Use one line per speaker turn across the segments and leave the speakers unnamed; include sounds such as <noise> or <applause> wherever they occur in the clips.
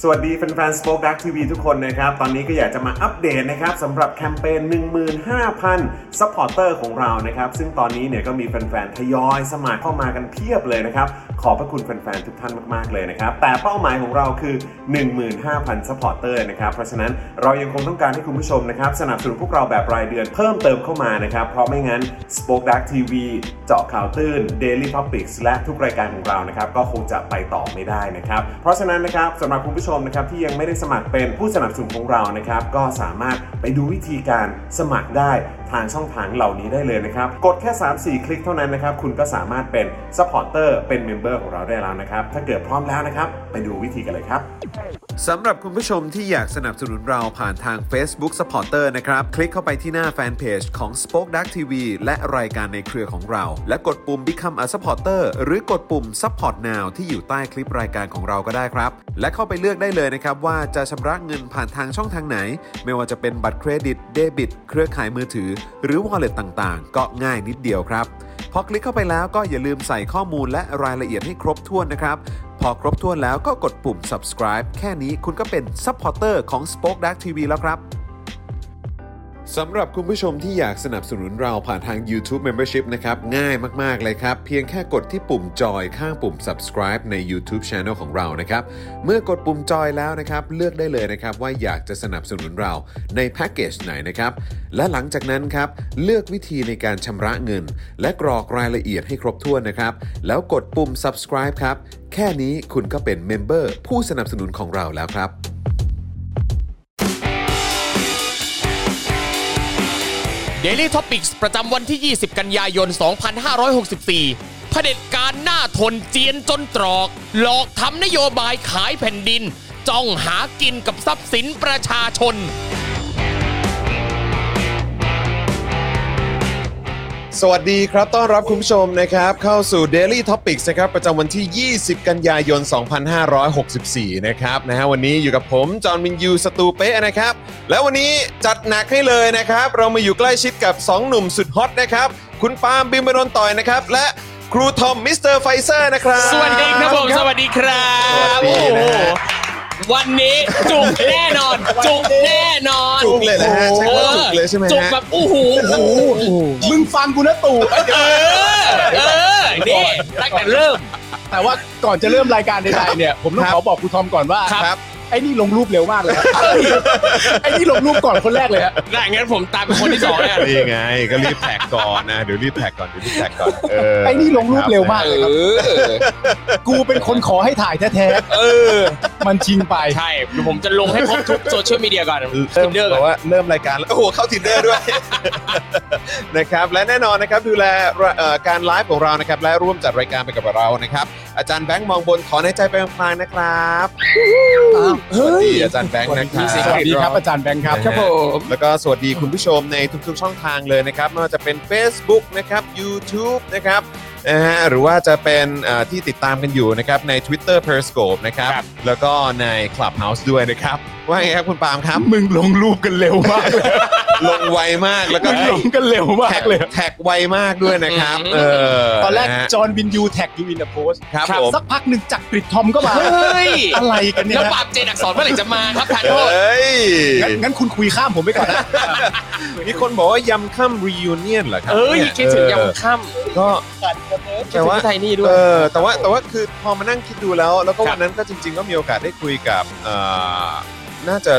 สวัสดีแฟนๆ Spoke Dark TV ทุกคนนะครับ ตอนนี้ก็อยากจะมาอัปเดตนะครับสำหรับแคมเปญ 15,000 ซัพพอร์เตอร์ของเรานะครับ ซึ่งตอนนี้เนี่ยก็มีแฟนๆ ทยอยสมัครเข้ามากันเพียบเลยนะครับ ขอบพระคุณแฟนๆ ทุกท่านมากๆเลยนะครับ แต่เป้าหมายของเราคือ 15,000 ซัพพอร์เตอร์นะครับ เพราะฉะนั้นเรายังคงต้องการให้คุณผู้ชมนะครับสนับสนุนพวกเราแบบรายเดือนเพิ่มเติมเข้ามานะครับ เพราะไม่งั้น Spoke Dark TV เจาะข่าวตื้น Daily Topics และทุกรายการของเรานะครับก็คงจะไปต่อไม่ได้นะครับ เพราะฉะนั้นนะครับสำหรับคุณผู้ชมนะครับที่ยังไม่ได้สมัครเป็นผู้สนับสนุนของเรานะครับ ก็สามารถไปดูวิธีการสมัครได้ทางช่องทางเหล่านี้ได้เลยนะครับ กดแค่ 3-4 คลิกเท่านั้นนะครับ คุณก็สามารถเป็นซัพพอร์เตอร์เป็นเมมเบอร์ของเราได้แล้วนะครับ ถ้าเกิดพร้อมแล้วนะครับ ไปดูวิธีกันเลยครับ สำหรับคุณผู้ชมที่อยากสนับสนุนเราผ่านทาง Facebook Supporter นะครับ คลิกเข้าไปที่หน้าแฟนเพจของ Spoke Dark TV และรายการในเครือของเรา และกดปุ่ม Become a Supporter หรือกดปุ่ม Support Now ที่อยู่ใต้คลิปรายการของเราก็ได้ครับ และเข้าไปเลือกได้เลยนะครับ ว่าจะชำระเงินผ่านทางช่องทางไหน ไม่ว่าจะเป็นบัตรเครดิตเดบิตเครือข่ายมือถือ หรือ Wallet ต่างๆ ก็ง่ายนิดเดียวครับ พอคลิกเข้าไปแล้วก็อย่าลืมใส่ข้อมูลและรายละเอียดให้ครบถ้วนนะครับ พอครบถ้วนแล้วก็กดปุ่ม subscribe แค่นี้คุณก็เป็นซัพพอร์เตอร์ของ Spoke Dark TV แล้วครับ สำหรับคุณผู้ชมที่อยากสนับสนุนเราผ่านทาง YouTube Membership นะครับ ง่ายมาก ๆ เลยครับ เพียงแค่กดที่ปุ่มจอยข้างปุ่ม subscribe ใน YouTube Channel ของเรานะครับ เมื่อกดปุ่มจอยแล้วนะครับ เลือกได้เลยนะครับ ว่าอยากจะสนับสนุนเราในแพ็กเกจไหนนะครับ และหลังจากนั้นครับ เลือกวิธีในการชำระเงิน และกรอกรายละเอียดให้ครบถ้วนนะครับ แล้วกดปุ่ม subscribe ครับ แค่นี้คุณก็เป็นเมมเบอร์ผู้สนับสนุนของเราแล้วครับ
Daily Topics ประจำวันที่ 20 กันยายน 2564 เผด็จการหน้าทนเจียนจนตรอก หลอกทำนโยบายขายแผ่นดิน จ้องหากินกับทรัพย์สินประชาชน
สวัสดีครับ ต้อนรับคุณผู้ชมนะครับ เข้าสู่ Daily Topics นะครับ ประจำวันที่ 20 กันยายน 2564 นะครับนะฮะวันนี้อยู่กับผม จอห์นวินยู สตูเป้นะครับ แล้ววันนี้จัดหนักให้เลยนะครับ เรามาอยู่ใกล้ชิดกับ 2 หนุ่มสุดฮอตนะครับ คุณปาล์มบิมบนนท์ต่อยนะครับ และครูทอมมิสเตอร์ไฟเซอร์นะครับ
สวัสดีครับผม สวัสดีครั
สวั
บ
สดีนะฮะ
โอ้โหวันนี้จุกแน่นอน จุกแน่นอน
จุกเลยนะฮะใช้
เอ
คำว่า
อ
จุกเลยใช่ไหม
จุก
ฮะ
แบบโอ้โหโอ้โห
มึงฟังกูนะตู่
เออ เออ นี่ตั้งแต่เริ่
<laughs>
ม
แต่ว่าก่อนจะเริ่มรายการใดๆเนี่ย ผมต้องขอบอกครูทอมก่อนว่า
ครับ
ครับไอ้นี่ลงรูปเร็วมากเลยครับไอ้นี่ลงรูปก่อนคนแรกเลยฮะ
ได้งั้นผมตามเป็นคนที่สองแล้วกัน
นี่ไงก็รีบแท็กก่อนนะเดี๋ยวรีบแท็กก่อนเดี๋ยวรีบแท็กก่อนเ
ไอ้นี่ลงรูปเร็วมากเลยครับกูเป็นคนขอให้ถ่ายแท้
เออ
ๆมันชิงไป
ใช่เดี๋ยวผมจะลงให้ครบทุกโซเชียลมีเดียก่อน
เริ่ม
ทินเดอร์
แบ
ก่อน
บว่าเริ่มรายการแล้วโอ้โหเข้าทินเดอร์ด้วย
<laughs>
นะครับและแน่นอนนะครับดูแลเอ่อการไลฟ์ของเรานะครับและร่วมจัดรายการไปกับเรานะครับ อาจารย์แบงค์มองบนขอในใจไปพลางๆนะครับสวัสดีอาจารย์แบงค์นะครั
ส
บ
วัสดีครับอาจารย์แบงค์ครับ
ครับผม แล้วก็สวัสดีคุณผู้ชมในทุกๆช่องทางเลยนะครับไม่ว่าจะเป็น Facebook นะครับ YouTube นะครับนะฮะหรือว่าจะเป็นเอ่อที่ติดตามกันอยู่นะครับใน Twitter Periscope นะครับแล้วก็ใน Clubhouse ด้วยนะครับ ว่าไงครับคุณปาล์มครับ
<laughs> มึงลงรูปกันเร็วมากเลย
ลงไวมากแล้วก็
มึงลงกันเร็วมา
แท็
ก
ก
เลย
แท็กไวมากด้วยนะครับ เออ
ตอนแรก
ะฮะ
จอห์นวินยูแท็กยูอินเดอะโพส
ครับผม
สักพักหนึ่งจักรกริดทอมก็มา
เฮ้ย
<laughs>
อะไรกันเนี่ย
แล้ว
ฮะ
ปราบเจนอักษรเมื่อไหร่จะมาครับทานโทษ
เอ้ย
งั้นงั้นคุณคุยข้ามผมไปก่อนนะ
มีคนบอกว่ายำค่ำ reunion เหรอครั
เอ้ย
นี่
คิดถึงยาม
เออ
ค่
ก็
ำคิด
แต่
ถึง
ว่า
พี่ไทยนี่ด้ว
เอย อแต่ว่าแต่ว่าคือพอมานั่งคิดดูแล้ว แล้วก็
ครั
วั
บ
นนั้นก็จริง ๆ ก็มีโอกาสได้คุยกับเอ่อน่าจะ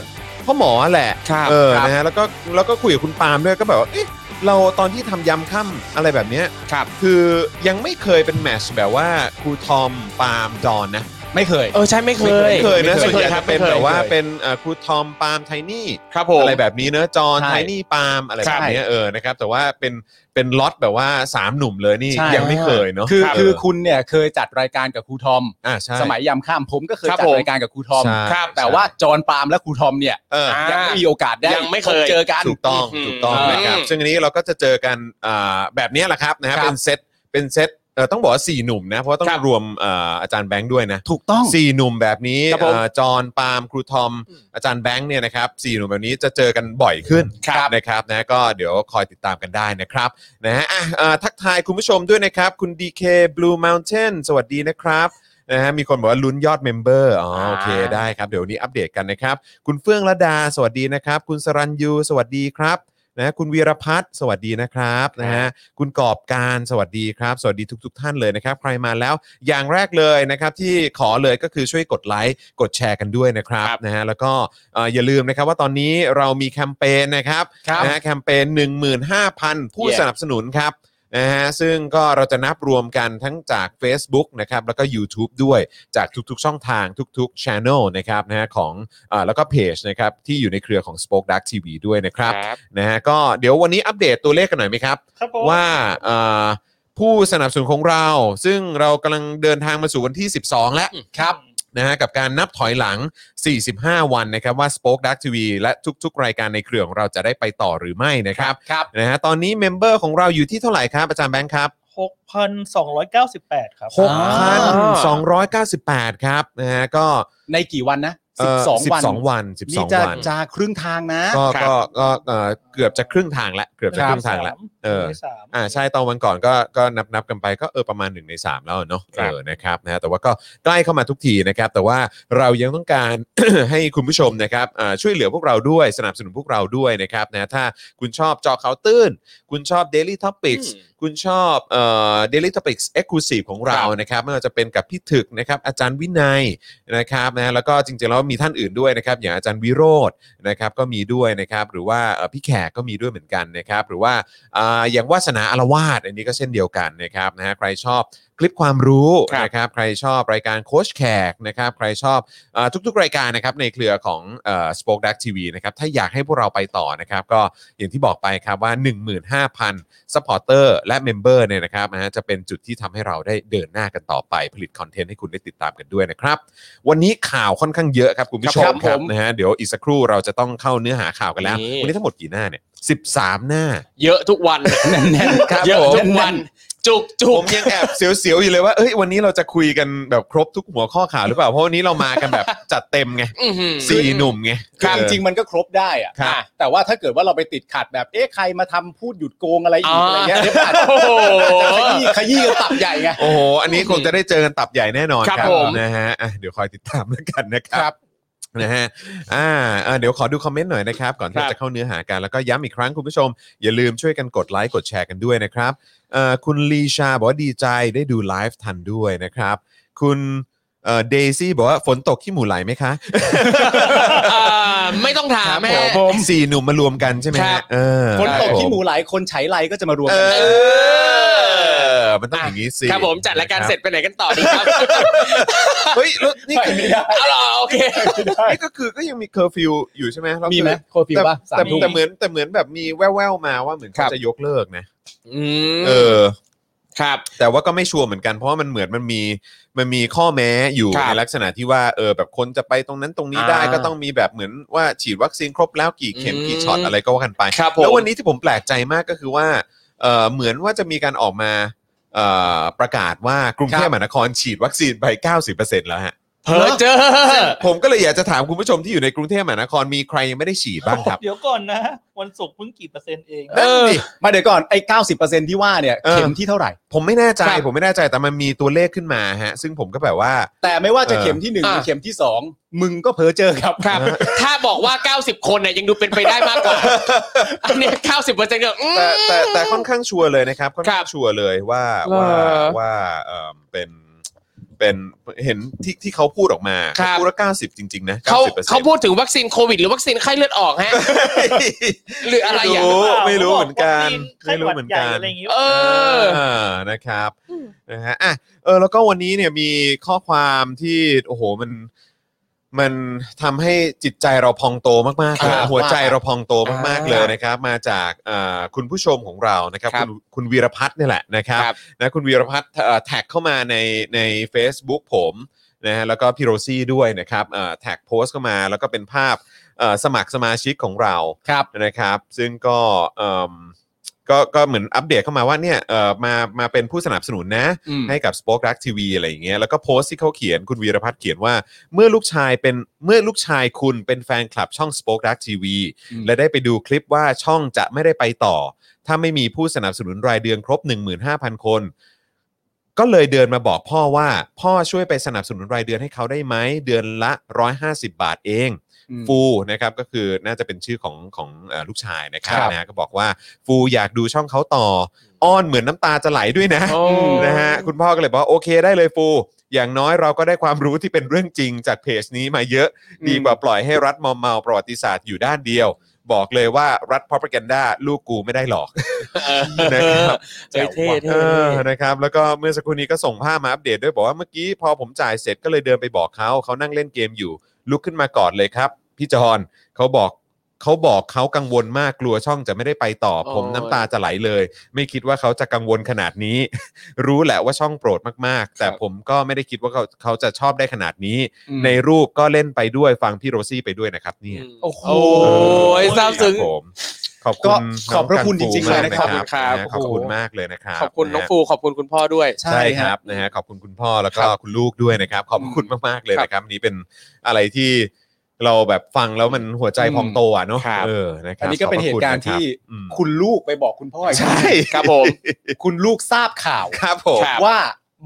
พ่อหมอแหละ
ครับ
เออ
ครับ
นะฮะแล้วก็แล้วก็คุยกับคุณปาล์มด้วยก็แบบว่าเอ๊ะเราตอนที่ทำยำค่ำอะไรแบบเนี้ย
ครับ
คือยังไม่เคยเป็นแมชแบบว่าครูทอมปาล์มดอนนะ
ไม่เคย
เออ ใช่ไม่เคย
ไม่เคยนะส่วนใหญ่
ครั
จะเป็น
ไม่คย
แบบว่า
ไม่คย
เป็นเอ่อครูทอมปาล์มไทนี่
ครับผม
อะไรแบบนี้เนอะจอห์น
ใช่
ไทนี่ปาล์มอะไร
ใช่
แบบเนี้ยเออนะครับแต่ว่าเป็นเป็นล็อตแบบว่าสามหนุ่มเลยนี่
ใช่
ยังไม่เคยเนอะ
คือ
เ
คือคุณเนี่ยเคยจัดรายการกับครูทอม
อ่าใช่
สมัยยามข้ามผมก็เคย
ครับ
จัด
ผม
รายการกับครูทอม
ใช่
ครับ
แต่ว่าจอห์นปาล์มและครูทอมเนี่ย
เออ
อ่ายั
ยังไม่มีโอกาสได้
ยังไม่เคย
พบเจอกัน
ถูกต้อง
อืม
ถูกต้อง
อืม
นะครับ
อืม
ซึ่งอันนี้เราก็จะเจอกันอ่าแบบนี้แหละครับนะฮะ
ครับ
เป็นเซตเป็นเซตเอ่อต้องบอกว่าสี่หนุ่มนะ เพราะว่าต้อ
ค
ง
รับ
รวมอ่าอาจารย์แบงค์ด้วยนะ
ถูกต้อง
สี่หนุ่มแบบนี้
ครับผม
อ่าจอห์นปาล์มครูทอม
อืม
อาจารย์แบงค์เนี่ยนะครับสี่หนุ่มแบบนี้จะเจอกันบ่อยขึ้น
ครับ
นะครับนะก็เดี๋ยวคอยติดตามกันได้นะครับนะฮะอ่ะอ่าทักทายคุณผู้ชมด้วยนะครับ คุณ DK Blue Mountain สวัสดีนะครับ นะฮะมีคนบอกว่าลุ้นยอดเมมเบอร์อ๋อโอเค
อ่า
ได้ครับ เดี๋ยววันนี้อัปเดตกันนะครับ คุณเฟื่องระดา สวัสดีนะครับ คุณสรัญยูสวัสดีครับนะคุณวีรพัฒน์สวัสดีนะครับนะฮะคุณกอบการสวัสดีครับ สวัสดีทุกๆทท่านเลยนะครับ ใครมาแล้วอย่างแรกเลยนะครับที่ขอเลยก็คือช่วยกดไลค์กดแชร์กันด้วยนะครับ
ครับ
นะฮะแล้วก็เอ่ออย่าลืมนะครับว่าตอนนี้เรามีแคมเปญนะครับ
ครับ
นะฮะแคมเปญ15,000 ผู้
Yeah
สนับสนุนครับ นะฮะซึ่งก็เราจะนับรวมกันทั้งจาก Facebook นะครับแล้วก็ YouTube ด้วยจากทุกๆ ช่องทางทุกๆ Channel นะครับนะฮะของอาแล้วก็เพจนะครับที่อยู่ในเครือของ Spoke Dark TV ด้วยนะครับ
ครับ
นะฮะก็เดี๋ยววันนี้อัปเดตตัวเลขกันหน่อยไหมครับ
ครับผม
ว่าอ่าผู้สนับสนุนของเรา ซึ่งเรากำลังเดินทางมาสู่วันที่ 12 แล้วครับนะฮะกับการนับถอยหลัง 45 วันนะครับว่า Spoke Dark TV และทุกๆ รายการในเครือของเราจะได้ไปต่อหรือไม่นะครับ
ครับ
นะฮะตอนนี้เมมเบอร์ของเราอยู่ที่เท่าไหร่ครับอาจารย์แบงค์ครับ
6,298 ครับ
6,298 ครับนะฮะก็
ในกี่วันนะ
เ
12 วัน
12 วัน
นี่
12
จะ
วัน
จะครึ่งทางนะ
ก็ก็ก็เอ่อเกือบจะครึ่งทางละเกือบจะครึ่งทางละ เออ
สาม
อ่าใช่ตอนวันก่อนก็ก็นับนับกันไปก็เออประมาณ1ใน3 แล้วเนาะ
ค
เอ
รับ
อนะครับนะฮะแต่ว่าก็ใกล้เข้ามาทุกทีนะครับ แต่ว่าเรายังต้องการ <coughs> ให้คุณผู้ชมนะครับอ่าช่วยเหลือพวกเราด้วยสนับสนุนพวกเราด้วยนะครับนะถ้าคุณชอบเจอเขาวตื้น คุณชอบ Daily Topics คุณชอบเอ่อ Daily Topics Exclusive ของเรานะครับไม่ว่าจะเป็นกับพี่ถึกนะครับอาจารย์วินัยนะครับนะแล้วก็จริงๆแล้วมีท่านอื่นด้วยนะครับอย่างอาจารย์วิโรธนะครับก็มีด้วยนะครับหรือว่าเอ่อพี่แขกก็มีด้วยเหมือนกันนะครับหรือว่า อ่าอย่างวาสนาอารวาสอันนี้ก็เช่นเดียวกันนะครับนะฮะใครชอบคลิปความรู้
ครับ
นะครับใครชอบรายการโค้ชแขกนะครับใครชอบอาทุกๆ รายการนะครับในเครือของสป็อคดักทีวีนะครับถ้าอยากให้พวกเราไปต่อนะครับก็อย่างที่บอกไปครับว่า 15,000ซัพพอร์เตอร์และเมมเบอร์เนี่ยนะครับนะฮะจะเป็นจุดที่ทำให้เราได้เดินหน้ากันต่อไป ผลิตคอนเทนต์ให้คุณได้ติดตามกันด้วยนะครับ วันนี้ข่าวค่อนข้างเยอะครับคุณผู้ชม
ครับ
ค
ผ
รับ
ม
นะฮะเดี๋ยวอีกสักครู่เราจะต้องเข้าเนื้อหาข่าวกันแล้ว
นี่
วันนี้ทั้งหมดกี่หน้าเนี่ย13 หน้า
เยอะทุกวัน
แน่นๆครับ
เยอะ
ผม
ทุกวัน จุก
ผ
จุก
มยังแอบเสียวๆอยู่เลยว่าเอ้ยวันนี้เราจะคุยกันแบบครบทุกหัวข้อข่าวหรือเปล่า เพราะวันนี้เรามากันแบบ <laughs> จัดเต็มไง
อื้อหือ
สี่หนุ่มไง
คือจริง
เอ
ๆมันก็ครบได้อะ
ครับ
แต่ว่าถ้าเกิดว่าเราไปติดขัดแบบเอ๊ะใครมาทำพูดหยุดโกงอะไรอีก
อ่า
อะไรเงี้ยเดี๋ยวอาจจะ
โอ้โห
ขยี้ขยี้กันตับใหญ่ไง
อโอ้โห อันนี้คงจะได้เจอกันตับใหญ่แน่นอนค
ครั
รับบ
ผม
นะฮะอ่ะเดี๋ยวคอยติดตามแล้วกันนะค
ค
รั
รับ บ
นะฮะอ่าอ่าเดี๋ยวขอดูคอมเมนต์หน่อยนะครับ ก่อน
ค
ที่
รับ
จะเข้าเนื้อหากัน แล้วก็ย้ำอีกครั้งคุณผู้ชม อย่าลืมช่วยกันกดไลค์กดแชร์กันด้วยนะครับเอ่อคุณลีชาบอกว่าดีใจได้ดูไลฟ์ทันด้วยนะครับ คุณเดซี่อ Daisy บอกว่าฝนตกขี้หมูไหลไหมคะ
อ่าไม่ต้องถามแม่
สี่หนุ่มมารวมกันใช่ไหม
ครั
ฮะ
บ
เออ
คนตก
รับ
ที่หมูหลายคนไฉไลก็จะมารวม
เอ
กัน
อ มันต้องอย่างนี้สิ
ครับผมจัดรายการเสร็จไปไหนกันต่อดีครับ
เฮ้ยแล้วนี่คือ
ไม่ได้
เอาล่ะโอเค
นี่ก็คือก็ยังมีเคอร์ฟิวอยู่ใช่ไหมแล้ว
มีไหม
คือ
โคฟิว
แต่
ป่ะสา
แต่
มทุ่ม
แต่เหมือนแต่เหมือนแบบมีแว่วๆมาว่าเหมือน
ครั
เขา
บ
จะยกเลิกนะ
อืม
เออ
ครับ
แต่ว่าก็ไม่ชัวร์เหมือนกันเพราะว่ามันเหมือนมันมีมันมีข้อแม้อยู่
ครับ
ในลักษณะที่ว่าเออแบบคนจะไปตรงนั้นตรงนี้ได้
อ่า
ก็ต้องมีแบบเหมือนว่าฉีดวัคซีนครบแล้วกี่เข็ม
อืม
กี่ช็อตอะไรก็ว่ากันไป
ครับผม
แล้ววันนี้ที่ผมแปลกใจมากก็คือว่าเอ่อเหมือนว่าจะมีการออกมาเอ่อประกาศว่ากรุงเทพมหานครฉีดวัคซีนไป 90%แล้วฮะ
เพอเจอ
ผมก็เลยอยากจะถามคุณผู้ชมที่อยู่ในกรุงเทพมหานครมีใครยังไม่ได้ฉีดบ้างครับ
เดี๋ยวก่อนนะ วันศุกร์เพิ่งกี่เปอร์เซ็นต์เอง
นั่นดิ
มาเดี๋ยวก่อนไอ้เก้าสิบเปอร์เซ็นที่ว่าเนี่ย
เออ
เข็มที่เท่าไหร่
ผมไม่แน่ใจ
ครับ
ผมไม่แน่ใจแต่มันมีตัวเลขขึ้นมาฮะ ซึ่งผมก็แบบว่า
แต่ไม่ว่าจะ
เออ
เข็มที่หนึ่ง
อ่ะ
หรือเข็มที่สองมึงก็เพ้อเจอครับ
ครับ ถ้าบอกว่า 90 คนเนี่ยยังดูเป็นไปได้มากก
<laughs>
ว่า อันเนี้เก้าสิบเปอร์เซ็นต์ก็อืม
แต่แต่แต่ค่อนข้างชัวร์เลยนะครับค่อนข้า
ค
ง
รับ
ชัวร์เลยว่า
เหรอ
ว่าว่าเออเป็นเป็นเห็นที่ที่เขาพูดออกมา
ครับ
เขาพูดว่า90 จริงๆนะ
เขา
90%
เขาพูดถึงวัคซีนโควิด หรือวัคซีนไข้เลือดออกฮะ หรืออะไรอ่ะ
รู้
หรือเปล่า
ไม่รู้
เขาบอก
เหมือนกัน
วัคซีนไข้
ไม่
ห
รู้
วัด
เหมือน
ใหญ่
กัน
อะไรอย่างงี้
เออ
านะครับนะฮะอ่ะเออแล้วก็วันนี้เนี่ยมีข้อความที่โอ้โหมันมันทำให้จิตใจเราพองโตมากๆเลย
ครับ
หัวใจเราพองโตมากๆ
อ่า
เลยนะครับ มาจากอ่าคุณผู้ชมของเรานะครับ
ครั
คุ
บ
ณคุณวีรพัฒน์เนี่ยแหละนะครับ
ครับ
นะคุณวีรพัฒน์เอ่อแท็กเข้ามาในใน Facebook ผมนะฮะแล้วก็พี่โรซี่ด้วยนะครับเอ่อแท็กโพสต์เข้ามาแล้วก็เป็นภาพเอ่อสมัครสมาชิกของเรา
ครับ
นะครับซึ่งก็เอิ่มก็ก็เหมือนอัปเดตเข้ามาว่าเนี่ยเอ่อมามาเป็นผู้สนับสนุนนะ
อืม
ให้กับ Spoke Dark TV อะไรอย่างเงี้ยแล้วก็โพสต์ที่เขาเขียนคุณวีรพัฒน์เขียนว่า เมื่อลูกชายเป็นเมื่อลูกชายคุณเป็นแฟนคลับช่อง Spoke Dark TV
อืม
และได้ไปดูคลิปว่าช่องจะไม่ได้ไปต่อ ถ้าไม่มีผู้สนับสนุนรายเดือนครบ 15,000 คน ก็เลยเดินมาบอกพ่อว่า พ่อช่วยไปสนับสนุนรายเดือนให้เขาได้ไหมเดือนละ 150 บาทเอง
อืม
ฟูนะครับก็คือน่าจะเป็นชื่อของของเอ่อลูกชายนะครับ
ครับ
นะฮะก็บอกว่าฟูอยากดูช่องเขาต่อ อ้อนเหมือนน้ำตาจะไหลด้วยนะ
โอ้
นะฮะคุณพ่อก็เลยบอกว่าโอเคได้เลยฟู อย่างน้อยเราก็ได้ความรู้ที่เป็นเรื่องจริงจากเพจนี้มาเยอะ
อืม
ดีกว่าปล่อยให้รัฐมอมเมาประวัติศาสตร์อยู่ด้านเดียว บอกเลยว่ารัฐพ r o p a g a n d a ลูกกูไม่ได้หรอก นะครับ
เอ้ยเท่
เอ
เท่
อนะครับแล้วก็เมื่อสักครู่นี้ก็ส่งภาพมาอัปเดตด้วยบอกว่าเมื่อกี้พอผมจ่ายเสร็จก็เลยเดินไปบอกเขาเขานั่งเล่นเกมอยู่ ลุกขึ้นมากอดเลยครับ พี่จอนเขาบอกเขาบอกเขากังวลมากกลัวช่องจะไม่ได้ไปต่อ ผมน้ำตาจะไหลเลย ไม่คิดว่าเขาจะกังวลขนาดนี้ <laughs> รู้แหละว่าช่องโปรดมากๆ แต่ผมก็ไม่ได้คิดว่าเขาเขาจะชอบได้ขนาดนี้ ในรูปก็เล่นไปด้วยฟังพี่โรซี่ไปด้วยนะครับเนี่ย
โอ้โห
โอ้ยซาบซึ้ง
ครับผมขอบคุณ
ก็ขอบพระคุณจริงๆเลยนะครั
น้
บ
องกันฟูมากนะครับบ ขอบคุณ ณมา
ขอคุครับ
กเลยนะครับ
ขอบคุณน้อง
ะฮะ
ฟูขอบคุณคุณพ่อด้วย
ใช่ครับนะฮะขอบคุณคุณพ่อแล้วก็คุณลูกด้วยนะครับ ขอบคุณมากๆเลยนะครับอันนี้เป็นอะไรที่เราแบบฟังแล้วมันหัวใจพองโตอ่ะเนาะ
ครับ
เออนะครับ
อันนี้ก็เป็นเหตุการณ์ที่
ขอบคุณ
คุณลูกไปบอกคุณพ่ออีก
นะครับอืมใช่
ครับผม
คุณลูกทราบข่าว
ครับผม
ครับ
ว่า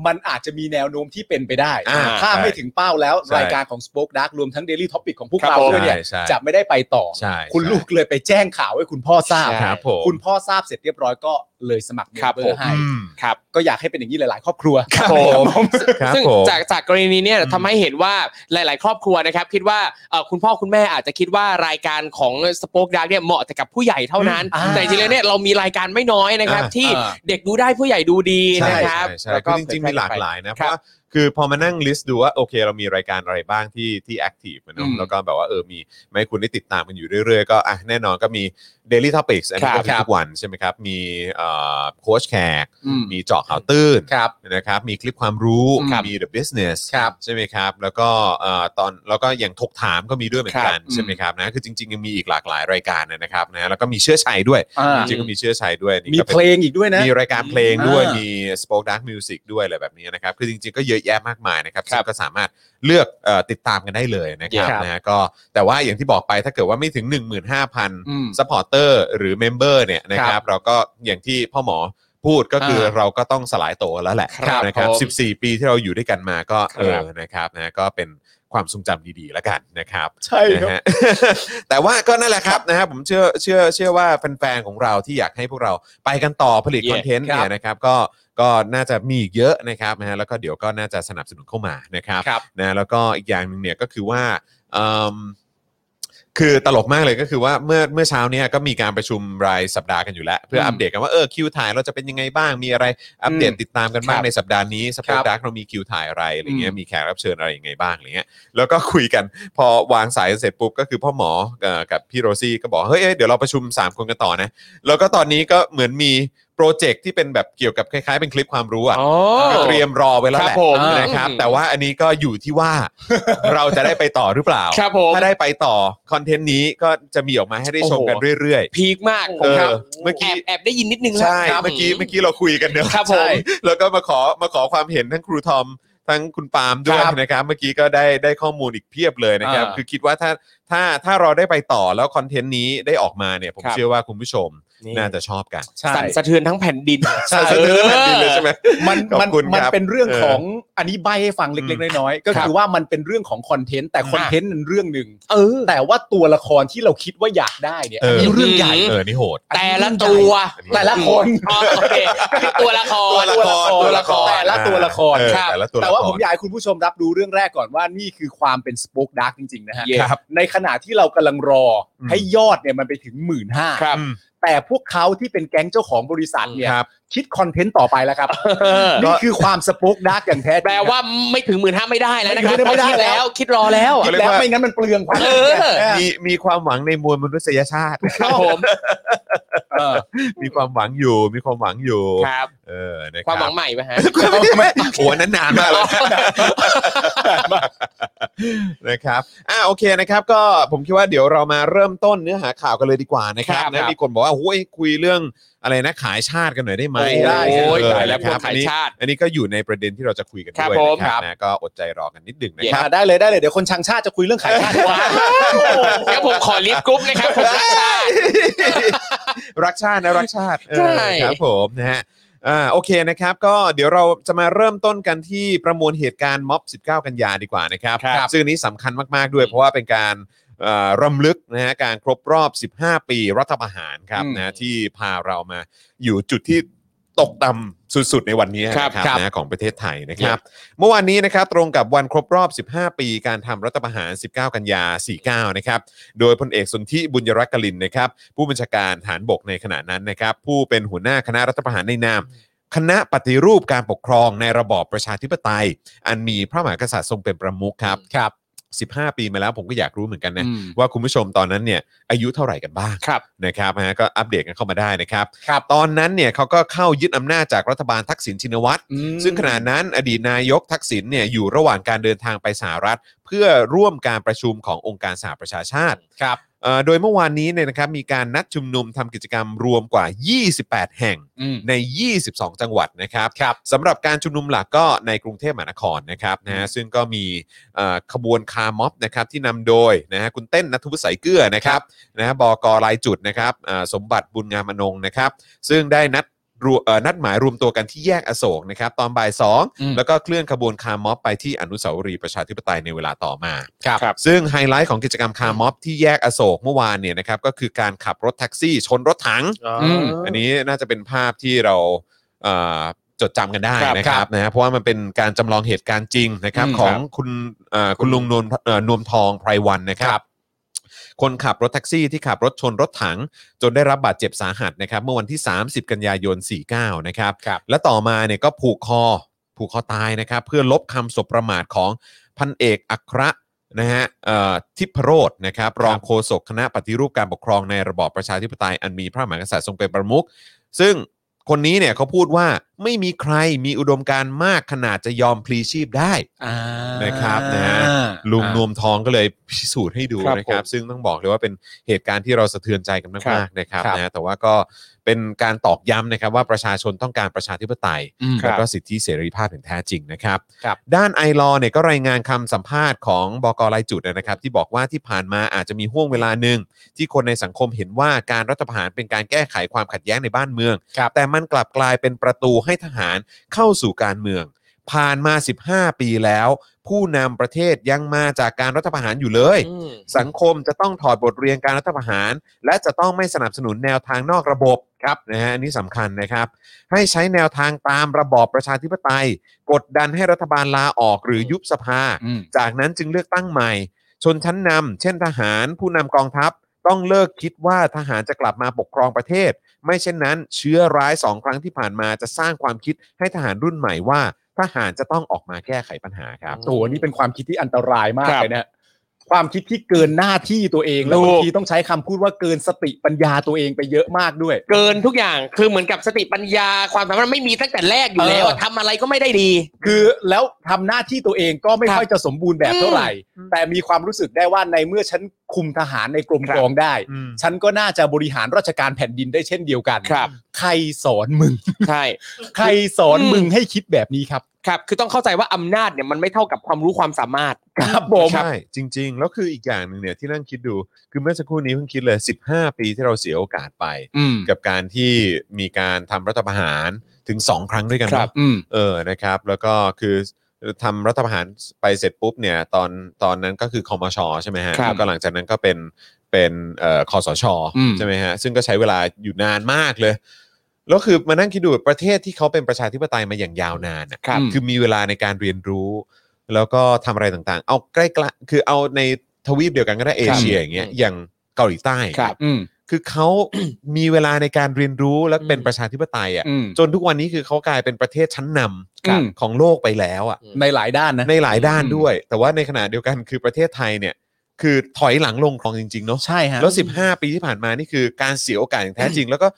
มันอาจจะมีแนวโน้มที่เป็นไปได้
อ่า
ถ้าไม่ถึงเป้าแล้ว
ใช่
รายการของ Spoke Dark รวมทั้ง Daily Topic ของพวก
ครับ
เรา
ผม
ด้วยเนี่ย
ใช่
จะไม่ได้ไปต่อ
ใช่
คุณลูกเลยไปแจ้งข่าวให้คุณพ่อทราบ
ครับผม
คุณพ่อทราบเสร็จเรียบร้อยก็เลยสมัครเม
ครับ
มเบอ
ผม
ร์ให้
อืม
ครับ
ก็อยากให้เป็นอย่างนี้หลาย ๆ ครอบครัว
ครับผม
ครับ
ซึ่ง
ผม
จากจากกรณีเนี้
อืม
ทำให้เห็นว่าหลาย ๆ ครอบครัวนะครับ คิดว่าเอ่อคุณพ่อคุณแม่อาจจะคิดว่ารายการของสป o อ e ดาร์กเนี่ยเหมาะแต่กับผู้ใหญ่เท่านั้น
อืมอ่า
แต่จริงๆแล้วเนี่ยเรามีรายการไม่น้อยนะครับ
อ่า
ที่
อ่า
เด็กดูได้ผู้ใหญ่ดูดีนะครับ
ใช่ใช่
แล้วก็
คือจริงๆมีหลากหลายนะเพ
ครับ
ราะว่าคือพอมานั่งลิสต์ดูว่าโอเค เรามีรายการอะไรบ้างที่ที่แอคทีฟนอะ
อืม
แล้วก็แบบว่าเออมีไม่คุณได้ติดตามกันอยู่เรื่อยๆ ก็อ่ะแน่นอนก็มี Daily Topics อันนี้ก็มี
ครับ
ทุกวันใช่ไหมครับ มีเอ่อโค้ชแขก
อืม
มีเจาะข่าวตื้น
ครับ
นะครับมีคลิปความรู้
ครับ
มี The Business
ครับ
ใช่ไหมครับ แล้วก็เอ่อตอนแล้วก็อย่างถกถามก็มีด้วยเหมือนกัน
ครับ
ใช่ไหมครับนะคือจริงๆยังมีอีกหลากหลายรายการนะครับนะแล้วก็มีเชื้อชัยด้วย
อ่า
จริงๆก็มีเชื้อชัยด้วยนี่
มี
ก็ป็
เพ
น
ลงอีกด้วยนะ
มีรายการเพลงด้วย
อ่ามี
มี Spoke Dark Music ด้วยอะไรแบบนี้นะครับ คือจริงๆ ก็เยอะแยะมากมายนะครับ
ครั
ซึ่
บ
งก็สามารถเลือกเอ่อติดตามกันได้เลยนะครับ
ครับ
นะฮะก็แต่ว่าอย่างที่บอกไปถ้าเกิดว่าไม่ถึง
อืม
15,000ซัพพอร์เตอร์หรือเมมเบอร์เนี่ยนะค
ค
รั
รั
บบ เราก็อย่างที่พ่อหมอพูดก็คือ
อ่า
เราก็ต้องสลายตัวแล้วแหละ
ครับ
นะครับ
ผม
14 ปีที่เราอยู่ด้วยกันมาก็เอ
ค
อ
รับ
นะครับนะก็เป็นความทรงจำดีๆแล้วกันนะครับ
ใช่ครับ
นะฮ <laughs> ะ แต่ว่าก็นั่นแหละครับนะฮะผมเชื่อเชื่อเชื่อว่าแฟนๆของเราที่อยากให้พวกเราไปกันต่อผลิต
Yeah.
คอนเทนต์เนี่ยนะครับก็ก็น่าจะมีอีกเยอะนะครับนะฮะแล้วก็เดี๋ยวก็น่าจะสนับสนุนเข้ามานะครับ
ครับ
นะแล้วก็อีกอย่างหนึ่งเนี่ยก็คือว่าอืมคือตลกมากเลยก็คือว่าเมื่อเมื่อเช้าเนี่ยก็มีการประชุมรายสัปดาห์กันอยู่แล้ว เพื่อ
ม
อัปเดตกันว่าเออคิวถ่ายเราจะเป็นยังไงบ้างมีอะไรอัปเดต
อืม
ติดตามกันบ้าง
ครับ
ในสัปดาห์นี้สัปดา
ครั
ห์
บ
ดักเรามีคิวถ่ายอะไรอะไรเงี้ย
อืม
มีแขกรับเชิญอะไรยังไงบ้างอะไรเงี้ย แล้วก็คุยกันพอวางสายเสร็จปุ๊บก็คือพ่อหมอเอ่อกับพี่โรซี่ก็บอกเฮ้ยเอ้ยเดี๋ยวเราประชุม 3 คนกันต่อนะ แล้วก็ตอนนี้ก็เหมือนมีโปรเจกต์ที่เป็นแบบเกี่ยวกับคล้ายๆ เป็นคลิปความรู้อ่ะ
อ๋อ
ก็เตรียมรอไว้แล้วแห
ครั
ละ
บผม
นะครับ
อืม
แต่ว่าอันนี้ก็อยู่ที่ว่า <laughs> เราจะได้ไปต่อหรือเปล่า
ครับผม
ถ้าได้ไปต่อคอนเทนต์นี้ก็จะมีออกมาให้ได้ชมกันเรื่อยๆ
พีคมากผ
เอ
ม
อ
ครับ
เมื่อกี้
แอบแอบได้ยินนิดนึงแล้ว
ใช่
ครับ
เมื่อกี้เมื่อกี้เราคุยกันเนอะ
ครับผม
ใช่แล้วก็มาขอมาขอความเห็นทั้งครูทอมทั้งคุณปาล์มด้วย
ครับ
นะครับ เมื่อกี้ก็ได้ได้ข้อมูลอีกเพียบเลยนะครับ
อ่า
คือคิดว่าถ้าถ้าถ้าเราได้ไปต่อแล้วคอนเทนต์นี้ได้ออกมาเนี่ยผม
ครับ
เชื่อว่าคุณผู้ชม
นี่
น่าจะชอบกัน
สั่นสะเทือนทั้งแผ่นดิน
ใช่
สะเทือนแผ่นดินเลยใช่ไหม
มัน
ขอบ
มัน
คุณ
มัน
ครับ
เป็นเรื่อง
เออ
ของอันนี้ใบให้ฟังเล็กๆน้อยๆก็
ครับ
คือว่ามันเป็นเรื่องของคอนเทนต์แต่คอนเทนต์นั้นเรื่องหนึ่ง
เออ
แต่ว่าตัวละครที่เราคิดว่าอยากได้เนี่ย
เออ
อันนี้เรื่องใหญ่
เออนี่โหด
แต่ละตัว
แต่ละคน
อ๋อโอเคคือตัวละคร
ตัวละคร
ตัวละครแต่ละตัวละคร
เออ
ครับ
แต่ละตัวละคร
แต่ว่าผมอยากให้คุณผู้ชมรับรู้เรื่องแรกก่อนว่านี่คือความเป็นสป o อ e ดาร์กจริงๆนะฮะ
Yes
ครับ
ในขณะที่เรากำลังรออ
ม
ให้ยอดเนี่ยมันไปถึงหมื่นห้า
ครับ
อืม
แต่พวกเขาที่เป็นแก๊งเจ้าของบริษัทเนี่ย
ครับ
คิดคอนเทนต์ต่อไปแล้วครับ
เออ
นี่คือความสป o อ e ดาร์กอย่างแท้จริง
แปลว่าไม่ถึงหมื่นห้าไม่ได้แล้วนะครับ
ไม่ได้
คิด
ไม่ได้
แล้วคิดรอแล้ว
คิดแล้วไม่งั้นมันเปลืองความ
เออ
มีมีความหวังในมวลมนุษยชาติ
ครับผม
เออ
มีความหวังอยู่ มีความหวังอยู่
ครับ
เออนะ
ความ
ค
ห
รั
วั
บ
งใหม่ไหมฮะ
โอ้อันนั้นนานมากเลย นะครับ อ่าโอเคนะครับ ก็ผมคิดว่าเดี๋ยวเรามาเริ่มต้นเนื้อหาข่าวกันเลยดีกว่านะครับ
ครับ
นะครับ มีคนบอกว่าโอ้ยคุยเรื่องอะไรนะขายชาติกันหน่อยได้ไหม
โอ้ยได้
โอ้ย
เออ
ตายแล้ว
นะ
พวกขาย
อันนี้
ชาติ
อันนี้ก็อยู่ในประเด็นที่เราจะคุยกัน
ครับ
ด้วย
ผม
นะครับ นะก็อดใจรอกันนิดหนึ่งนะค
อ่า
รับ
ได้เลยได้เลยเดี๋ยวคนชังชาติจะคุยเรื่องขายชาติ
แล้วผมขอลิฟต์กรุ๊ปนะครับผมรักชาติ
รักชาตินะรักชาติเออ
ใช่
ครับผมนะฮะ อ่าโอเคนะครับก็เดี๋ยวเราจะมาเริ่มต้นกันที่ประมวลเหตุการณ์ม็อบ 19 กันยาดีกว่านะครับ
ครับ
ซึ่งอันนี้สำคัญมากๆด้วยเพราะว่าเป็นการเอ่อรำลึกนะฮะการครบรอบ 15 ปีรัฐประหารครับ
อืม
นะที่พาเรามาอยู่จุดที่ตกต่ำสุด ๆ ในวันนี้
ครับ
นะครับ นะของประเทศไทยนะครับ เมื่อวานนี้นะครับตรงกับวันครบรอบ 15 ปีการทำรัฐประหาร 19 กันยา 49 นะครับ โดยพลเอกสนธิบุญยรักกลินนะครับ ผู้บัญชาการฐานบกในขณะนั้นนะครับ ผู้เป็นหัวหน้าคณะรัฐประหารในนาม คณะปฏิรูปการปกครองในระบอบประชาธิปไตย อันมีพระมหากษัตริย์ทรงเป็นประมุขครับครับ 15 ปีมาแล้วผมก็อยากรู้เหมือนกันนะ
อืม
ว่าคุณผู้ชมตอนนั้นเนี่ยอายุเท่าไหร่กันบ้าง
ครับ
นะครับนะฮะก็อัปเดตกันเข้ามาได้นะครับ
ครับ
ตอนนั้นเนี่ยเขาก็เข้ายึดอำนาจจากรัฐบาลทักษิณชินวัตร ซึ่งขณะนั้นอดีตนายกทักษิณเนี่ยอยู่ระหว่างการเดินทางไปสหรัฐ เพื่อร่วมการประชุมขององค์การสหประชาชาติ
ครับ
เอ่อโดยเมื่อวานนี้เนี่ยนะครับมีการนัดชุมนุมทำกิจกรรมรวมกว่า 28 แห่ง
อืม
ใน 22 จังหวัดนะครับสำหรับการชุมนุมหลักก็ในกรุงเทพมหานครนะครับนะฮะซึ่งก็มีเอ่อขบวนคาร์ม็อบนะครับที่นำโดยนะฮะคุณเต้นนัทวุฒิสายเกลือนะครับนะฮะบกรายจุดนะครับเอ่อสมบัติบุญงามอนงค์นะครับ ซึ่งได้นัดรวเอ่อนัดหมายรวมตัวกันที่แยกอโศกนะครับ ตอนบ่าย
อืม
2 แล้วก็เคลื่อนขบวนคาร์ม็อบไปที่อนุสาวรีย์ประชาธิปไตยในเวลาต่อมา
ครับครับ
ซึ่งไฮไลท์ของกิจกรรมคาร์ม็อบที่แยกอโศกเมื่อวานเนี่ยนะครับก็คือการขับรถแท็กซี่ ชนรถถัง
ม
อันนี้น่าจะเป็นภาพที่เราเอ่อจดจำกันได้
ครับ
นะครับนะฮะเพราะว่ามันเป็นการจำลองเหตุการณ์จริงนะครับ
อืม
ของคุณเอ่อคุณลุงนวลเอ่อนวมทองไพรวันนะครับ คนขับรถแท็กซี่ที่ขับรถชนรถถัง จนได้รับบาดเจ็บสาหัสนะครับ เมื่อวันที่ 30 กันยายน 49 นะครับ
ครับ
และต่อมาเนี่ยก็ผูกคอผูกคอตายนะครับ เพื่อลบคำสบประมาทของพันเอกอัครนะฮะเอ่อทิพโรจน์นะครับ รองโฆษกคณะปฏิรูปการปกครองในระบอบประชาธิปไตยอันมีพระมหากษัตริย์ทรงเป็นประมุขซึ่งคนนี้เนี่ยเขาพูดว่าไม่มีใครมีอุดมการณ์มากขนาดจะยอมพลีชีพได้ นะครับนะฮะ ลุงนวมทองก็เลยพิสูจน์ให้ดู
ครับ
นะครับ ซึ่งต้องบอกเลยว่าเป็นเหตุการณ์ที่เราสะเทือนใจกันมากๆนะครับ
ครับ
นะแต่ว่าก็เป็นการตอกย้ำนะครับว่าประชาชนต้องการประชาธิปไตย
อืม
และก็สิทธิเสรีภาพอย่างแท้จริงนะครับ
ครับ
ด้านไอรอเนี่ยก็รายงานคำสัมภาษณ์ของบกรายจุดนะครับ ที่บอกว่าที่ผ่านมาอาจจะมีห่วงเวลาหนึ่ง ที่คนในสังคมเห็นว่าการรัฐประหารเป็นการแก้ไขความขัดแย้งในบ้านเมือง
ครับ
แต่มันกลับกลายเป็นประตูให้ทหารเข้าสู่การเมือง ผ่านมา 15 ปีแล้ว ผู้นำประเทศยังมาจากการรัฐประหารอยู่เลย สังคมจะต้องถอดบทเรียนการรัฐประหาร และจะต้องไม่สนับสนุนแนวทางนอกระบบครับนะฮะอันนี้สำคัญนะครับ ให้ใช้แนวทางตามระบอบประชาธิปไตย กดดันให้รัฐบาลลาออกหรือยุบสภา
อืม
จากนั้นจึงเลือกตั้งใหม่ ชนชั้นนำเช่นทหาร ผู้นำกองทัพ ต้องเลิกคิดว่าทหารจะกลับมาปกครองประเทศ ไม่เช่นนั้นเชื้อร้ายสองครั้งที่ผ่านมาจะสร้างความคิดให้ทหารรุ่นใหม่ว่า ทหารจะต้องออกมาแก้ไขปัญหาครับ
โอ้โหนี่เป็นความคิดที่อันตรายมาก
ครับ
เลยนะฮะความคิดที่เกินหน้าที่ตัวเอง แล้ว
ถูก
บางทีต้องใช้คำพูดว่าเกินสติปัญญาตัวเองไปเยอะมากด้วย
เกินทุกอย่างคือเหมือนกับสติปัญญาความสามารถไม่มีตั้งแต่แรกอยู่แล้ว
เออ
ทำอะไรก็ไม่ได้ดี
คือแล้วทำหน้าที่ตัวเองก็ไม่ค่อยจะสมบูรณ์แบบเท่าไหร่ แต่มีความรู้สึกได้ว่าในเมื่อฉันคุมทหารในกรมกองได้
อืม
ฉันก็น่าจะบริหารราชการแผ่นดินได้เช่นเดียวกัน
ครับ
ใครสอนมึง
ใช่
ใครสอน
อืม
มึงให้คิดแบบนี้ครับ
ครับคือต้องเข้าใจว่าอำนาจเนี่ยมันไม่เท่ากับความรู้ความสามารถ
ครับผม
ใช่จริง ๆ แล้วคืออีกอย่างหนึ่งเนี่ยที่นั่งคิดดูคือเมื่อสักครู่นี้เพิ่งคิดเลย 15 ปีที่เราเสียโอกาสไป
อืม
กับการที่มีการทำรัฐประหารถึง 2 ครั้งด้วยกัน
ครับ
เนอะ
อืม
เออนะครับ แล้วก็คือทำรัฐประหารไปเสร็จปุ๊บเนี่ยตอนตอนนั้นก็คือคอมชใช่ไหมฮะ
ครับ
แล้วก็หลังจากนั้นก็เป็นเป็นเอ่อคอสช
อืม
ใช่ไหมฮะซึ่งก็ใช้เวลาอยู่นานมากเลย แล้วคือมานั่งคิดดูประเทศที่เขาเป็นประชาธิปไตยมาอย่างยาวนานอะ
ครับ
คือมีเวลาในการเรียนรู้ แล้วก็ทำอะไรต่างๆ เอาใกล้ๆคือเอาในทวีปเดียวกันก็ได้เอเชียอย่างเงี้ยอย่างเกาหลีใต้
ครับ
อืม
คือเขา <coughs> มีเวลาในการเรียนรู้และเป็นประชาธิปไตยอ่ะ
อืม
จนทุกวันนี้คือเขากลายเป็นประเทศชั้นนำ
ครับ
ของโลกไปแล้วอ่ะ
ในหลายด้านนะ
ในหลายด้าน
อืม
ด้วย แต่ว่าในขณะเดียวกันคือประเทศไทยเนี่ย คือถอยหลังลงคลองจริงๆเนาะ
ใช่ฮะ
แล้ว 15 ปีที่ผ่านมานี่คือการเสียโอกาสอย่างแท้จริง แล้วก็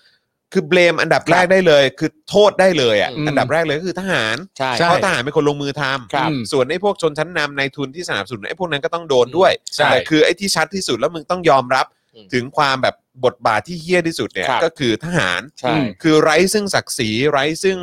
คือเบลมอันดับแรกได้เลย คือโทษได้เลยอ่ะ
อืม
อันดับแรกเลยก็คือทหาร
ใช่
ใช่
เพราะทหารเป็นคนลงมือท
ครับ
ำส่วนไอ้พวกชนชั้นนำในทุนที่สนับสนุนไอ้พวกนั้นก็ต้องโดนด้วย
ใช่
แต่คือไอ้ที่ชัดที่สุดแล้วมึงต้องยอมรับ
อืม
ถึงความแบบบทบาทที่เฮี้ยที่สุดเนี่ย
ครับ
ก็คือทหาร
ใช่
<laughs> คือไร้ซึ่งศักดิ์ศรีไร้ซึ่ง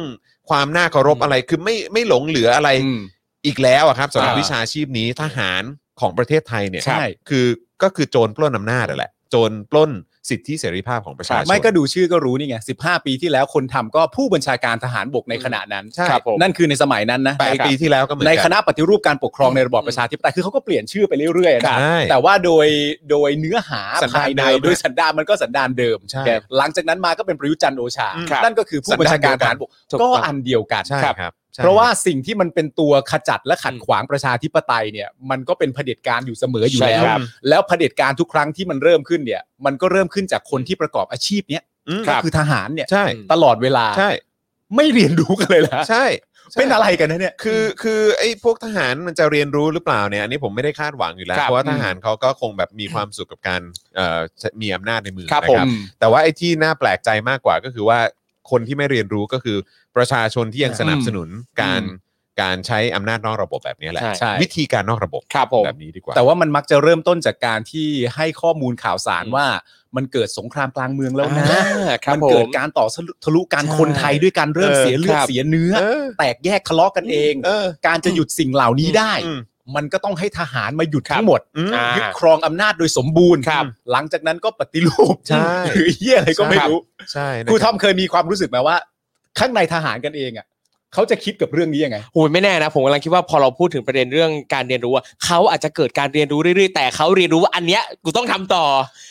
ความน่าเคารพ
อืม
อะไรคือไม่ไม่หลงเหลืออะไร
อืม
อีกแล้วอะครับสำหรับ
อ่า
วิชาชีพนี้ทหารของประเทศไทยเนี่ย
ใช่
คือก็คือโจรปล้นอำนาจอะแหละ โจรปล้น สิทธิเสรีภาพของประชาชน
ไม่ก็ดูชื่อก็รู้นี่ไง 15 ปีที่แล้วคนทำก็ผู้บัญชาการทหารบกในขณะนั้น
ใช่ครับผม
นั่นคือในสมัยนั้นนะ
แปดปีที่แล้วก็เหมือน
ใน
กั
คณะปฏิรูปการปกครองในระบอบประชาธิปไตยคือเขาก็เปลี่ยนชื่อไปเรื่อยๆนะ
ใช่
แต่ว่าโดยโดยเนื้อหา
สันดาน
ภายใน
เดิม
โดยสันดานมันก็สันดานเดิม
ใช่
แต่หลังจากนั้นมาก็เป็นประยุทธ์จันทร์โอชา
อืมครับ
นั่นก็คือผู้บัญชาการทหารบก
ถูกต้
ก็
อง
อันเดียวกัน
ใช่ครับใช่
เพราะว่าสิ่งที่มันเป็นตัวขจัดและขัดขวางประชาธิปไตยเนี่ยมันก็เป็นเผด็จการอยู่เสมออยู่แล้ว
ครับ
แล้วเผด็จการทุกครั้งที่มันเริ่มขึ้นเนี่ย มันก็เริ่มขึ้นจากคนที่ประกอบอาชีพเนี้ย
อืม
ก็คือทหารเนี่ย
ใช่
ตลอดเวลา
ใช่
ไม่เรียนรู้กันเลยละ
ใช่
เป็น
ใช่
อะไรกันนะเนี่ย
คือคือไอ้พวกทหารมันจะเรียนรู้หรือเปล่าเนี่ยอันนี้ผมไม่ได้คาดหวังอยู่แล้ว
ครับ
เพราะว่าทหารเขาก็คงแบบมีความสุขกับการเอ่อมีอำนาจในมือ
ครับ
นะ
ผม
แต่ว่าไอ้ที่น่าแปลกใจมากกว่าก็คือว่าคนที่ไม่เรียนรู้ก็คือประชาชนที่ยังสนับสนุนการการใช้อำนาจนอกระบบแบบนี้แหละ
ใช่
วิธีการนอกระบบ
ครับผม
แบบนี้ดีกว่า
แต่ว่ามันมักจะเริ่มต้นจากการที่ให้ข้อมูลข่าวสารว่ามันเกิดสงครามกลางเมืองแล้วนะ
อ่าครับ
มันเกิด
ผม
การต่อสู้ทะลุการ
ใช่
คนไทยด้วยการเริ่ม
เออ
เสียเลือด
ครับ
เสียเนื้อ
เออ
แตกแยกทะเลาะกันเอง
เออ
การจะหยุดสิ่งเหล่านี้ได้
อืม
มันก็ต้องให้ทหารมาหยุดทั้งหมด
อืม
อ่า
ยึดครองอำนาจโดยสมบูรณ์
ครับ
หลังจากนั้นก็ปฏิรูป
ใช่
หรือเหี้ยอะไรก็ไม่รู้
ใช่นะ
ครูท
รับ
อมเคยมีความรู้สึกไหมว่า ข้างในทหารกันเองอ่ะเขาจะคิดกับเรื่องนี้ยังไง
โหยไม่แน่นะผมกำลังคิดว่าพอเราพูดถึงประเด็นเรื่องการเรียนรู้อะเขาอาจจะเกิดการเรียนรู้เรื่อยๆแต่เขาเรียนรู้ว่าอันเนี้ยกูต้องทำต่อ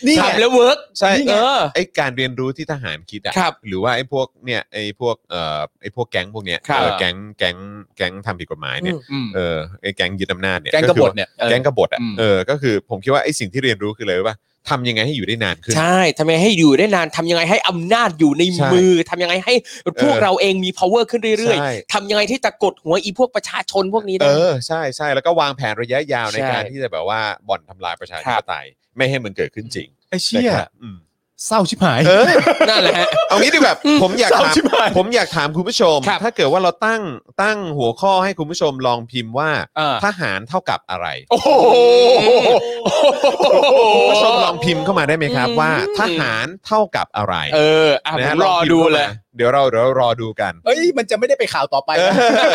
นี่ไง
ทำแล้วเวิร์ก
ใช่
เออ
ไอ้การเรียนรู้ที่ทหารคิดอะ
ครับ
หรือว่าไอ้พวกเนี่ยไอ้พวกเอ่อไอ้พวกแก๊งพวกเนี้ย
ครับ
เออแก๊งแก๊งแก๊งทำผิดกฎหมายเนี่ย เออไอ้แก๊งยึดอำนาจเนี่ย
แกงกบ
คื
ฏ
อ
เนี่ย
แก๊งกบฏอ่ะ
อืม
เออก็คือผมคิดว่าไอ้สิ่งที่เรียนรู้คือเลยว่าทำยังไงให้อยู่ได้นานขึ้น
ใช่ทำยังไงให้อยู่ได้นานทำยังไงให้อำนาจอยู่ใน
ใช่
มือทำยังไงให้พวก
เออ
เราเองมี power ขึ้นเรื่อย
ใช่
ๆทำยังไงที่จะกดหัวอีพวกประชาชนพวกนี้
เอ
ได้
อใช่ใช่แล้วก็วางแผนระยะยาวใน
ใช่
การที่จะแบบว่าบ่อนทำลายประชาธิปไตยไม่ให้มันเกิดขึ้นจริง
ไอ้เชี่ย
นะครับอืม
เศร้าชิบหาย
เออ
นั่นแหละฮะ
เอางี้ดีแบบผมอยาก
เศร้า
ถาม
ชิบหาย
ผมอยากถามคุณผู้ชม
ครับ
ถ้าเกิดว่าเราตั้งตั้งหัวข้อให้คุณผู้ชมลองพิมพ์ว่า
อ่า
ทหารเท่ากับอะไร
โอ้โห
คุณผู้ชมลองพิมพ์เข้ามาได้ไหมครับ
อืม
ว่าทหารเท่ากับอะไร
เอออ่ะผ
นะฮะ
ม
ล
ร
อง
อ
พิมพ์
ดู
ข้ามา
เลย
เดี๋ยวเราเดี๋ยวเรารอดูกัน
เอ้ยมันจะไม่ได้ไปข่าวต่อไป
เออ
นะ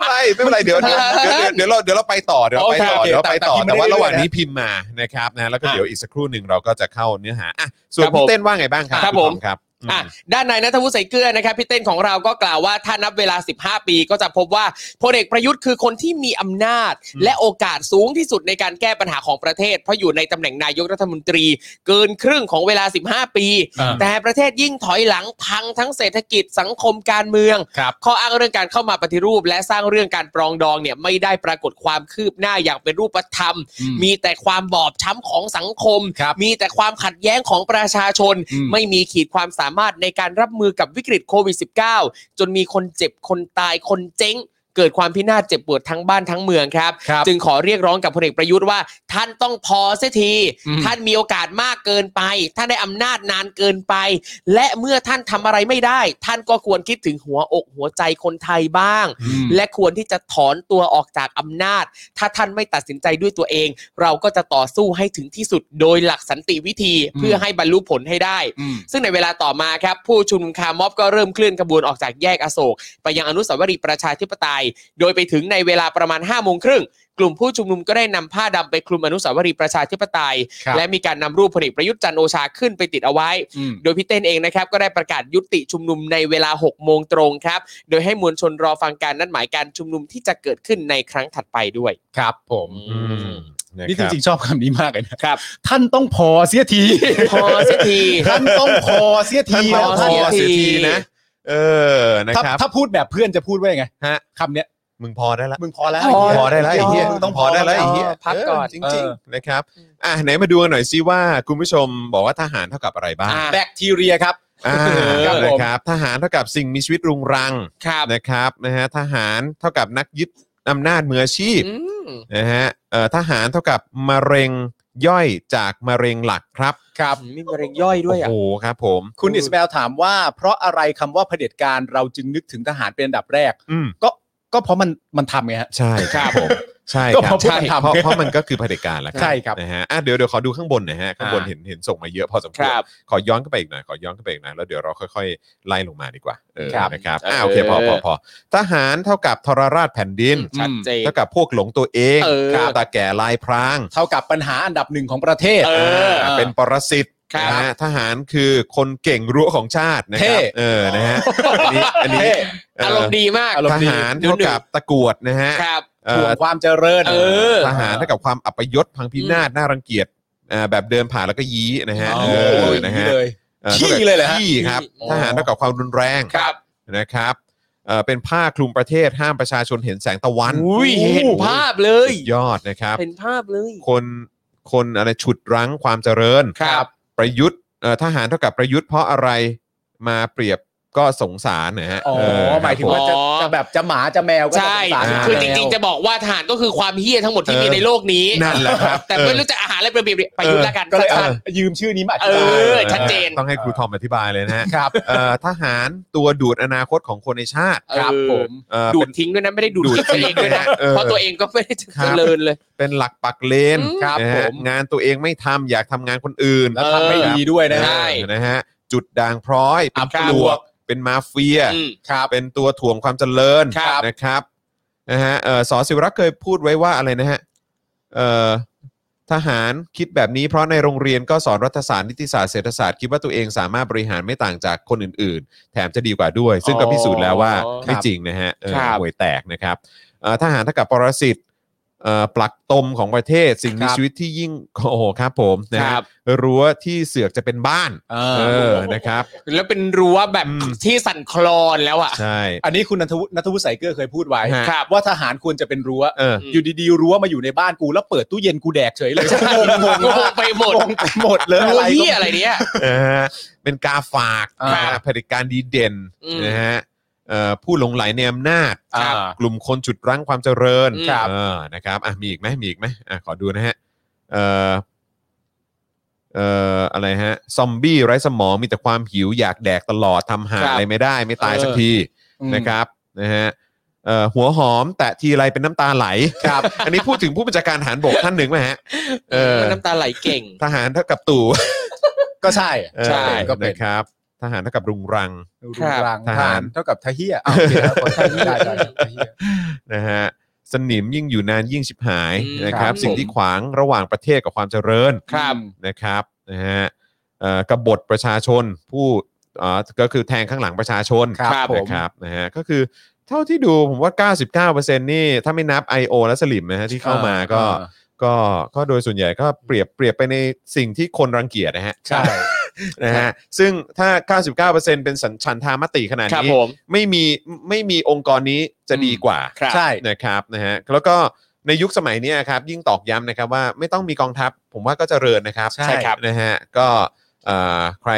ไม่เป็นไรไม่เป็นไรเดี๋ยวเดี๋ยวเดี๋ยวเดี๋ยวเราเดี๋ยวเราไปต่อเดี๋ยวเราไปต่อ
โอเคโอเค
เดี๋ยวเราไปต่อ
แต่แต่พิมพ์
แต่ว่า
ไม่ได้
ระหว่าง
ด้วยนะ
นี้พิมพ์มานะครับนะแล้วก็เดี๋ยวอีกสักครู่หนึ่งเราก็จะเข้าเนื้อหาอ่ะส่วน
ครับผม
พี่เต้นว่าไงบ้างครับ
ครับ
พี่
ผม
ทอครับม
อ่ะด้านนายนัทวุฒิใส่เกลือนะครับพี่เต้นของเราก็กล่าวว่าถ้านับเวลา 15 ปีก็จะพบว่าพลเอกประยุทธ์คือคนที่มีอำนาจ
อืม
และโอกาสสูงที่สุดในการแก้ปัญหาของประเทศ เพราะอยู่ในตำแหน่งนายกรัฐมนตรี เกินครึ่งของเวลา 15 ปี
อ่า
แต่ประเทศยิ่งถอยหลังพังทั้งเศรษฐกิจสังคมการเมือง
ครับ
ข้ออ้างเรื่องการเข้ามาปฏิรูป และสร้างเรื่องการปรองดองเนี่ยไม่ได้ปรากฏความคืบหน้าอย่างเป็นรูปธรรม มีแต่ความบอบช้ำของสังคม
ครับ
มีแต่ความขัดแย้งของประชาชน
อืม
ไม่มีขีดความสามารถในการรับมือกับวิกฤตโควิด -19 จนมีคนเจ็บ คนตาย คนเจ๊ง เกิดความพินาศเจ็บปวดทั้งบ้านทั้งเมืองครับ
ครับ
จึงขอเรียกร้องกับพลเอกประยุทธ์ว่า ท่านต้องพอเสียที
อืม
ท่านมีโอกาสมากเกินไป ท่านได้อำนาจนานเกินไป และเมื่อท่านทำอะไรไม่ได้ ท่านก็ควรคิดถึงหัวอกหัวใจคนไทยบ้าง และควรที่จะถอนตัวออกจากอำนาจ ถ้าท่านไม่ตัดสินใจด้วยตัวเอง เราก็จะต่อสู้ให้ถึงที่สุดโดยหลักสันติวิธี
อืม
เพื่อให้บรรลุผลให้ได้
อืม
ซึ่งในเวลาต่อมาครับ ผู้ชุมนุมคาร์ม็อบก็เริ่มเคลื่อนขบวนออกจากแยกอโศก ไปยังอนุสาวรีย์ประชาธิปไตย โดยไปถึงในเวลาประมาณ5้าโมงครึ่งกลุ่มผู้ชุมนุมก็ได้นำผ้าดำไปคลุมอนุสาวรีย์ประชาธิปไตย
ครับ
และมีการนำรูปพลเอกประยุทธ์จันทร์โอชาขึ้นไปติดเอาไว้
อืม
โดยพี่เต้นเองนะครับก็ได้ประกาศยุติชุมนุมในเวลา 6 โมงตรงครับ โดยให้มวลชนรอฟังการนัดหมายการชุมนุมที่จะเกิดขึ้นในครั้งถัดไปด้วย
ครับผม
อืมะ
นี่
ค
จ
บ
ริงๆชอบคำนี้มากเลยนะครับ ท่านต้องพอเสียที
พอสักที
ท่านต้องพอเสียที
ท่าน
แล้ว
พ
ท่า
อน เสียทีนะ เออนะ
ถ้า
ครับ
ถ้าพูดแบบเพื่อนจะพูดว่ายังไง
ฮะ
คำเนี้ย
มึงพอได้ละ
มึงพอแล้ว
พอ
พอได้แล้วไอ้เหี้ย
พอ
ต้องพอได้แล้วไอ้เหี้ย
พักก่อน
เจริง
เออ
ๆนะครับอ่ะไหนมาดูกันหน่อยซิว่าคุณผู้ชมบอกว่าทหารเท่ากับอะไรบ้าง
อ่ะ
แบคทีเรียครับ
อ่า
ครับผม
นะครับทหารเท่ากับสิ่งมีชีวิตรุงรัง
ครับ
นะครับนะฮะทหารเท่ากับนักยึดอำนาจมืออาชีพ
อืม
นะฮะเอ่อทหารเท่ากับมะเร็งย่อยจากมะเร็งหลักครับ
ครับ
มีมะเร็งย่อยด้วยอ่ะ
โอ้โหครับผม
คุณอิสมาเอลถามว่า เพราะอะไรคำว่าเผด็จการเราจึงนึกถึงทหารเป็นอันดับแรก
อืม
ก็ก็เพราะมันมันทำไงฮะ
ใช่ครับผมใช่
ก็
ค
เพ
รับ
ราะพวกมัน
ใช่
ทำ
เพราะเพราะมันก็คือเผด็จการแล้ว
ใช่ครับ
นะฮะอ่ะเดี๋ยวเดี๋ยวขอดูข้างบนหน่อยฮะข้างบนเห็นเห็นส่งมาเยอะพอสมควร
ครับ
ขอย้อนขึ้นไปอีกหน่อยขอย้อนขึ้นไปอีกหน่อยแล้วเดี๋ยวเราค่อยๆ ไล่ลงมาดีกว่าเออ
ครับ
นะครับ
เอออ่
อ่าโอเคพอพอพอทหารเท่ากับทรราชแผ่นดิน
ชัดเจน
เท่ากับพวกหลงตัวเอง
เออ
ตาแก่ลายพราง
เท่ากับปัญหาอันดับหนึ่งของประเทศ
เออ
เป็นปรสิต นะฮะทหารคือคนเก่งรั้วของชาตินะครับ
เท่
เออนะฮะอันนี้อันนี้
เท่
เอ่อ
อารมณ์ดีมาก
อารมณ์ดี
ทหารเท่ากับตะกรวดนะฮะ
ครับ
เอ่
ห่ว
อง
ความเจริญ
เออ
ทหารเท่ากับความอัปยศพังพินาศน่ารังเกียจเอ่อแบบเดินผ่านแล้วก็ยี้นะฮะ
อ๋อ
เออนะฮะ
เลย
เอ่อ
ขี้เลยเหรอฮะ
ขี้ครับ
อ๋อ
ทหารเท่ากับความรุนแรง
ครับ
นะครับเอ่อเป็นผ้าคลุมประเทศห้ามประชาชนเห็นแสงตะวัน
อุ้ยเห็นภาพเล
สุ
ย
ดยอดนะครับ
เห็นภาพเลย
คนคนอะไรฉุดรั้งความเจริญ
ครับ
ประยุทธ์เอ่อทหารเท่ากับประยุทธ์เพราะอะไรมาเปรียบก็สงสารนะฮะ
อ๋อ
เ
หมายถึงว่า
ครับผ
จะ
อ๋อ
จะแบบจะหมาจะแมวก็
ใช่
สงสาร
อ่า
คือจริงๆจะบอกว่าทหารก็คือความเฮี้ยทั้งหมดที่
เออ
มีในโลกนี้
นั่นแหละครับ
แต่
เออ
ไม่รู้จะอาหารอะไรประเบียบประยุทธ์แล้วกัน
ก็เลยเอา
สั้น
ยืมชื่อนี้มา
เออชัดเจน
ต้องให้ครูทอมอธิบายเลยนะฮะ
ครับ
เอ่อทหารตัวดูดอนาคตของคนในชาติ
ๆเออ
ครับผม
เอ่อ
ดู
เป็
ด
น
ทิ้งด้วยนะไม่ได้ดูด
ดูด
ตัวเองด้วยนะ
ทิ้งนะเออ
เพราะตัวเองก็ไม่ได้เ
ครับ
จริญเลย
เป็นหลักปักเลน
ครับ
นะ
ผ
ฮะ
ม
งานตัวเองไม่ทำอยากทำงานคนอื่น
แล้วทำไม่ดีด้วยนะ
นะ
ใช่
ฮะ
นะฮะจุดด่างพร้อย
อ่ะ
เป็น
ครับ
ปลวกเป็นมาเฟีย
อืม
เป็นตัวถ่วงความเจริญ
ครับ
นะครับนะฮะเอ่อสอสิวรักษ์เคยพูดไว้ว่าอะไรนะฮะเอ่อทหารคิดแบบนี้เพราะในโรงเรียนก็สอนรัฐศาสตร์นิติศาสตร์เศรษฐศาสตร์คิดว่าตัวเองสามารถบริหารไม่ต่างจากคนอื่น ๆ แถมจะดีกว่าด้วย ซึ่งก็พิสูจน์แล้วว่า
อ๋อ
ไม่จริงนะฮะเออ
ครับ
ห่วยแตกนะครับเอ่อทหารเท่ากับปรสิตเอ่อปลักตมของประเทศ สิ่งมี
ครับ
ชีวิตที่ยิ่งโอ้โหครับผมนะฮะ รั้วที่เสือกจะเป็นบ้าน
เอ
เอ
อ
อ นะครับ
แล้วเป็นรั้วแบบ
อืม
ที่สั่นคลอนแล้วอ่ะ
ใช่
อันนี้คุณนัทวุฒินัทวุฒิใสายเกลือเคยพูดไว้
ฮะ
ครับว่าทหารควรจะเป็นรั้ว
เออ
อยู่ดีๆรั้วมาอยู่ในบ้านกูแล้วเปิดตู้เย็นกูแดกเฉยเลย
ใช่
งงมาก
ไปหมด
งงไปหมดเลย
รั้ว
อะไร
เฮี้ย
ก็
อะไรเนี่ย
เออ <laughs> เป็นกาฝาก
ครั
นะ
บ
ฮะเผด็จการดีเด่น
อืม
นะฮะเอ่อผู้หลงไหลในอำนาจ
ครับ
กลุ่มคนจุดรั้งความเจริญ
ครับ
เออนะครับอ่ะมีอีกไหมมีอีกไหมอ่ะขอดูนะฮะเอ่อเอ่ออะไรฮะ ซอมบี้ไร้สมองมีแต่ความหิวอยากแดกตลอดทำหา
ครับ
อะไรไม่ได้ ไม่ตาย
เออ
สักที
อืม
นะครับนะฮะเอ่อหัวหอมแตะทีไรเป็นน้ำตาไหลครับ <laughs> อันนี้พูดถึงผู้บัญชาการทหารบกท่านหนึ่งไหมฮะเออ
น้ำตาไหลเก่ง
ทหารเท่ากับตู่
ก็ใช่
ใช่
เออ
ก็เป็น
นะครับ ทหารเท่ากับรุงรัง
รูปร่าง
ท
ท
หาร
หารเท่ากับทะเฮียอ้าวโอเคนะคนทะเหี้ยได้ได้ทะเหี้ย
นะฮะสนิมยิ่งอยู่นานยิ่งชิบหาย
อืม
นะครับ
ครับ
สิ่งที่ขวางระหว่างประเทศกับความเจริญ
ครับ
นะครับนะฮะเอ่อกบฏประชาชนผู้เอ่อก็คือแทงข้างหลังประชาชน
ครับผม
นะครับนะฮะก็คือเท่าที่ดูผมว่า 99%นี่ถ้าไม่นับ I.O. และสลิมนะฮะที่เข้ามาก็
เออ
ก็ก็โดยส่วนใหญ่ก็เปรียบเปรียบไปในสิ่งที่คนรังเกียจนะฮะ
ใช่
นะฮะซึ่งถ้า 99%เป็นสัญชันธามติขนาด
ครับ
นี้
ผม
ไม่มีไม่มีองค์กรนี้จะดีกว่า
ครับ
ใช่
นะครับนะฮะแล้วก็ในยุคสมัยเนี้ยครับยิ่งตอกย้ำนะครับว่าไม่ต้องมีกองทัพ ผมว่าก็เจริญนะครับ
ใช่ครับ
นะฮะก็เอ่อใคร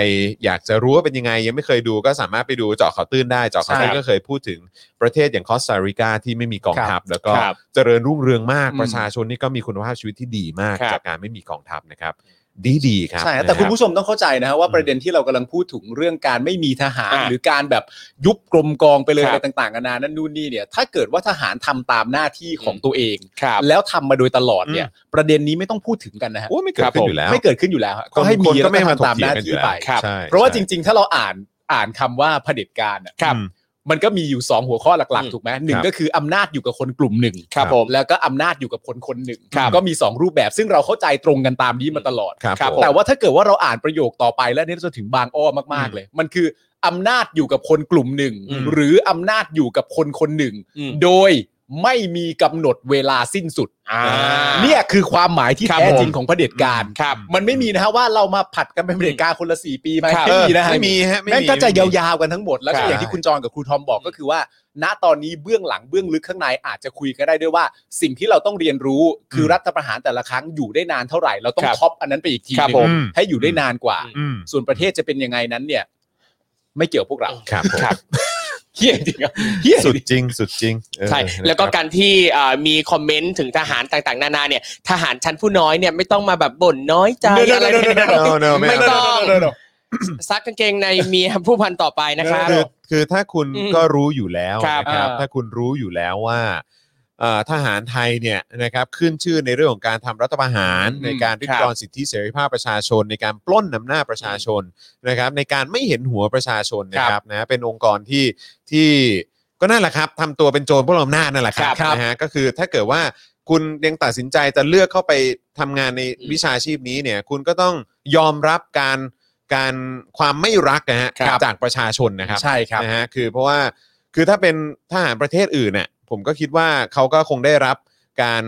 อยากจะรู้ว่าเป็นยังไง ยังไม่เคยดูก็สามารถไปดูเจาะข่าวตื้นได้เจาะข่าวตื้นก็เคยพูดถึงประเทศอย่างคอสตาริกาที่ไม่มีกองทัพ แล้วก็
ครับ
เจริญรุ่งเรืองมาก
อืม
ประชาชนนี่ก็มีคุณภาพชีวิตที่ดีมาก
ครับ
จากการไม่มีกองทัพนะครับ ดีดีๆครับ
ใช่แต่
นะ
คุณ
รับ
ผู้ชมต้องเข้าใจนะฮะว่าประเด็นที่เรากำลังพูดถึงเรื่องการไม่มีทหาร
อ่า
หรือการแบบยุบกรมกองไปเลย
ครับ
อะไรต่างๆนานานั่นนู่นนี่เนี่ย ถ้าเกิดว่าทหารทำตามหน้าที่ของ
อืม
ตัวเอง
ครับ
แล้วทำมาโดยตลอดเนี่ย ประเด็นนี้ไม่ต้องพูดถึงกันนะฮะ
โอ้ไม่เกิดขึ้นอยู่แล้ว
ไม่เกิดขึ้นอยู่แล้วฮะ
คน
ก็ให้
คนก็
มีแล้ว
ไม่
ก็
มา
ทำตาม
ถกเถียง
หน้า
กันอยู่
ที่
แล้ว
ไป
ครับ
ใช่
เพราะว่าจ
ใช่
ริง ๆ ถ้าเราอ่านอ่านคำว่าเผด็จการอะ
ครับ
อืม
มันก็มีอยู่ 2 หัวข้อหลัก
อืม
ๆ ถูกไหมหนึ่
ค
ง
รับ
ก็คืออำนาจอยู่กับคนกลุ่มหนึ่ง
ครับผม
แล้วก็อำนาจอยู่กับคนคนหนึ่งก็มี 2 รูปแบบซึ่งเราเข้าใจตรงกันตามนี้มาตลอด
ครับ
แต่ว่าถ้าเกิดว่าเราอ่านประโยคต่อไปแล้วเนี่ยเราจะถึงบางอ้อมากๆเลย มันคืออำนาจอยู่กับคนกลุ่มหนึ่ง
อืม
หรืออำนาจอยู่กับคนคนหนึ่ง
อืม
โดยไม่มีกำหนดเวลาสิ้นสุด
อ่า
เนี่ยคือความหมายที่
ครับ
แท้
ผม
จริงของเผด็จการ
ครับ
มันไม่มีนะฮะว่าเรามาผัดกันเป็นเผด็จการคนละสี่ปีไหม
ครับ
ไม่มีนะฮะ
ไม่มีฮะไม่มี
แม่งก็จะยาวๆกันทั้งหมดแล้ว
ค
ก็
รับ
อย่างที่คุณจอนกับครูทอมบอกก็คือว่า ณตอนนี้เบื้องหลังเบื้องลึกข้างในอาจจะคุยกันได้ด้วยว่า สิ่งที่เราต้องเรียนรู้คือรัฐประหารแต่ละครั้งอยู่ได้นานเท่าไหร่ เราต้อง
ครับ
ท็อปอันนั้นไปอีกทีห
ครับ
นึ
ผ
ง
ม
ให้อยู่ได้นานกว่า
อืม
ส่วนประเทศจะเป็นยังไงนั้นเนี่ย ไม่เกี่ยวพวกเรา
ครับผม
เฮี้ยจริงๆอะเฮี้ย
สุดจริงสุดจริงเออ
ใช่
นะครับ
แล้วก็การที่เอ่อมีคอมเมนต์ถึงทหารต่างๆ นานาเนี่ยทหารชั้นผู้น้อยเนี่ยไม่ต้องมาแบบบ่นน้อยใจอะไรไม่ได้
no, no, ไม่
ไม่
เอา
ต้องซักกางเกงในเมียผู้พันต่อไปนะครับ
คือคือถ้าคุณ
อืม
ก็รู้อยู่แล้ว
ครับ
นะครับ ถ้าคุณรู้อยู่แล้วว่าเอ่อทหารไทยเนี่ยนะครับขึ้นชื่อในเรื่องของการทำรัฐประหาร
อืม
ในการริดรอนสิทธิเสรีภาพประชาชน ในการปล้นอำนาจประชาชนนะครับในการไม่เห็นหัวประชาชนนะครับนะเป็นองค์กรที่ที่ก็นั่นแหละครับทำตัวเป็นโจรพวกอำนาจนั่นแหละครับ
ครับ
นะฮะก็คือถ้าเกิดว่า คุณยังตัดสินใจจะเลือกเข้าไปทำงานในวิชาชีพนี้เนี่ย คุณก็ต้องยอมรับการการความไม่รักนะฮะ
ครับ
จากประชาชนนะครับ
ใช่ครับ
นะฮะคือเพราะว่าคือถ้าเป็นทหารประเทศอื่นเนี่ยผมก็คิดว่าเขาก็คงได้รับการ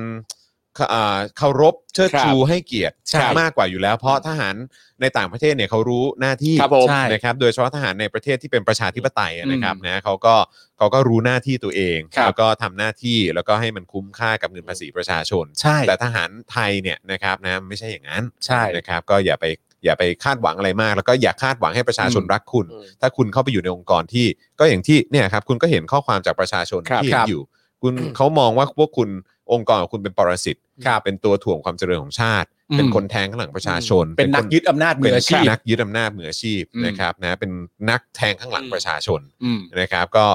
เอ่อเคารพเชิดชูให้เกียรติ
ใช่
มากกว่าอยู่แล้ว เพราะทหารในต่างประเทศเนี่ยเขารู้หน้าที่
ครับผมใช่
นะครับโดยเฉพาะทหารในประเทศที่เป็นประชาธิปไตยอะนะครับ
อืม
นะเขาก็เขาก็รู้หน้าที่ตัวเอง
ครับ
แล้วก็ทำหน้าที่แล้วก็ให้มันคุ้มค่ากับเงินภาษีประชาชน
ใช่
แต่ทหารไทยเนี่ยนะครับนะไม่ใช่อย่างนั้น
ใช่
นะครับก็อย่าไปอย่าไปคาดหวังอะไรมาก แล้วก็อย่าคาดหวังให้ประชาชน
อืม
รักคุณ
อืม
ถ้าคุณเข้าไปอยู่ในองค์กรที่ก็อย่างที่เนี่ยครับคุณก็เห็นข้อความจากประชาชน
ครับ
ที่เห็
ครั
น
บ
อยู่ คุณเขามองว่าพวกคุณองค์กรของคุณเป็นปรสิตเป็นตัวถ่วงความเจริญของชาติ
อืม
เป็นคนแทงข้างหลังประชาชน
เป็นนัก
ค
ยึดอำนาจมื
เป็
ออาชีพ
นักยึดอำนาจมืออาชีพ
อืม
นะครับนะเป็นนักแทงข้างหลังประชาชน
อืม
นะครับก็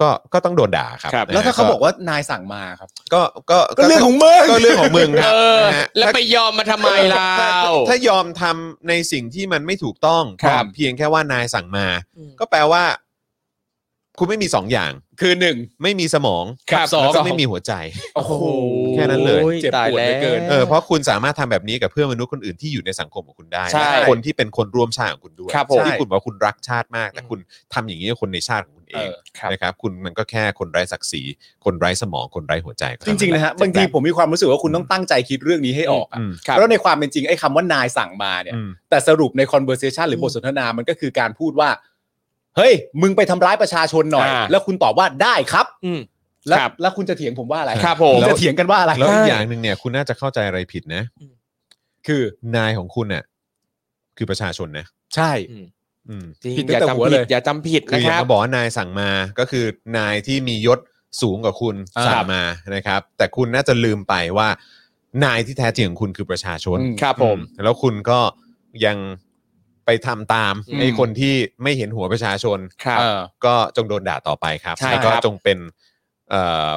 ก็ก็ต้องโดนด่าครับ
แล้วถ้า
นะฮะ
เขาบอกว่านายสั่งมาครับ
ก็ก็
ก็เรื่องของมึง
ก็เรื่องของมึงครับ
เออ
นะฮะ
แล้วไปยอมมาทำไม
ถ
เรา
้ถ้ายอมทำในสิ่งที่มันไม่ถูกต้อง
ครับ
เพียงแค่ว่านายสั่งมา
อืม
ก็แปลว่า คุณไม่มีสองอย่าง
คือหนึ่ง
ไม่มีสมอง
ครับ
แล้ว
ส
ก็
อง
ไม่มีหัวใจ
โอ้โห
แค่นั้นเลย
เจ็บปวดเหลือเกิน
เออเพราะคุณสามารถทำแบบนี้กับเพื่อนมนุษย์คนอื่นที่อยู่ในสังคมของคุณได้
ใช่
และคนที่เป็นคนร่วมชาติของคุณด้วย
ครับผม
ที่คุณบอกว่าคุณรักชาติมาก แต่คุณทำอย่างนี้กับคนในชาติของคุณเอง
เออครับ
นะครับ คุณมันก็แค่คนไร้ศักดิ์ศรีคนไร้สมองคนไร้หัวใจก็
จ
เท่า
ริงๆนะฮะบางทีผมมีความรู้สึกว่าคุณต้องตั้งใจคิดเรื่องนี้ให้ออกอะ
อืม
แล้วในความเป็นจริงไอ้คำว่านายสั่งมาเนี่ย
อืม
แต่สรุปใน conversation หรือบทสนทนามันก็คือการพูดว่า เฮ้ย มึงไปทำร้ายประชาชนหน่อย
อ่า
แล้วคุณตอบว่าได้ครับ
อืม
แล้ว
ครับ
แล้วคุณจะเถียงผมว่าอะไร
ครับผม
ณจะเถียงกันว่าอะไร
แล้วอีกอย่างหนึ่งเนี่ย คุณน่าจะเข้าใจอะไรผิดนะ
คือ
นายของคุณเนี่ยคือประชาชนนะ
ใช่
อืม
จริง
ผิด
อย่า
แต่หัว
จำผิ
เล
ด
ย
อย่าจำผิด
คือ
นะ
อ
ค
ย่าง
รับ
ก็บอกว่านายสั่งมาก็คือนายที่มียศสูงกว่าคุณ
ครับ
สั่งมานะครับ แต่คุณน่าจะลืมไปว่า นายที่แท้จริงของคุณคือประชาชน
อืม
ครับผม
อืแล้วคุณก็ยังไปทำตาม
อืม
ไอ้คนที่ไม่เห็นหัวประชาชน
ครับ
เออ
ก็จงโดนด่าต่อไปครับ
ใช่
แล้วก็
ครับ
จงเป็นเอ่อ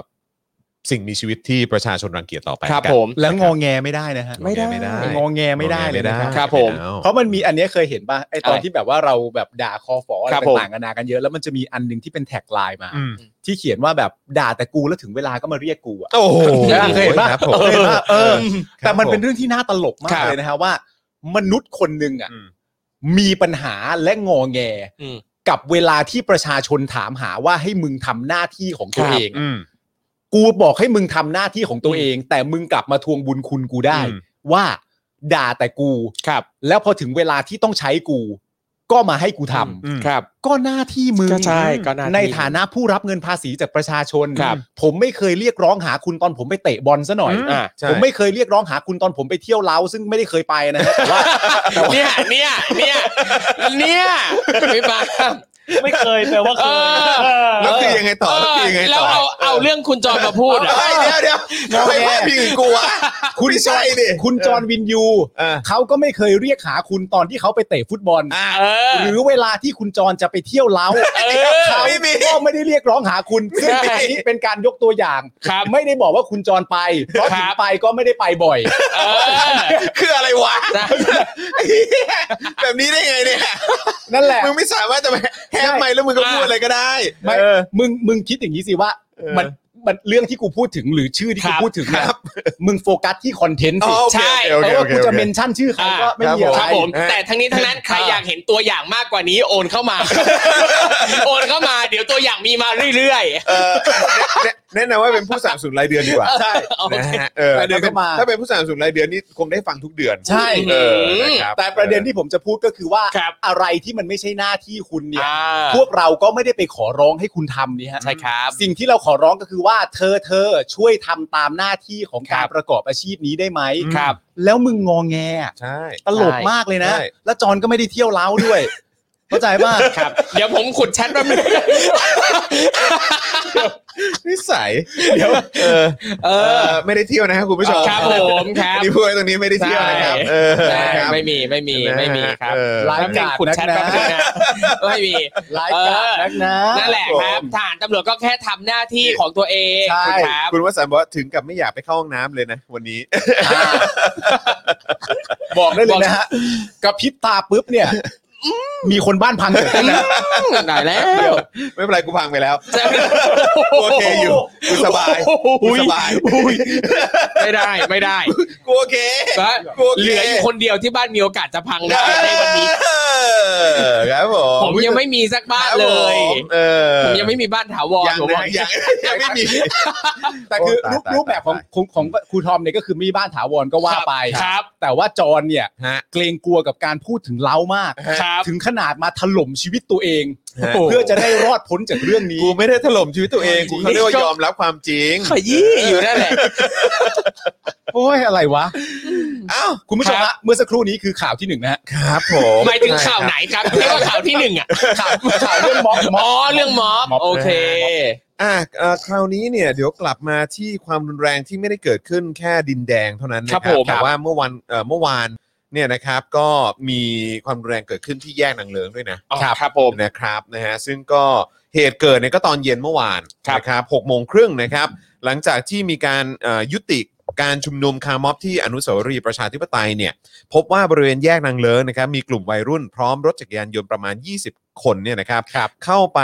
สิ่งมีชีวิตที่ประชาชนรังเกียจต่อไป
ครับ
กัน
ผม
แล้วงอแงไม่ได้นะฮะ
ไม่ได้
ไม่ได้
งอแงไม่ได้เลย
งอแง
นะครับ
ครับผม
ไได้
เพราะมันมีอันเนี้ยเคยเห็นป่ะไอ้ตอน
อะไร
ที่แบบว่าเราแบบด่าคอฟออะไร
ครับผม
ต่างๆกันานากันเยอะแล้วมันจะมีอันหนึงที่เป็นแท็กไลน์มา
อืม
ที่เขียนว่าแบบด่าแต่กูแล้วถึงเวลาก็มาเรียกกูอะ
โอ้โห
เคยเห็นป่ะ
รับผม
เคยเห็นป่ะเออ
ครับ
แต่มัน
ผม
เป็นเรื่องที่น่าตลกมา
ครั
ก
บ
เลยนะฮะว่า มนุษย์คนหนึ่งอ่ะ
อืม
มีปัญหาและงอแง
อืม
กับเวลาที่ประชาชนถามหาว่าให้มึงทำหน้าที่ของตัว
ครับ
เองอะ
อืม
กูบอกให้มึงทำหน้าที่ของตัวเอง แต่มึงกลับมาทวงบุญคุณกูได้
อืม
ว่าด่าแต่กู
ครับ
แล้วพอถึงเวลาที่ต้องใช้กู ก็มาให้กูทำ
อืม
ครับ
ก็หน้าที่มึง
ก็ใช่ก็หน้าที่
ในฐานะผู้รับเงินภาษีจากประชาชน
ครับ
ผมไม่เคยเรียกร้องหาคุณตอนผมไปเตะบอลซะหน่อย
อืม
อ่ะ
ใช่
ผมไม่เคยเรียกร้องหาคุณตอนผมไปเที่ยวเล้าซึ่งไม่ได้เคยไปนะฮะแต่ว่า แต่ว่า
เนี่ยเนี่ยเนี่ยเนี่ยพี่ปาล์ม
ไม่เคยแปลว่าเคย
เออ
เออ
แล้วคือยังไงต่อแล้วคือยังไง
แล้ว
ต่อ
เอาเอาเรื่องคุณจอนมาพูดอะ
เฮ้ยเดี๋ยวเดี๋ยวทำไมพาดพิงถึงกูวะ
คุณ
ไม่
จอ
ใช่
ห์น
ดิ
คุณจอห์นวินยู
เออ
เขาก็ไม่เคยเรียกหาคุณตอนที่เขาไปเตะฟุตบอล
อ่ะ
เออ
หรือเวลาที่คุณจอห์นจะไปเที่ยวเล้าเขา
ไม่มี
ก็ไม่ได้เรียกร้องหาคุณซึ่ง
ใช่
อันนี้เป็นการยกตัวอย่าง
ครับ
ไม่ได้บอกว่าคุณจอห์นไปเพราะ
ครั
ถึ
บ
งไปก็ไม่ได้ไปบ่อย
เออ
คืออะไรวะ
นะ
แบบนี้ได้ไงเนี่ย
นั่นแหละ
มึงไม่สามารถจะไป <laughs> แฮมไม่แล้วมึงก็พูดอะไรก็ได้
ไม่
เออ
มึงมึงคิดอย่างนี้สิว่า
เออ
มันมันเรื่องที่กูพูดถึงหรือชื่อที่
ค
กู
รับ
พูดถึงเนี่ยมึงโฟกัสที่คอนเทนต์
อ๋อโอเค
สิ
ใช่
โอ
เพ
เคโอ
ราะว่า
เค
กูจะ
โอเค
เมนชั่นชื่อใคร
อ่า
ก็ไม่มีอะ
ค
ไร
รับ
ผม
ฮะ
แต่ทั้งนี้ทั้งนั้นใครอยากเห็นตัวอย่างมากกว่านี้โอนเข้ามา <laughs> โอนเข้ามาเดี๋ยวตัวอย่างมีมาเรื่อย
เออแนะแนะนำว่าเป็นผู้สนับสนุนรายเดือนดีกว่า
ใช่
นะฮะเออ
รายเดือนก็มา
ถ้าเป็นผู้สนับสนุนรายเดือนนี่คงได้ฟังทุกเดือน
ใช่
เออ
อืม
นครับ
แต่ประเด็นที่ผมจะพูดก็คือว่า
ครับ
อะไรที่มันไม่ใช่หน้าที่คุณ
ๆ
เนี่ย
อ่า
พวกเราก็ไม่ได้ไปขอร้องให้คุณทำนี่ฮะ
ใช่ครับ
สิ่งที่เราขอร้องก็คือว่า เธอเธอช่วยทำตามหน้าที่ของการประกอบอาชีพนี้ได้ไหม
ครับ
แล้วมึงงอแง
ใช่
ตลกมากเลยนะ
ใช่
แล้วจอนก็ไม่ได้เที่ยวเล้าด้วย <laughs> เข้าใจป่ะ
ครับ เดี๋ยวผมขุดแชทแป๊บนึง
นิสัย
เดี๋ยว
เออเอ
เออ
อไม่ได้เที่ยวนะครับคุณผู้ชม
ครับผมครับ
นี่พูดไว้ตรงนี้ไม่ได้เที่ยวนะครับเอ
ใช่
อ
ใช่
ครับ
ไม่มีไม่มีไม่มีครับ
เออ
แป๊บนึงขุดแชทแป๊บนึงนะไม่มี
รายการนักนะ
นั่นแหละครับทหารตำรวจก็แค่ทำหน้าที่ของตัวเอง
ใช่
ครับ
คุณวสันต์บอกว่าถึงกับไม่อยากไปเข้าห้องน้ำเลยนะ วันนี้ <laughs>
บอกได้เลยนะฮะกระพริบตาปุ๊บเนี่ย มีคนบ้านพังเกิดขึ้นนะ
ได้แล้ว
ไม่เป็นไรกูพังไปแล้วกูโอเคอยู่กูสบายกูสบาย
ไม่ได้ไม่ได้
กูโอเค กูโอเค
เหลืออยู่คนเดียวที่บ้านมีโอกาสจะพังได้ในวันนี้
เออครับผม
ผมยังไม่มีสักบ้าน
ครับ
เล
ผ
ย
มเออ
ผมยังไม่มีบ้านถาวร
ยัง
ผม
นะ
บอก
ยังยังไม่มี
แต่คือ
โอ้ตาย
รู
ตาย
ปรูปแบบของ
ตาย
ของของครูทอมเนี่ยก็คือมีบ้านถาวรก็ว่าไป
ครับ
แต่ว่าจอนเนี่ย
ฮะ
เกรงกลัวกับการพูดถึงเล้ามาก
ครับ
ถึงขนาดมาถล่มชีวิตตัวเอง
ฮะ
เพื่อจะได้รอดพ้นจากเรื่องนี้
กูไม่ได้ถล่มชีวิตตัวเองกูเขาเรียกว่ายอมรับความจริง
ขยี้อยู่นั่นแหละ
โอ้ยอะไรวะ
อ้าว
คุณผู้ชมฮะเมื่อสักครู่นี้คือข่าวที่หนึ่งนะฮะ
ครับผม
หมายถึงข่าวไหนครับเรียกว่าข่าวที่หนึ่งอ่ะ
ข่าวข่าวเรื่องม็อบม็
อ๋
อ
อบ เรื่องม็อบ
ม็อบ
โอเค
อ่ะเอ่อคราวนี้เนี่ยเดี๋ยวกลับมาที่ความรุนแรงที่ไม่ได้เกิดขึ้นแค่ดินแดงเท่านั้นนะค
ครั
รับบ
ผม
แต่ว่าเมื่อวันเอ่อเมื่อวานเนี่ยนะครับก็มีความรุนแรงเกิดขึ้นที่แยกนางเลิงด้วยนะ
ครับครับผม
นะครับนะฮะซึ่งก็เหตุเกิดเนี่ยก็ตอนเย็นเมื่อวานนะครับหกโมงครึ่งนะครับ หลังจากที่มีการเอ่อยุติการชุมนุมคาร์ม็อบที่อนุสาวรีย์ประชาธิปไตยเนี่ยพบว่าบริเวณแยกนางเลิงนะครับมีกลุ่มวัยรุ่นพร้อมรถจักรยานยนต์ประมาณ 20 คนเนี่ยนะครับเข้าไป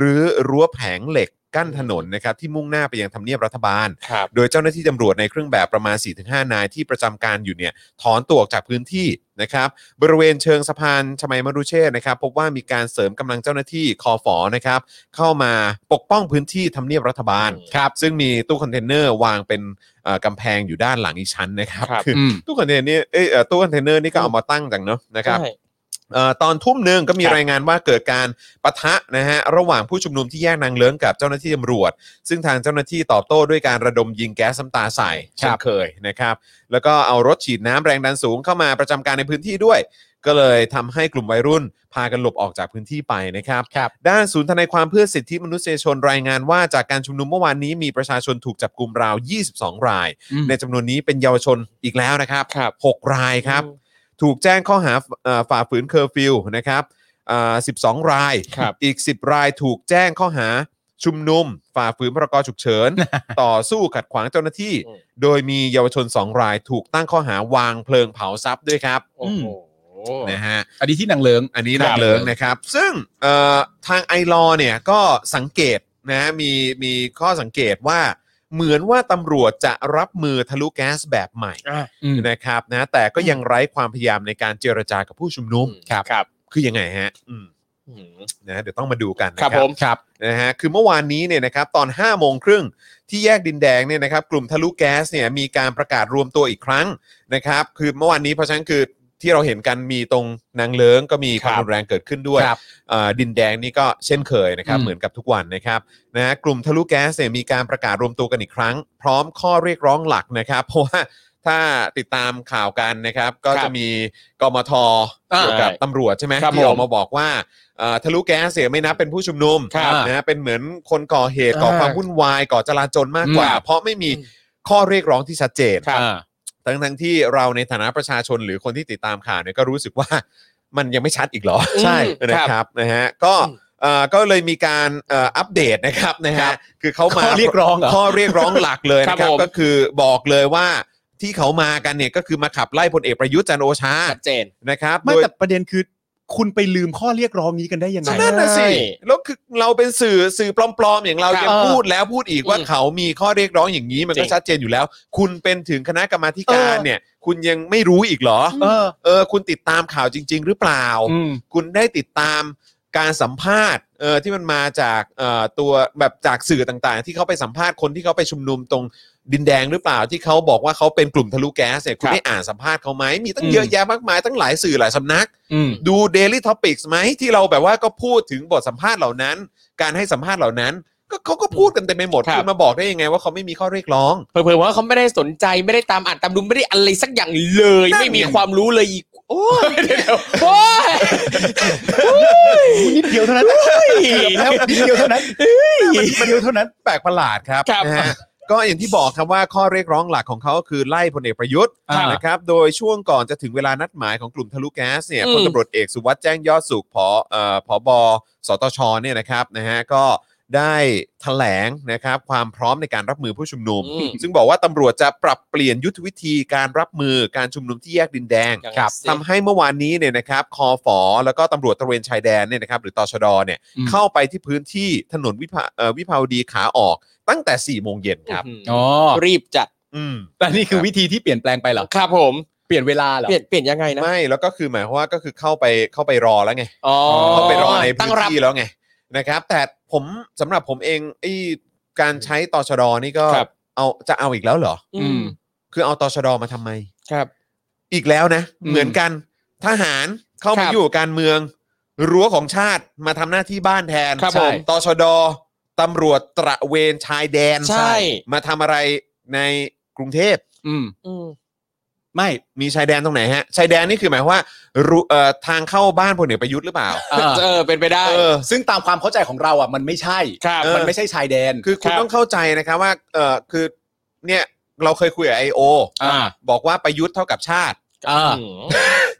รื้อรั้วแผงเหล็กกั้นถนนนะครับที่มุ่งหน้าไปยังทำเนียบรัฐบาล
ครับ
โดยเจ้าหน้าที่ตำรวจในเครื่องแบบประมาณ 4-5 นายที่ประจำการอยู่เนี่ยถอนตัวออกจากพื้นที่นะครับ บริเวณเชิงสะพานชมัยมรุเชษฐ์นะครับ พบว่ามีการเสริมกำลังเจ้าหน้าที่คอฝอนะครับ เข้ามาปกป้องพื้นที่ทำเนียบรัฐบาลครับซึ่งมีตู้คอนเทนเนอร์วางเป็นเอ่อกำแพงอยู่ด้านหลังอีกชั้นนะครับ
ครับ
อตู้คอนเทนเนอร์เอ้ยเอ่อตู้คอนเทนเนอร์นี่ก็เอามาตั้งกันเนาะนะครับ
ใช่
เอ่อตอนทุ่มหนึ่งก็มี
ครับ
รายงานว่าเกิดการปะทะนะฮะระหว่างผู้ชุมนุมที่แยกนางเลิ้งกับเจ้าหน้าที่ตำรวจ ซึ่งทางเจ้าหน้าที่ตอบโต้ด้วยการระดมยิงแก๊สซ้ำตาใส่เช่นเคยนะครับ แล้วก็เอารถฉีดน้ำแรงดันสูงเข้ามาประจำการในพื้นที่ด้วย ก็เลยทำให้กลุ่มวัยรุ่นพากันหลบออกจากพื้นที่ไปนะครับ ด้านศูนย์ทนายความเพื่อสิทธิมนุษยชนรายงานว่าจากการชุมนุมเมื่อวานนี้มีประชาชนถูกจับกลุ่มราว 22 ราย
อืม
ในจำนวนนี้เป็นเยาวชนอีกแล้วนะครับ
ครับ
6รายครับ ถูกแจ้งข้อหาเอ่อฝ่าฝืนเคอร์ฟิวนะครับอ่า12 ราย
ครับ
อีก 10 รายถูกแจ้งข้อหาชุมนุม ฝ่าฝืนพรกฉุกเฉิ
<laughs>
น ต่อสู้ขัดขวางเจ้าหน้าที่
อืม
โดยมีเยาวชน 2 รายถูกตั้งข้อหาวางเพลิงเผาทรัพย์ด้วยครับ
โอ้โห
นะฮะ
อันนี้ที่นางเลิง
อันนี้นางเลิงนะครับ ซึ่งเอ่อทางไอรอเนี่ยก็สังเกตนะฮะมีมีข้อสังเกตว่า เหมือนว่าตำรวจจะรับมือทะลุแก๊สแบบใหม่
อ่า
อืม
นะครับนะแต่ก็ยังไร้ความพยายามในการเจรจากับผู้ชุมนุม
ครับครับ
คือยังไงฮะอืมนะฮะเดี๋ยวต้องมาดูกันนะครับ
ผมครับ
นะฮะคือเมื่อวานนี้เนี่ยนะครับตอน 5 โมงครึ่งที่แยกดินแดงเนี่ยนะครับกลุ่มทะลุแก๊สเนี่ยมีการประกาศรวมตัวอีกครั้งนะครับ คือเมื่อวานนี้เพราะฉะนั้นคือที่เราเห็นกันมีตรงนางเลิ้งก็มีความรุนแรงเกิดขึ้นด้วย
ครับ
เอ่อดินแดงนี่ก็เช่นเคยนะครับ
อืม
เหมือนกับทุกวันนะครับนะฮะกลุ่มทะลุแก๊สเนี่ยมีการประกาศรวมตัวกันอีกครั้ง พร้อมข้อเรียกร้องหลักนะครับ <laughs> เพราะว่าถ้าติดตามข่าวกันนะครับก็
ครับ
จะมีกมท
อ่า
เกี่ยวกับตำรวจใช่ไหม
ครับ
ที่ออ
ผ
ก
ม
มาบอกว่า เอ่อทะลุแก๊สเนี่ยไม่นับเป็นผู้ชุมนุม
ครับ
นะฮะเป็นเหมือนคนก่อเหตุก่อ
อ่า
ความวุ่นวายก่อจลาจลมากกว่า
อืม
เพราะไม่มีข้อเรียกร้องที่ชัดเจน
อ่า
ทั้งทั้งที่เราในฐานะประชาชนหรือคนที่ติดตามข่าวเนี่ยก็รู้สึกว่า มันยังไม่ชัดอีกเหรอ
ใช่
นะครับนะฮะก็เอ่อก็เลยมีการเอ่ออัปเดตนะครับนะ
ครั
ฮะ
บ
คือเขามา
ข้อเรียกร้องเหรอ
ข้อเรียกร้องหลักเลยนะค
ค
รั
รั
บบ
ผม
ก็คือบอกเลยว่าที่เขามากันเนี่ยก็คือมาขับไล่พลเอกประยุทธ์จันทร์โอชา
ชัดเจน
นะครับ
ไม่
โดย
แต่ประเด็นคือ คุณไปลืมข้อเรียกร้องนี้กันได้ยังไง
นั่นน่ะสิ
ใช่
แล้วคือเราเป็นสื่อสื่อปลอมๆ อย่างเรา
ครับ
ยังพูดแล้วพูดอีกว่า
อืม
เขามีข้อเรียกร้องอย่างนี้มัน
จริ
ก็
ง
ชัดเจนอยู่แล้ว คุณเป็นถึงคณะกรรมาธิการ
เออ
เนี่ย คุณยังไม่รู้อีกเหรอ
เออ
เออ คุณติดตามข่าวจริง ๆ หรือเปล่า
อืม
คุณได้ติดตามการสัมภาษณ์เออที่มันมาจากเอ่อตัวแบบจากสื่อต่างๆ ที่เขาไปสัมภาษณ์คนที่เขาไปชุมนุมตรงดินแดงหรือเปล่าที่เขาบอกว่าเขาเป็นกลุ่มทะลุแก๊สเนี่ยคุณ
ครับ
ได้อ่านสัมภาษณ์เขาไหมมีตั้ง
อืม
เยอะแยะมากมายตั้งหลายสื่อหลายสำนัก
อืม
ดู Daily Topics ไหมที่เราแบบว่าก็พูดถึงบทสัมภาษณ์เหล่านั้น การให้สัมภาษณ์เหล่านั้น ก็เขาก็พูดกันเต็มไปหมด
ครับ
คุณมาบอกได้ยังไงว่าเขาไม่มีข้อเรียกร้อง
เผยๆว่าเขาไม่ได้สนใจไม่ได้ตามอ่านตามดูไม่ได้อะไรสักอย่างเลย
นั่นไง
ไม่มีความรู้เลยอีกโอ้ยโอ้ย
นิดเดียวเท่านั้นแล้วนิดเดียวเท่านั้นนิดเดียวเท่านั้น
แปลกประหลาดครับ
ครับ
นะฮะก็อย่างที่บอกครับว่าข้อเรียกร้องหลักของเขาก็คือไล่พลเอกประยุทธ์
ครับ
นะครับโดยช่วงก่อนจะถึงเวลานัดหมายของกลุ่มทะลุแก๊สเนี่ย
อืม
พลตำรวจเอกสุวัสด์แจ้งยอดสุขผอเอ่อผบสตชเนี่ยนะครับนะฮะก็ ได้แถลงนะครับความพร้อมในการรับมือผู้ชุมนุม
อืม
ซึ่งบอกว่าตำรวจจะปรับเปลี่ยนยุทธวิธีการรับมือการชุมนุมที่แยกดินแดง
อย่าง
ครับ
สิ
ทำให้เมื่อวานนี้เนี่ยนะครับคอฝอแล้วก็ตำรวจตระเวนชายแดนเนี่ยนะครับหรือตชดเนี่ย
อืม
เข้าไปที่พื้นที่ถนนวิภาเอ่อวิภาวดีขาออกตั้งแต่4ี่โมงเย็นครับ
อ๋อ
รีบจัด
อืม
แต่นี่คือวิธีที่เปลี่ยนแปลงไปเหรอ
ครับผม
เปลี่ยนเวลาเหรอ
เปลี่ยนเปลี่ยนยังไงนะ
ไม่แล้วก็คือหมายความว่าก็คือเข้าไปเข้าไปรอแล้วไง
อ๋อ
เข้าไปรอในพื้
ตั้
น
งรับ
ที่แล้วไงนะครับ แต่ผมสำหรับผมเองไอ้การใช้ตชดนี่ก็
ครับ
เอาจะเอาอีกแล้วเหรอ
อืม
คือเอาตชดมาทำไม
ครับ
อีกแล้วนะ
อืม
เหมือนกันทหารเข้า
ครั
มา
บ
อยู่กับการเมือง รั้วของชาติมาทำหน้าที่บ้านแทน
ครับผม
ตชดตำรวจตระเวนชายแดน
ใช่
มาทำอะไรในกรุงเทพ
อืม
อืม
ไม่
มีชายแดนตรงไหนฮะ ชายแดนนี่คือหมายความว่ารูเอ่อทางเข้าบ้านพลเอกประยุทธ์หรือเปล่า
เออ
เออ เป็นไปได้
เออ
ซึ่งตามความเข้าใจของเราอ่ะมันไม่ใช่
ครับ
มันไม่ใช่ชายแดน
คือคุณ
ครับ
ต้องเข้าใจนะครับว่าเออคือเนี่ยเราเคยคุยกับไอโอ
อ่า
บอกว่าประยุทธ์เท่ากับชาติ
อ่า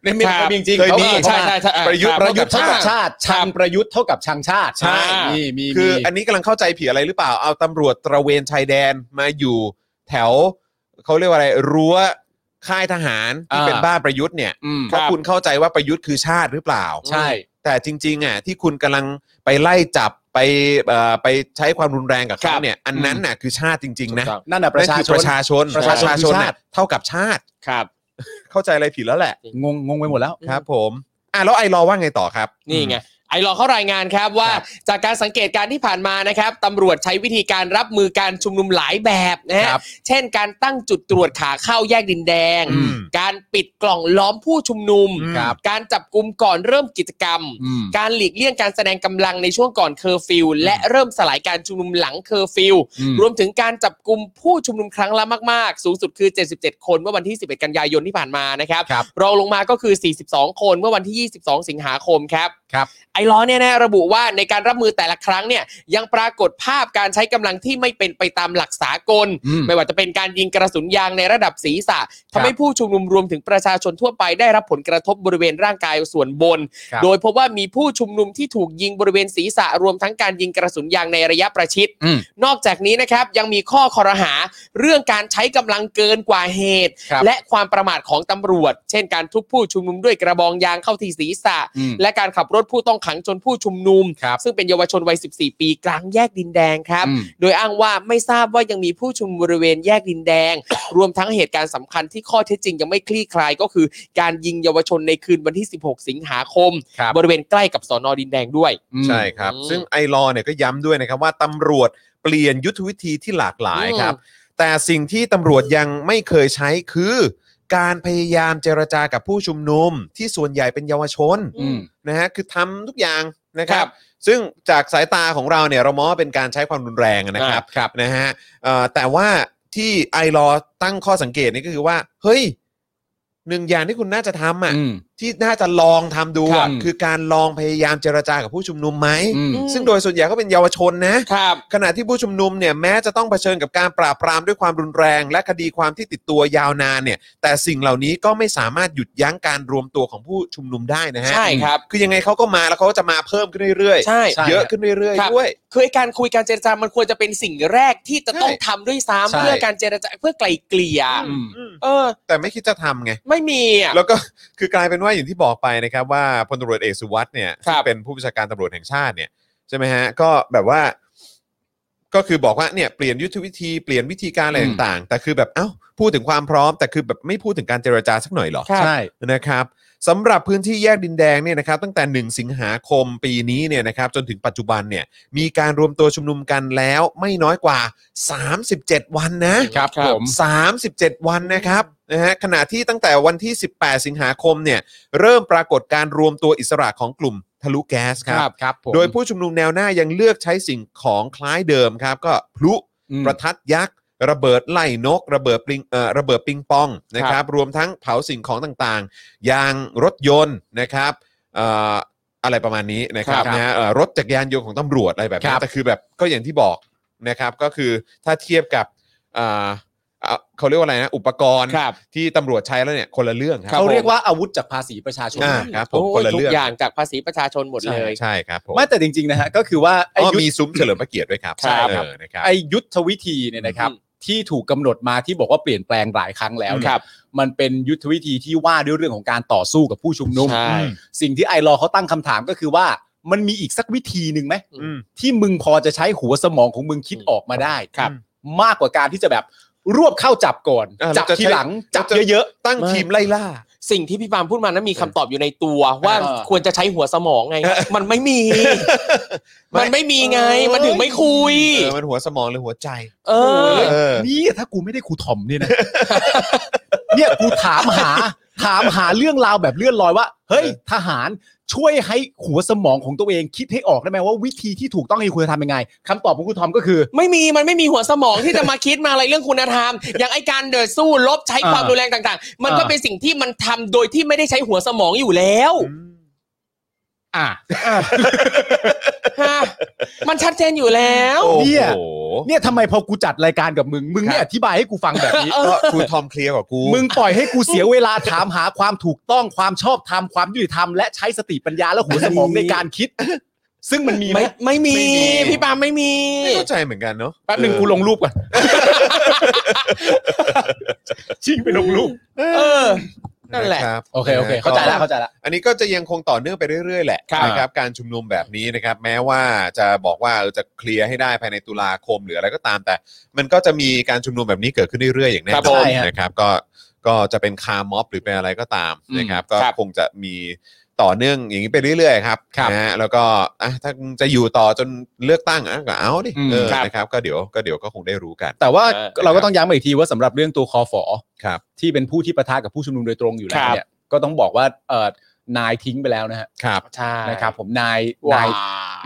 ในมี
ครับ
จริงจริง
เคยมี
ใช่ใช่ใช่อ่
ประยุทธ์ป
คบ
ประ ระ
ยุ
ยุ
ท
ท
ธ์
ธ์
เท่า
เท่า
กั
กั
บบ ชา
ชา
ติ
ติ ชังประยุทธ์เท่ากับชังชาติ
ใช่
มีมี
คื
มี
ออันนี้กำลังเข้าใจผิดอะไรหรือเปล่า เอาตำรวจตระเวนชายแดนมาอยู่แถวเขาเรียกว่าอะไร รั้วค่ายทหารที่เป็นบ้านประยุทธ์เนี่ย
อืม
เพราะคุณเข้าใจว่าประยุทธ์คือชาติหรือเปล่า
ใช่
แต่จริงๆอ่ะที่คุณกำลังไปไล่จับไปเอ่อไปใช้ความรุนแรงกับเขาเนี่ย อันนั้นน่ะคือชาติจริง ๆ นะ
นั่นน่ะป
นั่
ระ
น
ชา
คือ
ช
ป
น
ระชาชน
ประชาช
ประ
น
ชาชน
คือชาติ
น่ะเท่ากับชาติ
ครับ
เข้าใจอะไรผิดแล้วแหละ
งงงงไปหมดแล้ว
ครับ ผมอ่ะแล้วไอรอว์ว่าไงต่อครับ
นี่ไงไอรอว์เขารายงานครับว่าจากการสังเกตการณ์ที่ผ่านมานะครับตำรวจใช้วิธีการรับมือการชุมนุมหลายแบบนะฮะ
ครับ
เช่นการตั้งจุดตรวจขาเข้าแยกดินแดง
อืม
การปิดกล่องล้อมผู้ชุมนุม
ครับ
การจับกลุ่มก่อนเริ่มกิจกรรม
อืม
การหลีกเลี่ยงการแสดงกำลังในช่วงก่อนเคอร์ฟิวและเริ่มสลายการชุมนุมหลังเคอร์ฟิว
อืม
รวมถึงการจับกลุ่มผู้ชุมนุมครั้งละมาก ๆ สูงสุดคือ 77 คนเมื่อวันที่ 11 กันยายนที่ผ่านมานะครับ
ครับ
รองลงมาก็คือ 42 คนเมื่อวันที่ 22 สิงหาคมครับ
ครับ
ไอ้ล้อเนี่ยนะระบุว่าในการรับมือแต่ละครั้งเนี่ยยังปรากฏภาพการใช้กำลังที่ไม่เป็นไปตามหลักสากล
อืม
ไม่ว่าจะเป็นการยิงกระสุนยางในระดับศีรษะทำให้ผู้ชุมนุมรวมถึงประชาชนทั่วไปได้รับผลกระทบบริเวณร่างกายส่วนบน
ครับ
โดยพบว่ามีผู้ชุมนุมที่ถูกยิงบริเวณศีรษะรวมทั้งการยิงกระสุนยางในระยะประชิด
อืม
นอกจากนี้นะครับยังมีข้อคอรหาเรื่องการใช้กำลังเกินกว่าเหตุ
ครับ
และความประมาทของตำรวจ เช่นการทุบผู้ชุมนุมด้วยกระบองยางเข้าที่ศีรษะ
อืม
และการขับรถผู้ต้องขังจนผู้ชุมนุม
ครับ
ซึ่งเป็นเยาวชนวัย 14 ปีกลางแยกดินแดงครับ
อืม
โดยอ้างว่าไม่ทราบว่ายังมีผู้ชุมนุมบริเวณแยกดินแด
<coughs>
ง รวมทั้งเหตุการณ์สำคัญที่ข้อเท็จจริงยังไม่คลี่คลายก็คือ การยิงเยาวชนในคืนวันที่ 16 สิงหาคม
ครับ
บริเวณใกล้กับสอนอดินแดงด้วย
ใช่ครับ
อืม
ซึ่งไอรอว์เนี่ยก็ย้ำด้วยนะครับว่าตำรวจเปลี่ยนยุทธวิธีที่หลากหลายครับ แต่สิ่งที่ตำรวจยังไม่เคยใช้คือ การพยายามเจรจากับผู้ชุมนุมที่ส่วนใหญ่เป็นเยาวชน
อืม
นะฮะคือทำทุกอย่างนะครับ
ครับ
ซึ่งจากสายตาของเราเนี่ยเรามองว่าเป็นการใช้ความรุนแรงนะครับ
ครับ
นะฮะเอ่อแต่ว่าที่ไอรอว์ตั้งข้อสังเกตนี่ก็คือว่า เฮ้ยหนึ่งอย่างที่คุณน่าจะทำอ่ะ
อืม
ที่น่าจะลองทำดู
ครั
อะ
บ
คือการลองพยายามเจรจากับผู้ชุมนุมไหม
อืม
ซึ่งโดยส่วนใหญ่ก็เป็นเยาวชนนะ
ครับ
ขณะที่ผู้ชุมนุมเนี่ยแม้จะต้องเผชิญกับการปราบปรามด้วยความรุนแรง และคดีความที่ติดตัวยาวนานเนี่ย แต่สิ่งเหล่านี้ก็ไม่สามารถหยุดยั้งการรวมตัวของผู้ชุมนุมได้นะฮะ
ใช่ครับ
คือยังไงเขาก็มาแล้วเขาก็จะมาเพิ่มขึ้นเรื่อย
ใช่
ใช่
เยอะขึ้นเรื่อย
ครับ
ๆด้วย
คือไอ้การคุยการเจรจามันควรจะเป็นสิ่งแรกที่จะต้อง
ใช่
ทำด้วยซ้ำ
ใช่
เพื่อการเจรจาเพื่อไกลเกลี่ย
อืม
อืม
เออ
แต่ไม่คิดจะทำไง
ไม่มีอ่ะ
แล้วก็ <laughs> คือกลายเป็นว่าอย่างที่บอกไปนะครับว่าพลตำรวจเอกสุวัสด์เนี่ย
ครับ
ซึ่งเป็นผู้บัญชาการตำรวจแห่งชาติเนี่ยใช่ไหมฮะก็แบบว่า ก็คือบอกว่าเนี่ยเปลี่ยนยุทธวิธีเปลี่ยนวิธีการอะไร
อืม
ต่างๆ แต่คือแบบเอ้าพูดถึงความพร้อม แต่คือแบบไม่พูดถึงการเจรจาสักหน่อยเหรอ
ครับ
ใช่
นะครับสำหรับพื้นที่แยกดินแดงเนี่ยนะครับตั้งแต่ 1 สิงหาคมปีนี้เนี่ยนะครับจนถึงปัจจุบันเนี่ยมีการรวมตัวชุมนุมกันแล้วไม่น้อยกว่า 37 วันนะ
ครับผม
37 วันนะครับนะฮะขณะที่ตั้งแต่วันที่ 18 สิงหาคมเนี่ยเริ่มปรากฏการรวมตัวอิสระของกลุ่มทะลุแก๊สครับ
ครับผม
โดยผู้ชุมนุมแนวหน้ายังเลือกใช้สิ่งของคล้ายเดิมครับ ก็พลุ
อืม
ประทัดยักษ์ ระเบิดไล่นก ระเบิดปิงเอ่อระเบิดปิงปองนะครับ รวมทั้งเผาสิ่งของต่างๆ อย่างรถยนต์นะครับเอ่ออะไรประมาณนี้นะครับ
ครับ
นะฮะเอ่อรถจักรยานยนต์ของตำรวจอะไรแบบ
ค
นี้
รับ
แต่คือแบบก็อย่างที่บอกนะครับก็คือถ้าเทียบกับอ่า เอ่อเขาเรียกว่าอะไรนะอุปกรณ์
ครับ
ที่ตำรวจใช้แล้วเนี่ยคนละเรื่องครั
เขาเรียกว่าอาวุธจากภาษีประชาชน
อ่าครับผม
โอ้
คน
ย
ละ
ทุ
เรื่
ก
อง
อย่างจากภาษีประชาชนหมดเล
ใช่
ย
ใช่ครับผม
ไม่แต่จริงๆนะฮะก็คือว่าไอ้
อ๋อ
ยุทธ
มีซุ้มเฉลิมพระเกียรติด้วยครับ
ใช่ครับ
เออนะครับ
ไอ้ยุทธวิธีเนี่ยนะครับ ที่ถูกกำหนดมาที่บอกว่าเปลี่ยนแปลงหลายครั้งแล้วเนี่ย
ครับ
มันเป็นยุทธวิธีที่ว่าด้วยเรื่องของการต่อสู้กับผู้ชุมนุม
ใช่
สิ่งที่ไอรอว์เขาตั้งคำถามก็คือว่ามันมีอีกสักวิธีหนึ่งไหม
อืม
ที่มึงพอจะใช้หัวสมองของมึงคิดออกมาได้
ครับ
มากกว่าการที่จะแบบรวบเข้าจับก่อน
อ่ะ
จับ
เราจะ
ทีหลัง
ใช้
จับเยอะ
ตั้งทีมไล่ล่า
สิ่งที่พี่ปาล์มพูดมานั้นมีคำตอบอยู่ในตัวว่า
เออ
ควรจะใช้หัวสมองไง มันไม่มี
ไม่
มันไม่มีไง มันถึงไม่คุย
เออมันหัวสมองหรือหัวใจ
เออ
เออ
ๆนี่ถ้ากูไม่ได้ครูถมเนี่ยนะ <laughs> เนี่ยกูถามหา ถามหาเรื่องราวแบบเลื่อนลอยว่า เฮ้ย ทหารช่วยให้หัวสมองของตัวเองคิดให้ออกได้ไหมว่าวิธีที่ถูกต้องให้คุณจะทำยังไงคำตอบของคุณทอมก็คือ
ไม่มีมันไม่มีหัวสมองที่จะมาคิดมาอะไรเรื่องคุณธรรม <laughs> อย่างไอการเดินสู้ลบใช้ความ
อ่า
รุนแรงต่าง ๆ มันก็
อ่า
เป็นสิ่งที่มันทำโดยที่ไม่ได้ใช้หัวสมองอยู่แล้ว
อ่ะ
ฮะมันชัดเจนอยู่แล้ว
โอ้
เนี่
โห
ย เนี่ยทำไมพอกูจัดรายการกับมึง มึงไม่อธิบายให้กูฟังแบบนี้
ก็ครูทอมเคลียร์กว่ากู
มึงปล่อยให้กูเสียเวลาถามหาความถูกต้องความชอบธรรมความยุติธรรมและใช้สติปัญญาและหัวสมองในการคิด ซึ่งมันมีไหม
ไม่ไม่มี
ไม่มี
พี่ปาล์มไม่มี
ไม่เข้าใจเหมือนกันเนาะ
แป๊บหนึ่งกูลงรูปก่อน ชิงไปลงรูป
เออ นั่นแหละ
ครับ
โอเคโอเค เข้าใจแล้วเข้าใจแล้ว
อันนี้ก็จะยังคงต่อเนื่องไปเรื่อยๆ แหละ
ครับ
นะครับการชุมนุมแบบนี้นะครับ แม้ว่าจะบอกว่าเออจะเคลียร์ให้ได้ภายในตุลาคมหรืออะไรก็ตาม แต่ มันก็จะมีการชุมนุมแบบนี้เกิดขึ้นเรื่อยๆอย่างแน่
ครับ
นอน
ใช่ฮะ
นะครับก็ก็จะเป็นคาร์ม็อบหรือเป็นอะไรก็ตาม
อืม
นะครับ ก็
ครับ
คงจะมีต่อเนื่องอย่างนี้ไปเรื่อยๆครับ
ครับ
นะฮะแล้วก็อ่ะถ้าจะอยู่ต่อจนเลือกตั้งอ่ะก็เอาดิ
อืม
เออ
ครับ
นะครับ ก็เดี๋ยวก็เดี๋ยวก็คงได้รู้กัน
แต่ว่า
เออ
เราก็ต้องย้ำอีกทีว่าสำหรับเรื่องตัวคอฟอ
ครับ
ที่เป็นผู้ที่ประทะกับผู้ชุมนุมโดยตรงอยู่แล้วเนี่ยก็ต้องบอกว่าเออนายทิ้งไปแล้วนะฮะ
ครับ
ใช่
นะครับ ผมนาย
าน
วาย
ย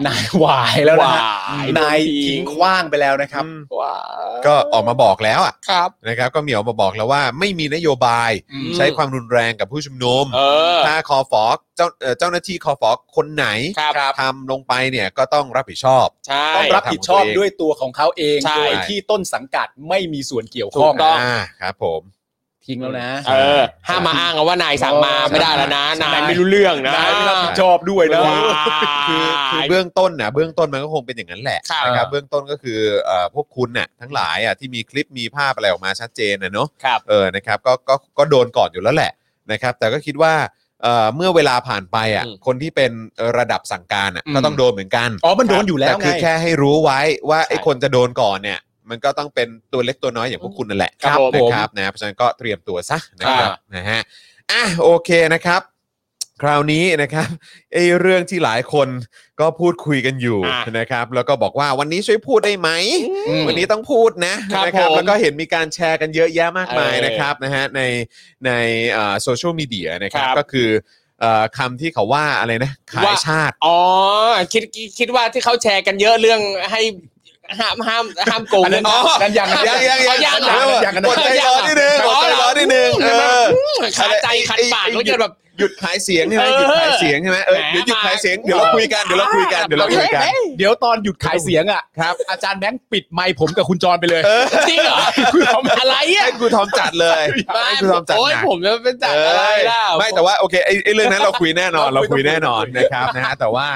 นายวายแล้วนะฮะ
วาย
นายทิ้งคว้างไปแล้วนะครับ
วาย
ก็ออกมาบอกแล้วอ่ะ
ครับ
นะครับ ก็มีออกมาบอกแล้วว่าไม่มีนโยบาย
อืม
ใช้ความรุนแรงกับผู้ชุมนุม
เออ
ถ้าคอฟอเจ้าเอ่อเจ้าหน้าที่คอฟอคนไหน
ครับครับ
ทำลงไปเนี่ยก็ต้องรับผิดชอบ
ใช่
ต้องรับผิดชอบด้วยตัวของเขาเอง
ใช่
โดยที่ต้นสังกัดไม่มีส่วนเกี่ยว
ถู
ข้อง
กต้อง
อ่าครับผม
ทิ้งแล้วนะ
เออห้ามมาอ้างว่านายสั่งมา
เออ
ไม่ได้แล้วนะนาย
ใช่
ไม่รู้เรื่องนะ
นายไม่รับผิดชอบด้วยนะ
วาย
คือคือเบื้องต้นนะเบื้องต้นมันก็คงเป็นอย่างนั้นแหละ
ครับ
นะครับเบื้องต้นก็คือเอ่อพวกคุณน่ะทั้งหลายอ่ะที่มีคลิปมีภาพอะไรออกมาชัดเจนนะเนาะ
ครับ
เออนะครับก็ก็ก็โดนก่อนอยู่แล้วแหละนะครับแต่ก็คิดว่าเอ่อเมื่อเวลาผ่านไปอ่ะ
อืม
คนที่เป็นระดับสั่งการอ่ะ
อืม
ก็ต้องโดนเหมือนกัน
อ๋อมันโดนอยู่แล้ว
แต่
ไง
คือแค่ให้รู้ไว้ว่าไอ้คนจะโดนก่อนเนี่ย มันก็ต้องเป็นตัวเล็กตัวน้อยอย่างพวกคุณนั่นแหละ
ครับผม
นะครับนะเพราะฉะนั้นก็เตรียมตัวซะนะครับนะฮะอ่ะโอเคนะครับ คราวนี้นะครับไอ้เรื่องที่หลายคนก็พูดคุยกันอยู่
อ่ะ
นะครับ แล้วก็บอกว่าวันนี้ช่วยพูดได้ไหม
อืม
วันนี้ต้องพูดนะครับ นะ
ผม
แล้วก็เห็นมีการแชร์กันเยอะแยะมากมาย
เออ
นะครับนะฮะในในโซเชียลมีเดียนะครับ
ครับ
ก็คือเอ่อคำที่เขาว่าอะไรนะขาย
ว่า
ชาติ
อ๋อคิดคิดว่าที่เขาแชร์กันเยอะเรื่องให้ห้ามห้ามห้ามโกง
อันนั้น
อ๋อ
นั่นยังนะ
ยังยังยัง
ยังเหรอ
ยังกดใจร้อนนิดนึงกดใจร้อนนิดนึงเออ
ขาใจขันปาก
ไอ้ไอ้
แล้วจะแบบ
หยุดขายเสียงใช่ไหมหยุดขายเสียงใช่ไหมเออ
แหม
เดี๋ยวหยุดขายเสียงเดี๋ยวเราคุยกันเดี๋ยวเราคุยกันเดี๋ยวเราคุยกัน
เดี๋ยวตอนหยุดขายเสียงอ่ะครับอาจารย์แบงค์ปิดไมค์ผมกับคุณจรไปเลย
จริงเหรออะไรอ่ะ
ให้กูทอมจัดเลยให้กูทอมจัด
โอ้ย
หนัก
ผมจะเป็นจัดอะไรล่ะ
เออไม่แต่ว่าโอเคไอ้ไอ้เรื่องนั้นเราคุยแน่นอน เราคุยแน่นอนนะครับนะฮะแต่ว่า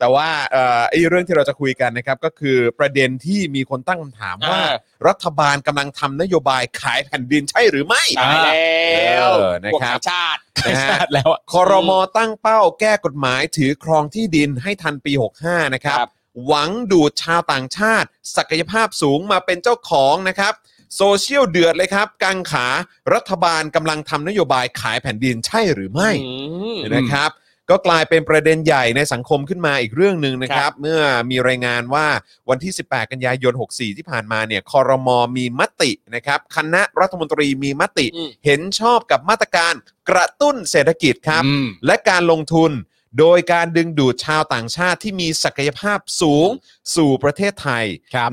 แต่ว่าเอ่อไอ้เรื่องที่เราจะคุยกันนะครับก็คือประเด็นที่มีคนตั้งคำถามว่า
อ่า
รัฐบาลกำลังทำนโยบายขายแผ่นดินใช่หรือไม่
ตายแล้ว
เออนะครับ
พวกชาติ
นะฮะ
แล้วอ่ะ
คอรมอตั้งเป้าแก้กฎหมายถือครองที่ดินให้ทันปี 65 นะครับ
ครับ
หวังดูดชาวต่างชาติ ศักยภาพสูงมาเป็นเจ้าของนะครับ โซเชียลเดือดเลยครับ กังขารัฐบาลกำลังทำนโยบายขายแผ่นดินใช่หรือไม่
อืม
นะครับก็กลายเป็นประเด็นใหญ่ในสังคมขึ้นมาอีกเรื่องหนึ่งนะครับ เมื่อมีรายงานว่าวันที่ 18 กันยายน 64 ที่ผ่านมาเนี่ยคอรมอมีมตินะครับคณะรัฐมนตรีมีมติ
อืม
เห็นชอบกับมาตรการกระตุ้นเศรษฐกิจครับ และการลงทุนโดยการดึงดูดชาวต่างชาติที่มีศักยภาพสูงสู่ประเทศไทย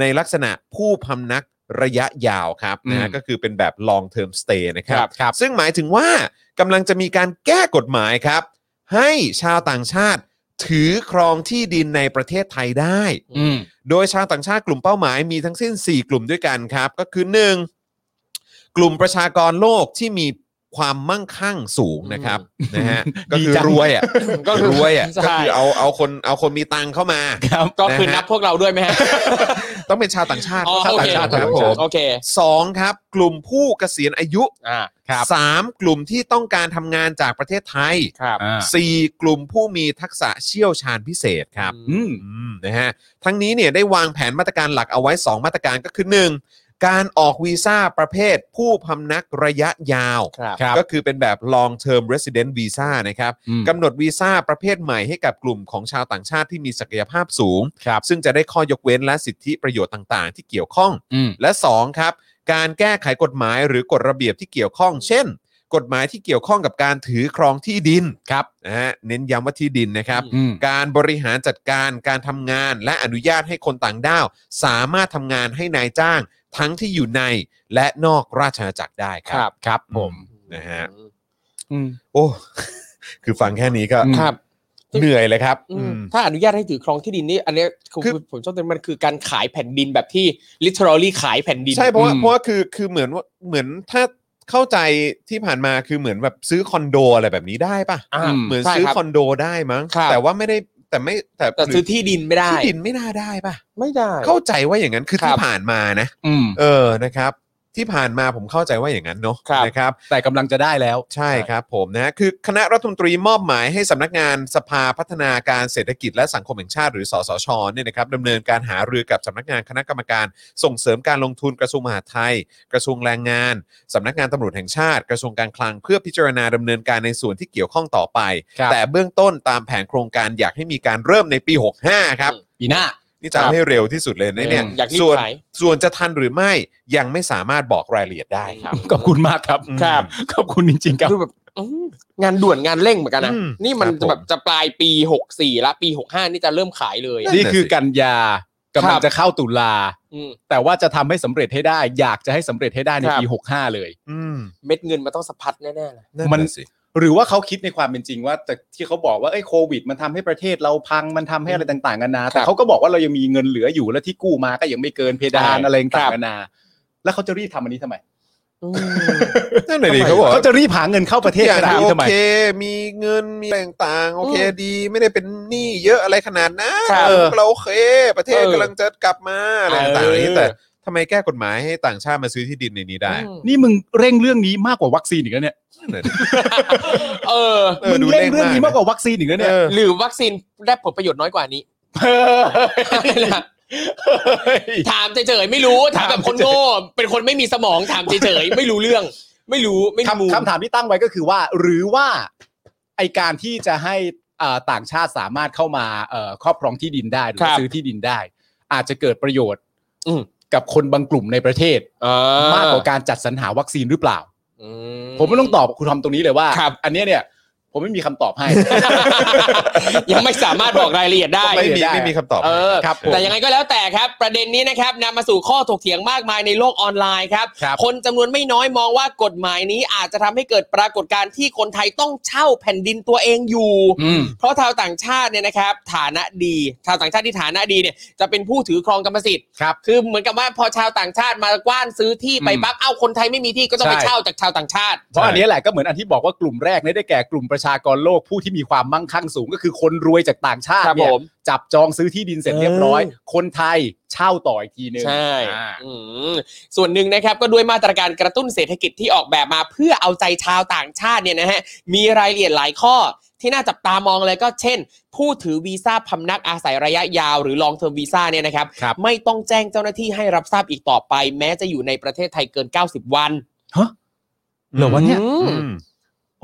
ในลักษณะผู้พำนักระยะยาวครับนะฮะ
อืม
ก็คือเป็นแบบ long term stay นะครั
ครับครับ
ซึ่งหมายถึงว่ากำลังจะมีการแก้กฎหมายครับ ให้ชาวต่างชาติถือครองที่ดินในประเทศไทยได้
อืม
โดยชาวต่างชาติกลุ่มเป้าหมายมีทั้งสิ้น 4 กลุ่มด้วยกันครับ ก็คือ 1 กลุ่มประชากรโลกที่มีความมั่งคั่งสูงนะครับนะ
<laughs>
ฮะก็คือ
ดีจัง
รวยอ่ะก็คือรวยอ่ะ
ใช่
ก็คือเอาเอาคนเอาคนมีตังค์เข้ามา
ก็คือ
นะฮะ
นับพวกเราด้วยไหมฮะ
ต้องเป็นชาวต่างชาติ
อ๋อ
ชาว
โอ
ต่า
เค
งชาติครับผม
โอเค
สองครับกลุ่มผู้เกษียณอายุ
อ่า
สามกลุ่มที่ต้องการทำงานจากประเทศไทย
ครับ
อ่า
สี่กลุ่มผู้มีทักษะเชี่ยวชาญพิเศษครับ
อืม
อืมนะฮะทั้งนี้เนี่ยได้วางแผนมาตรการหลักเอาไว้ 2 มาตรการก็คือ 1. การออกวีซ่าประเภทผู้พำนักระยะยาว
ครับ
ครับ
ก็คือเป็นแบบ long term resident visa นะครับ
อืม
กำหนดวีซ่าประเภทใหม่ให้กับกลุ่มของชาวต่างชาติที่มีศักยภาพสูง
ครับ
ซึ่งจะได้ข้อยกเว้นและสิทธิประโยชน์ต่าง ๆ ที่เกี่ยวข้อง
อืม
และ 2 ครับ การแก้ไขกฎหมายหรือกฎระเบียบที่เกี่ยวข้อง เช่น กฎหมายที่เกี่ยวข้องกับการถือครองที่ดินครับนะฮะเน้นย้ำว่าที่ดินนะครับ
อื
อืม
การบริหารจัดการการทำงานและอนุญาตให้คนต่างด้าว สามารถทำงานให้นายจ้าง ทั้งที่อยู่ในและนอกราชอาณาจักรได้ครับ
ครับผม
นะฮะ
อืม
โอ้ <laughs> คือฟังแค่นี้ก็
อืม
ครับ
เหนื่อยเลยครับ
อื
อื
ม
ม
ถ้าอนุญาตให้ถือครองที่ดินนี่ อันเนี้ยผม
คือ
ผมชอบตรงมันคือการขายแผ่นดินแบบที่ literally ขายแผ่นดิน
ใช่เพราะว่า
อืม
เพราะว่าคือคือเหมือนว่าเหมือนถ้าเข้าใจที่ผ่านมาคือเหมือนแบบซื้อคอนโดอะไรแบบนี้ได้ปะ
อ่า
เหมือน
ใช่
ซื้อ
ครับ
คอนโดได้มั้ง
ครับ
แต่ว่าไม่ได้แต่ไม่แต่
แต่ซื้อที่ดินไม่ได้
ที่ดินไม่น่าได้ปะ
ไม่ได้
เข้าใจว่าอย่างนั้นคือ
ครับ
ที่ผ่านมานะ
อืม
เออนะครับ ที่ผ่านมาผมเข้าใจว่าอย่างนั้นเนาะ
ครับ
นะครับ
แต่กำลังจะได้แล้ว
ใช่ครับผมนะคือคณะรัฐมนตรีมอบหมายให้สำนักงานสภาพัฒนาการเศรษฐกิจและสังคมแห่งชาติหรือสสชเนี่ยนะครับดำเนินการหารือกับสำนักงานคณะกรรมการส่งเสริมการลงทุนกระทรวงมหาดไทย กระทรวงแรงงานสำนักงานตำรวจแห่งชาติ กระทรวงการคลังเพื่อพิจารณาดำเนินการในส่วนที่เกี่ยวข้องต่อไป
ครับ
แต่เบื้องต้นตามแผนโครงการอยากให้มีการเริ่มในปี 65 ครับ
ปีหน้า
นี่จะเอาให้เร็วที่สุดเลยนะเนี่ย
อืมอยากรีบ
ส่วน
ขาย
ส่วนจะทันหรือไม่ยังไม่สามารถบอกรายละเอียดได้ครับ
ขอบคุณมากครับ
ครับ
ขอบคุณจริง ๆ ครับ
คือแบบอื้องานด่วนงานเร่งเหมือนกันนะ
อืม
นี่มั
ค
น
รับผม
แบบจะปลายปีหกสี่ละปีหกห้านี่จะเริ่มขายเลยอะ
นี่คือ
นั่นน่ะสิ
กันยากำ
ค
ลั
รั
ง
บ
จะเข้าตุลา
อืม
แต่ว่าจะทำให้สำเร็จให้ได้ อยากจะให้สำเร็จให้ได้ใน
ครับ
ปี 65 เลย
อืม
เม็ดเงินมันต้องสะพัดแน่ๆเลย
มัน
ะสิ
หรือว่าเขาคิดในความเป็นจริงว่าแต่ที่เขาบอกว่าเอ้ยโควิด มันทำให้ประเทศเราพังมันทำให้อะไรต่างๆกันานาแต่เขาก็บอกว่าเรายังมีเงินเหลืออยู่และที่กู้มาก็ยังไม่เกินเพดาน
ใช่
อะไรต่างๆกันานาแล้วเขาจะรีบทำอันนี้ทำไม
อืม
นั่นแหละดิเขาบอก
เขาจะรีบหาเงินเข้าประเทศ
ทุกอย่าง
ขนาด
โอ
นี้ทำไม
เค มีเงินมีแรงต่างๆโอเคดีไม่ได้เป็นหนี้เยอะอะไรขนาดนั้น
ครับ
เออเราโอเค ประเท
เออก
ศำลังจะกลับมาอะไรต่างๆ
เออ
อะไรอย่างนี้แต่ทำไมแก้กฎหมายให้ต่างชาติมาซื้อที่ดินในนี้ได้
อืม
นี่มึงเร่งเรื่องนี้มากกว่าวัคซีนอีกแล้วเนี่ย
นั่นแหละดิ
เออ
เออ
มึง
ดู
เร่งเรื่องนี้
เร่งมาก
มากกว่าวัคซีนอีกแล้วเนี่ย
เออ
หรือวัคซีนได้ผลประโยชน์น้อยกว่านี้ <laughs> ถามเฉยๆไม่รู้ถามแบบคนโง่ เป็นคนไม่มีสมองถามเฉยๆไม่รู้เรื่อง ไม่รู้ไม่รู้
คำคำถามที่ตั้งไว้ก็คือว่า หรือว่าไอการที่จะให้อ่าต่างชาติสามารถเข้ามาเอ่อครอบครองที่ดินได้หรือ
ครับ
ซื้อที่ดินได้ อาจจะเกิดประโยชน์
อืม
กับคนบางกลุ่มในประเทศ
อ่
มากกว่าการจัดสรรหาวัคซีนหรือเปล่า
อื
ผมไม่ต้องตอบคุณทอมตรงนี้เลยว่า
ครับ
อันเนี้ยเนี่ย ผมไม่มีคำตอบให้
<laughs> ยังไม่สามารถบอกรายละเอียดได้
ไม่มี
ได้
ไม่มีคำตอบ
เออ
ครับผม
แต่ยังไงก็แล้วแต่ครับ ประเด็นนี้นะครับนำมาสู่ข้อถกเถียงมากมายในโลกออนไลน์ครับ
ครับ
คนจำนวนไม่น้อยมองว่ากฎหมายนี้อาจจะทำให้เกิดปรากฏการณ์ที่คนไทยต้องเช่าแผ่นดินตัวเองอยู่
อืม
เพราะชาวต่างชาติเนี่ยนะครับ ฐานะดี ชาวต่างชาติที่ฐานะดีเนี่ยจะเป็นผู้ถือครองกรรมสิทธิ์
ครับ
คือเหมือนกับว่าพอชาวต่างชาติมากว้านซื้อที่ไป
อืม
ปั๊บเอ้าคนไทยไม่มีที่ก็ต้องไป
ใช่
เช่าจากชาวต่างชาติ
เพราะอันเนี้ยแหละก็เหมือนอันที่บอกว่ากลุ่มแรกเนี่ยได้แก่กลุ่มประชากรโลกผู้ที่มีความมั่งคั่งสูงก็คือคนรวยจากต่างชาติ
ครับ
เนี่ย
ผม
จับจองซื้อที่ดินเสร็จเรียบร้อย คนไทยเช่าต่ออีกทีนึง
ใช่
อ่า
อืมส่วนหนึ่งนะครับก็ด้วยมาตรการกระตุ้นเศรษฐกิจที่ออกแบบมาเพื่อเอาใจชาวต่างชาติเนี่ยนะฮะ มีรายละเอียดหลายข้อที่น่าจับตามองเลยก็เช่น ผู้ถือวีซ่าพำนักอาศัยระยะยาวหรือ long term visa เนี่ยนะครับ
ครับ
ไม่ต้องแจ้งเจ้าหน้าที่ให้รับทราบอีกต่อไป แม้จะอยู่ในประเทศไทยเกิน 90 วัน
เหรอวะเนี่ย
อื
อืม
ม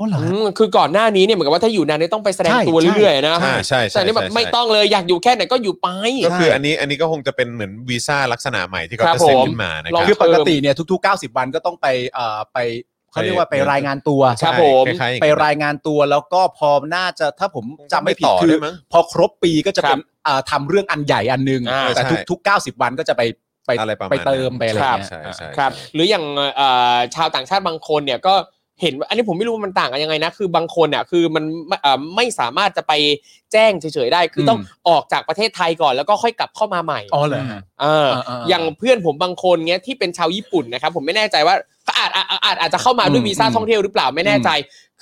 อ๋อเหรอ
อืมคือก่อนหน้านี้เนี่ยเหมือนกับว่าถ้าอยู่นานเนี่ยต้องไปแสดง
ใช่
ตัว
ใช่
เรื่อยๆนะ
ใช่ใช่ใช่
แต่นี่แบบ
ใช่
ไม่ต้องเลยอยากอยู่แค่ไหนก็อยู่ไป
ก็คืออันนี้อันนี้ก็คงจะเป็นเหมือนวีซ่าลักษณะใหม่ที่เขา
ครับ
จะเซ็น
ผม
ขึ้นมานะ
ล
ค
อง
รับ
คือปกติเนี่ยทุกๆ 90 วันก็ต้องไปเอ่อไปเขาเรียกว่าไป
ไป
รายงานตัว
ค รับ
ใช่
ผม
คล้ายๆอย่ง
ไป
นั้น
รายงานตัวแล้วก็พอน่าจะถ้าผมจำไม่ผิด
ต่อ
คื
ด้
อ
วยมั้ง
พอครบปีก็จะเป็น
ครับ
อ่าทำเรื่องอันใหญ่อันหนึง
อ่า
แต่
ใช่
ทุกๆ 90 วันก็จะไปไป
อะไรประมาณ
ไปเติม
นั้น
ไปอะไร
ใช่
เงี้ย
ใช่ใช่
ครับหรืออย่างเอ่อชาวต่างชาติบางคนเนี่ยก็ เห็นว่าอันนี้ผมไม่รู้ว่ามันต่างกันยังไงนะ คือบางคนอ่ะคือมันเอ่อไม่สามารถจะไปแจ้งเฉยๆได้ คือต้องออกจากประเทศไทยก่อนแล้วก็ค่อยกลับเข้ามาใหม่
อ๋อเหรอฮะ
เออ
อ่าๆๆ
อย่างเพื่อนผมบางคนเงี้ยที่เป็นชาวญี่ปุ่นนะครับผมไม่แน่ใจว่าเขาอาจอาจอาจอาจจะเข้ามาด้วย
อืม
วีซ่าท่องเที่ยวหรือเปล่าไม่แน่ใจ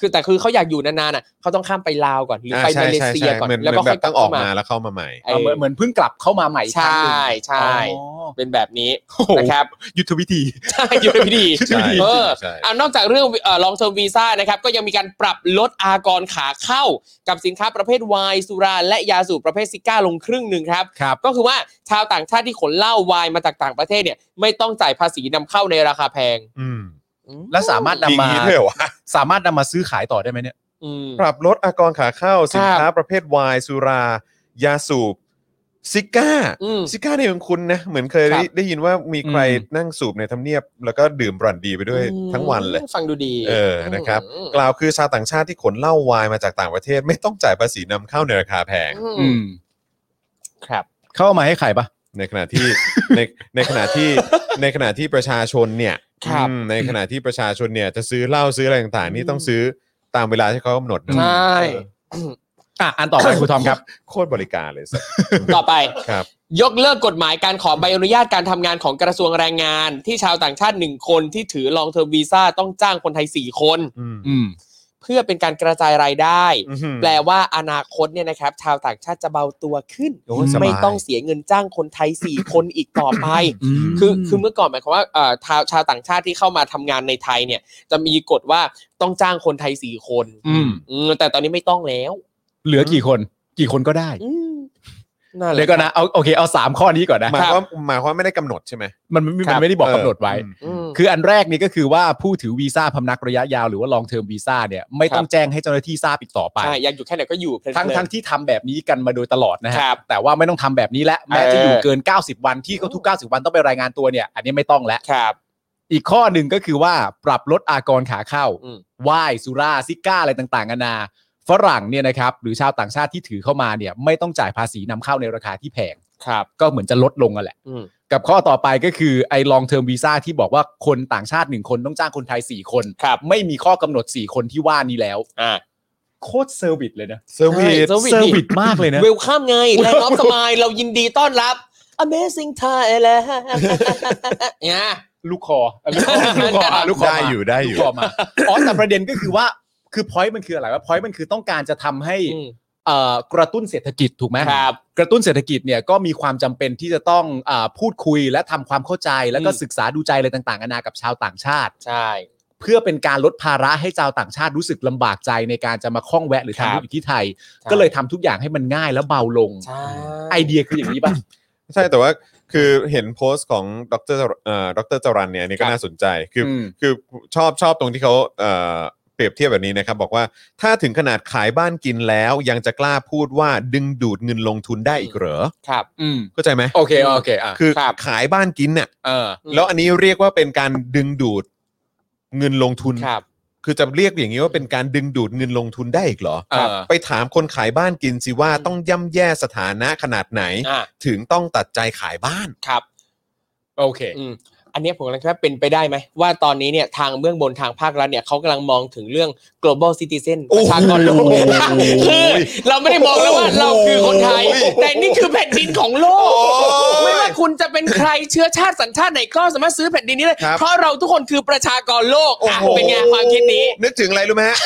คือแต่คือเขาอยากอยู่นานๆอ่ะเขาต้องข้ามไปลาวก่อนหรืออา ไป
ใช่
มาเล
ใช่
เซีย
ใช่
ก่อน
เหมือน
แล้วก็
แบ
ค่อย
บ
ก
ต้
ลั
อบ งออก
เข้า
มา
มา
แล้วเข้ามาใหม่
ไอ้
เหมือนเหมือนเพิ่งกลับเข้ามาใหม่อีกค
ใช
รั้งหนึ่ง่
ใช่
อ๋อ
เป็นแบบนี้นะครับ
ยุทธวิธี
ใช่อยู่ในพิธี
ใช่
เออ
ใช่
อ่ะนอกจากเรื่องลองเทอมวีซ่านะครับก็ยังมีการปรับลดอากรขาเข้า กับสินค้าประเภทไวน์สุราและยาสูบประเภทซิก้าลงครึ่งหนึ่งครับ
ครับ
ก็คือว่าชาวต่างชาติที่ขนเหล้าไวน์มาจากต่างประเทศเนี่ยไม่ต้องจ่ายภาษีนำเข้าในราคาแพง
อืม
และสามารถ
มีอนย่า
ำ
ง
มา
นี้ด้วยเหรอวะ
สามารถนำมาซื้อขายต่อได้ไหมเนี่ย
อืม
ปรับลดอากรขาเข้าสิน
ครับ
ค้าประเภทไวน์สุรา ยาสูบซิก้า
อืม
ซิก้าเนี่ยมันคุณนะเหมือนเคย
ครับ
ได้ได้ยินว่ามีใคร
อืม
นั่งสูบในทำเนียบ แล้วก็ดื่มบรันดีไปด้วยทั้งวันเลย
ฟังดูดี
เออนะครับ
ม
กล่าวคือชาวต่างชาติที่ขนเหล้าไวน์มาจากต่างประเทศ ไม่ต้องจ่ายภาษีนำเข้าในราคาแพง
อืม
ม
ครับ
เข้ามาให้ขายปะ
ในขณะที่ <laughs> ในในขณะที่ในขณะที่ประชาชนเนี่ย
ครับ
อืมในขณะที่ประชาชนเนี่ยจะซื้อเหล้าซื้ออะไรต่างๆ นี่ต้องซื้อตามเวลาที่เขากำหนดนะ
ใช่
เออ
อ่ะอันต่อไปครูทอมครับ
โคตรบริการเลยสัส
ต่อไป
ครับ
ยกเลิกกฎหมายการขอใบอนุญาตการทำงานของกระทรวงแรงงาน ที่ชาวต่างชาติหนึ่งคนที่ถือลองเทอมวีซ่าต้องจ้างคนไทย 4 คน
อืม
อืม
เพื่อเป็นการกระจายรายได้
อื้อหือ
แปลว่าอนาคตเนี่ยนะครับ ชาวต่างชาติจะเบาตัวขึ้น
โอ้ยสบาย
ไม่ต้องเสียเงินจ้างคนไทย 4 คนอีกต่อไป คือคือเมื่อก่อนหมายความว่าเอ่อชาวชาวต่างชาติที่เข้ามาทำงานในไทยเนี่ย จะมีกฎว่าต้องจ้างคนไทย 4 คน
อืม
อืมแต่ตอนนี้ไม่ต้องแล้ว
เหลือกี่คน กี่คนก็ได้
อืมนั่นแหละ
เดี๋ยวก่อนนะ เอาโอเค เอาสามข้อนี้ก่อนนะ
หมายความหมายความไม่ได้กำหนดใช่ไหม
มันมัน
ครั
มัน
บ
ไม่ได้บอกกำหนดไว้
อืม
คืออันแรกนี่ก็คือว่าผู้ถือวีซ่าพำนักระยะยาวหรือว่า long term วีซ่าเนี่ยไม่ต้อง
ครับ
แจ้งให้เจ้าหน้าที่ทราบอีกต่อไป
ใช่อยากอยู่แค่ไหนก็อยู่เพลินๆ
ทั้งทั้งที่ทำแบบนี้กันมาโดยตลอดนะฮะ
ครับ
แต่ว่าไม่ต้องทำแบบนี้แล้วแม้
เออ
จะอยู่เกิน 90 วันที่เขาทุก 90 วันต้องไปรายงานตัวเนี่ย อันนี้ไม่ต้องแล้ว
ครับ
อีกข้อหนึ่งก็คือว่าปรับลดอากรขาเข้า
อืม
วายสุราซิก้าอะไรต่างๆนานาฝรั่งเนี่ยนะครับ หรือชาวต่างชาติที่ถือเข้ามาเนี่ย ไม่ต้องจ่ายภาษีนำเข้าในราคาที่แพง
ครับ
ก็เหมือนจะลดลงกันแหละ
อืม
กับข้อต่อไปก็คือไอ้ลองเทอมวีซ่าที่บอกว่าคนต่างชาติหนึ่งคนต้องจ้างคนไทย 4 คน
ครับ
ไม่มีข้อกำหนด 4 คนที่ว่านี้แล้ว
อ่า
โคตรเซอร์วิสเลยนะ
เซอร์วิส
เซอร์วิส
เซอร์วิสมากเลยนะ
เวลข้ามไง
<laughs>
แลนด์ออฟสมายเรายินดีต้อนรับ Amazing Thailand <laughs> เนี่ย
ลูกคออ่ะลูกคอลูกคอ
<laughs>
อ่ะลูกคอ
ได้
มา
อยู่ได้อ
ลูก
ยู่
คอมาอ๋อแต่ประเด็นก็คือว่าคือพอยต์มันคืออะไรว่าพอยต์มันคือต้องการจะทำให้
อืม
เอ่อกระตุ้นเศรษฐกิจถูกไหม
ครับ
กระตุ้นเศรษฐกิจเนี่ยก็มีความจำเป็นที่จะต้องอาพูดคุยและทำความเข้าใจแล้วก็
อืม
ศึกษาดูใจอะไรต่างๆนานากับชาวต่างชาติ
ใช่
เพื่อเป็นการลดภาระให้ชาวต่างชาติรู้สึกลำบากใจในการจะมาคล้องแวะหรือ
ครับ
ทำธุรกิจที่ไทย
ใช่
ก็เลยทำทุกอย่างให้มันง่ายและเบาลง
ใช่
ไอเดียคืออย่างนี้ป่ะ
ใช่แต่ว่าคือเห็นโพสต์ของดรเอ่อดรจรันเนี่ยอันนี่ก็น่าสนใจคือ
อืม
คือชอบชอบตรงที่เขาเอ่อเปรียบเทียบแบบนี้นะครับ บอกว่าถ้าถึงขนาดขายบ้านกินแล้ว ยังจะกล้าพูดว่าดึงดูดเงินลงทุนได้อีกเหรอ
ครับ
อืม
เข้าใจไหม
โอเคโอเคอ่ะ
คือ
ครับ
ขายบ้านกินเนี่ย
เออ
อืม
แล้วอันนี้เรียกว่าเป็นการดึงดูดเงินลงทุน
ครับ
คือจะเรียกอย่างนี้ว่าเป็นการดึงดูดเงินลงทุนได้อีกเหรอ
เออ
ไปถามคนขายบ้านกินสิว่า
อืม
ต้องย่ำแย่สถานะขนาดไหน
อ่า
ถึงต้องตัดใจขายบ้าน
ครับ
โอเค
อืมอันเนี้ยผมกำลังคิดว่าเป็นไปได้ไหม ว่าตอนนี้เนี่ยทางเบื้องบนทางภาครัฐเนี่ยเขากำลังมองถึงเรื่อง global citizen
โอ้
ป
โห
ระชากรโลกคือเราไม่ได้มองแล้วว่าเราคือคนไทย
โอ้โห
แต่นี่คือแผ่นดินของโลก
โอ้ย
ไม่ว่าคุณจะเป็นใครเชื้อชาติสัญชาติไหนก็สามารถซื้อแผ่นดินนี้ได้
ครับ
เพราะเราทุกคนคือประชากรโลก
โอ้
อ่ะ
โห
เป็นไงความคิดนี้
นึกถึงอะไรรู้ไหมฮะ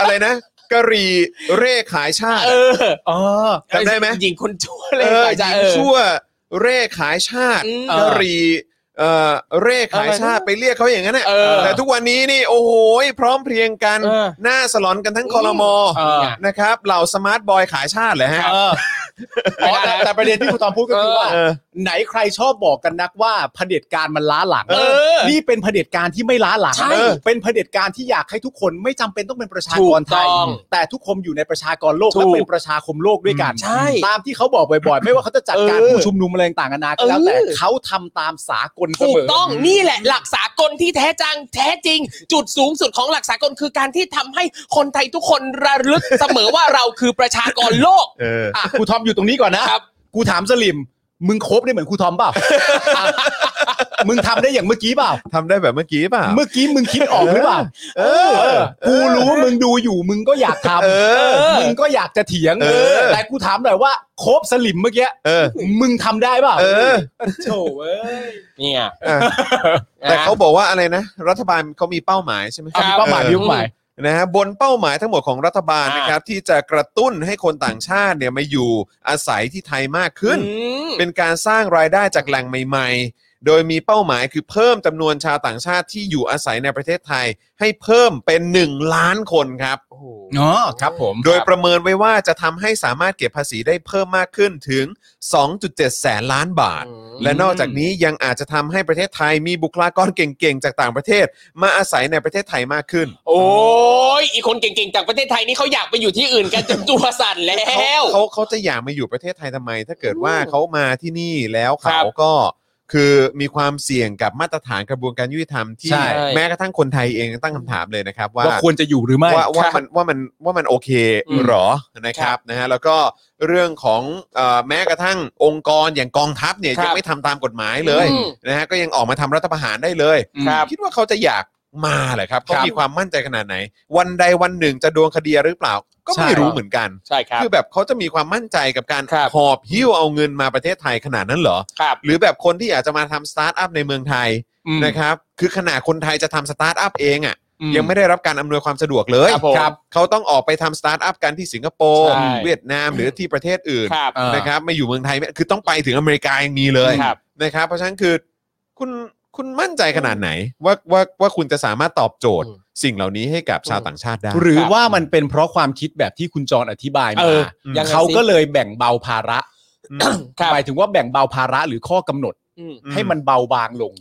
อะไรนะกะหรี่เร่ขายชาติ
เออ
อ๋อ
จำได้ไหม
หญิงคนชั่วเล
เอย อ
ไป
ห
จ้ะ
ญิง
เออ
ชั่วเร่ขายชาติ
อืม
กะหรี่เออเร่ขายชาติไปเรียกเขาอย่างนั้นน่ะ
เออ
แต่ทุกวันนี้นี่โอ้โหพร้อมเพรียงกัน
เออ
หน้าสลอนกันทั้งคอรมอ
เออ
นะครับเหล่าสมาร์ทบอยขายชาติเลยฮะ
เอออ๋อแต่แต่ประเด็นที่ครูตอมพูดก็คือว่า
เออ
ไหนใครชอบบอกกันนักว่าเผด็จการมันล้าหลัง
เอ
อ
นี่เป็นเผด็จการที่ไม่ล้าหลัง
ใช่
เออเป็นเผด็จการที่อยากให้ทุกคนไม่จำเป็นต้องเป็นประชา
ถู
ก
ก
รไทย
ต้อง
แต่ทุกคนอยู่ในประชากรโลก
ถูก
และเป็นประชาคมโลกด้วยกัน
ใช่
ตามที่เขาบอกบ่อยๆ ไม่ว่าเขาจะจัดการ
เออ
ผู้ชุมนุมอะไรต่างๆนานาก็แล้ว
เออ
แต่เขาทำตามสากลเส
ถู
ม
ก
อ
ต้องนี่แหละหลักสากลที่แท้จังแท้จริง จุดสูงสุดของหลักสากลคือการที่ทำให้คนไทยทุกคนระลึก เสมอว่าเราคือประชากรโลก
เออ
อ่ะครูทอมอยู่ตรงนี้ก่อนนะครับ
<laughs>
กูถามสลิม มึงคบได้เหมือนครูทอมเปล่า มึงทำได้อย่างเมื่อกี้เปล่า
ทำได้แบบเมื่อกี้เปล่า
เมื่อกี้มึงคิดออกหรือเปล่า
เออ
เออ กูรู้มึงดูอยู่มึงก็อยากท
เออ
ำมึงก็อยากจะเถียง
เออ
แต่กูถามหน่อยว่าโคบสลิมเมื่อกี้
เออ
มึงทำได้เปล่า
เออ
โถเอ้ย
เนี่ย
อ่ะแต่เขาบอกว่าอะไรนะ รัฐบาลเขามีเป้าหมายใช่ไหม
อ่ะมีเป้าหมายมีเป้าหมาย
นะฮะบนเป้าหมายทั้งหมดของรัฐบาลนะครับ ที่จะกระตุ้นให้คนต่างชาติเนี่ยมาอยู่อาศัยที่ไทยมากขึ้น
อืม
<laughs> เป็นการสร้างรายได้จากแหล่งใหม่ ๆ โดยมีเป้าหมายคือเพิ่มจำนวนชาวต่างชาติที่อยู่อาศัยในประเทศไทย ให้เพิ่มเป็น 1 ล้านคนครับ
อ๋อครับผม
โดยประเมินไว้ว่าจะทำให้สามารถเก็บภาษีได้เพิ่มมากขึ้นถึง 2.7 แสนล้านบาท
อืม
และนอกจากนี้ยังอาจจะทำให้ประเทศไทยมีบุคลากรเก่งๆ จากต่างประเทศ มาอาศัยในประเทศไทยมากขึ้น
โอ้ยอีกคนเก่งๆ จากประเทศไทยนี่เขาอยากไปอยู่ที่อื่นกันจนตัวสั่นแล้
เขา
ว
เขาเขาจะอยากมาอยู่ประเทศไทยทำไม ถ้าเกิดว่าเขามาที่นี่แล้ว
ครั
เขา
บ
ก็คือมีความเสี่ยงกับมาตรฐานกระบวนการยุติธรรมที่
ใช่
แม้กระทั่งคนไทยเองยังตั้งคำถามเลยนะครับ ว่า
ว่าควรจะอยู่หรือไม่
ว่าว่า
ครับ
มันว่ามันว่ามันโอเค
อืม
หรอนะครับนะฮะแล้วก็เรื่องของเอ่อแม้กระทั่งองค์กรอย่างกองทัพเนี่ย
ครับ
ยังไม่ทำตามกฎหมายเลย
อืม
นะฮะก็ยังออกมาทำรัฐประหารได้เลย
ครับ
คิดว่าเขาจะอยากมาเหรอครับเขามีความมั่นใจขนาดไหน วันใดวันหนึ่งจะโดนคดีหรือเปล่า ก็
ใช่
ไม่รู้เหมือนกัน
ใช่ครับ
คือแบบเขาจะมีความมั่นใจกับการ
ครับ
หอบหิ้วเอาเงินมาประเทศไทยขนาดนั้นเหรอ
ครับ
หรือแบบคนที่อยากจะมาทำสตาร์ทอัพในเมืองไทย
อืม
นะครับ คือขนาดคนไทยจะทำสตาร์ทอัพเองอะ่ะ
อื
ยังไม่ได้รับการอำนวยความสะดวกเลย
ครับผม
เขาต้องออกไปทำสตาร์ทอัพกันที่สิงคโปร์
ใช่
เวียดนามหรือที่ประเทศอื่น
ครับ
อ่า
นะครับไม่อยู่เมืองไทยไม่คือต้องไปถึงอเมริกายังมีเลย
ครับ
นะครับเพราะฉะนั้นคือคุณคุณมั่นใจขนาดไหนว่าว่าว่าคุณจะสามารถตอบโจทย์ สิ่งเหล่านี้ให้กับชาวต่างชาติได้
หรือว่ามันเป็นเพราะความคิดแบบที่คุณจรอธิบาย
เอ
มา
อยังไงสิ
เขาก็เลยแบ่งเบาภาระ
ครับ
หมายถึงว่าแบ่งเบาภาระหรือข้อกำหนด
อืม
ให้มันเบาบางลง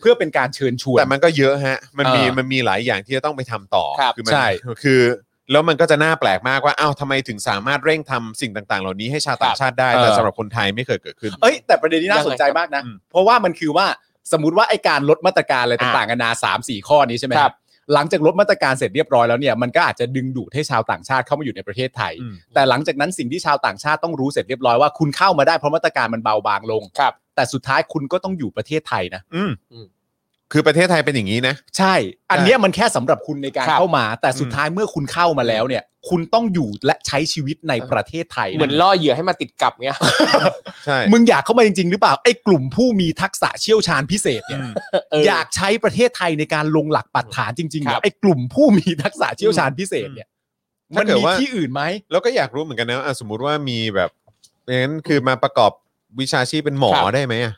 เพื่อเป็นการเชิญชวน
แต่มันก็เยอะฮะ มันมี
เออ
มันมีหลายอย่างที่จะต้องไปทำต่อ
ครับ
มัน
ใช่
คือ แล้วมันก็จะน่าแปลกมากว่า อ้าวทำไมถึงสามารถเร่งทำสิ่งต่าง ๆ เหล่านี้ให้ชาวต่างชาติได้ แต่สำหรับคนไทยไม่เคยเกิดขึ้น
เอ้ยแต่ประเด็นนี้น่าสนใจมากนะ
ยังไงครับ
เพราะว่ามันคือว่าสมมติว่าไอการลดมาตรการอะไรต่างๆกันานาสามสี่ข้อนี้ใช่ไหมครับหลังจากลดมาตรการเสร็จเรียบร้อยแล้วเนี่ยมันก็อาจจะดึงดูดให้ชาวต่างชาติเข้ามาอยู่ในประเทศไทย
อืม
แต่หลังจากนั้นสิ่งที่ชาวต่างชาติต้องรู้เสร็จเรียบร้อยว่าคุณเข้ามาได้เพราะมาตรการมันเบาบางลง
ครับ
แต่สุดท้ายคุณก็ต้องอยู่ประเทศไทยนะ
อืม
อืม
คือประเทศไทยเป็นอย่างนี้นะ
ใช่ อันเนี้ยมันแค่สำหรับคุณในการ
ครับ
เข้ามา แต่สุดท้ายเมื่อคุณเข้ามาแล้วเนี่ย คุณต้องอยู่และใช้ชีวิตในประเทศไทยะ
เหมือนล่อเหยื่อให้มาติดกับเงี้ย
ใช่
มึงอยากเข้ามาจริงๆ หรือเปล่าไอ้กลุ่มผู้มีทักษะเชี่ยวชาญพิเศษเนี่ย
อืม
เออ
อ
อ
ยากใช้ประเทศไทยในการลงหลักปักฐานจริงๆเหร
ครั
อบ ไอ้กลุ่มผู้มีทักษะเชี่ยวชาญพิเศษเนี่ย มั
ถ้าน เกิด
มี
ว่า
ที่อื่นไหม
แล้วก็อยากรู้เหมือนกันนะว่าอ่ะสมมุติว่ามีแบบงั้นคือมาประกอบวิชาชีพเป็นหมอ
ครับ
ได้ไหมอ่ะ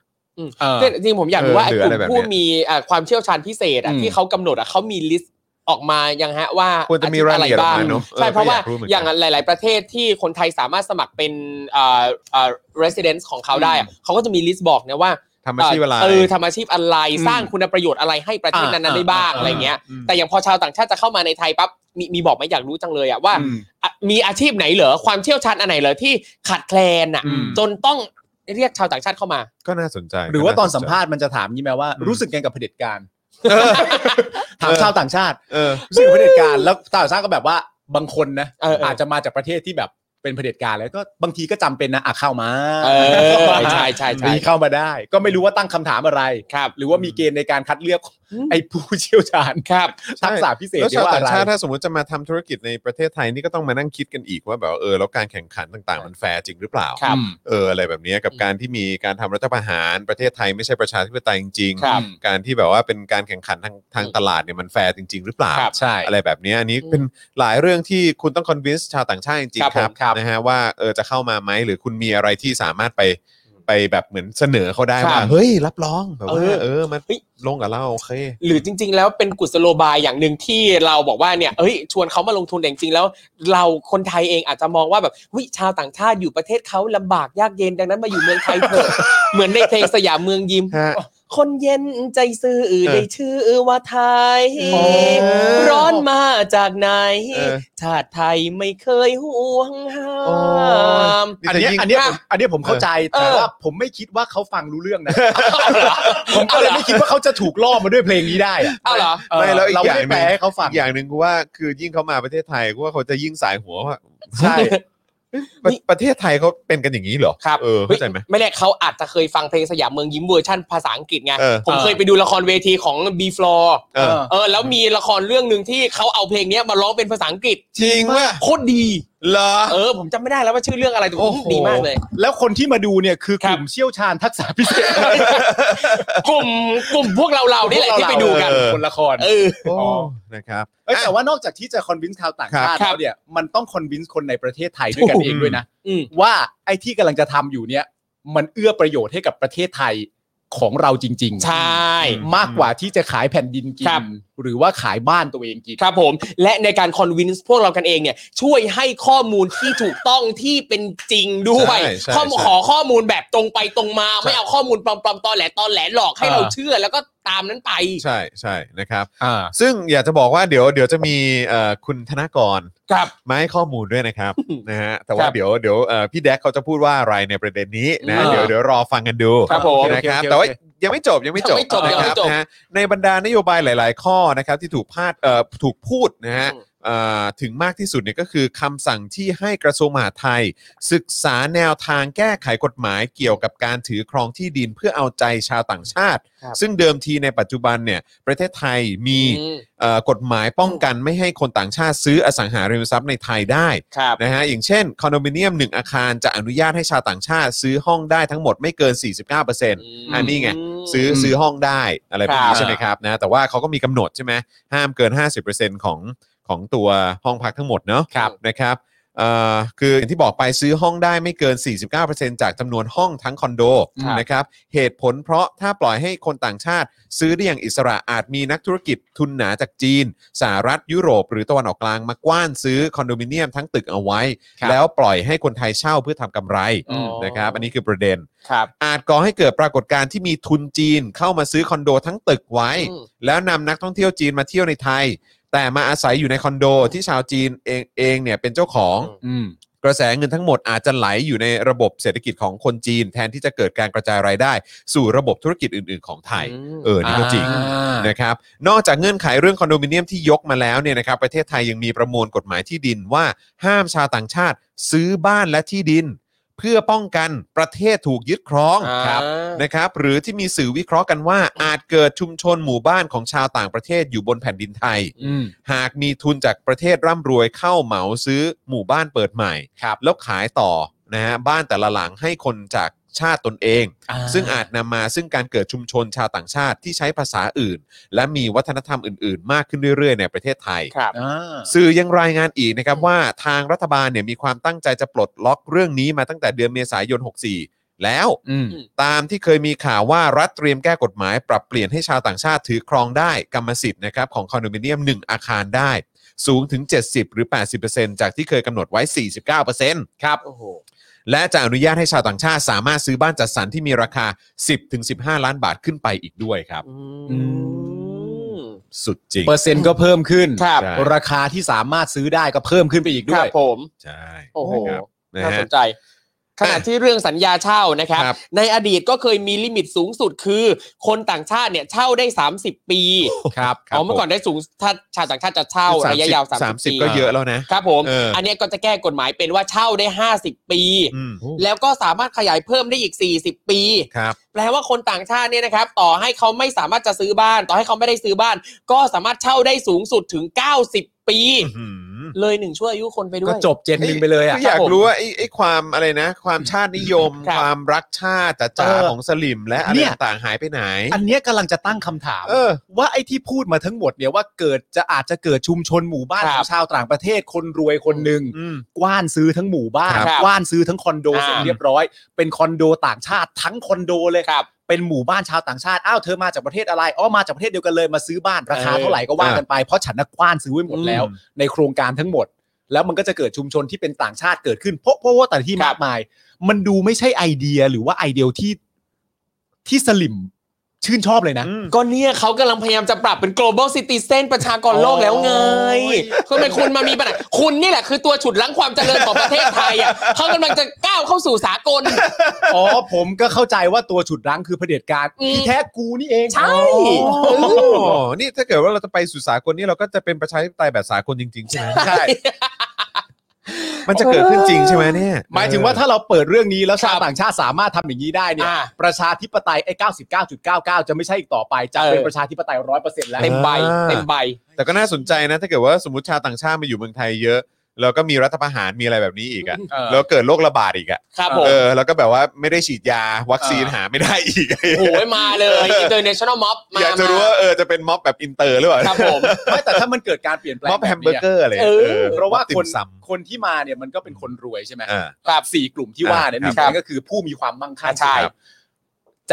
เนี่ยจริงๆผมอยาก
เออ
รู้ว่าไอ้
หรือก อะ
ลุ่
ไร
ม
แบบเนี้ย
ผู้มีอ่าความเชี่ยวชาญพิเศษอ่ะ
อืม
ที่เขากำหนดอ่ะเขามีลิสต์ออกมายังฮะว่า
ควรจะมีรายละเอียดออกมาเนาะ
ใช่
ออ
เพราะว่า
ก็อยกเหมืนกัน
อย่างหลาย ๆ ประเทศที่คนไทยสามารถสมัครเป็นอ่าอ่า residence ของเขาได้อ่ะเขาก็จะมีลิสต์บอกนะว่า
ทำอาชีพอะไร
เออทำอาชีพอะไร
อืม
สร้างคุณประโยชน์อะไรให้ประเทศนั้นๆ
อ่า
ได้บ้าง
อ่า
อะไรเงี้ย
อืม
แต่อย่างพอชาวต่างชาติจะเข้ามาในไทยปั๊บมีมีบอกไหมอยากรู้จังเลยอะว่า
อืม
อ่ะมีอาชีพไหนเหรอความเชี่ยวชาญอันไหนเหรอที่ขาดแคลนอะ
อืม
จนต้องเรียกชาวต่างชาติเข้ามา
ก็น่าสนใจ
หรือว่าตอน
ใจ
สัมภาษณ์มันจะถามยี่แม้ว่า
อืม
รู้สึกไงกับเผด็จการ
เออ
ถามชาวต่างชาติ
เออ
ซึ่งเผด็จการแล้วต่างชาติก็แบบว่าบางคนนะ
เออเอออ
อาจจะมาจากประเทศที่แบบเป็นเผด็จการแล้วก็บางทีก็จำเป็นนะอ่ะเข้ามา
เออใช่ใช่ใช่
มีเข้ามาได้ ก็ไม่รู้ว่าตั้งคำถามอะไร
ครับ
หรือว่ามีเกณฑ์ในการคัดเลือก
อืม
ไอ้ผู้เชี่ยวชาญ
ครับ
ใช่
ทักษะพิเศษ
แล้ว
เรีย
ชาว
กว่า
ต่า
อะ
ง
ไร
ชาติถ้าสมมติจะมาทำธุรกิจในประเทศไทยนี่ก็ต้องมานั่งคิดกันอีกว่าแบบเออแล้วการแข่งขันต่างๆ มันแฟร์จริงหรือเปล่า
ครับ
อืม
เอออะไรแบบเนี้ยกับการที่มีการทำรัฐประหารประเทศไทยไม่ใช่ประชาธิปไตยจริง
ครับ
การที่แบบว่าเป็นการแข่งขันทางทางตลาดเนี่ยมันแฟร์จริง ๆ หรือเปล่า
ครับใช่
อะไรแบบเนี้ยอันนี้
อืม
เป็นหลายเรื่องที่คุณต้องคอนวินส์ชาวต่างชาติจริง
ครับ
ๆครับ
ผมครับ
นะฮะว่าเออจะเข้ามาไหมหรือคุณมีอะไรที่สามารถไปไปแบบเหมือนเสนอเขาได้
ครับ
ว่าเฮ้ยรับรองแบบว่า
เออ
เออมัน
เฮ้ย
ลงกับเราโอเค
หรือจริง ๆ แล้วเป็นกุศโลบายอย่างหนึ่งที่เราบอกว่าเนี่ยเอ้ยชวนเขามาลงทุนแต่จริงๆแล้ว เราคนไทยเองอาจจะมองว่าแบบวิชาวต่างชาติอยู่ประเทศเขาลำบากยากเย็นดังนั้นมาอยู่เมืองไทย
<laughs>
เถอะ เหมือนในเพลงสยามเมืองยิ้ม
ฮะ
คนเย็นใจซื่อได้ชื่อว่าไทย
เออ
ร้อนมาจากไหน
เออ
ชาติไทยไม่เคยห่วงห้า
โอ้
ม
อันเนี้ยอันเนี้ยผมอันเนี้ยผมเข้าใจ
เออ
แต่ว่าผมไม่คิดว่าเขาฟังรู้เรื่องนะผมก็เลยไม่คิดว่าเขาจะถูกล่อมาด้วยเพลงนี้ได้อะ
เอาเหรอ
เออ
ไม่แล้วอีก
เรา
อย่า
ไม่
งหนึ่ง
ได้แปลให้เขาฟัง
อีกอย่างหนึ่งกูว่าคือยิ่งเขามาประเทศไทยกูว่าเขาจะยิ่งสายหัวว่า
ใช่
ประประเทศไทยเขาเป็นกันอย่างนี้เหรอ
ครับ
เออเข้าใจไหม
ไม่แน่เขาอาจจะเคยฟังเพลงสยามเมืองยิ้มเวอร์ชั่นภาษาอังกฤษไง
เออ
ผมเคยไปดูละครเวทีของ B Floor
เออ
เออแล้วมีละครเรื่องหนึ่งที่เขาเอาเพลงเนี้ยมาร้องเป็นภาษาอังกฤษ
จริงป่ะ
โคตรดี
เหรอ
เออ ผมจำไม่ได้แล้วว่าชื่อเรื่องอะไรแต่ผม
โอ้โห
ดีมากเลย
แล้วคนที่มาดูเนี่ยคือก
ครับ
ลุ่มเชี่ยวชาญทักษะพิเศษ
กลุ่มกลุ่มพวกเราเราๆนี่แหละที่ไปดูกัน
เออ
คนละคร
เออ
โอ้
อ๋อ
นะครับ
เอ้ยแต่ว่านอกจากที่จะคอนวินส์ชาวต่างชาติ
ครับ
แล้วเนี่ยมันต้องคอนวินส์คนในประเทศไทยด้วยกันเองด้วยนะ
อืม
ว่าไอ้ที่กำลังจะทำอยู่เนี่ย มันเอื้อประโยชน์ให้กับประเทศไทยของเราจริงๆ
ใช่
มากกว่าที่จะขายแผ่นดินกิน
ครับ
หรือว่าขายบ้านตัวเองกิน
ครับผม และในการคอนวินส์พวกเรากันเองเนี่ย ช่วยให้ข้อมูลที่ถูกต้องที่เป็นจริงด้วย
ใช่ใช่
ข้อมูล
ใช่
ขอข้อมูลแบบตรงไปตรงมา ไม่เอาข้อมูลปลอมๆตอนแหลตอนแหลหลอกให้
เออ
เราเชื่อแล้วก็ตามนั้นไป
ใช่ใช่นะครับ ซึ่งอยากจะบอกว่าเดี๋ยวเดี๋ยวจะมีเอ่อคุณธนากร
ครับ
มาให้ข้อมูลด้วยนะครับ นะฮะแต่ว่า
ครับ
เดี๋ยวเดี๋ยวเอ่อพี่แดกเขาจะพูดว่าอะไรในประเด็นนี้นะ
อ่า
เดี๋ยวเดี๋ยวรอฟังกันดู
ครับผม
นะครับ
โอเคโอเค
แต่ว่ายังไม่จบยังไม่จบ
ยังไม่จบ
นะ
ยัง
ค
ไม่
รับ
จบ
นะฮะในบรรดานโยบายหลาย ๆ ข้อนะครับที่ถูกพาดเอ่อถูกพูดนะฮะ
อืม
เอ่อถึงมากที่สุดเนี่ยก็คือคำสั่งที่ให้กระทรวงมหาดไทย ศึกษาแนวทางแก้ไขกฎหมายเกี่ยวกับการถือครองที่ดินเพื่อเอาใจชาวต่างชาติ
ครับ
ซึ่งเดิมทีในปัจจุบันเนี่ยประเทศไทยมี
อืม
เอ่อกฎหมายป้องกันไม่ให้คนต่างชาติซื้ออสังหาริมทรัพย์ในไทยได้
ครับ
นะฮะอย่างเช่นคอนโดมิเนียม 1 อาคารจะอนุญาตให้ชาวต่างชาติ ซื้อห้องได้ทั้งหมดไม่เกิน 49%อันนี้ไง ซื้อซื้อห้องได้อะไรแบบ
ครั
นี้
บ
ใช่ไหมครับนะแต่ว่าเขาก็มีกำหนดใช่ไหมห้ามเกิน 50%ของของตัวห้องพักทั้งหมดเนาะ
ครับ
นะครับเอ่อคืออย่างที่บอกไปซื้อห้องได้ไม่เกิน 49%จากจำนวนห้องทั้งคอนโด
ครับ
นะครับเหตุผลเพราะถ้าปล่อยให้คนต่างชาติ ซื้อได้อย่างอิสระอาจมีนักธุรกิจทุนหนาจากจีนสหรัฐยุโรป หรือตะวันออกกลางมากว้านซื้อคอนโดมิเนียมทั้งตึกเอาไว้
ครับ
แล้วปล่อยให้คนไทยเช่าเพื่อทำกำไร
อ๋อ
นะครับอันนี้คือประเด็น
ครับ
อาจก่อให้เกิดปรากฏการณ์ที่มีทุนจีนเข้ามาซื้อคอนโดทั้งตึกไว้
อืม
แล้วนำนักท่องเที่ยวจีนมาเที่ยวในไทย แต่มาอาศัยอยู่ในคอนโดที่ชาวจีนเองเองเนี่ยเป็นเจ้าของ
อืม
กระแสเงินทั้งหมดอาจจะไหลอยู่ในระบบเศรษฐกิจของคนจีน แทนที่จะเกิดการกระจายรายได้ สู่ระบบธุรกิจอื่น ๆ ของไทย เออนี่ก็จริง นะครับนอกจากเงื่อนไขเรื่องคอนโดมิเนียมที่ยกมาแล้วเนี่ยนะครับประเทศไทยยังมีประมวลกฎหมายที่ดินว่าห้ามชาวต่างชาติ ซื้อบ้านและที่ดิน เพื่อป้องกันประเทศถูกยึดครองครับนะครับหรือที่มีสื่อวิเคราะห์กันว่า อาจเกิดชุมชนหมู่บ้านของชาวต่างประเทศอยู่บนแผ่นดินไทย
อืม
หากมีทุนจากประเทศร่ำรวยเข้าเหมาซื้อหมู่บ้านเปิดใหม่ แล้วขายต่อนะฮะบ้านแต่ละหลังให้คนจากชาติตนเอง ซึ่งอาจนำมาซึ่งการเกิดชุมชนชาวต่างชาติที่ใช้ภาษาอื่น และมีวัฒนธรรมอื่นๆ มากขึ้นเรื่อยๆ ในประเทศไทย
ครับ
สื่อยังรายงานอีกนะครับว่าทางรัฐบาลเนี่ยมีความตั้งใจจะปลดล็อกเรื่องนี้มาตั้งแต่เดือนเมษายน 64 แล้ว
อืม
ตามที่เคยมีข่าวว่ารัฐเตรียมแก้กฎหมาย ปรับเปลี่ยนให้ชาวต่างชาติถือครองได้กรรมสิทธิ์นะครับของคอนโดมิเนียม 1 อาคารได้ สูงถึง 70 หรือ 80%จากที่เคยกำหนดไว้ 49%ครับ
โอ้โห
และจะอนุญาตให้ชาวต่างชาติสามารถซื้อบ้านจัดสรรที่มีราคา 10-15 ล้านบาทขึ้นไปอีกด้วยครับ
อื
สุดจริง
เปอร์เซ็นต์ก็เพิ่มขึ้น
ครับ
ราคาที่สามารถซื้อได้ก็เพิ่มขึ้นไปอีก
ค
ด้
รั
ว
บ
ย
ผม
ใช่
โอ้โห
ครับนะ
น่าส
ฮะ
นใจ ขณะที่เรื่องสัญญาเช่านะครับ
ครับ
ในอดีตก็เคยมีลิมิตสูงสุดคือ คนต่างชาติเนี่ยเช่าได้ 30 ปี
ครับ
อ๋อเมื่อก่อนได้สูงถ้าชาวต่างชาติจะเช่าระยะยาว
สาม
30
สิบ
ปี
ก็เยอะแล้วนะ
ครับผม
เอออั
อันเนี้ยก็จะแก้กฎหมายเป็นว่าเช่าได้ 50 ปี
อืม
แล้วก็สามารถขยายเพิ่มได้อีก 40 ปี
ครับ
แปลว่าคนต่างชาติเนี่ยนะครับ ต่อให้เขาไม่สามารถจะซื้อบ้าน ต่อให้เขาไม่ได้ซื้อบ้าน ก็สามารถเช่าได้สูงสุดถึง 90 ปี
อื้อหือ
เลยหนึ่งชั่วอายุคนไปด้ว
ก็
ย
จบเจนหนึ่งไปเลยอ่ะ
ก็อยากรู้ว่าไอ้ไอ้ความอะไรนะ ความชาตินิยม
ครับ
ความรักชาติจ๋า
เออ
ๆของสลิมและอะไร
เนี่ย
ต่างๆหายไปไหน
อันเนี้ยกำลังจะตั้งคำถาม
เออ
ว่าไอ้ที่พูดมาทั้งหมดเนี่ยว่าเกิดจะอาจจะเกิดชุมชนหมู่บ้าน
ครับ
ของชาวต่างประเทศคนรวยคนหนึ่ง
อืม
กว้านซื้อทั้งหมู่บ้าน
ครับ
กว้านซื้อทั้งคอนโด
อ่า
เสร็จเรียบร้อย เป็นคอนโดต่างชาติทั้งคอนโดเลย
ครับ
เป็นหมู่บ้านชาวต่างชาติอ้าวเธอมาจากประเทศอะไรอ๋อมาจากประเทศเดียวกันเลยมาซื้อบ้านราคา
เออ
เท่าไหร่ก็ว่ากันไปเพราะฉันน่ะกว้านซื้อไว้หมดแล้ว
อืม
ในโครงการทั้งหมด แล้วมันก็จะเกิดชุมชนที่เป็นต่างชาติเกิดขึ้นเพราะเพราะว่าแต่ละที่มากมาย มันดูไม่ใช่ไอเดียหรือว่าไอเดียที่ที่สลิมชื่นชอบเลยนะ
ก็เนี่ยเขากำลังพยายามจะปรับเป็น global citizen ประชากรโลกแล้วไงคือเป็นคุณมามีปัญหาคุณนี่แหละคือตัวฉุดลั้งความเจริญของประเทศไทยอ่ะเขากำลังจะก้าวเข้าสู่สากล
อ๋อผมก็เข้าใจว่าตัวฉุดรั้งคือเผด็จการ
อืม
ที่แท้กูนี่เอง
ใช่
โอ้นี่ถ้าเกิดว่าเราจะไปสู่สากลนี่เราก็จะเป็นประชาธิปไตยแบบสากลจริงๆใช่ไหม
ใช่
มันจะเกิดขึ้นจริงใช่ไหมเนี่ย
หมายถึงว่าถ้าเราเปิดเรื่องนี้แล้วชาวต่างชาติสามารถทำอย่างนี้ได้เนี่ย
อ่า
ประชาธิปไตยไอ้99.99 จะไม่ใช่อีกต่อไป จะ
เออ
เป็นประชาธิปไตยร้อยเปอร์เซ็นต์แล้ว
เต็มใบเต็มใบ
แต่ก็น่าสนใจนะ ถ้าเกิดว่าสมมติชาวต่างชาติมาอยู่เมืองไทยเยอะ แล้วก็มีรัฐประหารมีอะไรแบบนี้อีกอะ
เออ
แล้วเกิดโรคระบาดอีกอะ
ครับผม
เออแล้วก็แบบว่าไม่ได้ฉีดยาวัคซีนหาไม่ได้อีกอะ
โอ้โหมาเลย international mob มา
อยากจะรู้ว่าเออจะเป็นม็อบแบบอินเตอร์หรือเปล่า
ครับผม
ไม่แต่ถ้ามันเกิดการเปลี่ยนแปลง
ม็อบ
บบนี้
แฮมเบอร์เกอร์อะไร
เออ
ออ
เพราะว่า
ม็อบติ่
คน
มซำ
คนที่มาเนี่ยมันก็เป็นคนรวยใช่ไหม
อ่า
ครับสี่กลุ่มที่ว่าเนี่ย
ค
ห
รั
นึ่
บ
งคนก็คือผู้มีความมั่งคั่ง
ใช่
ครับ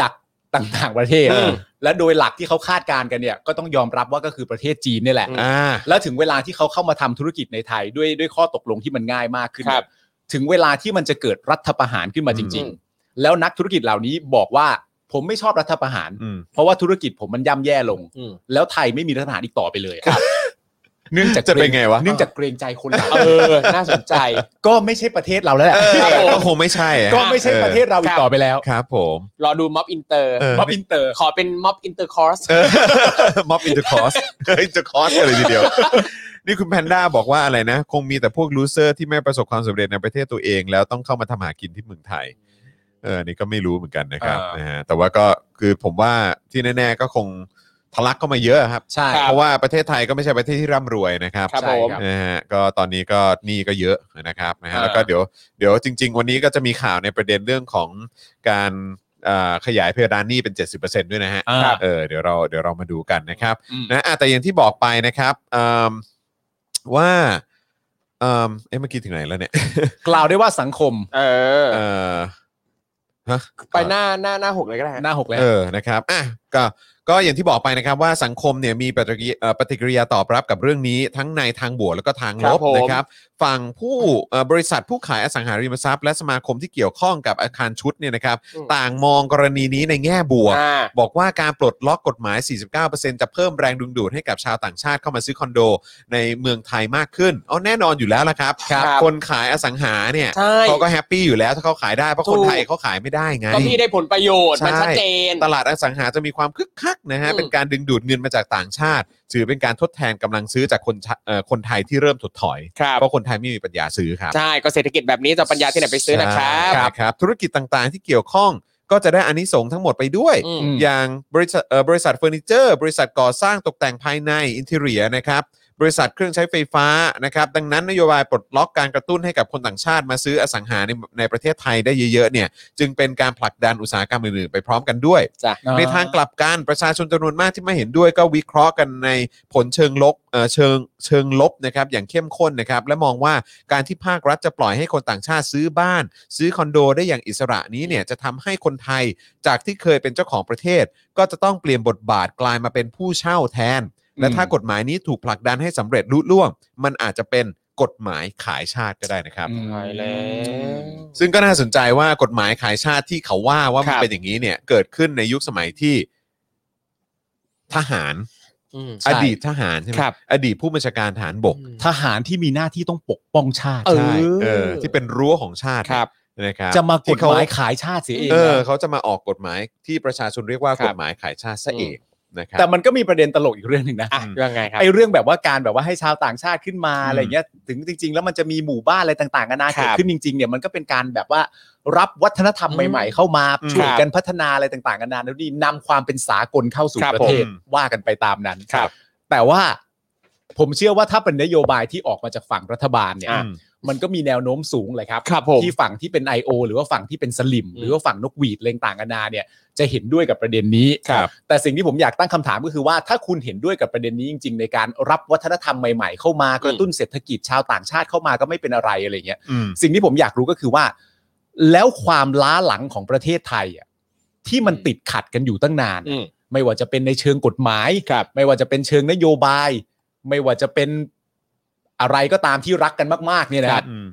จากต่างๆประเทศ
อืม
และโดยหลักที่เขาคาดการณ์กันเนี่ยก็ต้องยอมรับว่าก็คือประเทศจีนเนี่ยแหละ
อืม
อ่า
แล้วถึงเวลาที่เขาเข้ามาทำธุรกิจในไทยด้วยด้วยข้อตกลงที่มันง่ายมากขึ้น
ครับ
ถึงเวลาที่มันจะเกิดรัฐประหารขึ้นมาจริง ๆ แล้วนักธุรกิจเหล่านี้บอกว่าผมไม่ชอบรัฐประหาร
อืม
เพราะว่าธุรกิจผมมันย่ำแย่ลง
อืม
แล้วไทยไม่มีรัฐประหารอีกต่อไปเลยเนื่องจาก
จะเป็นไงวะ
เนื่องจากเกรงใจคนเหล่า
เอ
นั้น
อ น่าสนใจ
ก็ไม่ใช่ประเทศเราแล้วแหละ
เออก็คงไม่ใช่อะ
ก็ไม่ใช่ประเทศเราอี
ครั
ก
บ
ต่อไปแล้ว
ครับผม
รอดู mob inter
เออ
ม็อบอินเตอร์
ขอเป็น mob inter course
เออม็อบอินเตอร์ค <laughs> อสอินเตอร์คอสเลยทีเดียว นี่คุณแพนด้าบอกว่าอะไรนะ คงมีแต่พวกลูเซอร์ที่ไม่ประสบความสำเร็จในประเทศตัวเอง แล้วต้องเข้ามาทำหากินที่เมืองไทย เออ นี่ก็ไม่รู้เหมือนกันนะครับ
อ่าน
นะฮะแต่ว่าก็คือผมว่าที่แน่ๆก็คงทะลักเข้ามาเยอะครับ
ใช่
เพราะว่าประเทศไทยก็ไม่ใช่ประเทศที่ร่ำรวยนะครับ
ครับผม
นะฮะก็ตอนนี้ก็หนี้ก็เยอะนะครับนะฮะ
อ่า
แล้วก็เดี๋ยวเดี๋ยวจริง ๆ วันนี้ก็จะมีข่าวในประเด็นเรื่องของการอ่าขยายเพดานหนี้เป็น 70%ด้วยนะฮะ
ครับ
เออเดี๋ยวเราเดี๋ยวเรามาดูกันนะครับ
อืม
นะอ่ะแต่อย่างที่บอกไปนะครับอืมว่าอืมเอ๊ะเมื่อกี้ถึงไหนแล้วเนี่ย
กล่าวได้ว่าสังคม
เออ
เออฮะ
ไปหน้าหน้าหน้าหกเลยก็ได้ฮะ
หน้าหกแล้ว
เออ นะครับ อ่ะ ก็ ก็อย่างที่บอกไปนะครับว่าสังคมเนี่ยมีปฏิกิริเอ่อปฏิกิริยาตอบรับกับเรื่องนี้ทั้งในทางบวกแล้วก็ทางลบ
ครับผม
นะครับ ฝั่งผู้เอ่อบริษัทผู้ขายอสังหาริมทรัพย์ และสมาคมที่เกี่ยวข้องกับอาคารชุดเนี่ยนะครับ ต่างมองกรณีนี้ในแง่บวก
อ่า
บอกว่าการปลดล็อกกฎหมาย 49%จะเพิ่มแรงดึงดูดให้กับชาวต่างชาติเข้ามาซื้อคอนโด ในเมืองไทยมากขึ้นอ๋อแน่นอนอยู่แล้วละครับ
ครับ
คนขายอสังหาเนี่ย
ใช่
เขาก็แฮปปี้อยู่แล้วถ้าเขาขายได้เพราะคน
ถูก
ไทยเขาขายไม่ได้ไง
ก็พี่ได้ผลประโยชน์
ใช่
มันชัดเจน
ตลาดอสังหาจะมีความคึกคักนะฮะ
อืม
เป็นการดึงดูดเงินมาจากต่างชาติ ถือเป็นการทดแทนกำลังซื้อจากคนชะเอ่อคนไทยที่เริ่มถดถอย
ครับ
เพราะคนไทยไม่มีปัญญาซื้อครับ
ใช่ก็เศรษฐกิจแบบนี้จะปัญญาที่ไหนไปซื้อนะครับ
ใช่นะครับ ธุรกิจต่างๆที่เกี่ยวข้องก็จะได้อานิสงส์ทั้งหมดไปด้วย
อืม
อย่างบริษัทเอ่อบริษัทเฟอร์นิเจอร์ บริษัทก่อสร้างตกแต่งภายในอินเทเรียนะครับ บริษัทเครื่องใช้ไฟฟ้านะครับ ดังนั้นนโยบายปลดล็อกการกระตุ้นให้กับคนต่างชาติมาซื้ออสังหาในในประเทศไทยได้เยอะๆเนี่ยจึงเป็นการผลักดันอุตสาหกรรมอื่นๆไปพร้อมกันด้วย
จ้ะ
ในทางกลับกันประชาชนจำนวนมากที่ไม่เห็นด้วยก็วิเคราะห์กันในผลเชิงลบเอ่อเชิงเชิงลบนะครับอย่างเข้มข้นนะครับและมองว่าการที่ภาครัฐจะปล่อยให้คนต่างชาติซื้อบ้าน ซื้อคอนโดได้อย่างอิสระนี้เนี่ยจะทำให้คนไทยจากที่เคยเป็นเจ้าของประเทศ ก็จะต้องเปลี่ยนบทบาทกลายมาเป็นผู้เช่าแทน และถ้ากฎหมายนี้ถูกผลักดันให้สำเร็จลุล่วง มันอาจจะเป็นกฎหมายขายชาติก็ได้นะครับ
ไปแล้ว
ซึ่งก็น่าสนใจว่ากฎหมายขายชาติที่เขาว่าว่ามัน
ครับ
เป็นอย่างนี้เนี่ยเกิดขึ้นในยุคสมัยที่ทหาร
อืม
ใช่
อดีตทหารใช่ไหม
ครับ
อดีตผู้บัญชาการทหารบก
ทหารที่มีหน้าที่ต้องปกป้องชาติ
เออ
ใช่เออ ที่เป็นรั้วของชาติ
ครับ
นะครับ
จะมากฎ
ที่เข
หมายขายชาติเสียเอง
เออ
นะ
เขาจะมาออกกฎหมายที่ประชาชนเรียกว่า
ครับ
กฎหมายขายชาติซะเองนะครับ
แต่มันก็มีประเด็นตลกอีกเรื่องหนึ่งนะ
อ่ะยังไงครับ
ไอ้เรื่องแบบว่าการแบบว่าให้ชาวต่างชาติขึ้นมา
อืม
อะไรเงี้ยถึงจริง ๆ แล้วมันจะมีหมู่บ้านอะไรต่างๆกันานา
ครั
เกิด
บ
ขึ้นจริงๆเนี่ยมันก็เป็นการแบบว่ารับวัฒนธรรม
อืม
ใหม่ ๆ เข้ามา
อืม
ช่วยกันพัฒนาอะไรต่างๆกันานาแล้วนี่นำความเป็นสากลเข้าสู่
ครับ
ประเทศ
ผม
ว่ากันไปตามนั้น
ครับ
แต่ว่าผมเชื่อว่าถ้าเป็นนโยบายที่ออกมาจากฝั่งรัฐบาลเนี่ย
อ่ะ
มันก็มีแนวโน้มสูงเลยครับ
ครับผม
ที่ฝั่งที่เป็น I.O. หรือว่าฝั่งที่เป็นสลิม
อืม
หรือว่าฝั่งนกหวีดเลงต่างกันานาเนี่ยจะเห็นด้วยกับประเด็นนี้
ครับ
แต่สิ่งที่ผมอยากตั้งคำถามก็คือว่าถ้าคุณเห็นด้วยกับประเด็นนี้จริง ๆ ในการรับวัฒนธรรมใหม่ๆ เข้ามากระตุ้นเศรษฐกิจชาวต่างชาติเข้ามาก็ไม่เป็นอะไรอะไรเงี้ย
อืม
สิ่งที่ผมอยากรู้ก็คือว่า แล้วความล้าหลังของประเทศไทยอ่ะที่มันติดขัดกันอยู่ตั้งนาน
อืม
ไม่ว่าจะเป็นในเชิงกฎหมาย ไม่ว่าจะเป็นเชิงนโยบาย ไม่ว่าจะเป็นอะไรก็ตามที่รักกันมากๆเนี่ยนะ
ค
ค
รั
รับ บ
อืม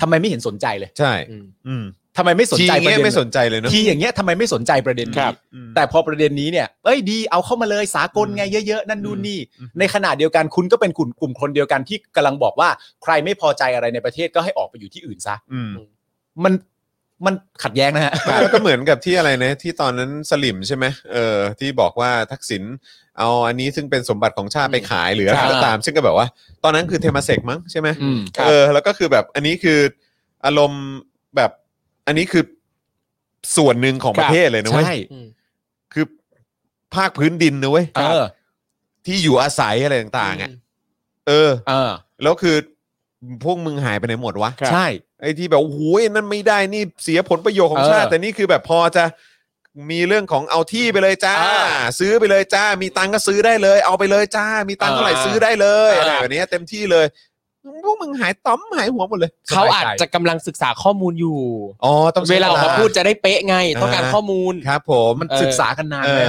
ทำไมไม่เห็นสนใจเลย
ใช่
อืม
อืม
ทำไมไม่สน
ที
ใจประ
เงี้ย
เด็น
ไม่สนใจเลยเนอะ
ทีอย่างเงี้ยทำไมไม่สนใจประเด็น
ครั
นี้
บ
อืม
แต่พอประเด็นนี้เนี่ยเอ้ยดีเอาเข้ามาเลยสากลไงเยอะๆนั่นนู่นนี่
อืม
ในขณะเดียวกันคุณก็เป็นกลุ่มกลุ่มคนเดียวกันที่กำลังบอกว่าใครไม่พอใจอะไรในประเทศก็ให้ออกไปอยู่ที่อื่นซะ
อืม
มันมันขัดแย้งนะฮะ
แล้วก็เหมือนกับที่อะไรนะที่ตอนนั้นสลิมใช่ไหมเออที่บอกว่าทักษิณ เอาอันนี้ซึ่งเป็นสมบัติของชาติไปขายหรืออะไร
ครับ
ก็ตาม ซึ่งก็แบบว่า ตอนนั้นคือเทมาเซกมั้งใช่ไหม
อืม
เออแล้วก็คือแบบอันนี้คืออารมณ์แบบอันนี้คือส่วนหนึ่งของประเทศเลยนะเว้ย
ใช่
อืม
คือภาคพื้นดินนะเว้ย
เออ
ที่อยู่อาศัยอะไรต่างๆอ่ะเออ
เออ
แล้วคือพวกมึงหายไปไหนหมดวะ
ครับ
ใช่
ไอ้ที่แบบโอ้โหนั่นไม่ได้นี่เสียผลประโยชน์ของ
เออ
ชาติ แต่นี่คือแบบพอจะมีเรื่องของเอาที่ไปเลยจ้า
อ่า
ซื้อไปเลยจ้า มีตังค์ก็ซื้อได้เลย เอาไปเลยจ้า มีตังค์เท่าไหร่
อ่า
ซื้อได้เลยอะ
อ่า
ไรแบบนี้เต็มที่เลยพวกมึงหายต้อมหายหัวหมดเลย
เขา
สบย
อาจ
ใจ
จะกำลังศึกษาข้อมูลอยู่
อ๋อต้องใช้
เวลาออกมาพูดจะได้เป๊ะไง ต้องการ
อ่า
ข้อมูล
ครับ ผม
มัน
เออ
ศึกษากันนาน
เอ
เล
อย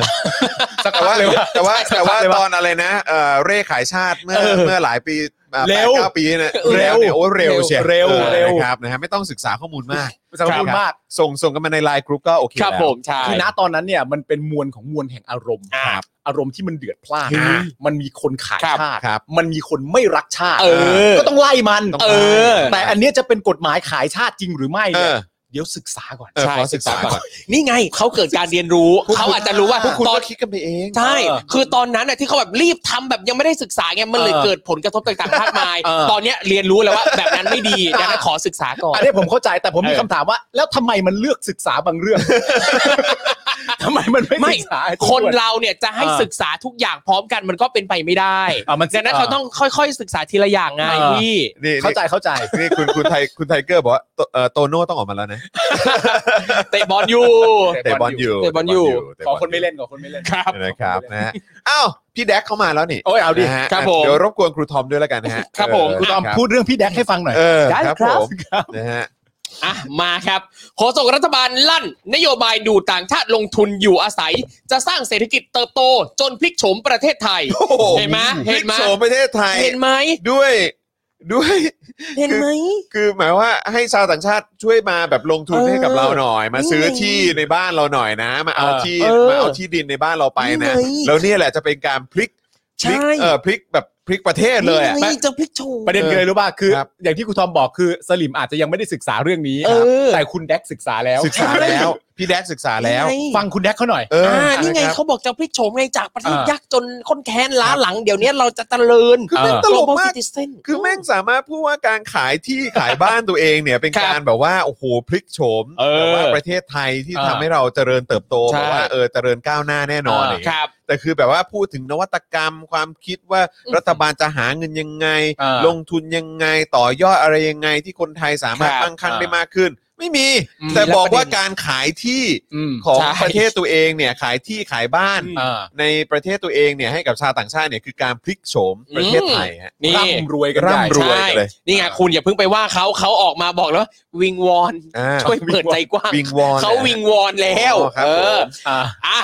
แต่ว่าแต่ว่าแต่ว่า
สักพักเลยวะ
ตอนอะไรนะเอ่อเร่ขายชาติเมื่อ
เออ
เมื่อหลายปีอ่า
เร็
แปด
ว
เก้าปีเนี่ย
เร็ว
นี่ยโอ้เร็วเชีย
เร็ว
ออ
เร็ว
นะครับนะฮะไม่ต้องศึกษาข้อมูลมาก
สำคัญมาก
ส่งส่งกันมาในไลน์กรุ๊ปก็โอเค
ครับ
แล้ว
ผมใช่
คือณตอนนั้นเนี่ยมันเป็นมวลของมวลแห่งอารมณ์ครับอารมณ์ที่มันเดือดพล่าน
เฮ้ย
มันมีคนขาย
ครับ
ชาติ
ครับ
มันมีคนไม่รักชาติ
เออ
ก็ต้องไล่มัน
ต้องไล่
อแต่อันเนี้ยจะเป็นกฎหมายขายชาติจริงหรือไม่เนี่ย
เออ
เดี๋ยวศึกษาก่อน
เออ
ใช่
ขอศึกษาก่อน
นี่ไงเขาเกิดการเรียนรู้ เขาอาจจะรู้ว่า
พวกคุณ
ตอ
ก็
น
คิดกันไปเอง
ใช่
เออ
คือตอนนั้นน่ะที่เขาแบบรีบทำแบบยังไม่ได้ศึกษาไงมันเลย
เออ
เกิดผลกระทบต่างๆมากมาย
เออ
ตอนเนี้ยเรียนรู้แล้วว่าแบบนั้นไม่ดีดังนั้นขอศึกษาก่อน
อันนี้ผมเข้าใจแต่ผมมี
เออ
คำถามว่า แล้วทำไมมันเลือกศึกษาบางเรื่อง <laughs> ทำไมมันไม่
ไม่
ศึกษา
คนเราเนี่ยจะให้
เออ
ศึกษาทุกอย่างพร้อมกันมันก็เป็นไปไม่ได้
อ่ะมัน
ดังนั้นเขาต้องค่อยๆศึกษาทีละอย่างไง
เออ
พี่
นี่
เข้าใจเข้าใจ
นี่นี่คุณคุณไทยคุณไทเกอร์บอกว่าโตเอ่อโตโน่ต้องออกมาแล้วนะ
เตะบอลอยู่
เตะบอลอยู่
เตะบอลอยู่
เตะ
ข
บอล
อ
ยู่
คนไม่เล่นขอคนไม่เล่น
ครับ
นะครับนะฮะอ้าวพี่แดกเข้ามาแล้วนี่
โอ้ยเอาดิ
นะฮะ
ครับผม
เดี๋ยวรบกวนครูทอมด้วยแล้วกันนะฮะ
ครับผม
เ
คุณตอม
รับ
พูดเรื่องพี่แดกให้ฟังหน่อย
เออ
ได้
ครับ
ค
ผ
รับ
มนะฮะ
อ่ะมาครับโฆษกรัฐบาลลั่น นโยบายดูดต่างชาติลงทุนอยู่อาศัย จะสร้างเศรษฐกิจเติบโต จนพลิกโฉมประเทศไทย เห็นไหม
พ
เห็
ลิ
น
ก
ไหม
โฉมประเทศไทย
เห็นไหม
ด้วยด้วย
เห็นไหม
คือหมายว่าให้ชาวต่างชาติช่วยมาแบบลงทุน
เออ
ให้กับเราหน่อย มาซื้อที่ในบ้านเราหน่อยนะ มาเอา
เออ
ที่
เออ
มาเอาที่ดินในบ้านเราไปนะ
นี่ไง
แล้วเนี่ยแหละจะเป็นการพลิกพ
ใช่
ลิกเออพลิกแบบพลิกประเทศเลยอะ
นี่จะพลิกโฉม
ประเด็นคืออะไรรู้ป่ะคือ
ครับ
อย่างที่ครูทอมบอกคือสลิมอาจจะยังไม่ได้ศึกษาเรื่องนี้
เออ
แต่คุณแดกศึกษาแล้ว
ศึกษาแล้ว พี่แดกศึกษาแล้ว
นี่ไง
ฟังคุณแดกเขาหน่อย
เออ
อ่านี่ไง
ะครับ
เขาบอกจะพลิกโฉมไงจากประเทศ
อ่ายั
ยักษ์จนคนแค้นล้าหลังเดี๋ยวนี้เราจะเจริญ
คือแม่ง
เออ
ตลก
Global
มาก
Citizen
คือแม่งสามารถพูดว่าการขายที่ขายบ้านตัวเองเนี่ยเป็น
ครับ
การแบบว่าโอ้โหพลิกโฉม
เออ
แบบว่าประเทศไทยที่
อ่า
ทำให้เราเจริญเติบโต
ใช่
แบบว่าเออเจริญก้าวหน้าแน่นอนอะไรอย่างเงี้ย
ครับ
แต่คือแบบว่าพูดถึงนวัตกรรมความคิดว่า
อืม
รัฐบาลจะหาเงินยังไง
อ่า
ลงทุนยังไงต่อยอดอะไรยังไงที่คนไทยสามารถ
ครับ
ตั้งคั่งได้มากขึ้น ไม่มี
อืม
แต่บอกว่า
และประเด็น
การขายที่
อืม
ของ
ใช่
ประเทศตัวเองเนี่ยขายที่ขายบ้าน
อ่า
ในประเทศตัวเองเนี่ยให้กับชาวต่างชาติเนี่ยคือการพลิกโฉมประเทศไทยฮะ
นี่
ร่ำรวยกันใหญ่
ร่ำรวย กันเลย
ใช่นี่ไงคุณอย่าเพิ่งไปว่าเขาเขาออกมาบอกแล้ววาวิงวอน
อ่า
ช่วยเปิดใจกว้าง
วิงวอน
เขาวิงวอนแล้ว
อ๋อครับ
เอ
ผม
อ
อ่า
อ่ะ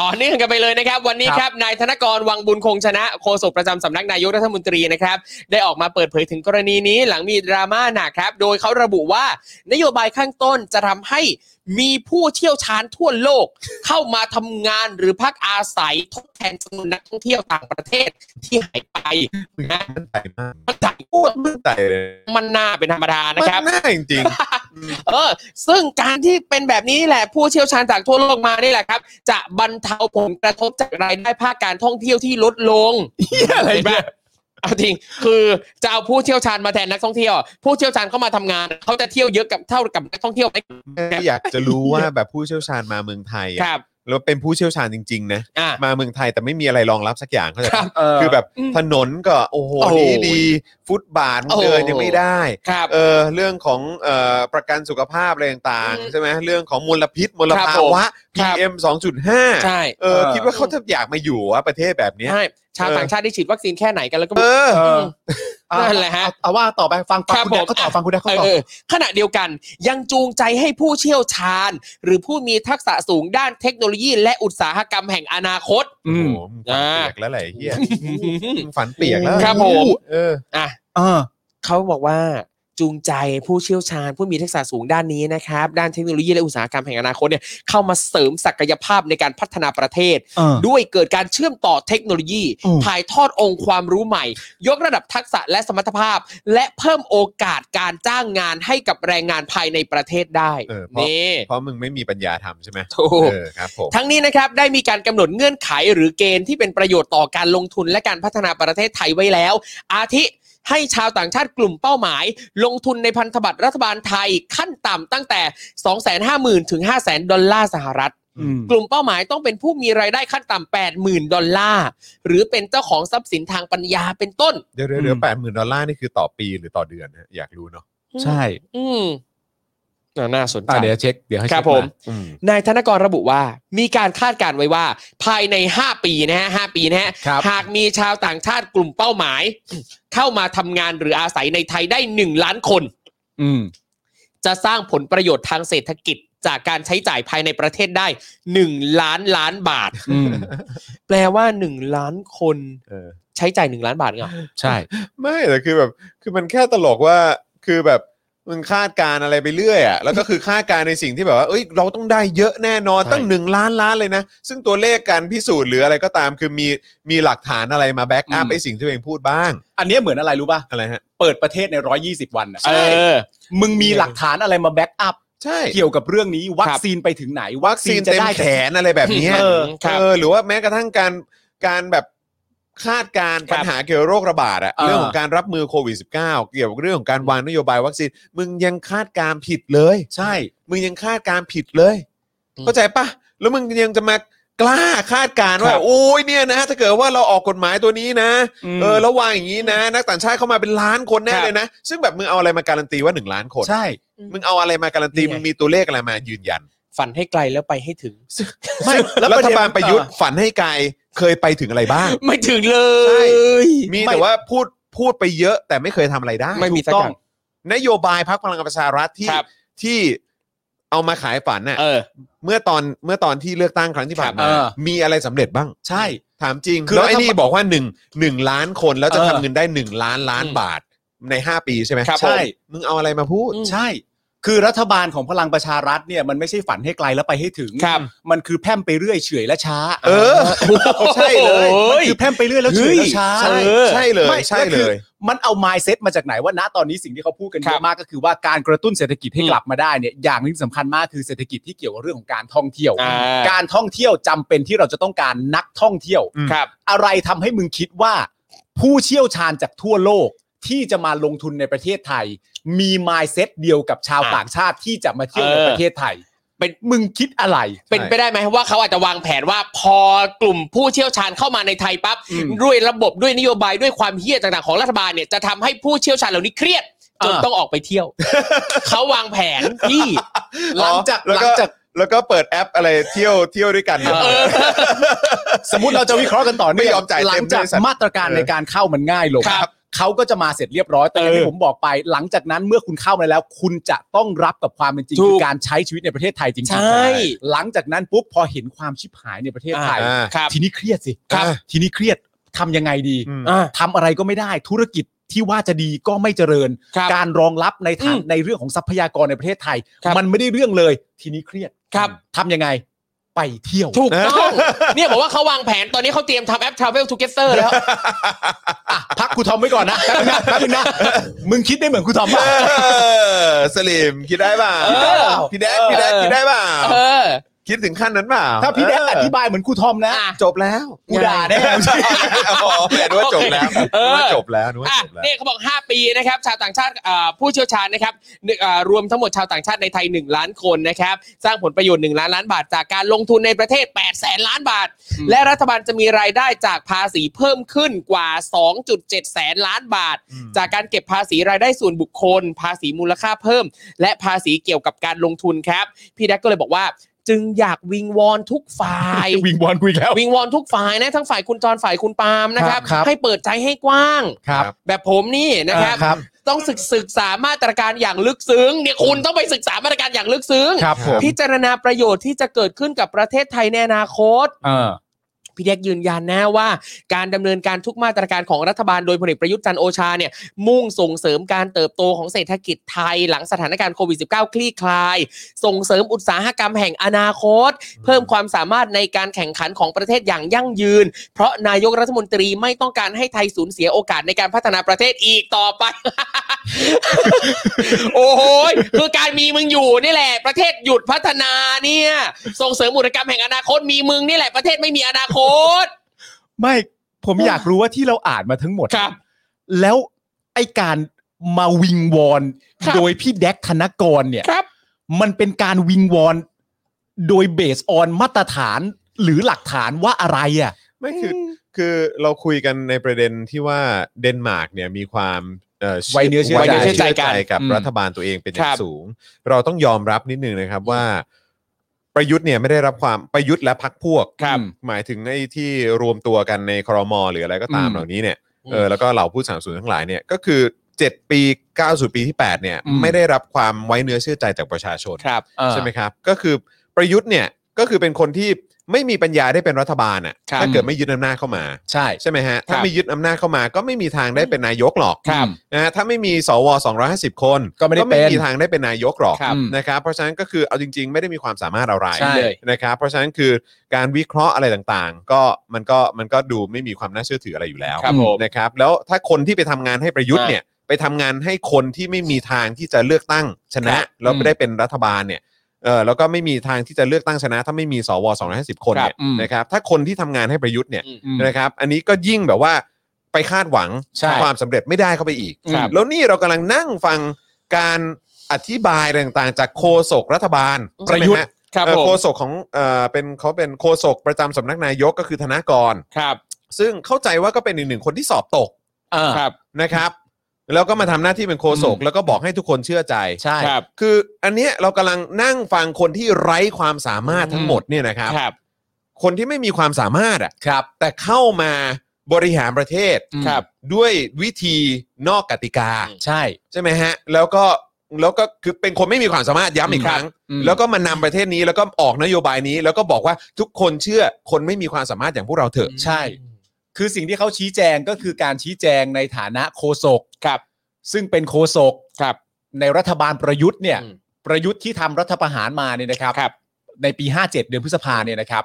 ต่อเนื่องกันไปเลยนะครับ วันนี้ครับนายธนกรวังบุญคงชนะโฆษกประจำสำนักนายกรัฐมนตรีนะครับ ได้ออกมาเปิดเผยถึงกรณีนี้หลังมีดราม่าหนักครับ โดยเขาระบุว่านโยบายข้างต้นจะทำให้มีผู้เชี่ยวชาญทั่วโลก เข้ามาทำงานหรือพักอาศัยทดแทนจำนวนนักท่องเที่ยวต่างประเทศที่หายไปนะ
มั่นใจมาก
มันจ่าย
พูดมั่นใจเลย
มันหน้าเป็นธรรมดา
มั
นะครับ
นน่าจริง
เออ ซึ่งการที่เป็นแบบนี้นี่แหละ ผู้เชี่ยวชาญจากทั่วโลกมานี่แหละครับ จะบรรเทาผลกระทบจากรายได้ภาคการท่องเที่ยวที่ลดลง
อะไรเนี่ย
เห็นปะเอาจริง คือจะเอาผู้เชี่ยวชาญมาแทนนักท่องเที่ยว ผู้เชี่ยวชาญเข้ามาทำงาน เขาจะเที่ยวเยอะกับเท่ากับนักท่องเที่ยวไหม
ๆแม่อยากจะรู้ว่า <laughs> แบบผู้เชี่ยวชาญมาเมืองไทย
ค
อะ
รับ
แล้วเป็นผู้เชี่ยวชาญจริงๆนะ
อ่ะ
มาเมืองไทยแต่ไม่มีอะไรรองรับสักอย่างเข้าใจ
ครั
ปะ
บ
เออ
คือแบบ
อืม
ถนนก็โอ้โห
โอ้โห
ดีดีฟุตบาทมัน
โอ้โห
เดินยังไม่ได้
ครับ
เออเรื่องของเอ่อประกันสุขภาพอะไรต่าง
อืม
ๆใช่ไหมเรื่องของมลพิษมล
ครับ
ภา
ผม
วะ
ครับ
PM 2.5
ใช่
เออ
เออ
คิดว่าเขาจะอยากมาอยู่วะประเทศแบบเนี้ย
ใช่ชาวต่างชาติได้ฉีดวัคซีนแค่ไหนกันแล้วก็ไม่
เอ
รู้
อ
เออ
นั่นแหละฮะ
เอาเอาว่าต่อไปฟังฟัง
รับ
คุณแดกเขาต่อ
ผม
ฟังคุณแดกเขาต่อ
เออขณะเดียวกันยังจูงใจให้ผู้เชี่ยวชาญ หรือผู้มีทักษะสูงด้านเทคโนโลยี และอุตสาหกรรมแห่งอนาคต
โอ้โหมึงฝัน
อ่า
เปียกแล้วแหละไอ้เฮียมึงฝันเปียกแล้ว
ครับผม
เออ
อ่ะ
เออ
เขาบอกว่า จูงใจผู้เชี่ยวชาญ ผู้มีทักษะสูงด้านนี้นะครับ ด้านเทคโนโลยีและอุตสาหกรรมแห่งอนาคตเนี่ยเข้ามาเสริมศักยภาพในการพัฒนาประเทศ
เออ
ด้วยเกิดการเชื่อมต่อเทคโนโลยี
อืม
ถ่ายทอดองค์ความรู้ใหม่ ยกระดับทักษะและสมรรถภาพ และเพิ่มโอกาสการจ้างงานให้กับแรงงานภายในประเทศได้
เออเพราะ
นี่
เพราะมึงไม่มีปัญญาทำใช่ไหม
ถูก
เออครับผม
ทั้งนี้นะครับได้มีการกำหนดเงื่อนไขหรือเกณฑ์ที่เป็นประโยชน์ต่อการลงทุนและการพัฒนาประเทศไทยไว้แล้ว อาทิให้ชาวต่างชาติกลุ่มเป้าหมาย ลงทุนในพันธบัตรรัฐบาลไทยขั้นต่ำตั้งแต่ 250,000 ถึง 500,000 ดอลลาร์สหรัฐ
อืม
กลุ่มเป้าหมายต้องเป็นผู้มีรายได้ขั้นต่ำ80,000 ดอลลาร์ หรือเป็นเจ้าของทรัพย์สินทางปัญญาเป็นต้น
เดี๋ยวเดี๋ยวแปดหมื่นดอลลาร์นี่คือต่อปีหรือต่อเดือนฮะอยากรู้เนาะ
ใช่
อืมน่าสนใจ
อ่ะเดี๋ยวเช็คเดี๋ยวให้
ค
เช็
รับ
ค
ผม
อืม
นายธนกรระบุว่า มีการคาดการณ์ไว้ว่า ภายใน 5 ปีนะฮะ5ปีนะฮะ
ครับ
หากมีชาวต่างชาติกลุ่มเป้าหมาย เข้ามาทำงานหรืออาศัยในไทยได้ 1 ล้านคน
อืม
จะสร้างผลประโยชน์ทางเศรษฐกิจ จากการใช้จ่ายภายในประเทศได้ 1 ล้านล้านบาท
อืม
แปลว่า 1 ล้านคน
เออ
ใช้จ่าย 1 ล้านบาทเหรอ
ใช่
ไม่แต่คือแบบคือมันแค่ตลกว่าคือแบบมึงคาดการณ์อะไรไปเรื่อยอ่ะแล้วก็คือคาดการณ์ในสิ่งที่แบบว่าเอ้ยเราต้องได้เยอะแน่นอน
ใช่
ตั้งหนึ่งล้านล้านเลยนะ ซึ่งตัวเลขการพิสูจน์หรืออะไรก็ตาม คือมีมีหลักฐานอะไรมาแบ็กอัพไอ้สิ่งที่ตัวเองพูดบ้าง
อันเนี้ยเหมือนอะไรรู้ป่ะ
อะไรฮะ
เปิดประเทศใน 120 วันน่ะ
ใช่
เออมึงมีหลักฐานอะไรมาแบ็กอัพ
ใช่
เกี่ยวกับเรื่องนี้วัคซีนไปถึงไหน วั
วั
ค
ค
ซี
ซี
น
น
จะ
เต็ม
ได้
แข
จาก
นอะไรแบบเนี้ย
เออ
ครับ
เออหรือว่าแม้กระทั่งการการแบบคาดการณ์
ครับ
ปัญหาเกี่ยวกับโรคระบาดอะ
เออ
เรื่องของการรับมือโควิด -19 เกี่ยวกับเรื่องของการวางนโยบายวัคซีน มึงยังคาดการณ์ผิดเลย
ใช่
มึงยังคาดการณ์ผิดเลย
อืม
เข้าใจปะแล้วมึงยังจะมากล้าคาดการณ์ว่า
ครับ
โอ้ยเนี่ยนะ ถ้าเกิดว่าเราออกกฎหมายตัวนี้นะ
อืม
เออแล้ววางอย่างนี้นะ นักต่างชาติเข้ามาเป็นล้านคนแน่เลยนะ ซึ่งแบบมึงเอาอะไรมาการันตีว่าหนึ่งล้านคน
ใช่
มึงเอาอะไรมาการันตี
นี่ไง
มึงมีตัวเลขอะไรมายืนยัน
ฝันให้ไกลแล้วไปให้ถึง
ซึ่ง
แล้ว
รั
ประ
ฐ
เด็น
บาลประยุทธ์
เออ
ฝันให้ไกลเคยไปถึงอะไรบ้าง
ไม่ถึงเล
ใช่
ย
มีแต่ว่าพูดพูดไปเยอะแต่ไม่เคยทำอะไรได้
ไม่มีสัก
ต้
อ
อง
ย่าง
นโยบายพรรคพลังประชารัฐที่
ครับ
ที่เอามาขายฝันน่ะ
เออ
เมื่อตอนเมื่อตอนที่เลือกตั้งครั้งที่ผ่าน
ครั
มา
บเออ
มีอะไรสำเร็จบ้าง
ใช่
ถามจริง
คือ
แล้วไอ้
รัฐบาล
นี่บอกว่าหนึ่งหนึ่งล้านคนแล้วจะ
เออ
ทำเงินได้หนึ่งล้านล้าน
อืม
บาทใน 5 ปีใช่ไหม
ครับ
ใช่
มึงเอาอะไรมาพูด
อืม
ใช่ คือรัฐบาลของพลังประชารัฐเนี่ยมันไม่ใช่ฝันให้ไกลแล้วไปให้ถึง
ครับ
มันคือแพร่มไปเรื่อยเฉอยและช้า
เออใช่เลย
โอ้
มัน
ย
คือแพร่มไปเรื่อยแล้วเฉอยและช้า
ใช่
เออ
ใช่เลย
ไม่
ใช่
แว
เล
คือย มันเอา mindset มาจากไหนว่าณตอนนี้สิ่งที่เขาพูดกัน
ค
เย
รับ
อะมากก็คือว่าการกระตุ้นเศรษฐกิจให้
อืม
กลับมาได้เนี่ยอย่างหนึงสำคัญมากคือเศรษฐกิจที่เกี่ยวกับเรื่องของการท่องเที่ยว
อ่า
การท่องเที่ยวจำเป็นที่เราจะต้องการนักท่องเที่ยว
อืม
ครับ
อะไรทำให้มึงคิดว่า ผู้เชี่ยวชาญจากทั่วโลกที่จะมาลงทุนในประเทศไทย มี mindset เดียวกับชาว
อ่า
ต่างชาติที่จะมาเที่ยวใน
เออ
ประเทศไทย
เป็น
มึงคิดอะไร
เป็นไปได้ไหมว่าเขาอาจจะวางแผนว่าพอกลุ่มผู้เชี่ยวชาญเข้ามาในไทยปั๊บ
อืม
ด้วยระบบด้วยนโยบายด้วยความเฮี้ยต่างๆของรัฐบาลเนี่ยจะทำให้ผู้เชี่ยวชาญเหล่านี้เครียดจน
อ่า
ต้องออกไปเที่ยว เขาวางแผนพี่
หลังจาก
อ๋อแล้ว
หลั
ก็
งจาก
แล้วก็เปิดแอปอะไรเที่ยวเที่ยวด้วยกันเนี่ย
เออ
สมมติเราจะวิเคราะห์กันต่อเนื่
ไม่ยอมจ่าย
หลั
เต็
ง
มด้
จาว ก
ยสัตว์
มาตรการในการเข้ามันง่ายลง
ครับ
เขาก็จะมาเสร็จเรียบร้อย แต่อย่างที่ผมบอกไป หลังจากนั้นเมื่อคุณเข้ามาแล้ว คุณจะต้องรับกับความเป็นจริง
ถูก
คือการใช้ชีวิตในประเทศไทยจริงๆ
ใช่
หลังจากนั้นปุ๊บพอเห็นความชิบหายในประเทศไทย
อ่า
ครับ
ทีนี้เครียดสิ
ครับ
ทีนี้เครียดทำยังไงดี
อืม
อ่า
ทำอะไรก็ไม่ได้ ธุรกิจที่ว่าจะดีก็ไม่เจริญ
ครับ
การรองรับในทาง
อืม
ในเรื่องของทรัพยากรในประเทศไทย
ครับ
มันไม่ได้เรื่องเลย ทีนี้เครียด
ครับ
ทำยังไงไปเที่ยว
ถูกต้อง เนี่ยบอกว่าเขาวางแผนตอนนี้เขาเตรียมทำแอป Travel Together แล้ว
อ่ะพักครูทอมไว้ก่อนนะแป๊บนึงนะแป๊บนึงนะมึงคิดได้เหมือนครูทอมป่ะ
เออสลิมคิดได้เปล่า
เออ
พี่แดกพี่แดกคิดได้เปล่า
เออ
คิดถึงขั้นนั้นเปล่า
ถ้าพี่แดกอธิ
บาย
บายเหมือนครูทอมนะ
อ่ะ
จบแล้ว
กูด่าแน่
อ๋อแดกว่าจบแล้ว
เอ
นึก
อ
ว่าจบแล้วนึกว่า
อ่ะ
จบแล้ว
เนี่ยเขาบอก 5 ปีนะครับ ชาวต่างชาติอ่าผู้เชี่ยวชาญนะครับหนึ่งอ่ารวมทั้งหมดชาวต่างชาติในไทย 1 ล้านคนนะครับ สร้างผลประโยชน์ 1 ล้านล้านบาท จากการลงทุนในประเทศ 8 แสนล้านบาท
อืม
และรัฐบาลจะมีรายได้จากภาษีเพิ่มขึ้นกว่า 2.7 แสนล้านบาท
อืม
จากการเก็บภาษีรายได้ส่วนบุคคล ภาษีมูลค่าเพิ่ม และภาษีเกี่ยวกับการลงทุนครับ พี่แดกก็เลยบอกว่า จึงอยากวิงวอนทุกฝ่าย
<laughs> วิงบอลคุยแล้ว
วิงวอนทุกฝ่ายนะทั้งฝ่ายคุณจรฝ่ายคุณปาล์มนะครับ
ครับ
ให้เปิดใจให้กว้าง
ครับ
แบบผมนี่นะครับ
ครับ
ต้องศึกศึกษามาตรการอย่างลึกซึ้งเนี่ยคุณต้องไปศึกษามาตรการอย่างลึกซึ้ง
ครับผม
พิจารณาประโยชน์ที่จะเกิดขึ้นกับประเทศไทยในอนาคต
เออ
พี่แดกยืนยันนะว่า การดำเนินการทุกมาตรการของรัฐบาลโดยพลเอกประยุทธ์จันทร์โอชาเนี่ยมุ่งส่งเสริมการเติบโตของเศรษฐกิจไทยหลังสถานการณ์โควิด -19 คลี่คลาย ส่งเสริมอุตสาหกรรมแห่งอนาคต เพิ่มความสามารถในการแข่งขันของประเทศอย่างยั่งยืน เพราะนายกรัฐมนตรีไม่ต้องการให้ไทยสูญเสียโอกาสในการพัฒนาประเทศอีกต่อไป โอ้โหยคือการมีมึงอยู่นี่แหละ ประเทศหยุดพัฒนาเนี่ย ส่งเสริมอุตสาหกรรมแห่งอนาคตมีมึงนี่แหละประเทศไม่มีอนาคต
ไม่ผมอยากรู้ว่าที่เราอ่านมาทั้งหมด
ครับ
แล้วไอการมาวิงวอน
ครับ
โดยพี่แดกธนกรเนี่ย
ครับ
มันเป็นการวิงวอนโดยเบสออนมาตรฐานหรือหลักฐานว่าอะไรอ่ะ
ไม่คือคือเราคุยกันในประเด็นที่ว่าเดนมาร์กเนี่ยมีความอ่อ
ไว้เนื้อเชื่อใจ
ไว้เนื้อเชื่อ
ไว้
ใจ
เนื้อเชื่อใจกัน
กับ
อืม
รัฐบาลตัวเองเป็นอย่า
ครั
ง
บ
สูง เราต้องยอมรับนิดนึงนะครับว่า ประยุทธ์เนี่ยไม่ได้รับความประยุทธ์และพักพวก
ครับ
หมายถึงไอ้ที่รวมตัวกันในครมหรืออะไรก็ตาม
อืม
เหล่านี้เนี่ย
อืม
เออแล้วก็เหล่าผู้สนับสนุนทั้งหลายเนี่ยก็คือ 7 ปี9สู่ปีที่ 8 เนี่ย
อืม
ไม่ได้รับความไว้เนื้อเชื่อใจจากประชาชน
ครับ
ใช่ไหมครับ ก็คือประยุทธ์เนี่ยก็คือเป็นคนที่ไม่มีปัญญาได้เป็นรัฐบาลอ่ะ
ครับ
ถ้าเกิดไม่ยึดอำนาจเข้ามา
ใช่
ใช่ไหมฮะ ถ้าไม่ยึดอำนาจเข้ามาก็ไม่มีทางได้เป็นนายกหรอก
ครับ
นะฮะถ้าไม่มีสว250 คน
ก็ไม่ได้
ก็ไม่
เป็น
มีทางได้เป็นนายกหรอก
ครับ
นะครับเพราะฉะนั้นก็คือเอาจริง ๆ ไม่ได้มีความสามารถอะไร
ใช่เลย
นะครับเพราะฉะนั้นคือการวิเคราะห์อะไรต่างๆ ก็มันก็มันก็ดูไม่มีความน่าเชื่อถืออะไรอยู่แล้ว
ครับผม
นะครับแล้วถ้าคนที่ไปทำงานให้ประยุทธ์เนี่ยไปทำงานให้คนที่ไม่มีทางที่จะเลือกตั้งชนะ แล้วไม่ได้เป็นรัฐบาลเนี่ยเออแล้วก็ไม่มีทางที่จะเลือกตั้งชนะ ถ้าไม่มีสว250 คนเนี่ย
ครับอืม
นะครับถ้าคนที่ทำงานให้ประยุทธ์เนี่ย
อืม
นะครับ อันนี้ก็ยิ่งแบบว่าไปคาดหวัง
ใช่
ความสำเร็จไม่ได้เข้าไปอีก
ครับ
แล้วนี่เรากำลังนั่งฟังการอธิบายต่างๆ จากโฆษกรัฐบาล
ประยุทธ์
ใช่ไหมฮ
ครับ
เอ่อ
ผม
โฆษกของเอ่อเป็นเขาเป็นโฆษกประจำสำนักนายกก็คือธนากร
ครับ
ซึ่งเข้าใจว่าก็เป็นอีกหนึ่งคนที่สอบตก
เออ
ครับ
นะครับ แล้วก็มาทำหน้าที่เป็นโฆษก
อืม
แล้วก็บอกให้ทุกคนเชื่อใจ
ใช่
ครับ
คืออันเนี้ยเรากำลังนั่งฟังคนที่ไร้ความสามารถทั้งหมดเนี่ยนะครับ
ครับ
คนที่ไม่มีความสามารถอ่ะ
ครับ
แต่เข้ามาบริหารประเทศ
ครับ
ด้วยวิธีนอกกติกา
ใช่
ใช่ไหมฮะ แล้วก็แล้วก็คือเป็นคนไม่มีความสามารถย้ำอีกครั้ง
อืม
แล้วก็มานำประเทศนี้แล้วก็ออกนโยบายนี้ แล้วก็บอกว่าทุกคนเชื่อคนไม่มีความสามารถอย่างพวกเราเถอะ
ใช่ คือสิ่งที่เขาชี้แจงก็คือการชี้แจงในฐานะโคศก
ครับ
ซึ่งเป็นโคศก
ครับ
ในรัฐบาลประยุทธ์เนี่ย
อืม
ประยุทธ์ที่ทำรัฐประหารมาเนี่ยนะครับ
ครับ
ในปี 57 เดือนพฤษภาเนี่ยนะครับ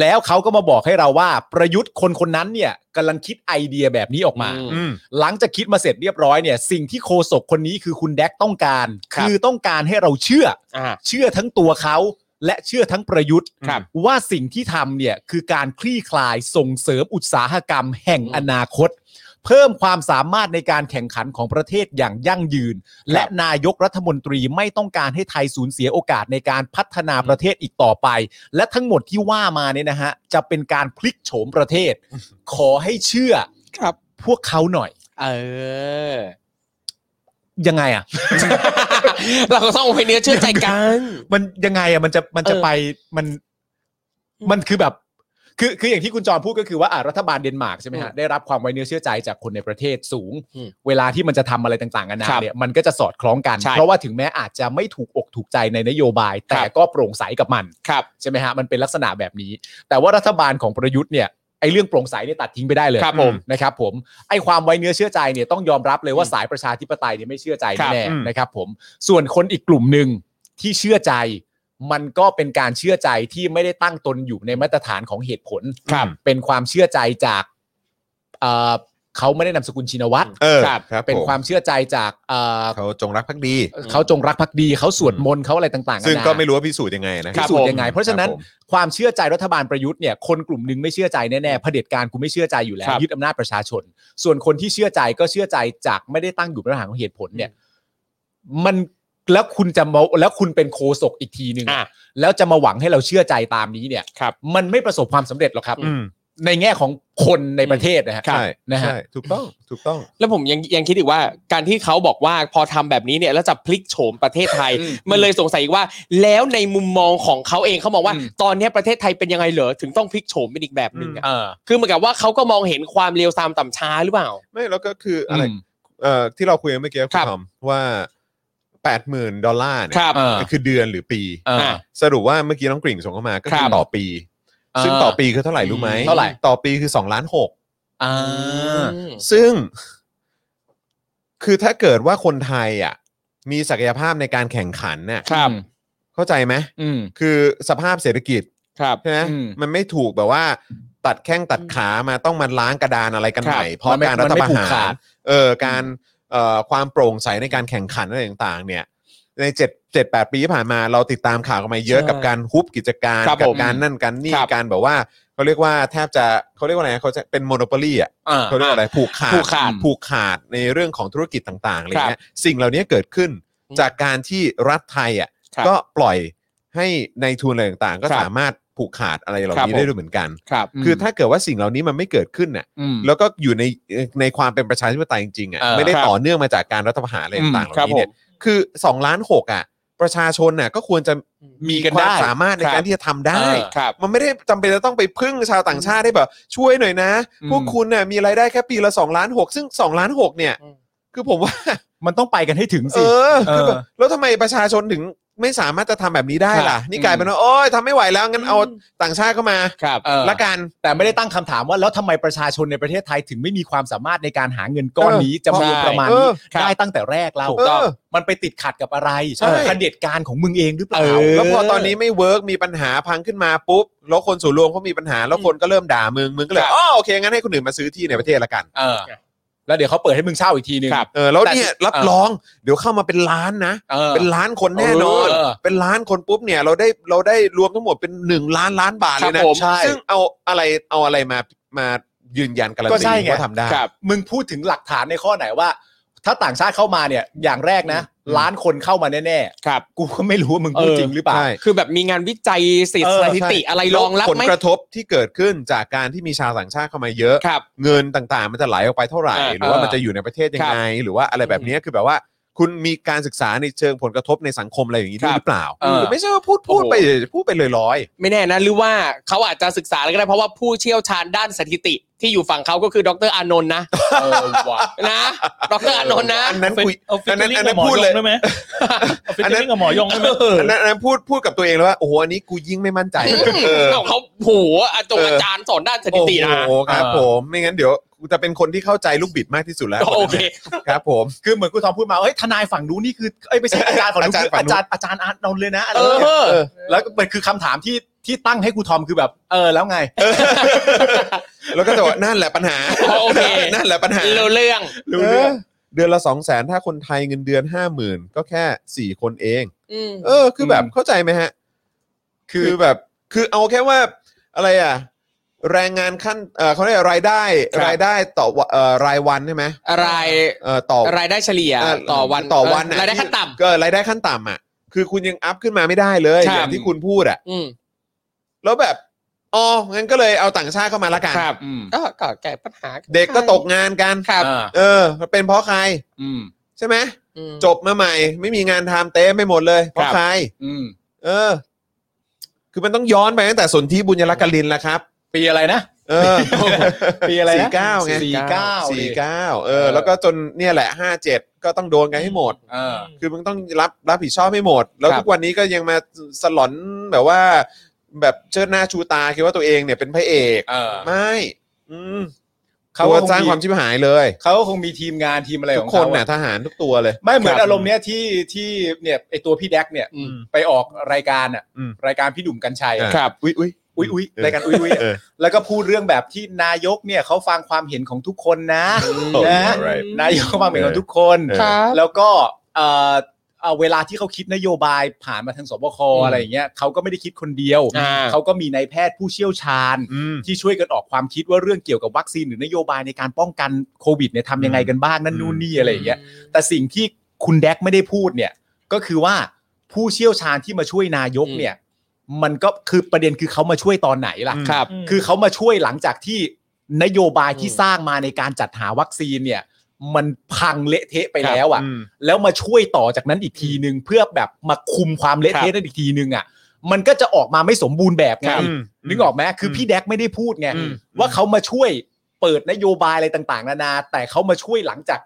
แล้วเขาก็มาบอกให้เราว่าประยุทธ์คนคนนั้นเนี่ยกำลังคิดไอเดียแบบนี้ออกมา
อื
อืม
หลังจากคิดมาเสร็จเรียบร้อยเนี่ย สิ่งที่โคศกคนนี้คือคุณแดกต้องการ
ครับ
คือต้องการให้เราเชื่อ
อ่า
เชื่อทั้งตัวเขาและเชื่อทั้งประยุทธ์
ครับ
ว่าสิ่งที่ทำเนี่ยคือการคลี่คลายส่งเสริมอุตสาหกรรมแห่งอนาคต เพิ่มความสามารถในการแข่งขันของประเทศอย่างยั่งยืน และนายกรัฐมนตรีไม่ต้องการให้ไทยสูญเสียโอกาสในการพัฒนาประเทศอีกต่อไป และทั้งหมดที่ว่ามาเนี่ยนะฮะจะเป็นการพลิกโฉมประเทศ ขอให้เชื่อ
ครับ
พวกเขาหน่อย
เออ
ยังไงอ่ะ
เราก็ต้องไว้เนื้อเชื่อใจกัน
มันยังไงอะมันจะมันจะ
เออ
ไปมัน
อืม
มันคือแบบ คือคืออย่างที่คุณจรพูดก็คือว่าอ่ะรัฐบาลเดนมาร์กใช่ไหมฮะ
อืม
ได้รับความไว้เนื้อเชื่อใจจากคนในประเทศสูง
อืม
เวลาที่มันจะทำอะไรต่างๆกันา
ครั
นา
บ
เนี่ยมันก็จะสอดคล้องกัน
ใช่
เพราะว่าถึงแม้อาจจะไม่ถูกอกถูกใจในนโยบาย แต่
ครับ
ก็โปร่งใสกับมัน
ครับ
ใช่ไหมฮะมันเป็นลักษณะแบบนี้ แต่ว่ารัฐบาลของประยุทธ์เนี่ยไอ้เรื่องโปร่งใสเนี่ยตัดทิ้งไปได้เลย
ครับผม
นะครับผมไอ้ความไว้เนื้อเชื่อใจเนี่ยต้องยอมรับเลยว่าสายประชาธิปไตยเนี่ยไม่เชื่อใจ
ครับ
แน่
อืม
ๆนะครับผมส่วนคนอีกกลุ่มหนึ่งที่เชื่อใจ มันก็เป็นการเชื่อใจที่ไม่ได้ตั้งตนอยู่ในมาตรฐานของเหตุผล
ครับ
เป็นความเชื่อใจจากเอ่อเขาไม่ได้นามสกุลชินวัตร
เออ
ครับ
ครับ
เป็น
ผม
ความเชื่อใจจากเอ่อ
เขาจงรักภักดี
เขาจงรักภักดีเขาสวดมนต์เขาอะไรต่างๆ
ซึ่ง
นานา
ก็ไม่รู้ว่าพิสูจน์ยังไงนะ
พิสูจน์ยังไง เพราะฉะนั้น
คบผม
ความเชื่อใจรัฐบาลประยุทธ์เนี่ยคนกลุ่มหนึ่งไม่เชื่อใจแน่ๆเผด็จการกูไม่เชื่อใจอยู่แล้
คว รับ
ยึดอำนาจประชาชน ส่วนคนที่เชื่อใจก็เชื่อใจจากไม่ได้ตั้งอยู่บนฐานของเหตุผลเนี่ย มันแล้วคุณจะมาแล้วคุณเป็นโคศกอีกทีหนึ่ง
อ่ะ
แล้วจะมาหวังให้เราเชื่อใจตามนี้เนี่ย
ครับ
มันไม่ประสบความสำเร็จหรอกครับ
อืม
ในแง่ของคนในประเทศนะฮะ
ใช่
นะฮะ
ใช่ถูกต้องถูกต้อง
แล้วผมยังยังคิดอีกว่าการที่เขาบอกว่าพอทำแบบนี้เนี่ยแล้วจะพลิกโฉมประเทศไทย มันเลยสงสัยอีกว่า แล้วในมุมมองของเขาเองเขามองว่า
อืม
ตอนเนี้ยประเทศไทยเป็นยังไงเหรอถึงต้องพลิกโฉมเป็นอีกแบบหนึ่งอะ
เออ
คือเหมือนกับว่าเขาก็มองเห็นความเลวทรามต่ำช้าหรือเปล่า
ไม่แล้วก็คือ
อะ
อะไรเอ่อที่เราคุยกันเมื่อกี้
ค
คุ
รั
ณ
บ
ทอมว่า80,000ดอลลาร์เนี่
ค
ย
รับ
เออ
คือเดือนหรือปี
เออ
อ่ะ
สรุปว่าเมื่อกี้น้องกริ่งส่งเข้ามาก็
ค
คื
รั
อบ ต่อปี ซึ่งต่อปีคือเท่าไหร่รู้ไหม
เท่าไหร่
ต่อปีคือ2ล้านหก
อ่า
อืม
ซึ่ง คือถ้าเกิดว่าคนไทยอ่ะ มีศักยภาพในการแข่งขันเนี่ย
ครับ
เข้าใจไหม
อืม
คือสภาพเศรษฐกิจ
ครับ
ใช่ไหม
อืม
มันไม่ถูกแบบว่า ตัดแข้งตัดขามาต้องมาล้างกระดานอะไรกัน
ครับ
ใหม่เพราะ
มันไม่
การรัฐประ
มันไม่ผูก
หา
ขาด
รเออการเอ่อความโปร่งใสในการแข่งขันอะไรต่างๆ เนี่ย ในเจ็ดเจ็ดแปดปีที่ผ่านมาเราติดตามข่าวกันมาเยอะ
ใช่
กับการฮุบกิจการ
ครับ
กั
ผม
การนั่นการนี่
ครับ
การแบบว่าเขาเรียกว่าแทบจะเขาเรียกว่าอะไรนะเขาจะเป็นโมโนโปลีอ่ะ
อ่า
เขาเรียกว่าอะไรผูกขาด
ผูกขาด
ผูกขาดในเรื่องของธุรกิจต่างๆอะไรเงี้ยสิ่งเหล่านี้เกิดขึ้น
อืม
จากการที่รัฐไทยอ่ะ
ครับ
ก็ปล่อยให้ในายทุนอะไรต่างๆ ก็
ครับ
สามารถผูกขาดอะไรเหล่า
ครับ
นี้
ผม
ได้ด้วยเหมือนกัน
ครับ
คือถ้าเกิดว่าสิ่งเหล่านี้มันไม่เกิดขึ้นน่ะ
อืม
แล้วก็อยู่ในในความเป็นประชาธิปไตยจริงๆอ่ะ
เออ
ไม่ได้
ครับ
ต่อเนื่องมาจากการรัฐประหารอะไรต่างๆเห
ครั
ล่า
บ
นี้เนี่ยคือ2ล้านหกอ่ะประชาชนน่ะก็ควรจะ
มีกัน
ควา
ได้
มสามารถใน
ครับ
การที่จะทำได้
เออ
ครับ
มันไม่ได้จำเป็นจะต้องไปพึ่งชาวต่างชาติได้แบบช่วยหน่อยนะ
อืม
พวกคุณเนี่ยมีรายได้แค่ปีละ2ล้าน6ซึ่ง2ล้าน6เนี่ย
อืม
คือผมว่า
มันต้องไปกันให้ถึง
เอ
สิ
อคือแบบ
เออ
แล้วทำไมประชาชนถึงไม่สามารถจะทำแบบนี้ได้ล่ะ
ครับ
นี่กลายเป็นว่าโอ้ยทำไม่ไหวแล้วงั้นเอาต่างชาติเข้ามา
ครับ
เออ
ละกัน
แต่ไม่ได้ตั้งคำถามว่าแล้วทำไมประชาชนในประเทจไทยถึงไม่มีความสามารถในการหาเงินก้อนนี้จำนวนประมาณ
เอ
นี้
อ
ครับ
ได้ตั้งแต่แรกเรา
ถูกต้อง
เมันไปติดขัดกับอะไร
ใช่
เผด็จการของมึงเองหรือเปล่า
แล้วพอตอนนี้ไม่เวิร์กมีปัญหาพังขึ้นมาปุ๊บแล้วคนส่วนรวมเขามีปัญหาแล้วคนก็เริ่มด่ามึงมึงก็เลย
ครับ
อ๋อโอเคงั้นให้คนอื่นมาซื้อที่ในประเทศละกัน
เออ แล้วเดี๋ยวเขาเปิดให้มึงเช่าอีกทีหนึง
ครับ
เออแล้วเนี่ย
แต่ที่
รับ
เออ
รอง เดี๋ยวเข้ามาเป็นล้านนะ
เออ
เป็นล้านคนแน่นอน
เออ
เป็นล้านคนปุ๊บเนี่ยเราได้เราได้รวมทั้งหมดเป็นหนึ่งล้านล้านบาทเลยนะครับ
ผมใช่
ซึ่งเอาอะไรเอาอะไรมามายืนยันการัน
ก็
ตี
ใช่ไง
ว่าทำได้
ครับ
มึงพูดถึงหลักฐานในข้อไหนว่า ถ้าต่างชาติเข้ามาเนี่ย อย่างแรกนะ
อืม
ล้านคนเข้ามาแน่
ครับ
ๆ กูก็ไม่รู้ว่ามึงพูด
เออ
จริงหรือเปล่า
ใช่
คือแบบมีงานวิจัยสถิติ
เออ
สถิติอะไรรองรับ
ผล
ไหม
กระทบที่เกิดขึ้นจากการที่มีชาวต่างชาติเข้ามาเยอะ
ครับ
เงินต่างๆ มันจะไหลออกไปเท่าไหร่
เออ
หรือว่ามันจะอยู่ในประเทศยังไง หรือว่าอะไรแบบเนี้ยคือแบบว่า คุณมีการศึกษาในเชิงผลกระทบในสังคมอะไรอย่างนี้ด้ว
ค
ย
รับ
หรือเปล่า
เออ
ไม่ใช่ว่าพูด
โอ้
พูด
โห
ไปพูดไปลอย
ไม่แน่นะหรือว่าเขาอาจจะศึกษาแล้วก็ได้เพราะว่าผู้เชี่ยวชาญด้านสถิติ ที่อยู่ฝั่งเขาก็คือดรอานนท์นะ
เออว่ะ
นะดรอานนท์นะ
ๆอันนั้นคุย
เอาฟิชเชอร์ลิง
อันนั้นอัน
กับหม
นั้นพู
อ
ด
ย
เลย
งได้ไหมเอาฟิชเชอร์ลิงกับหมอยงได้ไหม
อันนั้นอันนั้นพูดพูดกับตัวเองเลยว่าโอ้โหอันนี้กูยิ่งไม่มั่นใจ
อืม
เออ
เอาเขาโหอาจาร
เอออ
ย์อาจารย์สอนด้านสถิตินะ
โอ้โหครับ
เออ
ผมไม่งั้นเดี๋ยวกูจะเป็นคนที่เข้าใจลูกบิดมากที่สุดแล้ว
โอเค
ครับผม
คือเหมือนกูทอมพูดมาเฮ้ยทนายฝั่งนู้นนี่คือเอ้ยไม่ใช่อาจารย์ฝั่งนู้นคืออาจารย์อาจารย์อาร์ตนนท์เลยนะอะไร
เอ
เงี้ย
อ
เออ
แล้วก็มันคือคำถามที่ที่ตั้งให้กูทอมคือแบบ เออแล้วไง
แล้วก็จะบอกนั่นแหละปัญหา
โอเค
นั่นแหละปัญหา
รู้เรื่อง
เออเดือนละสองแสนถ้าคนไทยเงินเดือนห้าหมื่นก็แค่สี่คนเอง
อืม
เออ คือแบบเข้าใจไหมฮะ คือแบบคือเอาแค่ว่าอะไรอ่ะ แรงงานขั้นเออเขาเรียกรายได้
ครับ
รายได้ต่อวะเอ่อรายวันใช่ไหม
อะไร
เอ่อต่อ
รายได้เฉลี่ย
เ
ต่อวัน
ต่อวันน่ะ
รายได้ขั้นต่
ก็รายได้ขั้นต่ำอ่ะ คือคุณยังอัพขึ้นมาไม่ได้เลย
ครับ
อย่างที่คุณพูดอ่ะ
ำอืม
แล้วแบบอ๋องั้นก็เลยเอาต่างชาติเข้ามาละกัน
ครับ
อืม
ก็ก็แก้ปัญหา
เด็กก็ตกงานกัน
ครับ
อ่า
เออเป็นเพราะใคร
อืม
ใช่ไหม
อืม
จบมาใหม่ ไม่มีงานทำเต็มไม่หมดเลยเพราะ
ครับ
ใคร
อืม
เออ คือมันต้องย้อนไปตั้งแต่สนธิบุญยรักกลินแล้วครับ
ปีอะไรนะ
เออ
ปีอะไรนะ
สี่เก้าไง
สี่เก้า
สี่
ดิ
เก้าเออ แล้วก็จนเนี่ยแหละห้าเจ็ดก็ต้องโดนกันให้หมด
เออ
คือมึงต้องรับรับผิดชอบให้หมด แล้ว
ครับ
ทุกวันนี้ก็ยังมาสลอนแบบว่า แบบเชิดหน้าชูตาคิดว่าตัวเองเนี่ยเป็นพระเอก
เออ
ไม่อืม
เขา
ตัว
ก็ค
สร้างความชิบหายเลย
เขาก็คงมีทีมงานทีมอะไร
ทุ
ขอกง
คน
เขา
น่ะ
อะ
ทหารทุกตัวเลย
ไม่เหมือ
คน รับ
อารมณ์เนี้ยที่ที่เนี่ยไอตัวพี่แดกเนี่ย
อืม
ไปออกรายการอ่ะ
อืม
รายการพี่ดุ่มกัญชัยอะ
ครับอุ้ยอุ้ย
อุ้ยอุ้ย
เออ
รายการอุ้ยอุ้ย
เออ
แล้วก็พูดเรื่องแบบที่นายกเนี่ยเขาฟังความเห็นของทุกคนนะนะ
alright
นายกเขาฟังความเห็นของทุกคน
เออ
ครับ
แล้วก็เอ่อเอ่อเวลาที่เขาคิดนโยบายผ่านมาทางสบคอะไรอย่างเงี้ยเขาก็ไม่ได้คิดคนเดียว
อ่า
เขาก็มีนายแพทย์ผู้เชี่ยวชาญ
อืม
ที่ช่วยกันออกความคิดว่าเรื่องเกี่ยวกับวัคซีนหรือนโยบายในการป้องกันโควิดเนี่ยทำยังไงกันบ้างนั่นนู่นนี่อะไรอย่างเงี้ยแต่สิ่งที่คุณแดกไม่ได้พูดเนี่ยก็คือว่าผู้เชี่ยวชาญที่มาช่วยนายกเนี่ย มันก็คือประเด็นคือเขามาช่วยตอนไหนล่ะ
อืม
ครับ คือเขามาช่วยหลังจากที่นโยบายที่สร้างมาในการจัดหาวัคซีนเนี่ย มันพังเละเทะไปแล้วอ่ะ
อืม
แล้วมาช่วยต่อจากนั้นอีกทีนึง เพื่อแบบมาคุมความเละเทะนั้นอีกทีนึงอ่ะมันก็จะออกมาไม่สมบูรณ์แบบไง
ครับอืม
นึกออกไหมคือพี่แดกไม่ได้พูดไง
อืม
ว่าเขามาช่วยเปิดนโยบายอะไรต่าง ๆ นานา แต่เขามาช่วยหลังจาก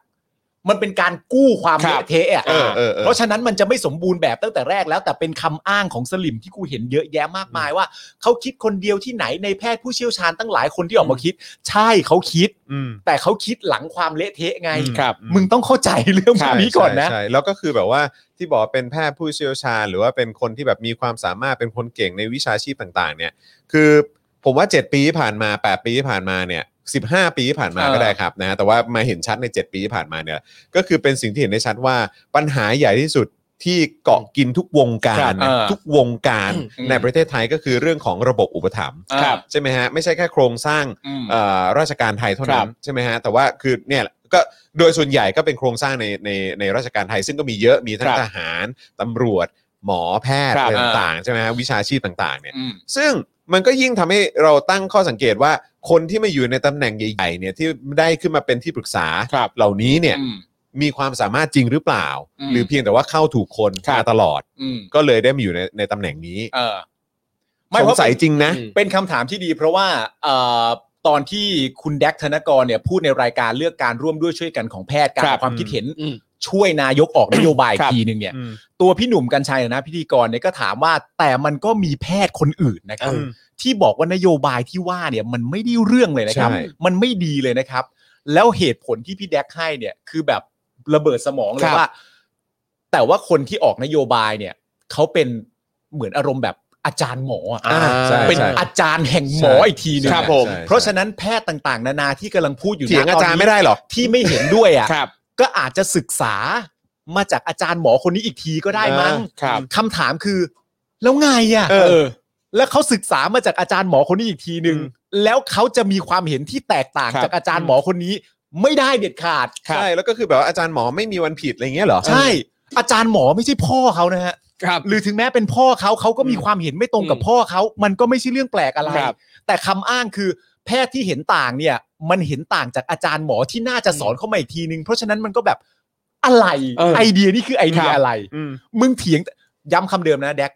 มันเป็นการกู้ความ
ครับ
เละเทะอะ
เออเออเออ
เพราะฉะนั้นมันจะไม่สมบูรณ์แบบตั้งแต่แรกแล้ว แต่เป็นคำอ้างของสลิมที่กูเห็นเยอะแยะมากมายว่าเขาคิดคนเดียวที่ไหนในแพทย์ผู้เชี่ยวชาญตั้งหลายคนที่ออกมาคิด ใช่เขาคิด
อืม
แต่เขาคิดหลังความเละเทะไง
อืม
ครับ
มึงต้องเข้าใจเรื่องพวกนี้ก่อนนะ
ใช่ใช่แล้วก็คือแบบว่าที่บอกเป็นแพทย์ผู้เชี่ยวชาญ หรือว่าเป็นคนที่แบบมีความสามารถเป็นคนเก่งในวิชาชีพต่างๆ เนี่ย คือผมว่า 7 ปีที่ผ่านมา 8 ปีที่ผ่านมาเนี่ย15 ปีที่ผ่านมา
เออ
ก็ได้ครับนะแต่ว่ามาเห็นชัดใน 7 ปีที่ผ่านมาเนี่ย ก็คือเป็นสิ่งที่เห็นได้ชัดว่าปัญหาใหญ่ที่สุดที่เกาะกินทุกวงการนะ
ครับเออ
ทุกวงการในประเทศไทยก็คือเรื่องของระบบอุปถัมภ์
ครับ
ใช่ไหมฮะไม่ใช่แค่โครงสร้าง เอ่อราชการไทยเท่า
ครั
นั้น
บ
ใช่ไหมฮะแต่ว่าคือเนี่ยก็โดยส่วนใหญ่ก็เป็นโครงสร้างในในในราชการไทย ซึ่งก็มีเยอะมีทั้งทหารตำรวจ หมอแพทย์อะไรต่างๆใช่ไหมฮะวิชาชีพต่างๆเนี่ยซึ่งมันก็ยิ่งทำให้เราตั้งข้อสังเกตว่าคนที่มาอยู่ในตำแหน่งใหญ่ๆเนี่ยที่ได้ขึ้นมาเป็นที่ปรึกษา
ครับ
เหล่านี้เนี่ยมีความสามารถจริงหรือเปล่า
อืม
หรือเพียงแต่ว่าเข้าถูกคน
ครับ
มาตลอด
อืม
ก็เลยได้มาอยู่ในในตำแหน่งนี้
เออ
ส
ไม่
ง
เพราะ
สัยจริงนะ
เป็นคำถามที่ดี เพราะว่าเอ่อตอนที่คุณแดกธนกรเนี่ยพูดในรายการเลือกการร่วมด้วยช่วยกันของแพทย์การ
ครับ
ออกความคิดเห็น
อืม
ช่วยนายกออกนโยบายอี
ครั
ก
บ
ทีหนึ่งเนี่ย ตัวพี่หนุ่มกัญชัยนะพิธีกรเนี่ยก็ถามว่าแต่มันก็มีแพทย์คนอื่นนะครับ
อืม
ที่บอกว่านโยบายที่ว่าเนี่ยมันไม่ได้เรื่องเลยนะครับ
ใช่
มันไม่ดีเลยนะครับ แล้วเหตุผลที่พี่แดกให้เนี่ยคือแบบระเบิดสมองเล
ค
ย
รับ
ว่า แต่ว่าคนที่ออกนโยบายเนี่ยเขาเป็นเหมือนอารมณ์แบบอาจารย์หมออะ
อ่าใช่
เป็น
ใช่
อาจารย์แห่งหมอ
ใช่
อีกทีหนึง
ครับ
อะ
ผม
เพราะฉะนั้นแพทย์ต่างๆ นานาที่กำลังพูดอยู่
เถียงอาจารย์ไม่ได้หรอก
ที่ไม่เห็นด้วยอ่ะ
ครับ
ก็อาจจะศึกษามาจากอาจารย์หมอคนนี้อีกทีก็ได้มั้ง
อ่าครับ
คำถามคือ แล้วไงอ่ะ
เออ
แล้วเขาศึกษามาจากอาจารย์หมอคนนี้อีกทีหนึ่งแล้วเขาจะมีความเห็นที่แตกต่าง
ครับ
จากอาจารย์หมอคนนี้ไม่ได้เด็ดขาด
ใช่แล้วก็คือแบบว่าอาจารย์หมอไม่มีวันผิดอะไรอย่างเงี้ยเหรอ
ใช่ อาจารย์หมอไม่ใช่พ่อเขานะฮะ
ครับ
หรือถึงแม้เป็นพ่อเขาเขาก็มีความเห็นไม่ตรงกับพ่อเขามันก็ไม่ใช่เรื่องแปลกอะไร
ครับ
แต่คำอ้างคือ แพทย์ที่เห็นต่างเนี่ย มันเห็นต่างจากอาจารย์หมอที่น่าจะสอนเข้ามาอีกทีนึง เพราะฉะนั้นมันก็แบบอะไร
เออ
ไอเดียนี่คือไอเดีย
ครับ
อะไร มึงเถียงย้ำคำเดิมนะแดก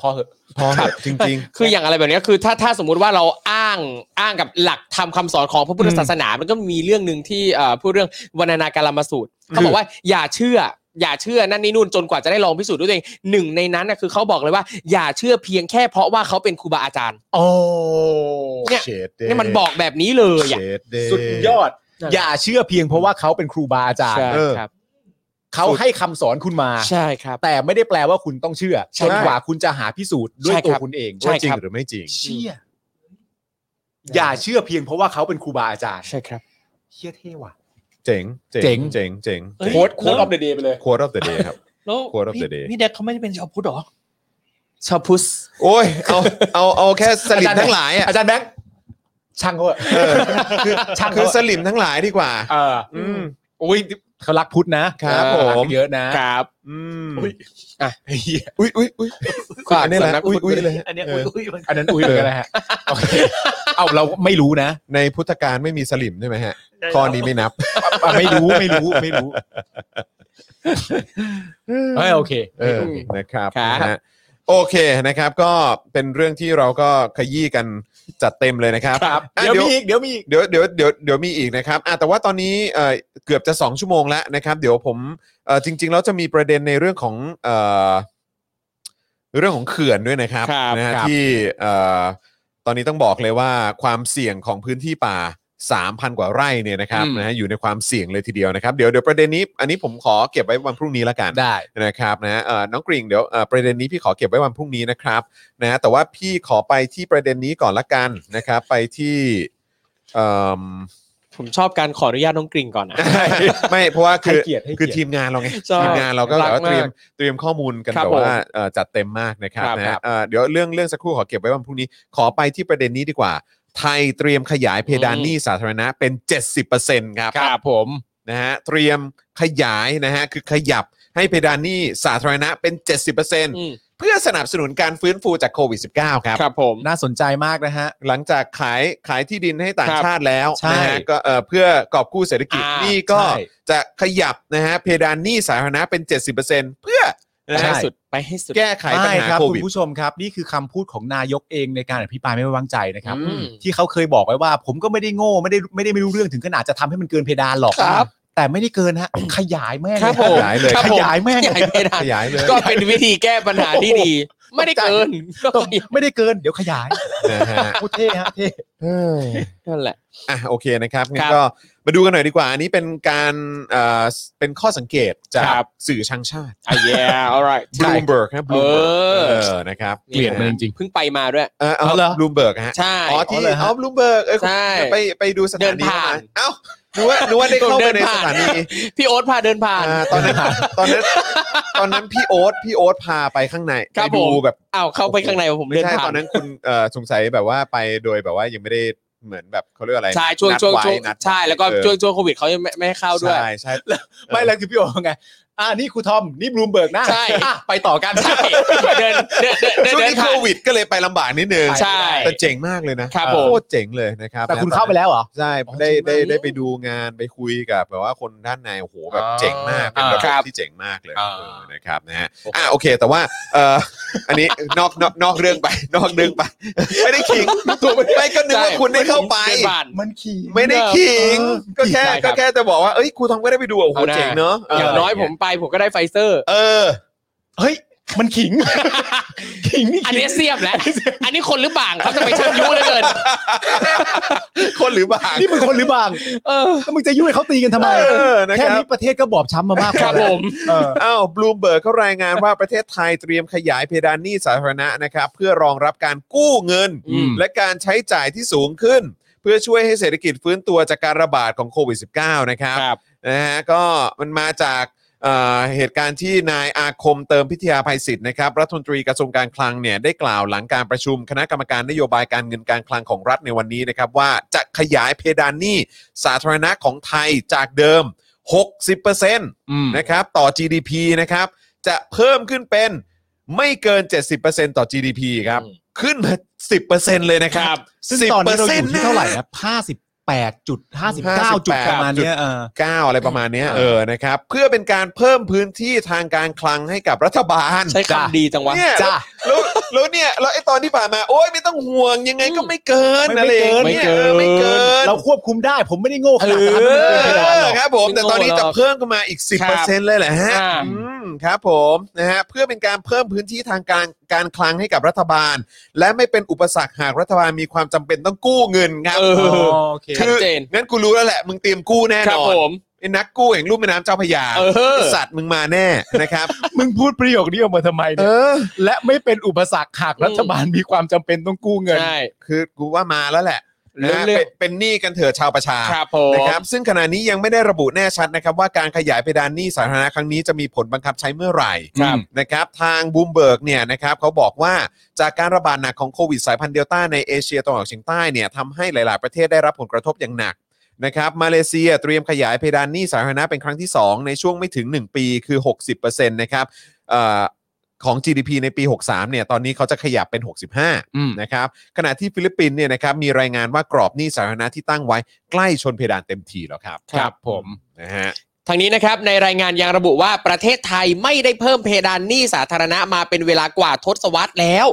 พอเหอะ
พอครับจริง
คืออย่างอะไรแบบเนี้ยคือถ้าถ้าสมมุติว่าเราอ้างอ้างกับหลักธรรมคำสอนของพระพุทธศาสนา มันก็มีเรื่องหนึ่งที่เอ่อพูดเรื่องวรรณนาการามสูตรเขาบอกว่าอย่าเชื่อ อย่าเชื่อนั่นนี่นู่นจนกว่าจะได้ลองพิสูจน์ด้วยตัวเองหนึ่งในนั้นนะคือเขาบอกเลยว่าอย่าเชื่อเพียงแค่เพราะว่าเขาเป็นครูบาอาจารย์
โอ้
เนี่ย นี่มันบอกแบบนี้เลยอ่ะ
สุดยอด อย่าเชื่อเพียงเพราะว่าเขาเป็นครูบาอาจารย์
ใช่
เออ
ครับ
เขาให้คำสอนคุณมา
ใช่ครับ
แต่ไม่ได้แปลว่าคุณต้องเชื่อ
ใช่
จนกว่าคุณจะหาพิสูจน์ด้วย
ใช่
ตัว
ครับ
คุณเอง
ใช่
ว่าจริง
ครับ
หรือไม่จริง
เชื่ออย่าเชื่อเพียงเพราะว่าเขาเป็นครูบาอาจารย์
ใช่ครับ
เชี่ยเท่ว่ะ
เจ๋ง
เจ๋ง
เจ๋งเจ๋ง
โค้ดโค้ดออฟเดอะเดย์ไปเลย
โค้ดออฟเดอะเดย์ครับ
แล้ว
Quote of
พี่
the day
พี่แดกเขาไม่ได้เป็นชาวพุทธหรอ
ชาวพุทธ
โอ้ย เอาเอาเอาแค่สลิม
อาจารย์
ทั้งหลายอ่ะ
อาจารย์แบงค์ช่างเขาเถอะ
เออคือ
ช่างเขา
คือสลิมทั้งหลายดีกว่า
เออ
อืม
อุ้ยเขารักพุทธนะครับ เออ
ผม
รักเยอะนะครับ
อืม
อุ๊ย
อ่ะ
เหี้ยอุ้ยอุ้ยอุ้ย
ก็
อันนี้แหละ
สำนัก
อุ้ย
พุทธ
อุ้ยเลย
อันเนี้ย
เอ
อุ้ย
อ
อุ้ยมัน
อันนั้นอุ้ยเหมือนกันนะฮะโอเคเอาเราไม่รู้นะ
ในพุทธการไม่มีสลิมใช่ไหมฮะข้อนี้ไม่นับ
อ่ะไม่รู้ไม่รู้ไม่รู้เฮ้ยโอเค
เออนะครับ
ครับ
นะฮะโอเคนะครับ ก็เป็นเรื่องที่เราก็ขยี้กันจัดเต็มเลยนะครับ
ครับ
อ่ะ
เดี๋ยวมีอีกเดี๋ยวมีอีก
เดี๋ยวเดี๋ยวเดี๋ยวเดี๋ยวมีอีกนะครับอ่ะแต่ว่าตอนนี้เอ่อเกือบจะ 2 ชั่วโมงแล้วนะครับ เดี๋ยวผมเอ่อจริง ๆ แล้วจะมีประเด็นในเรื่องของเอ่อเรื่องของเขื่อนด้วยนะครับ
ครับ
นะฮะ
ครับ
ที่เอ่อตอนนี้ต้องบอกเลยว่าความเสี่ยงของพื้นที่ป่า 3,000 กว่าไร่เนี่ยนะครับ
อืม
นะฮะอยู่ในความเสี่ยงเลยทีเดียวนะครับเดี๋ยวเดี๋ยวประเด็นนี้อันนี้ผมขอเก็บไว้วันพรุ่งนี้ละกัน
ได้
นะครับนะเอ่อน้องกริ่งเดี๋ยวเอ่อประเด็นนี้พี่ขอเก็บไว้วันพรุ่งนี้นะครับนะแต่ว่าพี่ขอไปที่ประเด็นนี้ก่อนละกันนะครับ ไปที่เอิ่ม
ผมชอบการขออนุญาตน้องกริ่งก่อนนะ
ไม่เพราะว่าคือ
ให้เกียรติให้เกียรติ
คือทีมงานเราไง
ใช่
ทีมงานเราก็แบบว่า
รัก
เต
มาก
รียมเตรียมข้อมูลกัน
ครับ
แบบว่าเอ่อจัดเต็มมากนะครับ
ครับ
นะ
ครั
ฮะ
บ
เอ่อเดี๋ยวเรื่องเรื่องสักครู่ขอเก็บไว้วันพรุ่งนี้ ขอไปที่ประเด็นนี้ดีกว่า ไทยเตรียมขยายเพดานหนี้สาธารณะเป็น 70%ครับ
ครับผม
นะฮะเตรียมขยายนะฮะคือขยับให้เพดานหนี้สาธารณะเป็น 70%
ม
เพื่อสนับสนุนการฟื้นฟูจากโควิด -19 ครับ
ครับผม
น่าสนใจมากนะฮะ
หลังจากขายขายที่ดินให้ต่าง
ครับ
ชาติแล้ว
ใช่
นะฮะก็เอ่อเพื่อกอบกู้เศรษฐกิจ
อ่านี่
นี่ก็
ใช่
จะขยับนะฮะเพดานหนี้สาธารณะเป็น 70%เพื่อนะ
ไป
ฮะ
ให้สุดไปให้สุด
แก้ไขปัญ
ใช่
หา
ครับ
โค
คุ
วิด
ณผู้ชมครับ นี่คือคำพูดของนายกเองในการอภิปรายไม่ไว้วางใจนะครับ
อืม
ที่เขาเคยบอกไว้ว่า ผมก็ไม่ได้โง่ไม่ได้ไม่ได้ไม่รู้เรื่องถึงขนาดจะทำให้มันเกินเพดานหรอก
ครับ
แต่ไม่ได้เกินฮะ ขยายแม่ง
ครับผม
ขยายเลย
ข
ครับผม
ยายแม่ง
ใหญ่ไม่ได้
ขยายเลย
ก็เป็นวิธีแก้ปัญหาที่ดี ไม่ได้เกินก็
ตกไม่ได้เกิน เดี๋ยวขยาย
นะฮะ
โอ้เท่ฮะเท่
นั่นแหละ
อ่ะโอเคนะครับงั้
ครั
น
บ
ก็มาดูกันหน่อยดีกว่า อันนี้เป็นการเอ่อเป็นข้อสังเกตจา
ครั
ก
บ
สื่อชังชาติ
อ่ะ yeah alright
บลูมเบิร์กนะบลูมเบิร์ก
เออ
เออนะครับ
เกลียดมันจริง
เพิ่งไปมาด้วย
เออเอา
เอาเหรอ
บลูมเบิร์กฮะ
ใช่
อ๋อที่
อ๋อเหรอฮะ
อ๋อบลูมเบิร์กเอ้ย
ใช่
ไปไปดูสถานี
เดินผ่าน
มเอ้านึกว่านึกว่าได้เข้าไปในสถานี
พี่โอ๊ตพาเดินผ่าน
อ่าตอนนั้นตอนนั้นตอนนั้นพี่โอ๊ตพี่โอ๊ตพาไปข้างใน
ครั
ไป
บผม
ดูแบบ
อ้าวเข้าไปข้างในผม
ไม่
เดิน
ใช่
ผ่า
ตอน นนั้นคุณเอ่อสงสัยแบบว่าไปโดยแบบว่ายังไม่ได้เหมือนแบบเขาเรียกอะไร
ใช่ช่วง
นัด
ช่วง
ไ
ช่วง
นัดไ
ใช่แล้วก็
เออ
ช่วงช่วงโควิดเขายังไม่ไม่ให้เข้าด้วย
ใช่ใช่
ไม่แล้วคือพี่โอ๋ไง อ่านี่ครูทอม นี่บลูมเบิร์กนะ
ใช่
อ่ะไปต่อกัน
ใช่เดินเดินเดิน
ช่วง
เดินเดิน
นี้
ผ่า
โคน วิดก็เลยไปลำบากนิดนึง
ใช่
แต่เจ๋งมากเลยนะครับ
ผม
โคตรเจ๋งเลยนะครับ
แต่คุณ
นะ
เข้าไปแล้วเหรอ
ใช่
อ๋อ
ได้
จริงมาก
ได้
นี่
ได้ไปดูงานไปคุยกับแบบว่าคนด้านในโอ้โหแบบเจ๋งมากเป็นระ
ค
บ
รั
บบ ที่เจ๋งมากเลย
อ่า
เออนะครับนะฮะอ่ะโอเคแต่ว่าเอ่อ อันนี้นอกนอกนอกเรื่อง <laughs> ไป นอกเรื่องไป ไม่ได้ขิงไม่ก็นึกว่าคุณได้เข้าไป
เดินผ่าน
มันขี่
ไม่ได้ขิงก็แค่
ได้ครั
ก็
บ
แค่จะบอกว่าเอ้ยครูทอมก็ได้ไปดูอ่ะโอ้โห
เอาหน้า
เจ๋งเนาะเ
อย่างน้อยผมไปผมก็ได้ไฟเซอร์
เออ
เฮ้ย มันขิง ขิงนี่
อัน
ขิง
นี้เสียบแล้ว อันนี้คนหรือบ่างเขาจะไปชักยุเหลยเกิน
คนหรือบาง
นี่มึงคนหรือบาง
เออ
แล้วมึงจะยุ่ยเขาตีกันทำไม
เออนะ
แค่
ครับ
นี้ประเทศก็บอบช้ำมามากพอ
ครับ
แล้ว
ผม
เออ
<laughs> อ้าวบลูเบิร์กเขารายงานว่าประเทศไทยเตรียมขยายเพดานหนี้สาธารณะนะครับ เพื่อรองรับการกู้เงิน
อืม
และการใช้จ่ายที่สูงขึ้น เพื่อช่วยให้เศรษฐกิจฟื้นตัวจากการระบาดของโควิด -19 นะครับ
ครับ
นะฮะก็มันมาจากเอ่อเหตุการณ์ที่นายอาคมเติมพิทยาภัยศิษย์นะครับรัฐมนตรีกระทรวงการคลังเนี่ยได้กล่าวหลังการประชุม คณะกรรมการนโยบายการเงินการคลังของรัฐในวันนี้นะครับว่าจะขยายเพดานหนี้สาธารณะของไทยจากเดิม 60% นะครับต่อ GDP นะครับจะเพิ่มขึ้นเป็นไม่เกิน 70%ต่อ GDP ครับ
อืม
ขึ้นมา 10%เลยนะค
ค
รั
รั
บบ
ซึ่งตอนนี้เราอยู่ที่เท่าไหร่
นะ
นะห้าสิบแปดจุดห้าสิบเก้าจุดประมาณเนี้ยเออ
9 อะไรประมาณเนี้ยเออนะครับเพื่อเป็นการเพิ่มพื้นที่ทางการคลังให้กับรัฐบาล
ใช้คำดีจังวะ
เนี่ย
จ้ะ
แล้วแล้วเนี่ยแล้วไอ้ตอนที่ผ่านมา โอ๊ยไม่ต้องห่วงยังไงก็ไม่เกิน
ไม่
อะไร
ไม่
อ
เกิ
ย่างเงี้ยเออ
น
ไม่เกิน
เราควบคุมได้ผมไม่ได้โง่ขนาดนั้น
เออ
ไม่ได้
เอ
เกินขนาด
อ
นั้นหรอก
ครับผมแต่ตอนนี้
ไม่
จะ
โง่หรอก
เพิ่มขึ้นมาอีก 10%เลยแหละฮะ
อ่า
อืมครับผมนะฮะเพื่อเป็นการเพิ่มพื้นที่ทางการการคลังให้กับรัฐบาล และไม่เป็นอุปสรรคหากรัฐบาลมีความจำเป็นต้องกู้เงินครับ
เออ
โอเค
คื
ชัด
อ
เจน
งั้นกูรู้แล้วแหละ มึงเตรียมกู้แน่
ครั
น
บ
อ
ผ
น
ม
ไอ้นักกู้แห่งลุ่มแม่น้ำเจ้าพระยา
เออ
ไสัตว์มึงมาแน่นะครับ
มึงพูดประโยคนี้ออกมาทำไม
เอ
เนี่ย
อ
และไม่เป็นอุปสรรคหากรัฐบาลมีความจำเป็นต้องกู้เงิน
ใช่
คือกูว่ามาแล้วแหละนะ
เรื่อง
ฮะ
เรื่อ
เป็น
ง
เป็นหนี้กันเถอะชาวประชา
ครับผม
นะครับซึ่งขณะนี้ยังไม่ได้ระบุแน่ชัดนะครับว่าการขยายเพดานหนี้สาธารณะครั้งนี้จะมีผลบังคับใช้เมื่อไหร่
ครับ
นะครับทางบูมเบิร์กเนี่ยนะครับเขาบอกว่าจากการระบาดหนักของโควิดสายพันธุ์เดลต้าในเอเชียตะวันออกเฉียงใต้เนี่ยทำให้หลาย ๆ ประเทศได้รับผลกระทบอย่างหนักนะครับมาเลเซียเตรียมขยายเพดานหนี้สาธารณะเป็นครั้งที่ 2 ในช่วงไม่ถึง 1 ปีคือ 60%นะครับเอ่อของ GDP ในปี 63เนี่ยตอนนี้เขาจะขยับเป็น 65 นะครับขณะที่ฟิลิปปินส์เนี่ยนะครับมีรายงานว่ากรอบหนี้สาธารณะที่ตั้งไว้ใกล้ชนเพดานเต็มทีแล้วครับ
ครับผม
นะฮะ
ทางนี้นะครับในรายงานยังระบุว่าประเทศไทยไม่ได้เพิ่มเพดานหนี้สาธารณะมาเป็นเวลากว่าทศวรรษแล้ว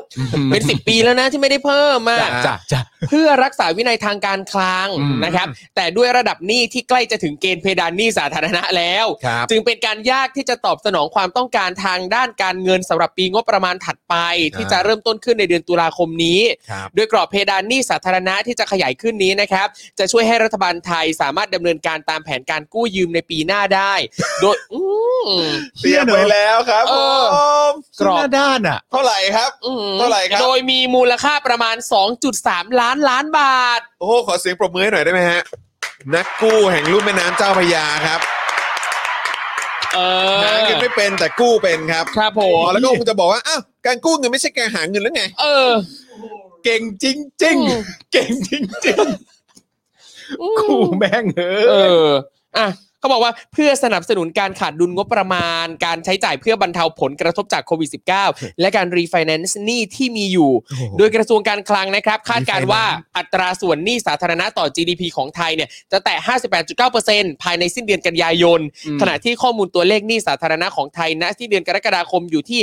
เป็น 10 ปีแล้วนะที่ไม่ได้เพิ่มมา
จ้ะ
จ้ะจ้ะ
เพื่อรักษาวินัยทางการคลัง
อืม
นะครับ แต่ด้วยระดับหนี้ที่ใกล้จะถึงเกณฑ์เพดานหนี้สาธารณะแล้ว
ครับ
จึงเป็นการยากที่จะตอบสนองความต้องการทางด้านการเงินสำหรับปีงบประมาณถัดไป ที่จะเริ่มต้นขึ้นในเดือนตุลาคมนี้
ครับ
โดยกรอบเพดานหนี้สาธารณะที่จะขยายขึ้นนี้นะครับ จะช่วยให้รัฐบาลไทยสามารถดำเนินการตามแผนการกู้ยืมในปีหน้าได้ โดยอืม
เตรียมไปแล้วครับ
เอ
ผ
อ
ม
กรอบหน้าด้านอ่ะ
เท่าไหร่ครับ
อืม
เท่าไหร่ครับ
โดยมีมูลค่าประมาณ 2.3 ล้านล้านบาท
โอ้โหขอเสียงปรบมือให้หน่อยได้ไหมฮะ นักกู้แห่งลุ่มแม่น้ำเจ้าพระยาครับ
เออ
หาเงินไม่เป็นแต่กู้เป็นครับ
ครับผ
อ๋อ
ม
แล้วก็คงจะบอกว่าอ้าวการกู้เงินไม่ใช่การหาเงินแล้วไง
เออ
เก่งจริงจริงๆ
อืม
เก่งจริงจริง
อืม
ๆกูแม่งเอ
เออ
อ
อ่ะเขาบอกว่าเพื่อสนับสนุนการขาดดุลงบประมาณ การใช้จ่ายเพื่อบรรเทาผลกระทบจากโควิด -19 และการรีไฟแนนซ์หนี้ที่มีอยู่ โดยกระทรวงการคลังนะครับ คาดการณ์ว่าอัตราส่วนหนี้สาธารณะต่อ GDP ของไทยเนี่ยจะแตะ 58.9%ภายในสิ้นเดือนกันยายน ขณะที่ข้อมูลตัวเลขหนี้สาธารณะของไทยณสิ้นเดือนกรกฎาคมอยู่ที่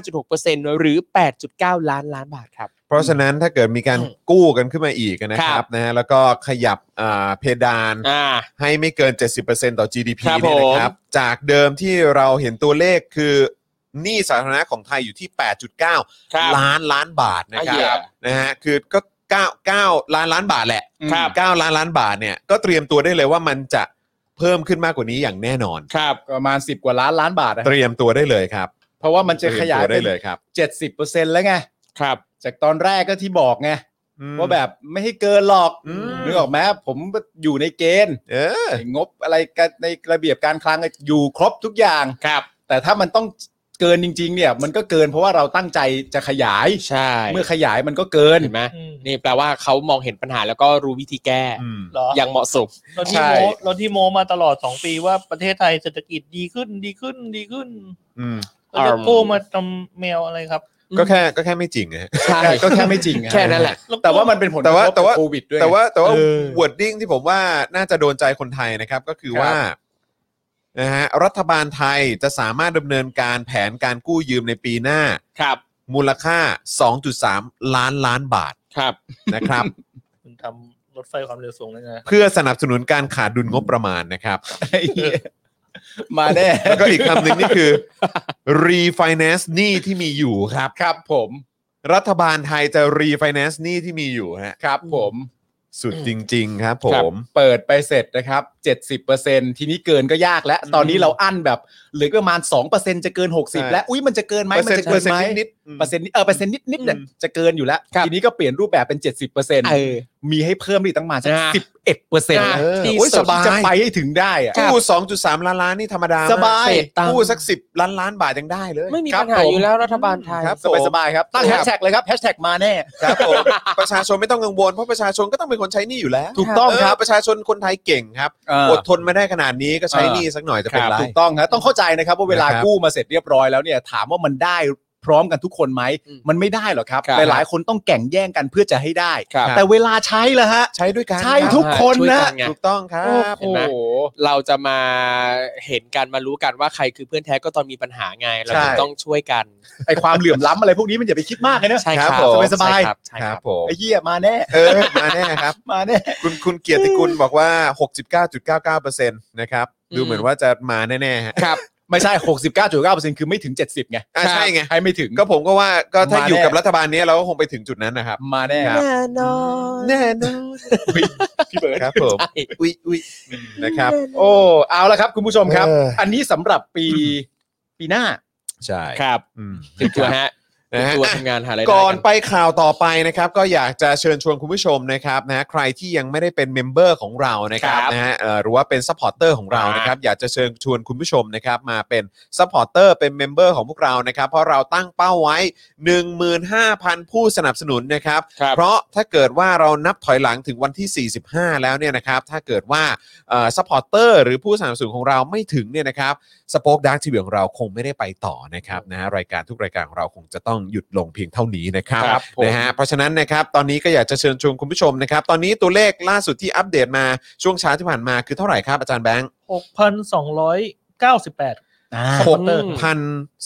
55.6%หรือ 8.9 ล้านล้านบาทครับ
เพราะฉะนั้นถ้าเกิดมีการกู้กันขึ้นมาอีกนะค
ครั
รับบ นะฮะแล้วก็ขยับอ่าเพดาน
อ่า
ให้ไม่เกิน 70%ต่อ GDP
ครับ
เนี่ยนะครับ
ผม
จากเดิมที่เราเห็นตัวเลขคือหนี้สาธารณะของไทยอยู่ที่ 8.9
ครับ
ล้านล้านบาทนะค
อ่ะเหี้ย
รับนะฮะคือก็ 9 9 ล้านล้านบาทแหละ
ครับ
เก้าล้านล้านบาทเนี่ยก็เตรียมตัวได้เลยว่ามันจะเพิ่มขึ้นมากกว่านี้อย่างแน่นอน
ครับ
ประมาณ 10 กว่าล้านล้านบาทนะ
เตรียมตัวได้เลยครับ
เพราะว่ามันจะขยาย
เตรีมตัว
เป็
ได้
น
เลยครับ
เจ็ดสิบเปอร์เซ็นต์แล้วไง
ครับ
จากตอนแรกก็ที่บอกไง
อืม
ว่าแบบไม่ให้เกินหรอก
อืม
นึกออกไหมผมอยู่ในเกณฑ์
เออ
งบอะไรกันในระเบียบการคลังอยู่ครบทุกอย่าง
ครับ
แต่ถ้ามันต้องเกินจริง ๆ เนี่ย มันก็เกินเพราะว่าเราตั้งใจจะขยาย
ใช่
เมื่อขยายมันก็เกิน
เห็นไหมนี่แปลว่าเขามองเห็นปัญหาแล้วก็รู้วิธีแก้
อืม
เหรอ
อย่างเหมาะสม
เราที่
ใช่
โมเราที่โมมาตลอดสองปีว่าประเทศไทยเศรษฐกิจดีขึ้นดีขึ้นดีขึ้น
อืม
แล้วจะ
อืม
โก้มาทำแมวอะไรครับ
ก็แค่ก็แค่ไม่จริงนะฮะ
ใช่
ก็แค่ไม่จริง
แค่นั้นแหละ
ล้โก้
แต่ว่ามันเป็นผลกระทบ
แต่ว่าแต่ว่า
โควิดด้วยไง
แต่ว่าแต่ว่า
เออ
วอร์ดดิ้งที่ผมว่าน่าจะโดนใจคนไทยนะครับ ก็คือว่านะฮะรัฐบาลไทยจะสามารถดำเนินการแผนการกู้ยืมในปีหน้า
ครับ
มูลค่า 2.3 ล้านล้านบาท
ครับ
นะครับ
<laughs>
คุณทำรถไฟความเร็วสูงเลยนะ
เพื่อสนับสนุนการขาดดุลงบประมาณนะครับ
ไอ้เหี้ยมาแน่
แล้วก็อีกคำหนึ่งนี่คือ refinance หนี้ที่มีอยู่ครับ
ครับผม
รัฐบาลไทยจะ refinance หนี้ที่มีอยู่ฮะ
ครับผม
สุดจริง ๆ ครับ ผ
ครับ
ม
เปิดไปเสร็จนะครับ 70%ทีนี้เกินก็ยากแล้ว ตอนนี้เราอั้นแบบเหลือประมาณ 2%จะเกิน
ใช่
60 แล้ว อุ้ยมันจะเกินไหมมันจะ
เปอ
เกิน
ร์เซ็น
ไหม
ต์นิดๆอืม
เปอร์เซ็นต์นิดเออเปอร์เซ็นต์นิดนิดๆเนี่ยจะเกินอยู่แล้ว
ครับ
ทีนี้ก็เปลี่ยนรูปแบบเป็น 70%
เออ
มีให้เพิ่มได้อีกตั้งมาสัก
อ่า
11%นะ
อ่า
เออ
ที่
โอ้ย
สุ
ส
ด
บายจะไปให้ถึงได้อะ
ครับ
กู้สองจุดสามล้านล้านนี่ธรรมดามก
สบาย
เศษตังค์
กู้สักสิบล้านล้านบาทยังได้เลย
ไม่มี
ครับ
ปัญหา
ผม
อยู่แล้วรัฐบาลไทย
ครับ
สบายสบายๆครับตั้ง
ค
แฮ
รับ
ชแท็กเลยครับแฮชแท็กมาแน่
ครับผม ประชาชนไม่ต้องกังวลเพราะประชาชนก็ต้องเป็นคนใช้หนี่อยู่แล้ว
ถูกต้อง
เ
ครับ
ประชาชนคนไทยเก่งครับ
เออ
อดทนมาได้ขนาดนี้ก็ใช้หนี่สักหน่อยจะเป็นไร
ถูกต้องครับต้องเข้าใจนะครับว่าเวลา
นะครับ
กู้มาเสร็จเรียบร้อยแล้วเนี่ยถามว่ามันได้พร้อมกันทุกคนไหม
อืม
มันไม่ได้หรอกครับ
ครับ
หลายๆคนต้องแข่งแย่งกันเพื่อจะให้ได้
ครับ
แต่เวลาใช้ละฮะ
ใช้ด้วยกัน
ใช่ทุกคนนะ
ช่วยกัไง
ถูกต้องครับ
เห็นไหม เราจะมาเห็นกันมารู้กันว่าใครคือเพื่อนแท้ก็ตอนมีปัญหาไง เราถึง
ใช่
ต้องช่วยกัน
ไอความเหลื่อมล้ำอะไรพวกนี้มันอย่าไปคิดมากเลยเนอะ
ใช่ค
ครั
รับบ
ผม
สบาย
ใช่
ๆ
ครับใช่
ค
ค
รั
รั
บบ ผม
ไอเหี้ยมาแน่
เออมาแน่ครับ
มาแน่
คุณคุณเกียรติกุลบอกว่า 69.99%นะครับดูเหมือนว่าจะมาแน่ๆฮะ
ครับ
ไม่ใช่ 69.9%คือไม่ถึง 70ไง
อ่ะใช่ไง
ให้ไม่ถึง
ก็ผมก็ว่าก็ถ้าอยู่
มาแน่
กับรัฐบาลนี้เราก็คงไปถึงจุดนั้นนะครับ
มาแน่
ครับ
แน่นอน
แน่นอน
พี่เบิร์ด
ครับผมอุ้ยอุ้ยนะครับ
โอ้เอาละครับคุณผู้ชมครับ
เอออั
อันนี้สำหรับปี <coughs> ปีหน้า
ใช่
ครับ
อืม
ถึงตัวฮะถึ
นะ
ง
ฮะ
ตัวทำงานหาอะไรายได้
ก่อนไปข่าวต่อไปนะครับ ก็อยากจะเชิญชวนคุณผู้ชมนะครับนะฮะใครที่ยังไม่ได้เป็นเมมเบอร์ของเรานะครับ
ครับ
นะฮะเอ่อหรือว่าเป็นซัพพอร์ตเตอร์ของเรา
อ่าน
นะครับอยากจะเชิญชวนคุณผู้ชมนะครับมาเป็นซัพพอร์ตเตอร์เป็นเมมเบอร์ของพวกเรานะครับ เพราะเราตั้งเป้าไว้ 15,000 ผู้สนับสนุนนะครับ
ครับ
เพราะถ้าเกิดว่าเรานับถอยหลังถึงวันที่ 45 แล้วเนี่ยนะครับถ้าเกิดว่าซัพพอร์เตอร์หรือผู้สนับสนุนของเราไม่ถึงเนี่ยนะครับ สป็อคดักทีวีของเราคงไม่ได้ไปต่อนะครับนะฮะรายการทุกรายการของเราคงจะต้องหยุดลงเพียงเท่านี้นะครับ
ครับผม
นะฮะเพราะฉะนั้นนะครับตอนนี้ก็อยากจะเชิญชวนคุณผู้ชมนะครับ ตอนนี้ตัวเลขล่าสุดที่อัปเดตมาช่วงเช้าที่ผ่านมาคือเท่าไหร่ครับอาจารย์แบงค์
หกพันสองร้อยเก้าสิบแปด
ห
ค
ก
น
พัน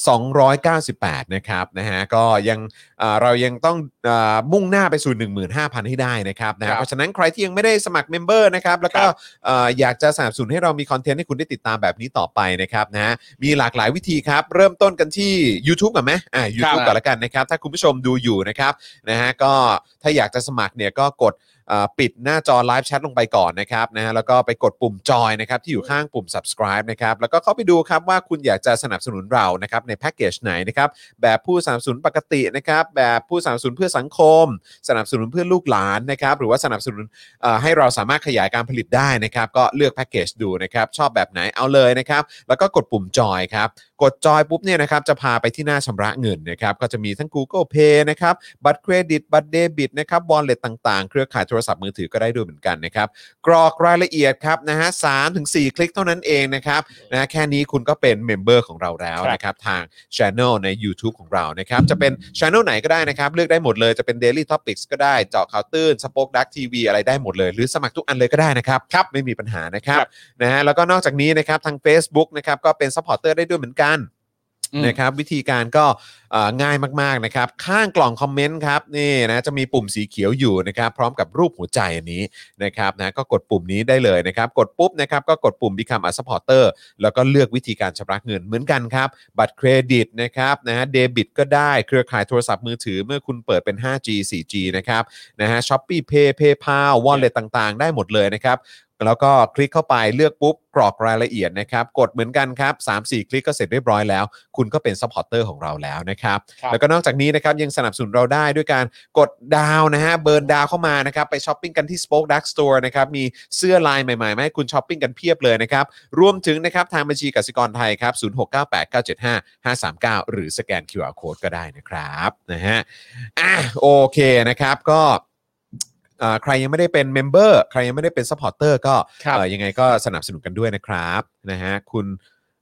สองร้อยเก้าสิบแปดนะครับนะฮะก็ยังเอ่อเรายังต้องเอ่อมุ่งหน้าไปสู่ 15,000 ให้ได้นะครับนะฮะ
ครับ
เพราะฉะนั้นใครที่ยังไม่ได้สมัครเมมเบอร์นะครับแล้วก็
ครับ
เอ่ออยากจะสนับสนุนให้เรามีคอนเทนต์ให้คุณได้ติดตามแบบนี้ต่อไปนะครับนะฮะ มีหลากหลายวิธีครับ เริ่มต้นกันที่ YouTube ก่อนไหมอ่า YouTube ก่อนละกันนะครับ ถ้าคุณผู้ชมดูอยู่นะครับนะฮะก็ถ้าอยากจะสมัครเนี่ยก็กดเอ่อปิดหน้าจอไลฟ์แชทลงไปก่อนนะครับนะฮะแล้วก็ไปกดปุ่มจอยนะครับที่อยู่ข้างปุ่ม subscribe นะครับแล้วก็เข้าไปดูครับว่าคุณอยากจะสนับสนุนเรานะครับในแพ็กเกจไหนนะครับแบบผู้สนับสนุนปกตินะครับแบบผู้สนับสนุนเพื่อสังคม สนับสนุนเพื่อลูกหลานนะครับหรือว่าสนับสนุน เอ่อให้เราสามารถขยายการผลิตได้นะครับ ก็เลือกแพ็กเกจดูนะครับ ชอบแบบไหนเอาเลยนะครับ แล้วก็กดปุ่มจอยครับ กดจอยปุ๊บเนี่ยนะครับ จะพาไปที่หน้าชำระเงินนะครับ ก็จะมีทั้ง Google Pay นะครับ บัตรเครดิต บัตรเดบิตนะครับบอลเลตต่างๆ เครือข่ายโทรศัพท์มือถือก็ได้ด้วยเหมือนกันนะครับ กรอกรายละเอียดครับนะฮะสามถึงสี่คลิกเท่านั้นเองนะครับนะแค่นี้คุณก็เป็นเมมเบอร์ของเราแล้วนะครับ ทางช ANNEL ใน YouTube ของเรานะครับ จะเป็นช ANNEL ไหนก็ได้นะครับ เลือกได้หมดเลยจะเป็น Daily Topics ก็ได้เจาะข่าวตื้นสป็อคดักทีวีอะไรได้หมดเลย หรือสมัครทุกอันเลยก็ได้นะครับครับไม่มีปัญหานะครับ
ครับ
นะฮะแล้วก็นอกจากนี้นะครับทาง Facebook นะครับก็เป็นซัพพอร์เตอร์ได้ด้วยเหมือนกัน
อืม
นะครับวิธีการก็เอ่อง่ายมากๆนะครับ ข้างกล่องคอมเมนต์ครับนี่นะจะมีปุ่มสีเขียวอยู่นะครับ พร้อมกับรูปหัวใจอันนี้นะครับนะก็กดปุ่มนี้ได้เลยนะครับ กดปุ๊บนะครับก็กดปุ่ม Become a supporter แล้วก็เลือกวิธีการชำระเงินเหมือนกันครับ บัตรเครดิตนะครับนะฮะเดบิตก็ได้เครือข่ายโทรศัพท์มือถือเมื่อคุณเปิดเป็น 5G 4G นะครับนะฮะช้อปปี้เพย์เพย์พาวอลเล็ตต่างๆ ได้หมดเลยนะครับ แล้วก็คลิกเข้าไปเลือกปุ๊บ กรอกรายละเอียดนะครับ กดเหมือนกันครับ 3-4 คลิกก็เสร็จเรียบร้อยแล้ว คุณก็เป็นซัพพอร์ตเตอร์ของเราแล้วนะครับ
ครับ
แล้วก็นอกจากนี้นะครับ ยังสนับสนุนเราได้ด้วยการกดดาวนะฮะเบิร์นดาวเข้ามานะครับ ไปช้อปปิ้งกันที่ Spoke Dark Store นะครับ มีเสื้อลายใหม่ๆมาให้คุณช้อปปิ้งกันเพียบเลยนะครับ รวมถึงนะครับ ทางบัญชีกสิกรไทยครับ 0698975539 หรือสแกน QR Code ก็ได้นะครับนะฮะอ่ะโอเคนะครับก็เอ่อใครยังไม่ได้เป็นเมมเบอร์ใครยังไม่ได้เป็นซัพพอร์เตอร์ก็
ครับ
เอ่อยังไงก็สนับสนุนกันด้วยนะครับนะฮะคุณ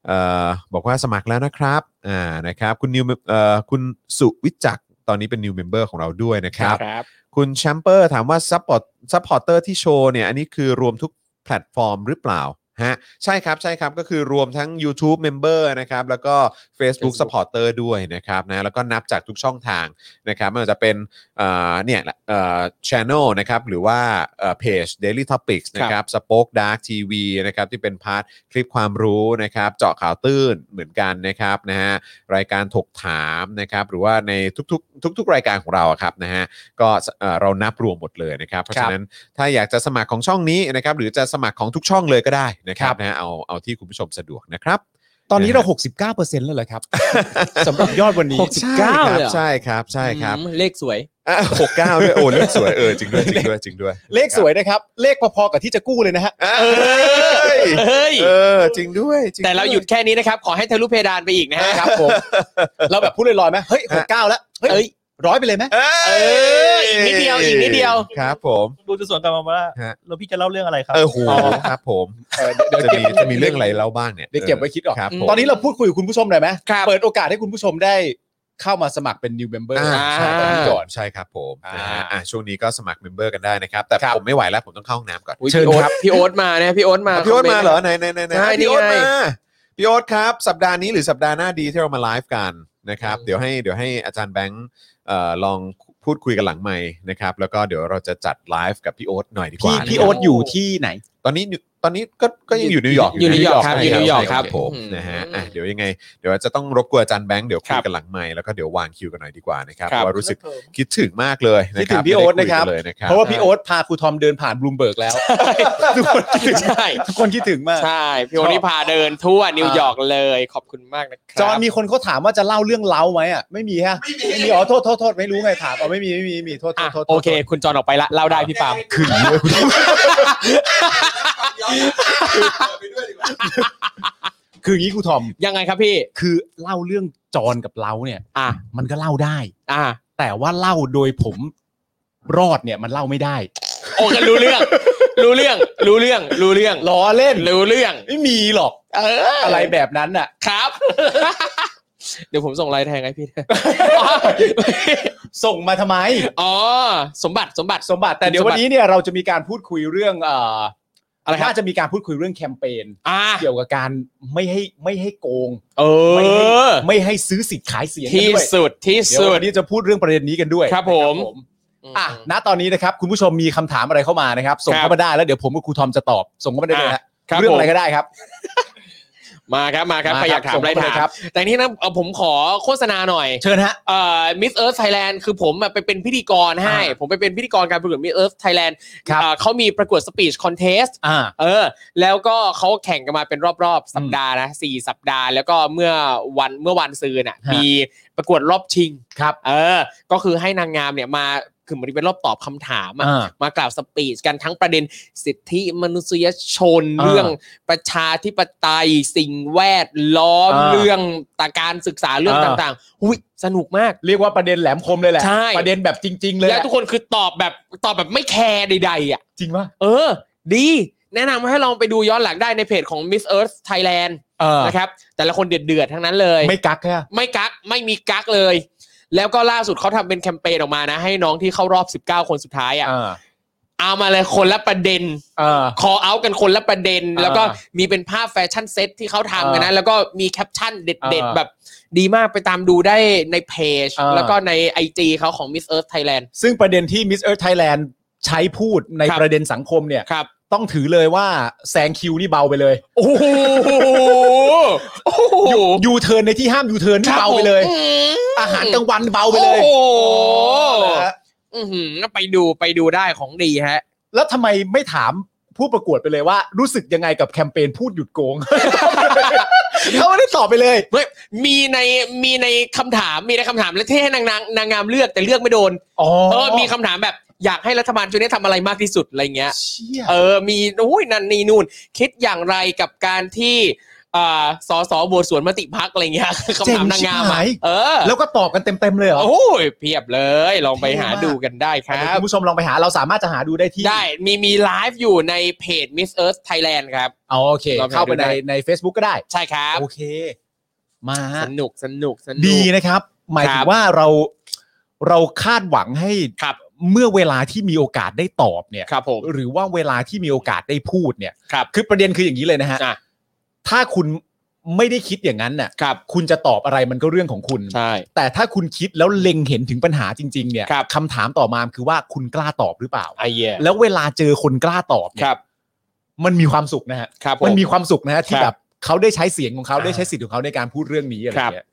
เอ่อบอกว่าสมัครแล้วนะครับอ่านะครับคุณนิวเอ่อคุณสุวิจักษ์ตอนนี้เป็นนิวเมมเบอร์ของเราด้วยนะครับ
ครับ
คุณแชมเปอร์ถามว่าซัพพอร์ตซัพพอร์เตอร์ที่โชว์เนี่ยอันนี้คือรวมทุกแพลตฟอร์มหรือเปล่าฮะใช่ครับใช่ครับก็คือรวมทั้ง YouTube Member นะครับแล้วก็ Facebook Supporter ด้วยนะครับนะแล้วก็นับจากทุกช่องทางนะครับไม่ว่าจะเป็นเอ่อเนี่ยแหละเอ่อ channel นะครับหรือว่าเอ่อเพจ Daily Topics นะครับสป็อคดาร์กทีวีนะครับที่เป็นพาร์ทคลิปความรู้นะครับเจาะข่าวตื้นเหมือนกันนะครับนะฮะรายการถกถามนะครับหรือว่าในทุกๆ ทุก ๆ รายการของเราอะครับนะฮะ ก็เอ่อเรานับรวมหมดเลยนะครับ เพราะฉะนั้นถ้าอยากจะสมัครของช่องนี้นะครับหรือจะสมัครของทุกช่องเลยก็ได้นะครับนะฮะเอาเอาที่คุณผู้ชมสะดวกนะครับ
ตอนนี้เรา 69%แล้วเหรอ
<laughs>
ครับ สำหรับยอดวันนี้
หกสิบ เก้าเลยเหรอ
ใช่ครับใช่ครับ
อืมเลขสวย
หกเก้าด้วยโอ้เลขสวยเออจริงด้วยจริงด้วยจริงด้วย
เลขสวยนะครับ เลขพอๆกับที่จะกู้เลยนะฮะ
เอ้ย
เฮ้ย
เออจริงด้วยจงว
แต่เราหยุดแค่นี้นะครับ ขอให้ทะลุเพดานไปอีกนะฮะ
ครับผม เราแบบพูดลอยๆไหมเฮ้ยหกเก้าแล้ว เฮ้ยร้อยไปเลยไหม
เอ้ย
เอออีกนิดเดียวอีกนิดเดียว
ครับผม
ดูจะสวนกลับมาว่า
ฮะ
แล้วพี่จะเล่าเรื่องอะไรครับ
เออโหครับผมจะมีจะมีเรื่องอะไรเล่าบ้างเนี่ย
เดี๋ยวเก็บไว้คิดก่อน
รับผม
ตอนนี้เราพูดคุยกับคุณผู้ชมหน่อยไหม
ครับ
เปิดโอกาสให้คุณผู้ชมได้เข้ามาสมัครเป็น new member
อ่าใช่
ตอนนี้ก่อน
ใช่ครับผม
อ่า
นะฮะอ่ะช่วงนี้ก็สมัครเมมเบอร์กันได้นะครับ แต่ผมไม่ไหวแล้ว ผมต้องเข้าห้องน้ำก่อน
อุ๊ยพี่โอ๊ตพี่โอ๊ตมานะพี่โอ๊ตมา
อ่ะพี่โอ๊ตมาเหรอไหนไหนไหนไหน
ใช่นี่
พี่โอ๊ต
ไง
มาพี่โอ๊ตครับ สัปดาห์นี้หรือสัปดาห์หน้าดีที่เรามาไลฟ์กันนะครับ เดี๋ยวให้เดี๋ยวให้อาจารย์แบงค์เอ่อลองพูดคุยกันหลังไมค์นะครับ แล้วก็เดี๋ยวเราจะจัดไลฟ์กับพี่โอ๊ตหน่อยดีกว่า
พี่
นะ
พี่
ครับ
โอ๊ตอยู่ที่ไหน
ตอนนี้อยู่ตอนนี้ก็ก็ยังอยู่นิวยอร์ก
อยู่นิวยอร์กครับอยู่
ใช่
นิวยอร์ก
ใช่
ครับ
ผม
อืม
นะฮะอ่ะเดี๋ยวยังไงเดี๋ยวจะต้องรบกวนอาจารย์แบงค์เดี๋ยวคุยกันหลังไมค์แล้วก็เดี๋ยววางคิวกันหน่อยดีกว่านะครับ
ครับ
เพราะว่ารู้สึก คิดถึงมากเลยนะ
คิด
ค
ถึ
รับ
งพี่โอ๊ตนะครับ
ไม่ได้ยกัเลยนะครับ
เพราะว่าพี่โอ๊ตพาครูทอมเดินผ่านบลูมเบิร์กแล้ว
ใช่
ทุกคนคิดถึงมาก
ใช่พี่โอ๊ตนี่พาเดินทั่วนิวยอร์กเลยขอบคุณมากนะครั
จอห์นมีคนเขาถามว่าจะเล่าเรื่องเล้าไหมอ่ะไม่มีฮะไม่มีอ๋อโทษโทษโทษไม่รู้ไงถามอ๋อไม่มีไม่มีไม่มีโทษโท
อ่ะ
ษโทษ
โอเค คุณจอนออกไปละเล่าได้พี่ปาล์ม
คือเยอะคุณ
<laughs> คืออย่างนี้ครูทอม
ยังไงครับพี่
คือเล่าเรื่องจอนกับเล้าเนี่ย
อ่ะ
มันก็เล่าได้
อ่ะ
แต่ว่าเล่าโดยผมรอดเนี่ยมันเล่าไม่ได้
โอเครู้
<laughs>
เรื่อง รู้เรื่อง รู้เรื่อง รู้เรื่อง
ล้อเล่น
รู้เรื่อง
ไม่มีหรอก
เออ
อะไรแบบนั้นอ่ะ
ครับ <laughs> เดี๋ยวผมส่งไลน์แทงให้
<laughs>
พี่
ส่งมาทำไม
อ๋อ สมบัติสมบัติ
สมบัติแต่เดี๋ยว
สมบั
วัน
ติ
นี้เนี่ยเราจะมีการพูดคุยเรื่องเอ่ออะ
อะไรครับ
น่าจะมีการพูดคุยเรื่องแคมเปญ
อ่ะ
เกี่ยวกับการไม่ให้ไม่ให้โกง
เอ
ไม่ให้
อ
ไม่ให้ซื้อสิทธิ์ขายเสียงกัน
ที่
ด้วย
สุดที่
เดี๋ยว
สุด
วันนี้จะพูดเรื่องประเด็นนี้กันด้วย
ครับผม
นะอ่ะณตอนนี้นะครับ คุณผู้ชมมีคำถามอะไรเข้ามานะครับ ส่ง
ครั
เข้า
บ
มาได้แล้วเดี๋ยวผมกับครูทอมจะตอบ ส่งเข้ามาได้เลยฮะ
ครับ
เรื่องอะ
ผ
ไร
ม
ก็ได้ครับ
มาครับมาครับ
ม
ใครอยากถาม
ส่ง
อะไร
เข้
ถาม
เลยครับ
แต่นี่นะเอาผมขอโฆษณาหน่อย
เชิญฮะ
เอ่อมิสเอิร์ธไทยแลนด์คือผมอะไปเป็นพิธีกรให้
อ่า
ผมไปเป็นพิธีกรการประกวดมิสเอิร์ธไทยแลนด์
ครับ
เขามีประกวดสปีชคอนเทส
อ่า
เออ แล้วก็เขาแข่งกันมาเป็นรอบๆ สัปดาห์นะสี่สัปดาห์ แล้วก็เมื่อวันเมื่อวันซืนอ่ะ
ฮะ
มีประกวดรอบชิง
ครับ
เออ ก็คือให้นางงามเนี่ยมาคือเหมันเป็นรอบตอบคำถามอะ
อ่าม
ากล่าวสปีชกันทั้งประเด็นสิทธิมนุษยชน
อ่า
เรื่องประชาธิปไตย สิ่งแวดล้อม
อ่า
เรื่องตาการศึกษาเรื่อง
อ่า
ต่างๆอุ้ยสนุกมาก
เรียกว่าประเด็นแหลมคมเลยแหละ
ใช่
ประเด็นแบบจริง ๆ เลย
แล้วทุกคนคือตอบแบบตอบแบบไม่แคร์ใดๆอ่ะ
จริงป่ะ
เออ ดี แนะนำให้ลองไปดูย้อนหลังได้ในเพจของ Miss Earth Thailand
เออ
นะครับ แต่ละคนเดือดๆ ทั้งนั้นเลย
ไม่กักแค่
ไม่กักไม่มีกักเลย แล้วก็ล่าสุดเขาทำเป็นแคมเปญออกมานะ ให้น้องที่เข้ารอบ 19 คนสุดท้ายอ่ะ
อ่า
เอามาเลยคนละประเด็น
เออ
คอเอาท์กันคนละประเด็น
อ่า
แล้วก็มีเป็นภาพแฟชั่นเซ็ตที่เขาทำกันนะ แล้วก็มีแคปชั่นเด็ด
อ่า
ๆ แบบดีมากไปตามดูได้ในเพจ
อ่า
แล้วก็ใน IG เขาของ Miss Earth Thailand
ซึ่งประเด็นที่ Miss Earth Thailand ใช้พูดใน
ครับ
ประเด็นสังคมเนี่ย
ครับ
ต้องถือเลยว่าแซงคิวนี่เบาไปเลย
โอ้โหโอ้โห
ยูเทิร์นในที่ห้ามยูเทิร์นเบาไปเลย
อืม
อาหารกลางวันเบาไปเลย
โอ้โห
นะฮะ
อื้อหือไปดูไปดูได้ของดีฮะ
แล้วทำไมไม่ถามผู้ประกวดไปเลยว่า รู้สึกยังไงกับแคมเปญพูดหยุดโกง <laughs> เขาไม่ได้ตอบไปเลย
เฮ้ยมีในมีในคำถามมีในคำถามและที่ให้นางนางนางงามเลือกแต่เลือกไม่โดน
อ๋อ
เออมีคำถามแบบอยากให้รัฐบาลชุดนี้ทำอะไรมากที่สุดอะไรเงี้ย
เชี่ย
เออ มีโอ้ยนันนี่นู่น คิดอย่างไรกับการที่อ่าสอสอบวชสวนมติพักอะไรเงี้ย <laughs> คำถามนางงาม
เจ๋งชิบหา
อ่ะ
ย
เออ
แล้วก็ตอบกันเต็มๆเลยเหรอ
โอ้ยเพียบเลยลองไปหา
เท่มาก
ดูกันได้ครั
เดี๋ย
บ
วคุณผู้ชมลองไปหาเราสามารถจะหาดูได้ที่
ได้มีมีไลฟ์อยู่ในเพจ Miss Earth Thailand ครับ
อ๋อโอเค
ลองไปหา
เข้าไป
ดู
ใน
ได้
ใน Facebook ก็ได้
ใช่ครับ
โอเค มา
สนุกสนุกสนุก
ดีนะครับ หมาย
ค
ถึ
รั
ง
บ
ว่าเราเราคาดหวังให้
ครับ
เมื่อเวลาที่มีโอกาสได้ตอบเนี่ย
ครับผม
หรือว่าเวลาที่มีโอกาสได้พูดเนี่ย
ครับ
คือประเด็นคืออย่างนี้เลยนะฮะ
อ่ะ
ถ้าคุณไม่ได้คิดอย่างนั้นน่ะ
ครับ
คุณจะตอบอะไรมันก็เรื่องของคุณ
ใช่
แต่ถ้าคุณคิดแล้วเล็งเห็นถึงปัญหาจริง ๆ เนี่ย
ครับ
คำถามต่อมาคือว่าคุณกล้าตอบหรือเปล่า
ไอเหี้ย
แล้วเวลาเจอคนกล้าตอบ
ค
เนี่ย
รับ
มันมีความสุขนะฮะ
ครับผ
มันมีความสุขนะฮะที่
ครับ
แบบเขาได้ใช้เสียงของเขา
อ่า
ได้ใช้สิทธิ์ของเขาในการพูดเรื่องนี้อะไร
ครับ
เงี้ย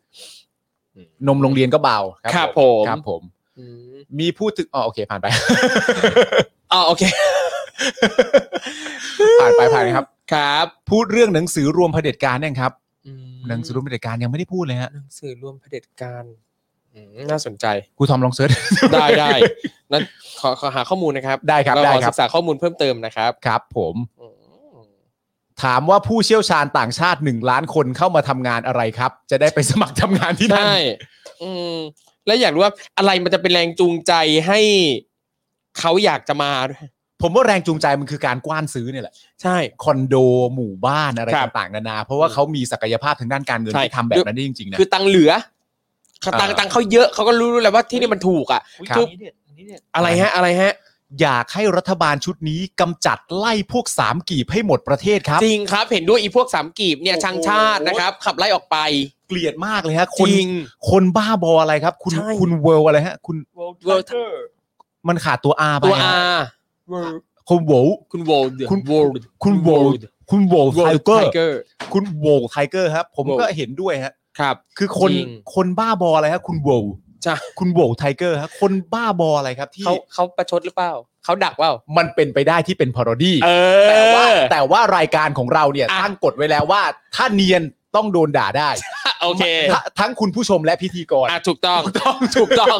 นมโรงเรียนก็เบา
ครับผม
ครับผม
อืม
มีพูดถึงอ๋อโอเค
<laughs>
ผ่านไป
อ๋อโอ
<laughs>
เค
ผ่านไปผ่านไปครับ
ครับ
พูดเรื่องหนังสือรวมเผด็จการเนี่ยงครับ
อืม
หนังสือรวมเผด็จการยังไม่ได้พูดเลยฮะ
หนังสือรวมเผด็จการอืมน่าสนใจ
ครูทอมลองเซิร์ช
ได้ได้
<laughs>
นั้นขอขอหาข้อมูลนะครับ
ได้ครับ
เาขอ
ได้ครับ
ศึกษาข้อมูลเพิ่มเติมนะครับ
ครับ ผม
อืม
ถามว่าผู้เชี่ยวชาญต่างชาติ 1 ล้านคนเข้ามาทำงานอะไรครับ จะได้ไปสมัครทำงานที่นั่น
ใช่อืมแล้วอยากรู้ว่าอะไรมันจะเป็นแรงจูงใจให้เขาอยากจะมาด้วย
ผมว่าแรงจูงใจมันคือการกว้านซื้อเนี่ยแหละ
ใช่
คอนโดหมู่บ้านอะไร
ครับ
ต่างๆนานา เพราะว่าเขามีศักยภาพทางด้านการเงิน
ใช่
ที่ทำแบบนั้นได้จริงๆนะ
คือตังค์เหลือเขา
อ่า
ตังค์ตังค์เขาเยอะเขาก็รู้แล้วว่าที่นี่มันถูกอ่ะ
ครับ
คือ
นี่เด็ดอันนี้เด็ด
อะไรฮะ อะไรฮะ
อยากให้รัฐบาลชุดนี้กำจัดไล่พวกสามกีบให้หมดประเทศครับ
จริงครับ เห็นด้วยอีพวกสามกีบเนี่ยช่างชาตินะครับ ขับไล่ออกไป
เกลียดมากเลยฮะค
จ
น
ริง
คนบ้าบออะไรครับ คุณ
ใช่
คุณเวิร์อะไรฮะ คุณ
เวิลด์
เวิลด์
เทอร์
มันขาดตัวอาไป
ตัว
ฮะ
อา
คุณเวิร์
คุณโวล
คุณ
โวล
คุณโวลด์ คุณเวิร์ไทเกอร์
เกอร์
คุณโวลไทเกอร์ครับ ผมก็
Wold
เห็นด้วยฮะ
ครับ
คือคน
จริง
คนบ้าบออะไรครับคุณโวล
ใช่
คุณโวลไทเกอร์ครับคนบ้าบออะไรครับที่
เขาเขาประชดหรือเปล่าเขาดักเปล่า
มันเป็นไปได้ที่เป็นพารอดี้
เอ
แต่ว่า
อ
แต่ว่ารายการของเราเนี่ย
อ่ะ
ตั้งกฎไว้แล้วว่า ถ้าเนียนต้องโดนด่าได้
โอเค
ททั้งคุณผู้ชมและพิธีกร
อ่ะถูกต้อง
ถูกต้อง
ถูกต้อง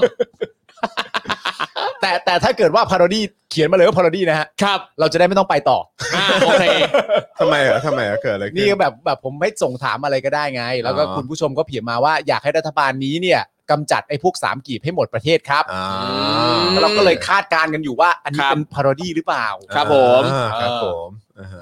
แต่แต่ถ้าเกิดว่าพารอดี้เขียนมาเลยว่าพารอดี้นะฮะ
ครับ
เราจะได้ไม่ต้องไปต่อ
อ่ะโอเค
ทำไมเหรอทำไมเหรอเกิดอะไรขึ้น
นี่ก็แบบแบบผมไม่ส่งถามอะไรก็ได้ไง แล้วก็
อ๋อ
คุณผู้ชมก็เขียนมาว่าอยากให้รัฐบาลนี้เนี่ยกำจัดไอ้พวกสามกีบให้หมดประเทศครับ
อ่า
อืม
แล้วเราก็เลยคาดการณ์กันอยู่ว่าอันนี้
ครับ
เป็นพารอดี้หรือเปล่า
ครับผม
อ่าครับผมอ่าฮะ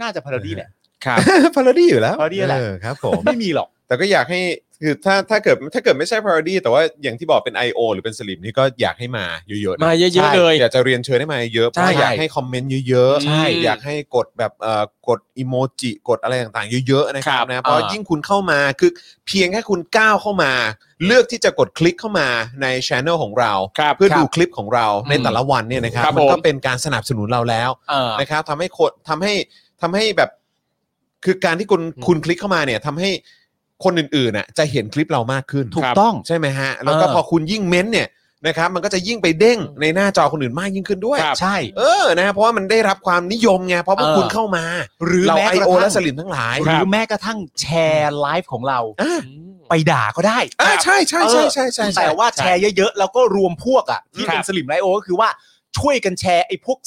น่าจะพาราดีแหละ
ครับ
พาราดี้อยู่แล้ว
parody แหละ
เอครับผม
ไม่มีหรอก
แต่ก็อยากให้คือถ้าถ้าเกิดถ้าเกิดไม่ใช่พาราดี้แต่ว่าอย่างที่บอกเป็น I.O. หรือเป็นสลิมนี่ก็อยากให้มาเยอะๆนะ
มาเย
ใช่
อะๆเลย
อยากจะเรียนเชิญให้มาเยอะเพ
ใช่
ราะอยากให้คอมเมนต์เยอะ
ใช่
อยากให้กดแบบเอ่อกดอีโมจิกดอะไรต่างๆ เยอะๆนะครับ
ครับ
นะเพราะ
อ่ายิ่
ยิ่งคุณเข้ามาคือเพียงแค่คุณก้าวเข้ามา เลือกที่จะกดคลิกเข้ามาในช anel ของเรา
ครับ
เพื่อ
ครับ
ดูคลิปของเราในแต่ละวันเนี่ยนะครับ
ครับ
มันก็
ผม
เป็นการสนับสนุนเราแล้ว นะครับทำให้คนทำให้ทำให้แบบคือการที่คุณคุณคลิกเข้ามาเนี่ยทำให้คนอื่นๆน่ะจะเห็นคลิปเรามากขึ้น
ถูกต้อง
ใช่ไหมฮะ แล้วก็
เออ
พอคุณยิ่งเม้นต์เนี่ยนะครับ มันก็จะยิ่งไปเด้งในหน้าจอคนอื่นมากยิ่งขึ้นด้วย
ใช่
เออนะฮะเพราะว่ามันได้รับความนิยมไงเพราะพวก
เออ
คุณเข้ามา
หรือ
เรา
แม้
ไอก
ระ
โอและส
ทั่ง
ลิมทั้งหลาย
หรือแม้กระทั่งแชร์ไลฟ์ของเรา ไปด่าก็ได้
อ่าใช่ใช่ใช่ใช่ใช่ใช่
แต่ว่าแชร์เยอะๆ แล้วก็รวมพวกอ่ะที่เป็
ค
น
รับ
สลิมไลโอก็คือว่าช่วยกันแชร์ไอ้พวก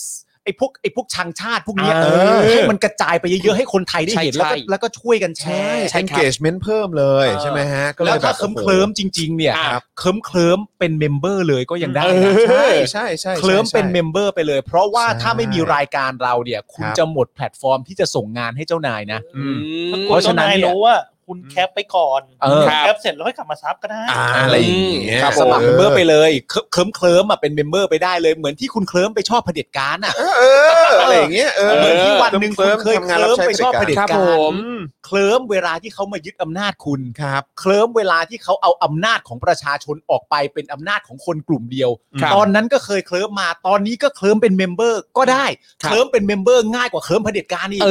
ไอ้พวกไอ้พวกชังชาติพวกเนี้ย
เออ
เออให้มันกระจายไปเยอะๆให้คนไทยได้เห็น
ใช่
แล้วก็
ใช่
แล้วก็ช่วยกันแช
ใช่
ร์
ใช่ engagement เพิ่มเลย
เออ
ใช่ไหมฮะก็เย
แล้วถ้า
บบ
เคลิ้มเคลิมๆจริง ๆ เนี่ย
ครับ
เคลิ้มเคลิมๆเป็นเมมเบอร์เลยก็ยังได้
เออ
นะ
ใช่ใช่ใช่ใช่
เคลิ้มเป็นเมมเบอร์ไปเลย เพราะว่า
ใช่
ถ้าไม่มีรายการเราเนี่ย คุณ
ครับ
จะหมดแพลตฟอร์มที่จะส่งงานให้เจ้านายนะ
อืม
เพราะฉะนั้นเนี่ย
รู้ว่า คุณแคปไปก่อน
เออ
แคปเสร็จแล้วค่อยกลับมาซับก็ได้
อ่าอะไรอย่างเงี้ย
สมัครเมมเบอร์ไปเลยเคเคิมเคลิ้มมาเป็นเมมเบอร์ไปได้เลยเหมือนที่คุณเคลิ้มไปชอบเผด็จการอ่ะ
เออเอออะไรอย่างเงี้ยเออ
เหมือนที่วันหนึ่งคุณเคย
ทำงานรับใช้
เคลิ้มไปชอบเผด็จ
ค
การ
รับผม
เคลิ้มเวลาที่เขามายึดอำนาจคุณ
ครับ
เคลิ้มเวลาที่เขาเอาอำนาจของประชาชนออกไปเป็นอำนาจของคนกลุ่มเดียว
ครับ
ตอนนั้นก็เคยเคลิ้มมาตอนนี้ก็เคลิ้มเป็นเมมเบอร์ก็ได้
ครับ
เคลิ้มเป็นเมมเบอร์ง่ายกว่าเคลิ้มเผด็จการอีก
เอ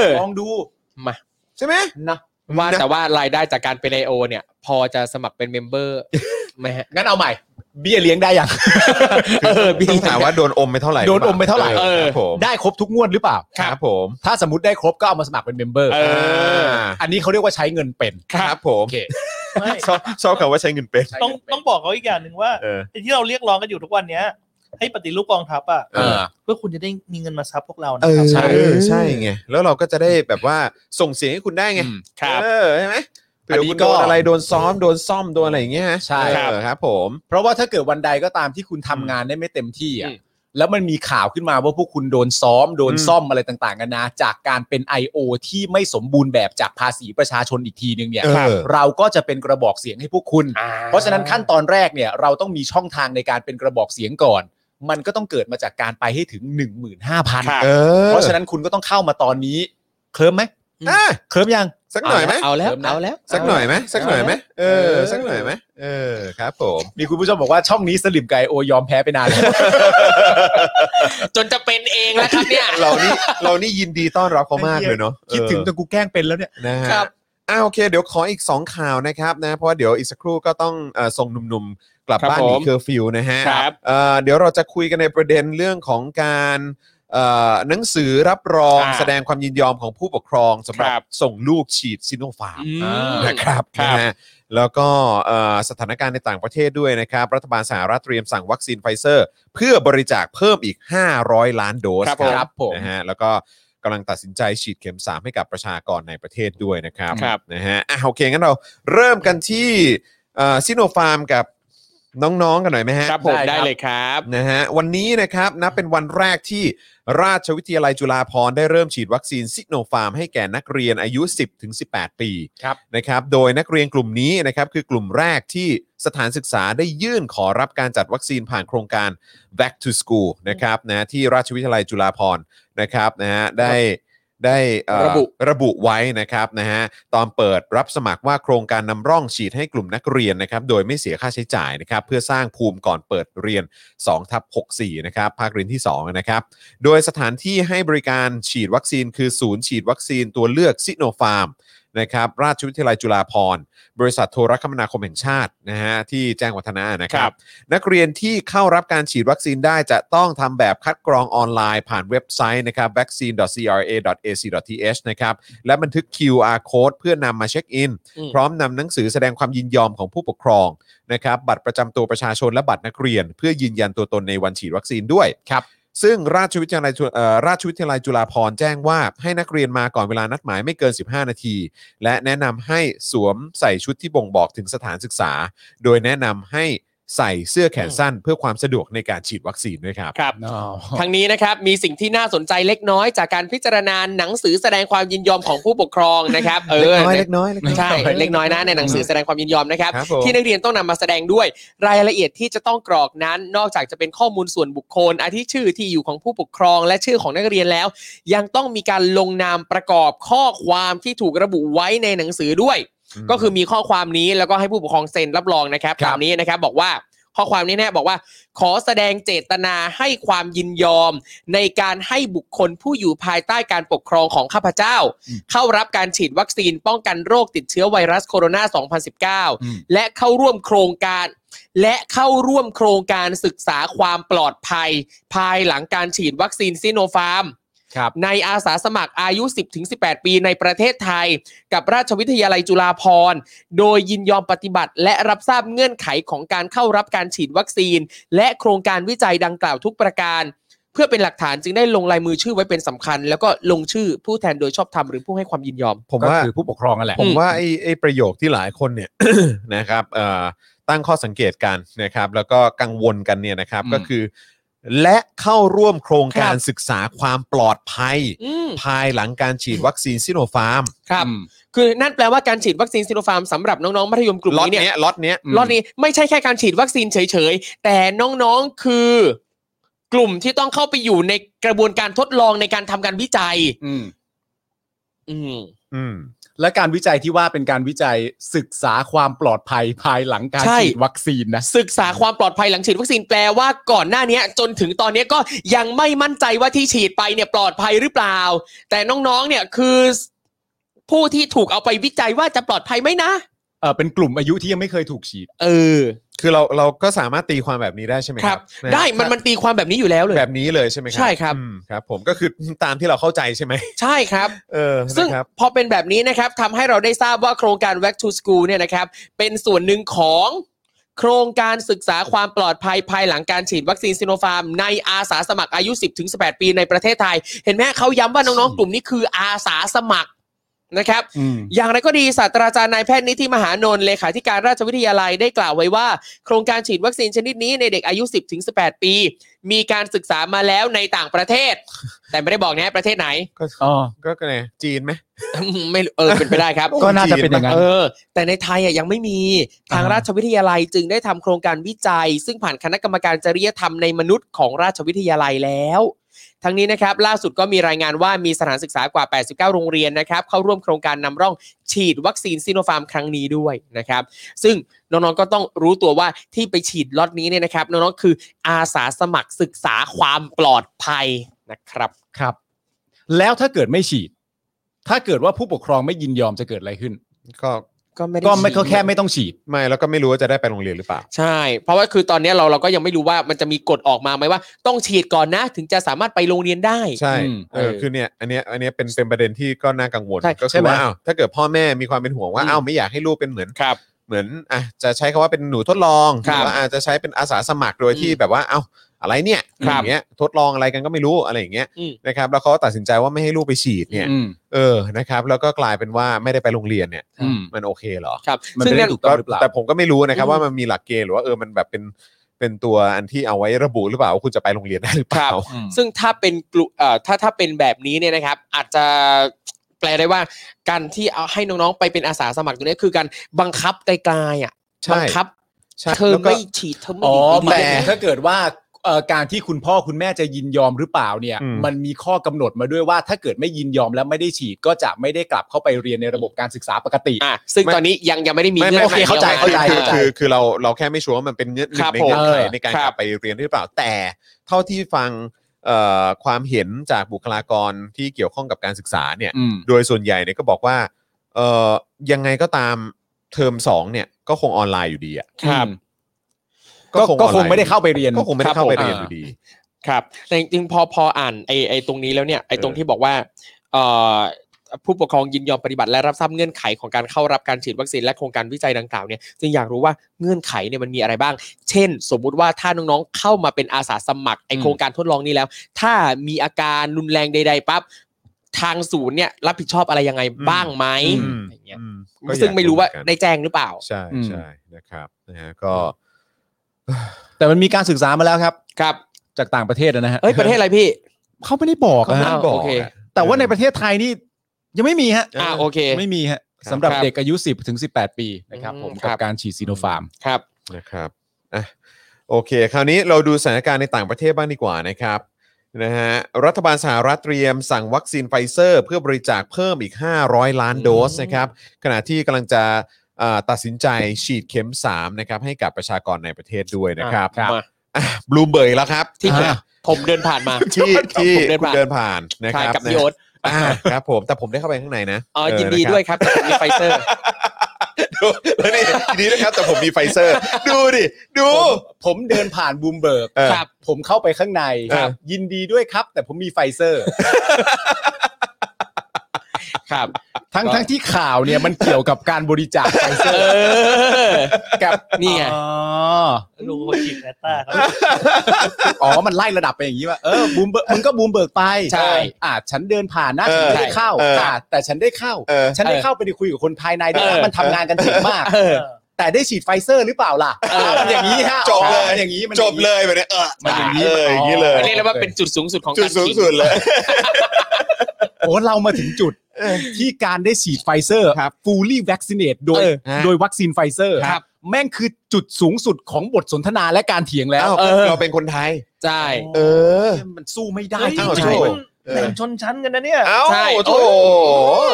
อ
ลองดู
ใช่ไหม
นะ
ว่า
นะ
แต่ว่ารายได้จากการเป็นไอโอเนี่ย พอจะสมัครเป็นเมมเบอร์ไหมฮะ
งั้นเอาใหม่เบี้ยเลี้ยงได้ยัง
เอ
ต้
อ
อ
บี้
งถามว่าโดนอมไปเท่าไหร่
โดนอมไปเท่าไหร่
ออครับผม
ได้ครบทุกงวดหรือเปล่า
ครับผม
ถ้าสมมติได้ครบก็เอามาสมัครเป็นเมมเบอร์
เออ
อันนี้เขาเรียกว่าใช้เงินเป็น
ครับผม
โอเค
ไม่
ชอบชอบคำว่าใช้เงินเป็น
ต้องต้องบอกเขาอีกอย่างหนึ่งว่า
เออ
ไอ้ที่เราเรียกร้องกันอยู่ทุกวันเนี้ย ให้ปฏิรูปกองทัพอ่ะ
เออ
เพื่อคุณจะได้มีเงินมาซับพวกเรานะ
เออ
ครับ
ใช่เออใช่ไงแล้วเราก็จะได้แบบว่าส่งเสียงให้คุณได้ไง
อืม
เออใช่ไหมเผื่
อั
อน
นี้
คุณ
ก็
โดนอะไรโดนซ้อมโดนซ่อมโดนอะไรอย่างเงี้ยฮะ
ใช่
เออครับผม
เพราะว่าถ้าเกิดวันใดก็ตามที่คุณทำงานได้ไม่เต็มที่
อื
อ่ะ
ม
แล้วมันมีข่าวขึ้นมาว่าพวกคุณโดนซ้อม โดน
อืม
ซ่อมอะไรต่างๆกันานาจากการเป็น I.O. ที่ไม่สมบูรณ์แบบจากภาษีประชาชนอีกทีนึงเนี่ย
เออ
เราก็จะเป็นกระบอกเสียงให้พวกคุณ เพราะฉะนั้นขั้นตอนแรกเนี่ยเราต้องมีช่องทางในการเป็นกระบอกเสียงก่อน มันก็ต้องเกิดมาจากการไปให้ถึง 15,000
เออ
เพราะฉะนั้นคุณก็ต้องเข้ามาตอนนี้เคลิ้มไหม
อ่ะ
เคลิ้มยัง
สักหน่อยไหม
เอาแล้วเอาแล้ว
สักหน่อยไหมสักหน่อยไหมเออ
เออ
สักหน่อยไหมเออครับผม
มีคุณผู้ชมบอกว่าช่องนี้สลิมไกโอยอมแพ้ไปนานแล้ว
จนจะเป็นเองแล้วครับเนี่ย
เรานี่เรานี่ยินดีต้อนรับเขามากเลยเนาะ
คิดถึง
เอ
จนกูแกล้งเป็นแล้วเนี่ย
อนะฮะ
ครับ
อ่าโอเค เดี๋ยวขออีก 2 ข่าวนะครับนะเพราะว่าเดี๋ยวอีกสักครู่ก็ต้องเอ่อส่งหนุ่มๆ กลับ
ครับ
บ้านหนี
ผม
เคอร์ฟิวนะฮะ
ครับ
เอ่อเดี๋ยวเราจะคุยกันในประเด็นเรื่องของการเอ่อหนังสือรับรอง
อ่า
แสดงความยินยอมของผู้ปกครองสำหรับ
ครับ
ส่งลูกฉีดซิโนฟาร์ม
อืม
นะครับ
ครับ
นะฮะแล้วก็เอ่อสถานการณ์ในต่างประเทศด้วยนะครับ รัฐบาลสหรัฐเตรียมสั่งวัคซีนไฟเซอร์ เพื่อบริจาคเพิ่มอีก 500 ล้านโดส
ครับผมครับผม
นะฮะแล้วก็กำลังตัดสินใจฉีดเข็ม 3 ให้กับประชากรในประเทศด้วยนะครับ
ครับ
นะฮะอ่ะโอเค งั้นเราเริ่มกันที่ซิโนฟาร์มกับน้องๆ กันหน่อยไหมฮะ
ครับผม
ได้ค
ได้
รับ
เลยครับ
นะฮะวันนี้นะครับนับเป็นวันแรกที่ราชวิทยาลัยจุฬาภรณ์ได้เริ่มฉีดวัคซีนซิโนฟาร์มให้แก่นักเรียนอายุ 10ถึง18 ปี
ครับ
นะครับโดยนักเรียนกลุ่มนี้นะครับคือกลุ่มแรกที่สถานศึกษาได้ยื่นขอรับการจัดวัคซีนผ่านโครงการ Back to School นะครับนะที่ราชวิทยาลัยจุฬาภรณ์นะครับนะฮะได้ได้เอ่อ
ระบุ
ระบุไว้นะครับนะฮะตอนเปิดรับสมัครว่าโครงการนำร่องฉีดให้กลุ่มนักเรียนนะครับโดยไม่เสียค่าใช้จ่ายนะครับเพื่อสร้างภูมิก่อนเปิดเรียน 2ทับ64 นะครับ ภาคเรียนที่ 2 นะครับ โดยสถานที่ให้บริการฉีดวัคซีนคือศูนย์ฉีดวัคซีนตัวเลือกซิโนฟาร์มนะครับราชวิทยาลัยจุฬาภรณ์ บริษัทโทรคมนาคมแห่งชาตินะฮะที่แจ้งวัฒนะนะค
ค
รั
รับ บ
นักเรียนที่เข้ารับการฉีดวัคซีนได้จะต้องทำแบบคัดกรองออนไลน์ผ่านเว็บไซต์นะครับ vaccine.cra.ac.th นะครับ และบันทึก QR code เพื่อนำมาเช็คอิน
อืม
พร้อมนำหนังสือแสดงความยินยอมของผู้ปกครอง นะครับบัตรประจำตัวประชาชนและบัตรนักเรียน เพื่อยืนยันตัวตนในวันฉีดวัคซีนด้วย
ครับ
ซึ่งราชวิทยาลัยจุเอ่อราชวิทยาลัยจุฬาภรณ์แจ้งว่าให้นักเรียนมาก่อนเวลานัดหมายไม่เกิน 15 นาที และแนะนำให้สวมใส่ชุดที่บ่งบอกถึงสถานศึกษา โดยแนะนำให้ใส่เสื้อแขนสั้น เพื่อความสะดวกในการฉีดวัคซีนด้วยครับ
ครับ ทางนี้นะครับมีสิ่งที่น่าสนใจเล็กน้อยจากการพิจารณาหนังสือแสดงความยินยอมของผู้ปกครองนะครับ เออ
เล็กน้อยเล็กน้อย
ใช่เล็กน้อยนะในหนังสือแสดงความยินยอมนะครับ
ครับผม
ที่นักเรียนต้องนำมาแสดงด้วยรายละเอียดที่จะต้องกรอกนั้น นอกจากจะเป็นข้อมูลส่วนบุคคล อาทิชื่อที่อยู่ของผู้ปกครอง และชื่อของนักเรียนแล้ว ยังต้องมีการลงนามประกอบข้อความที่ถูกระบุไว้ในหนังสือด้วย ก็คือมีข้อความนี้แล้วก็ให้ผู้ปกครองเซ็นรับรองนะครับ
ครับ
ตามนี้นะครับบอกว่าข้อความนี้แน่ยบอกว่า ขอแสดงเจตนาให้ความยินยอม ในการให้บุคคลผู้อยู่ภายใต้การปกครองของข้าพเจ้า เข้ารับการฉีดวัคซีนป้องกันโรคติดเชื้อไวรัสโคโรนา
อืม
2019 และเข้าร่วมโครงการ และเข้าร่วมโครงการศึกษาความปลอดภัย ภายหลังการฉีดวัคซีนซิโนฟาร์ม
ครับ
ในอาสาสมัครอายุ 10-18 ปีในประเทศไทย กับราชวิทยาลัยจุฬาภรณ์ โดยยินยอมปฏิบัติ และรับทราบเงื่อนไขของการเข้ารับการฉีดวัคซีน และโครงการวิจัยดังกล่าวทุกประการ เพื่อเป็นหลักฐานจึงได้ลงลายมือชื่อไว้เป็นสำคัญ แล้วก็ลงชื่อผู้แทนโดยชอบธรรมหรือผู้ให้ความยินยอม
ผม
ก็
ว่า
คือผู้ปกครองนั่นแหละ
ผมว่าไอ้ไอ้ประโยคที่หลายคนเนี่ย <coughs> นะครับเอ่อตั้งข้อสังเกตกันนะครับ แล้วก็กังวลกันเนี่ยนะครับ
อืม
ก็คือ และเข้าร่วมโครงการ
ครับ
ศึกษาความปลอดภัย
อืม
ภายหลังการฉีดวัคซีนซิโนฟาร์ม
ครับ คือนั่นแปลว่าการฉีดวัคซีนซิโนฟาร์มสำหรับน้องๆมัธยมกลุ่ม
ล็อต
นี้เนี่ย
เนี้ยล็อตเนี้ย
รอบนี้ไม่ใช่แค่การฉีดวัคซีนเฉยๆ แต่น้องๆคือกลุ่มที่ต้องเข้าไปอยู่ในกระบวนการทดลองในการทำการวิจัย
อืม
อืม
อืม
และการวิจัยที่ว่าเป็นการวิจัยศึกษาความปลอดภัยภายหลังการ
ใช่
ฉีดวัคซีนนะ
ศึกษาความปลอดภัยหลังฉีดวัคซีนแปลว่าก่อนหน้าเนี้ย จนถึงตอนเนี้ยก็ยังไม่มั่นใจว่าที่ฉีดไปเนี่ยปลอดภัยหรือเปล่า แต่น้องๆเนี่ยคือผู้ที่ถูกเอาไปวิจัยว่าจะปลอดภัยไหมนะ
เออเป็นกลุ่มอายุที่ยังไม่เคยถูกฉีด
เออ
คือเราเราก็สามารถตีความแบบนี้ได้ใช่ไหม
ค
ค
รั
รับ บะ
ได้มันมันตีความแบบนี้อยู่แล้วเลย
แบบนี้เลยใช่ไหมครั
ใช่ครับ
อืมครับ ผมก็คือตามที่เราเข้าใจใช่ไหม
ใช่ครับ
เออ
ซึ่ง
นะครับ
พอเป็นแบบนี้นะครับทำให้เราได้ทราบว่าโครงการ Back to School เนี่ยนะครับ เป็นส่วนหนึ่งของโครงการศึกษาความปลอดภัยภายหลังการฉีดวัคซีนซิโนฟาร์ม ในอาสาสมัครอายุ 10-18 ปีในประเทศไทย เห็นไหมเขาย้ำว่าน้องๆ กลุ่มนี้คืออาสาสมัครนะครับ อย่างไรก็ดีศาสตราจารย์นายแพทย์นิติมหานนท์เลขาธิการราชวิทยาลัยได้กล่าวไว้ว่า โครงการฉีดวัคซีนชนิดนี้ในเด็กอายุ 10-18 ปี มีการศึกษามาแล้วในต่างประเทศ แต่ไม่ได้บอกนะประเทศไหน
ก็
อ๋อ
ก็ไงจีนไหม
ไม่รู้เออเป็นไปได้ครับ
ก็น่าจะเป็นอย่างนั้น
เออ แต่ในไทยอ่ะยังไม่มีทาง
อ่า
ราชวิทยาลัยจึงได้ทำโครงการวิจัย ซึ่งผ่านคณะกรรมการจริยธรรมในมนุษย์ของราชวิทยาลัยแล้ว ทั้งนี้นะครับ ล่าสุดก็มีรายงานว่ามีสถานศึกษากว่า 89 โรงเรียนนะครับ เข้าร่วมโครงการนำร่องฉีดวัคซีนซิโนฟาร์มครั้งนี้ด้วยนะครับ ซึ่งน้องๆก็ต้องรู้ตัวว่าที่ไปฉีดล็อตนี้เนี่ยนะครับน้องๆคืออาสาสมัครศึกษาความปลอดภัยนะครับ
ครับ แล้วถ้าเกิดไม่ฉีด ถ้าเกิดว่าผู้ปกครองไม่ยินยอมจะเกิดอะไรขึ้น
ก็
ก็ไม่ได้
ก็ไม่ก็
ฉีด
แค่ไม่ต้องฉีด
ไม่แล้วก็ไม่รู้ว่าจะได้ไปโรงเรียนหรือเปล่า
ใช่ เพราะว่าคือตอนเนี้ยเราเราก็ยังไม่รู้ว่ามันจะมีกฎออกมาไหมว่า ต้องฉีดก่อนนะ ถึงจะสามารถไปโรงเรียนได้
ใช่
อืม
เออ
เออ
คือเนี่ยอันเนี้ยอันเนี้ยเป็นเป็นประเด็นที่ก็น่ากังวล
ใช่
ก็คื
ใช่
อ
ไหม
ว่าอ้าวถ้าเกิดพ่อแม่มีความเป็นห่วงว่า
อืม
อ้าวไม่อยากให้ลูกเป็นเหมือน
ครับ
เหมือนอ่ะจะใช้คำว่าเป็นหนูทดลองห
ครั
รื
บ
ว่าอาจจะใช้เป็นอาสาสมัครโดยที่
อืม
แบบว่าเอ้าอะไรเนี่ย
ค
อ
รับ
ย่างเงี้ยทดลองอะไรกันก็ไม่รู้อะไรอย่างเงี้ย
อืม
นะครับแล้วเขาก็ตัดสินใจว่าไม่ให้ลูกไปฉีดเนี่ย
อืม
เออนะครับแล้วก็กลายเป็นว่าไม่ได้ไปโรงเรียนเนี่ย
อืม
มันโอเคเหรอ
ครับ
มัน
ซึ่ง
ไม่ได้
นั่น
ถูกต้องหรือเปล่า
แต่ผมก็ไม่รู้นะครับ
อืม
ว่ามันมีหลักเกณฑ์หรือว่าเออมันแบบเป็นเป็นตัวอันที่เอาไว้ระบุหรือเปล่าว่าคุณจะไปโรงเรียนได้หรือเปล่า
ครับ ซึ่งถ้าเป็นกลุ่มเอ่อถ้าถ้าเป็นแบบนี้เนี่ยนะครับ อาจจะแปลได้ว่า การที่เอาให้น้องๆไปเป็นอาสาสมัครตรงนี้คือการบังคับไกลๆอ่ะ
ใช่
บังคับ
ใช่
เธอ
แล้วก็
ไม่ฉีดเธอไม่
อ๋อ
ฉีด
หมาย
แต่
ถึงถ้าเกิดว่าเอ่อการที่คุณพ่อคุณแม่จะยินยอมหรือเปล่าเนี่ย
อืม
มันมีข้อกำหนดมาด้วยว่าถ้าเกิดไม่ยินยอมและไม่ได้ฉีดก็จะไม่ได้กลับเข้าไปเรียนในระบบการศึกษาปกติ
อ่ะซึ่งตอนนี้ยังยังไม่ได้มี
ไม่
งื่
ไม่
น
โอ
ไข
เคเข้าใจ
ดียว
เข้าใจ
ม
คือคือคือเราเราแค่ไม่ชัวร์ว่ามันเป็นเงื่อนห
ครั
นึ่
บ
งในเงื่อนไข
ผม
ในการ
ค
ก
รั
ลั
บบ
ไปเรียนหรือเปล่าแต่ เท่าที่ฟังเอ่อความเห็นจากบุคลากรที่เกี่ยวข้องกับการศึกษาเนี่ย
อืม
โดยส่วนใหญ่เนี่ยก็บอกว่าเอ่อยังไงก็ตามเทอมสองเนี่ยก็คงออนไลน์อยู่ดีอ่ะ
ครับ
ก็ก็คงไม่ได้เข้าไป
เรี
เรีย
ย
น
นก็คงไม่ได้เข้าไป
ครับผม
เรียนอยู่ดี
ครับแต่จริงๆพอพออ่านไอไอตรงนี้แล้วเนี่ยไอตรงที่บอกว่าเอ่อผู้ปกครองยินยอมปฏิบัติและรับทราบเงื่อนไขของการเข้ารับการฉีดวัคซีนและโครงการวิจัยดังกล่าวเนี่ยจึงอยากรู้ว่าเงื่อนไขเนี่ยมันมีอะไรบ้าง เช่น สมมุติว่าถ้าน้องๆเข้ามาเป็นอาสาสมัครไอโครงการทดลองนี้แล้ว ถ้ามีอาการรุนแรงใด ๆปั๊บทางศูนย์เนี่ยรับผิดชอบอะไรยังไงบ้างไหม
อืม
อย่างเงี้ย
อืมก็อยาก
ซึ่งไม่รู้ว่า
เหอนกัน
ได้แจ้งหรือเปล่า
ใช่
อืม
ใช่นะครับนะฮะก็
แต่มันมีการศึกษามาแล้วครับ
ครับ
จากต่างประเทศนะฮะ
เอ้ยประเทศอะไรพี่
เขาไม่ได้บอก
เขา
นะ
ไม่
ฮะ
ได้บอก
โอเค
อะ
แต่ว่าในประเทศไทยนี่ยังไม่มีฮะ
อ่าโอเค
ไม่มีฮะ
ครับ
สำหรับ
ครับ
เด็กอายุ 10ถึง18 ปีนะครับ
อืม
ผม
ครั
กับบ การฉีดซีโนฟาร์ม
ครับ
นะครับอ่ะโอเค คราวนี้เราดูสถานการณ์ในต่างประเทศบ้างดีกว่านะครับนะฮะรัฐบาลสหรัฐเตรียมสั่งวัคซีนไฟเซอร์ เพื่อบริจาคเพิ่มอีก 500 ล้านโดส
อืม
นะครับขณะที่กำลังจะอ่าตัดสินใจฉีดเข็ม 3 นะครับ ให้กับประชากรในประเทศด้วยนะครับ
ครับ
มา
บลูมเบอร์แล้ว
<laughs>
ครับ
ที่ผม
อ่า
ผมเดินผ่านมา
ที่ที่
ผมเดิน
คุณ
ผ่าน
เดินผ่านนะค
ใช่
รับ
กับพี่โอ๊ต
อ่าครับผมแต่ผมได้เข้าไปข้างในนะ
อ๋อ
เ
ยินดี
ะครับ
ด้วยครับแต่ผมมีไฟเซอร์
ดู <laughs> แล้วนี่ทีนี้นะครับ แต่ผมมีไฟเซอร์ ดูดิ ดู
ผมผมเดินผ่านบูมเบิร์ก
เออ
ครับ
ผมเข้าไปข้างใน
ครับ
ยินดีด้วยครับ แต่ผมมีไฟเซอร์
ครับ
ทั้งทั้งที่ข่าวเนี่ยมันเกี่ยวกับการบริจาคไฟเซอ
เอ
ร์
อ
กับ
นี่ไง
อ๋อ
ลูกคนฉีดแอตตาครับ
อ๋อมันไล่ระดับไปอย่างนี้ว่าเออบูมเบิร์กมึงก็บูมเบิร์กไป
ใช่
อ่าฉันเดินผ่านนะ
เอ
ฉัน
อ
ไม่ได้เข้า
เอออ่
่าแต่ฉันได้เข้า
เออ
ฉันได้เข้าไปคุยกับคนภายในด้วย
เออ
นะมันทำงานกันเถึงมาก
เออ
แต่ได้ฉีดไฟเซอร์หรือเปล่าล่ะมันอย่างนี้ฮะ
จบเลย
มันอย่างนี้มัน
จบเลยแบบเนี้ยเออ
มันอย่างนี้
เอออย่างนี้เลย
เรียกได้ว่าเป็นจุดสูงสุดของ
จุ
กา
ด
ร
สูง
กิน
สุดเลย
โอ้เรามาถึงจุดที่การได้ฉีดไฟเซอร์
ครับ
ฟูลี่วัคซีเนตโดย
เออฮะ
โดยวัคซีนไฟเซอร์
ครับ
แม่งคือจุดสูงสุดของบทสนทนาและการเถียงแล้ว
อ้าว
เออ
เราเป็นคนไทย
ใช่
เออ
มันสู้ไม่ได้
เฮ้ย
จ
อ้าว
ริ
โถ่
งๆ
เออ
แบ่งชนชั้นกันนะเนี่ย
เอ้า
ใช่
โถ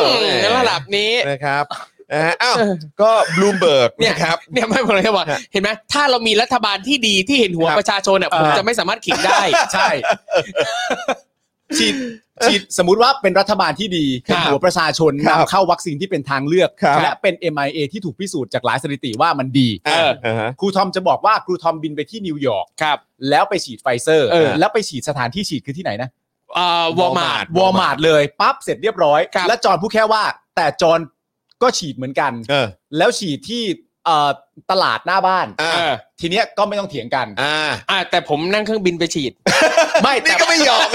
อืมในระดับนี้
นะครับนะฮะอ้าว ก็บลูมเบิร์ก
เนี่ย
นะครับ
เนี่ยไม่บอกเลยว่าเห็นไหมถ้าเรามีรัฐบาลที่ดีที่เห็นหัว
ครับ
ประชาชนอ่ะ
เออ
ผมจะไม่สามารถขิงได้
ใช่ ฉีดฉีดสมมุติว่าเป็นรัฐบาลที่ดี
ครับ
เป็นหัวประชาชน
ครับ
นำเข้าวัคซีนที่เป็นทางเลือก
ครับ
และเป็น MIA ที่ถูกพิสูจน์จากหลายสถิติว่ามันดี
เออ
อ่าฮะ
ครูทอมจะบอกว่าครูทอมบินไปที่นิวยอร์ก
ครับ
แล้วไปฉีดไฟเซอร์
เออ
แล้วไปฉีดสถานที่ฉีดคือที่ไหนนะ
เอ่อวอร์มาร์ท
วอร์มาร์ทเลยปั๊บเสร็จเรียบร้อย
ครับ
แล้วจอห์นพูดแค่ว่า แต่จอห์นก็ฉีดเหมือนกัน
เออ
แล้วฉีดที่เอ่อตลาดหน้าบ้าน
อ่า
เออ
ทีเนี้ยก็ไม่ต้องเถียงกัน
อ่า
อ่ะแต่ผมนั่งเครื่องบินไปฉีด
ไม่
นี่
แต่
ก็ไม่ยอม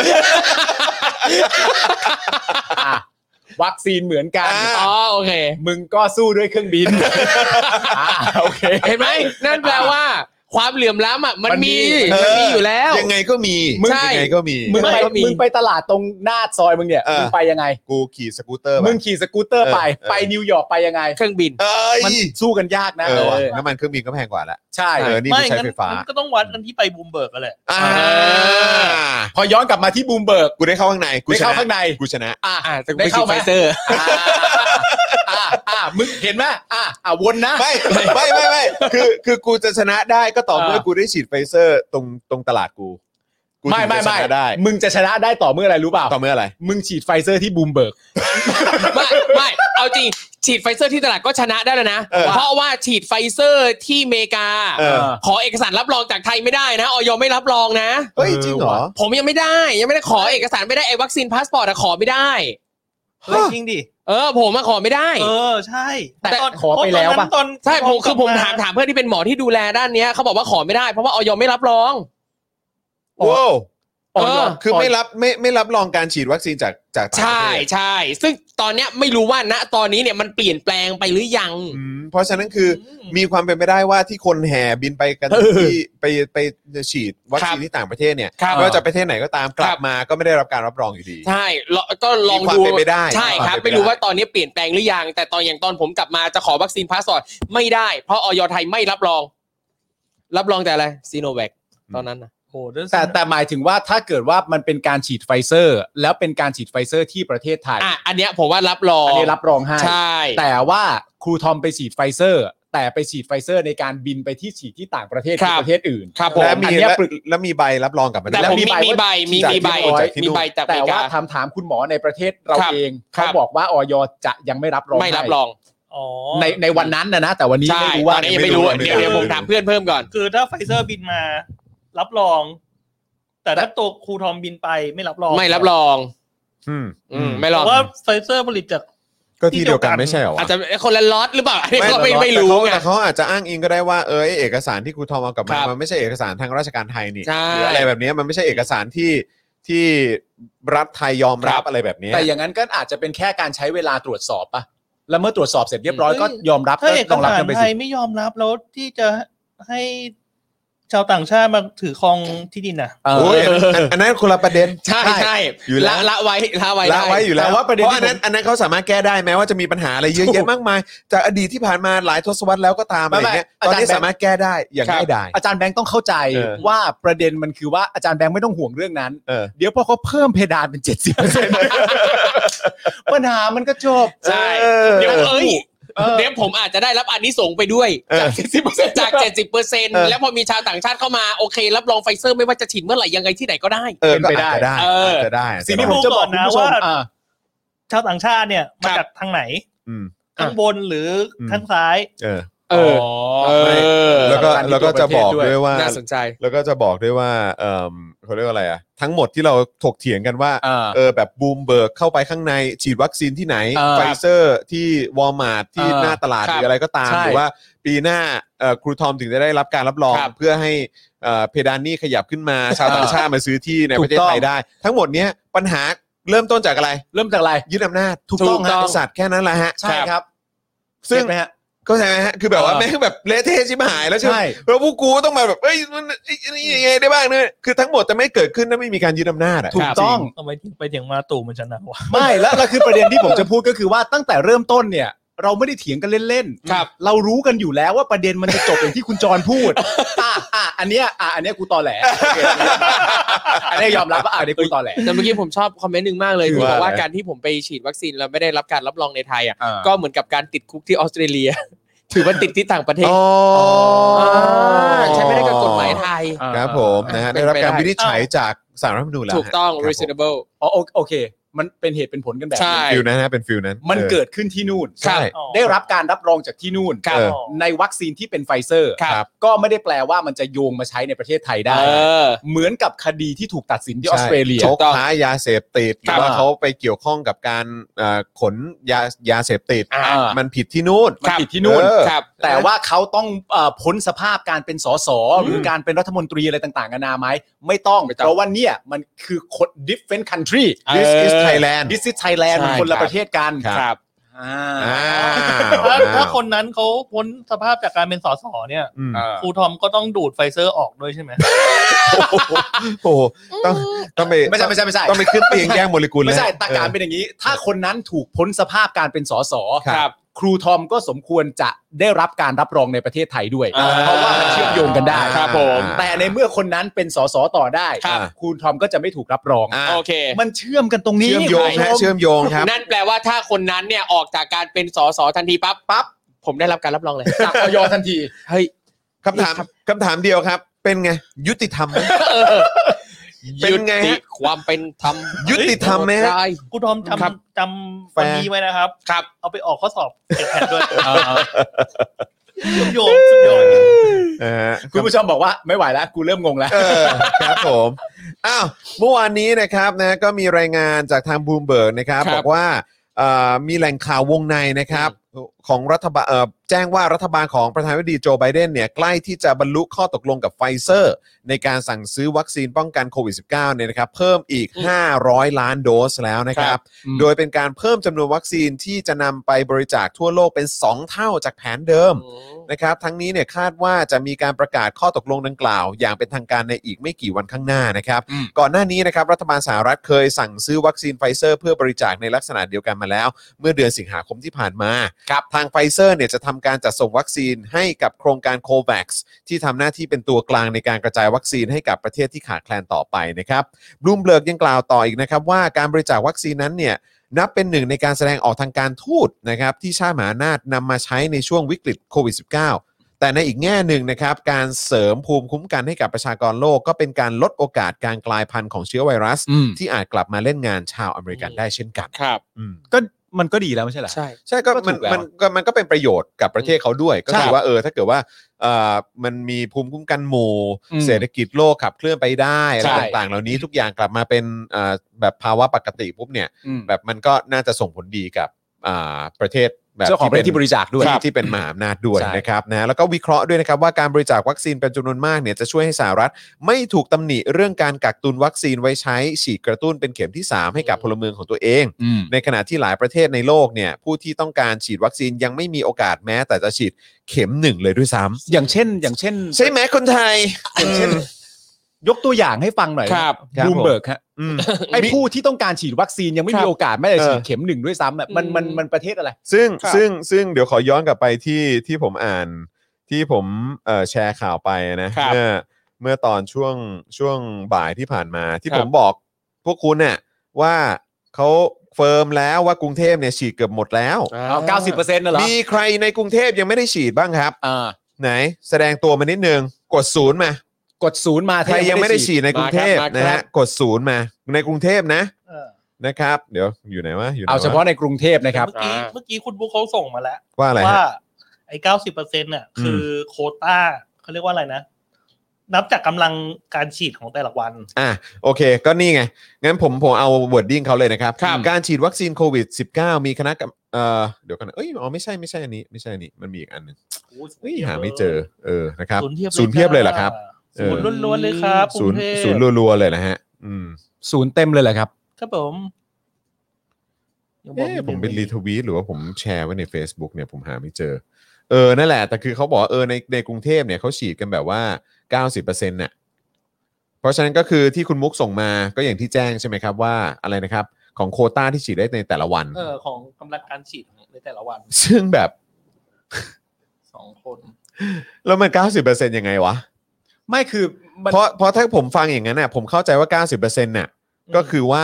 อ่ะวัคซีนเหมือนกัน
อ่า
อ๋อโอเค
มึงก็สู้ด้วยเครื่องบิน อ่าโอเค
เห็นไหมนั่นแปลว่า ความเหลื่อมล้ำอ่ะมัน
มันมี
มี
เ
มันมีอยู่แล้ว
ยังไงก็มี
มึงใช่
ยังไงก็มี
มึงไป
ไม่มี
มึงไปตลาดตรงหน้าซอยมึงเนี่ย
เออ
มึงไปยังไง
กูขี่สกูตเตอร์ไป
มึงขี่สกูตเตอร์ไป
เออเออ
ไปนิวยอร์กไปยังไง
เครื่องบิน
เอ้ย
มันสู้กันยากนะ
เออว่ะ
เออ
น้ำมันเครื่องบินก็แพงกว่าละ
ใช่
เออนี่
ไม่
กูใช้
งั้น
ไฟฟ้า
งั้นก็ต้องวัดกันที่ไปบูมเบิร์กกันแหละ
อ่า
พอย้อนกลับมาที่บูมเบิร์ก
กูได้เข้าข้างในกู
ได้
ช
เข้า
นะ
ข้างใน
กูชนะ
อ่ะ
อ่ะแต่กู
ได้
ไปฉี
เข้า
ด
ไห
ไฟ
ม
เซอร์
อ่าอ่าอ่ามึงเห็นไหมอ่าอ่าวนนะ
ไม่ <laughs> ไม่ไม่ไม่คือคือกูจะชนะได้ก็ต่อเมื่อ
เออ
กูได้ฉีดไฟเซอร์ตรงตรงตลาดกูกู
ไม่
ถึง
ไม่
จะช
ไม่
นะได้
มึงจะชนะได้ต่อเมื่ออะไรรู้เปล่า
ต่อเมื่ออะไร
มึงฉีดไฟเซอร์ที่บูมเบิร์ก
ไม่ไม่เอาจริง ฉีดไฟเซอร์ที่ตลาดก็ชนะได้แล้วนะ
เออ
เพราะว่าฉีดไฟเซอร์ที่อเมริกา
เออ
ขอเอกสารรับรองจากไทยไม่ได้นะออยไม่รับรองนะ
เฮ้ยจริงเหรอ
ผมยังไม่ได้ ยังไม่ได้ขอเอกสารไม่ได้ไอ้วัคซีนพาสปอร์ตอะขอไม่ได้
เฮ้ยจริงดิ
เออ ผมมาขอไม่ได้
เออ ใช่
แต่
ขอไปแล้วปะ
ตอนนั้นตอน
ใช่ผมคือผม
ตน
ถามถามเพื่อนที่เป็นหมอที่ดูแลด้านเนี้ยเขาบอกว่าขอไม่ได้เพราะว่าออยไม่รับรอง
ว้าว
เออ
คือไม่รับไม่ไม่รับรองการฉีดวัคซีนจากจากต่างประเทศ
ใช่ใช่ ซึ่งตอนเนี้ยไม่รู้ว่าณตอนนี้เนี่ยมันเปลี่ยนแปลงไปหรือยัง
อืมเพราะฉะนั้นคืออมีความเป็นไปได้ว่าที่คนแห่บินไปกัน
เออ
ที่ไปไปฉีดวัคซีนที่ต่างประเทศเนี่ย
ครับ
ไม่ว่าจะประเทศไหนก็ตามกลั
ครับ บ
มาก็ไม่ได้รับการรับรองอยู่ดี
ใช่ลอก็ลอง
มีความ
ดู
เป็นไปได้
ใช่ครับ
มีความเป็นไปได้
ไม่รู้ว่าตอนนี้เปลี่ยนแปลงหรือยัง แต่ตอนอย่างตอนผมกลับมาจะขอวัคซีนพาสปอร์ตไม่ได้ เพราะออยไทยไม่รับรอง รับรองแต่อะไรซีโนแวคตอนนั้นนะ
โอ้โหเดี๋ยว
แต่แต่หมายถึงว่าถ้าเกิดว่ามันเป็นการฉีดไฟเซอร์ แล้วเป็นการฉีดไฟเซอร์ที่ประเทศไทย
อ่ะ อันเนี้ยผมว่ารับรอง
อันนี้รับรองให้
ใช่
แต่ว่าครูทอมไปฉีดไฟเซอร์ แต่ไปฉีดไฟเซอร์ในการบินไปที่ฉีดที่ต่างประเทศคือประเทศอื่น
ครับผม
และมี
อันเนี้ย
และ
ปรึก
และมีใบรับรองกลับมาด้
แต่
วย
แล้ว
ผม
มี
มีมี
ใบ
ใบมี
จาก
มีใบ
ที่นู่นจากที่นู่น
มีใบจากอเม
แต่
ริ
ว่าก
า
ถามถามคุณหมอในประเทศเรา
ครับ
เอง
ครั
เขา
บ
บอกว่าออยจะยังไม่รับรอง
ไม่รับ
ให้
รอง
อ๋อ
ในในวันนั้นนะนะ แต่วันนี้
ใช่
ไม่รู้
ต
ว่า
อนนี้ยังไม่รู้เดี๋ยวเดี๋ยวผมถามเพื่อนเพิ่มก่อน
คือถ้าไฟเซอร์บินมา รับรอง แต่ถ้าตัวครูทอมบินไปไม่รับรอง
ไม่รับรอง
อืม
อืมไม่ร
เพ
อง
ราะว่าไฟเซอร์ผลิตจาก
ก็ที่เดียวกันไม่ใช่เหรอวะ
อาจจะคนละล็อตหรือเปล่า <laughs> อันนี้ก็ไม่
แต่
ไม่รู้ไง
แต่เขาอาจจะอ้างอิงก็ได้ว่าเออไอ้เอกสารที่ครูทอมเอากลับ
ค
มา
รับ
มันไม่ใช่เอกสารทางราชการไทยนี่
ใช่
หรืออะไรแบบเนี้ยมันไม่ใช่เอกสารที่ที่รัฐไทยยอมรับอะไรแบบเนี้ย
แต่อย่างนั้นก็อาจจะเป็นแค่การใช้เวลาตรวจสอบปะแล้วเมื่อตรวจสอบเสร็จเรียบร้อย
เฮ้ย
ก็ยอมรับ
ถ้าเอก
ก็ต้องรับ
สาร
กันไป
ไท
สิ
ยไม่ยอมรับแล้วที่จะให้ชาวต่างชาติมาถือครองที่ดินน่ะ
เออ
โอ้ยอันนั้นอันนั้นคนละประเด็น
ใช่ใช่
อยู่แล้ว
ละละไว้ละไว้
ละ
ด้
ไว้อยู่แล้ว
แต่ว่าประเด็น
เพ
ที่
ราะอันนั้นอันนั้นเขาสามารถแก้ได้แม้ว่าจะมีปัญหาอะไรเยอะ
ถูก
แยะมากมาย จากอดีตที่ผ่านมาหลายทศวรรษแล้วก็ตามอะ
ไม่
ไร
ไม่
เงี้ย
อา
ต
จา
อน
รย์
นี้สามารถแก้ได้อย่างง่ายดาย
อาจารย์แบงค์ต้องเข้าใจ
เออ
ว่าประเด็นมันคือว่าอาจารย์แบงค์ไม่ต้องห่วงเรื่องนั้น
เออ
เดี๋ยวพอเขาเพิ่มเพดานเป็น 70%ปัญหามันก็จบ
ใช่ เดี๋ยวเอ้ย
เออ
เดี๋ยวผมอาจจะได้รับอันนี้ส่งส์ไปด้วย
เออ
จากเจ็ดสิบเปอร์เซ็นต์จากเจ็ดสิบเปอร์เซ็นต์
ออ
แล้วพอมีชาวต่างชาติเข้ามาโอเค รับรองไฟเซอร์ไม่ว่าจะฉีดเมื่อไหร่ยังไงที่ไหนก็ได้
เออ
เป็นไปได้
ก็อาจจะได้
เออ
า
อ
จจะได้
สิ่งที่
อาจ
ผ
จะได้
มจะบอกคุณผู้ชม
ดูก่อนนะว่า
อ่า
ชาวต่างชาติเนี่ยมาจากทางไหน
อืม
ข้างบนหรืออ
ม
ข้างซ้าย
เออ
เออเออ
แล้วก็
สำคัญที่
แล้วก็
ตัวประเทศ
จะบอก
ด้วย
ด้วยว่า
น่าสนใจ
แล้วก็จะบอกด้วยว่าเออเขาเรียกว่าอะไรอ่ะ ทั้งหมดที่เราถกเถียงกันว่า
อ่า
เออแบบบูมเบิร์กเข้าไปข้างในฉีดวัคซีนที่ไหน
เออ
ไฟเซอร์ที่วอลมาร์ทที่
เออ
หน้าตลาด
ครั
ห
บ
รืออะไรก็ตาม
ใช่
หรือว่าปีหน้าเอ่อครูทอมถึงจะได้รับการรับรอง
ครับ
เพื่อให้เอ่อเพดานหนี่ขยับขึ้นมา ชาวต่างชาติมาซื้อที่ใน
ถู
ป
ก
ระเทศไท
ต้
ย
อง
ได้ ทั้งหมดเนี้ยปัญหาเริ่มต้นจากอะไร
เริ่มจากอะไร
ยึดอำนาจ
ถูกต้อง
ฮะ
ต้อง
ไอ้สัตว์แค่นั้นแหละฮะ
ใช่ครับ
ซึ่ง
เก็ตไหมฮะ
ก็ใช่ไหมฮะคือแบบว่า
เออ
แม่งแบบเละเทะชิบหายแล้วใช่ไหม
ใช่
แล้วพวกกูก็ต้องมาแบบเอ้ยมันไอ้นี่ยังไงได้บ้างเนี่ยคือทั้งหมดจะไม่เกิดขึ้นถ้าไม่มีการยึดอำนาจอะ
ถูกต้อง
เอาไปถึงไปถึงมาตู่มันชนะวะ
ไม่แล้วแล้วคือประเด็นที่ผมจะพูดก็คือว่าตั้งแต่เริ่มต้นเนี่ย เราไม่ได้เถียงกันเล่นๆ
ครับ
เรารู้กันอยู่แล้วว่าประเด็นมันจะจบอย่างที่คุณจรพูดอ่ะอ่ะอันเนี้ยอ่ะอันเนี้ยกูตอแหลโอเคอันเนี้ยยอมรับว่าอ่ะอันเนี้ยกูตอแหล
แต่เมื่อกี้ผมชอบคอมเมนต์หนึ่งมากเลย
คือ
ที่บอกว่า
ว่าอะไร
การที่ผมไปฉีดวัคซีนแล้วไม่ได้รับการรับรองในไทยอ่ะ
อ่า
ก็เหมือนกับการติดคุกที่ออสเตรเลีย <laughs> ถือว่าติดที่ต่างประเทศ
อ๋ออ่า
ใช่ไม่ได้กับกฎหมายไทย
ครับผมนะฮะ
เป็
ได้
นไป
รั
ได้
บการวินิจฉัยจากสารรัฐธรรมนูญแล้ว
ถูกต้อง
ฮะครับผม
reasonable
อ๋อโอโอเค มันเป็นเหตุเป็นผลกันแบบ
ใช่
นี้
ฟิลนั้นฮะเป็นฟิลนั้น
มัน
ออ
เกิดขึ้นที่นู่น
ใช่
อ๋อ
ได้รับการรับรองจากที่นู่น
ครับ
เออในวัคซีนที่เป็นไฟเซอร์
ครับ
ก็ไม่ได้แปลว่ามันจะโยงมาใช้ในประเทศไทยได้
เออ
เหมือนกับคดีที่ถูกตัดสินที่ออสเตรเลีย
ใช่เขาค้ายาเสพติดห
ครั
รื
บ
อว่าเขาไปเกี่ยวข้องกับการเอ่อขนยายาเสพติด
อ่ามั
มันผิดที่นู่น
มันผิดที่นู่น
เออ
ครับ
แต่ว่าเขาต้องเอ่อพ้นสภาพการเป็นสสหรือการเป็นรัฐมนตรีอะไรต่างๆนานาไหมไม่ต้อง
ไม่ต้อง
เพราะว่าเนี่ยมันคือคน different country
This is
เออ
Thailand
This is Thailand
ใช่
มันคน
ค
ละ
รับ
ประเทศกัน
ครับ
อ่า
อ้า
ถ้าว ถ้าคนนั้นเขาพ้นสภาพจากการเป็นสสเนี่ย
อืม
ครูทอมก็ต้องดูดไฟเซอร์ออกด้วยใช่ไหม
โอ้โหต้องต้องไป
ไม่ใช่ไม่ใช่ไม่ใช่
ต้องไปขึ้นเตียงแย่งโมเลกุล
ไม่ใช่
แล้ว
ตาการเป็นอย่างนี้ ถ้าคนนั้นถูกพ้นสภาพการเป็นสส
ครับ
ครูทอมก็สมควรจะได้รับการรับรองในประเทศไทยด้วย
อ่า
เพราะว่ามันเชื่อมโยงกันได้
ครับผม
แต่ในเมื่อคนนั้นเป็นสสต่อได้
ครับ
ครูทอมก็จะไม่ถูกรับรอง
อ่า
โอเค
มันเชื่อมกันตรงนี้
เชื่อมโยง
คุณ
ฮะ
ผู้ชม
เชื่อมโยงครับ
นั่นแปลว่าถ้าคนนั้นเนี่ยออกจากการเป็นสสทันทีปั๊บปั๊บผมได้รับการรับรองเลย
จากออยทันที
เฮ้ย
คำถามคำถามเดียวครับ เป็นไง ยุติธรรมไหม เป็นไงฮะ
ยุติความเป็นธรรม
ยุติธรรมไหมฮะ
โหดร้าย
ครูทอม
ครับ
จำจำวันนี้ไว้นะครับ ครับ เอาไปออกข้อสอบเก็บแผ่นด้วยโยมสุดยอด
เออ
คุณผู้ชมบอกว่าไม่ไหวแล้วกูเริ่มงงแล้ว
เออครับผมอ้าวเมื่อวานนี้นะครับนะก็มีรายงานจากทางบูมเบิร์กนะครับ
ครับ
บอกว่าเอ่อมีแหล่งข่าววงในนะครับของรัฐบาลเอ่อแจ้งว่ารัฐบาลของประธานาธิบดีโจไบเดนเนี่ยใกล้ที่จะบรรลุข้อตกลงกับไฟเซอร์ ในการสั่งซื้อวัคซีนป้องกันโควิด -19 เนี่ยนะครับเพิ่มอีก 500 ล้านโดสแล้วนะครับ
อืม
โดยเป็นการเพิ่มจำนวนวัคซีนที่จะนำไปบริจาคทั่วโลกเป็น 2 เท่าจากแผนเดิม นะครับทั้งนี้เนี่ยคาดว่าจะมีการประกาศข้อตกลงดังกล่าว อย่างเป็นทางการในอีกไม่กี่วันข้างหน้านะครับ
อืม
ก่อนหน้านี้นะครับรัฐบาลสหรัฐเคยสั่งซื้อวัคซีนไฟเซอร์เพื่อบริจาคในลักษณะเดียวกันมาแล้ว เมื่อเดือนสิงหาคมที่ผ่านมาครับทางไฟเซอร์เนี่ยจะทำการจัดส่งวัคซีนให้กับโครงการโควัคที่ทำหน้าที่เป็นตัวกลางในการกระจายวัคซีนให้กับประเทศที่ขาดแคลนต่อไปนะครับบลูมเบิร์กยังกล่าวต่ออีกนะครับว่าการบริจาควัคซีนนั้นเนี่ย นับเป็นหนึ่งในการแสดงออกทางการทูตนะครับที่ชาติมหาอำนาจนำมาใช้ในช่วงวิกฤตโควิด -19 แต่ในอีกแง่หนึ่งนะครับ การเสริมภูมิคุ้มกันให้กับประชากรโลก ก็เป็นการลดโอกาสการกลายพันธุ์ของเชื้อไวรัส
อืม
ที่อาจกลับมาเล่นงานชาวอเมริกันได้เช่นกัน
ครับ
อืม
ก็มันก็ดีแล้วไม่ใช่เหรอ
ใช่
ใช่ก็
ก็ถู
มัน
กแล้ว
มันก็มันก็เป็นประโยชน์กับประเทศเขาด้วย ก็คือว่าเออถ้าเกิดว่าเอ่อมันมีภูมิคุ้มกันหมู่
อืม
เศรษฐกิจโลกขับเคลื่อนไปได้อะไร
ใช่
ต่างๆ เหล่านี้ทุกอย่างกลับมาเป็นเอ่อแบบภาวะปกติปุ๊บเนี่ย
อืม
แบบมันก็น่าจะส่งผลดีกับอ่าประเทศแบบ
เจ้าของประเทศที่บริจาคด้วย
ที่ที่เป็นมหาอำนาจด้วย
ใช่
นะครับนะแล้วก็วิเคราะห์ด้วยนะครับว่าการบริจาควัคซีนเป็นจำนวนมากเนี่ยจะช่วยให้สหรัฐ ไม่ถูกตำหนิเรื่องการกักตุนวัคซีนไว้ใช้ฉีดกระตุ้นเป็นเข็มที่ 3 ให้กับพลเมืองของตัวเอง
อืม
ในขณะที่หลายประเทศในโลกเนี่ยผู้ที่ต้องการฉีดวัคซีนยังไม่มีโอกาสแม้ แต่จะฉีดเข็มหนึ่งเลยด้วยซ้ำ
อย่างเช่น อย่างเช่น
ใช่ไหมคนไทย
อย่างเช่น ยกตัวอย่างให้ฟังหน่อย
ครับ
ครับ
ลูม
ผม
เบิร์กฮะ
อืม
ไอ้ผู้ที่ต้องการฉีดวัคซีนยังไม่
ครับ
มีโอกาสแม้แต่
เออ
ฉีดเข็มหนึ่งด้วยซ้ำอะมันมัน
อืม
มันประเทศอะไร
ซึ่ง
ครับ
ซึ่งซึ่งเดี๋ยวขอย้อนกลับไปที่ที่ผมอ่านที่ผมเอ่อแชร์ข่าวไปนะครับ เมื่อเมื่อตอนช่วงช่วงบ่ายที่ผ่านมา ที่ผมบอกพวกคุณเนี่ยว่าเขาเฟิร์มแล้วว่ากรุงเทพเนี่ยฉีดเกือบหมดแล้ว
เอาเก้าสิบเปอร์เซ็นต์น่ะเหรอ
มีใครในกรุงเทพยังไม่ได้ฉีดบ้างครับ
อ่า
ไหนแสดงตัวมานิดนึงกดศูนย์มาก
ดศูนย์มา
ใครยังไม่ได้ฉีดในกรุงเทพ
มาครับมา
นะ
ครับ
ฮะกดศูนย์มาในกรุงเทพนะ
เออ
นะครับ เดี๋ยวอยู่ไหนวะอยู่ไหนว
เอาเฉพาะในกรุงเทพนะครับ
เมื่อกี้
อ่า
เมื่อกี้คุณบุ๊คเขาส่งมาแล้ว
ว่าอะไร
ว่า
ฮะ
ไอ้เก้าสิบเปอร์เซ็นต์น่ะ คือโควต้าเขาเรียกว่าอะไรนะ นับจากกำลังการฉีดของแต่ละวัน
อ่ะโอเค ก็นี่ไง งั้นผมผมเอา wording เขาเลยนะครับ
ครับ
การฉีดวัคซีนโควิด -19 มีคณะกรรมเอ่อเดี๋ยวกันนะเอ้ยอ๋อไม่ใช่ไม่ใช่อันนี้ไม่ใช่อันนี้มันมีอีกอันหนึงเอ้ยหาไม่เจอเออนะครับ
ศูนย์เทียบ
ศูนย์เพียบเลยเหรอครับ เอ
ศู
อน
ย์ล้วนๆเลยครับก
ศู
รุ
น
ง
ย์
เทพ
ศูนย์รัวๆเลยนะฮะ อืม
ศูนย์เต็มเลยเหรอครับ
ครับผม
เอ๊ะผมเป็นรีทวีตหรือว่าผมแชร์ไว้ใน Facebook เนี่ยผมหาไม่เจอ เออนั่นแหละ แต่คือเขาบอกว่าเออในในกรุงเทพเนี่ยเขาฉีดกันแบบว่า 90%เนี่ยเพราะฉะนั้นก็คือที่คุณมุกส่งมาก็อย่างที่แจ้งใช่ไหมครับว่าอะไรนะครับ ของโควต้าที่ฉีดได้ในแต่ละวัน
เออของกำลังการฉีดในแต่ละวัน
ซึ่งแบบ
สองคน
แล้วมัน 90%ยังไงวะ
ไม่คือมัน
เพราะเพราะถ้าผมฟังอย่างนั้นน่ะผมเข้าใจว่า 90%น่ะก็คือว่า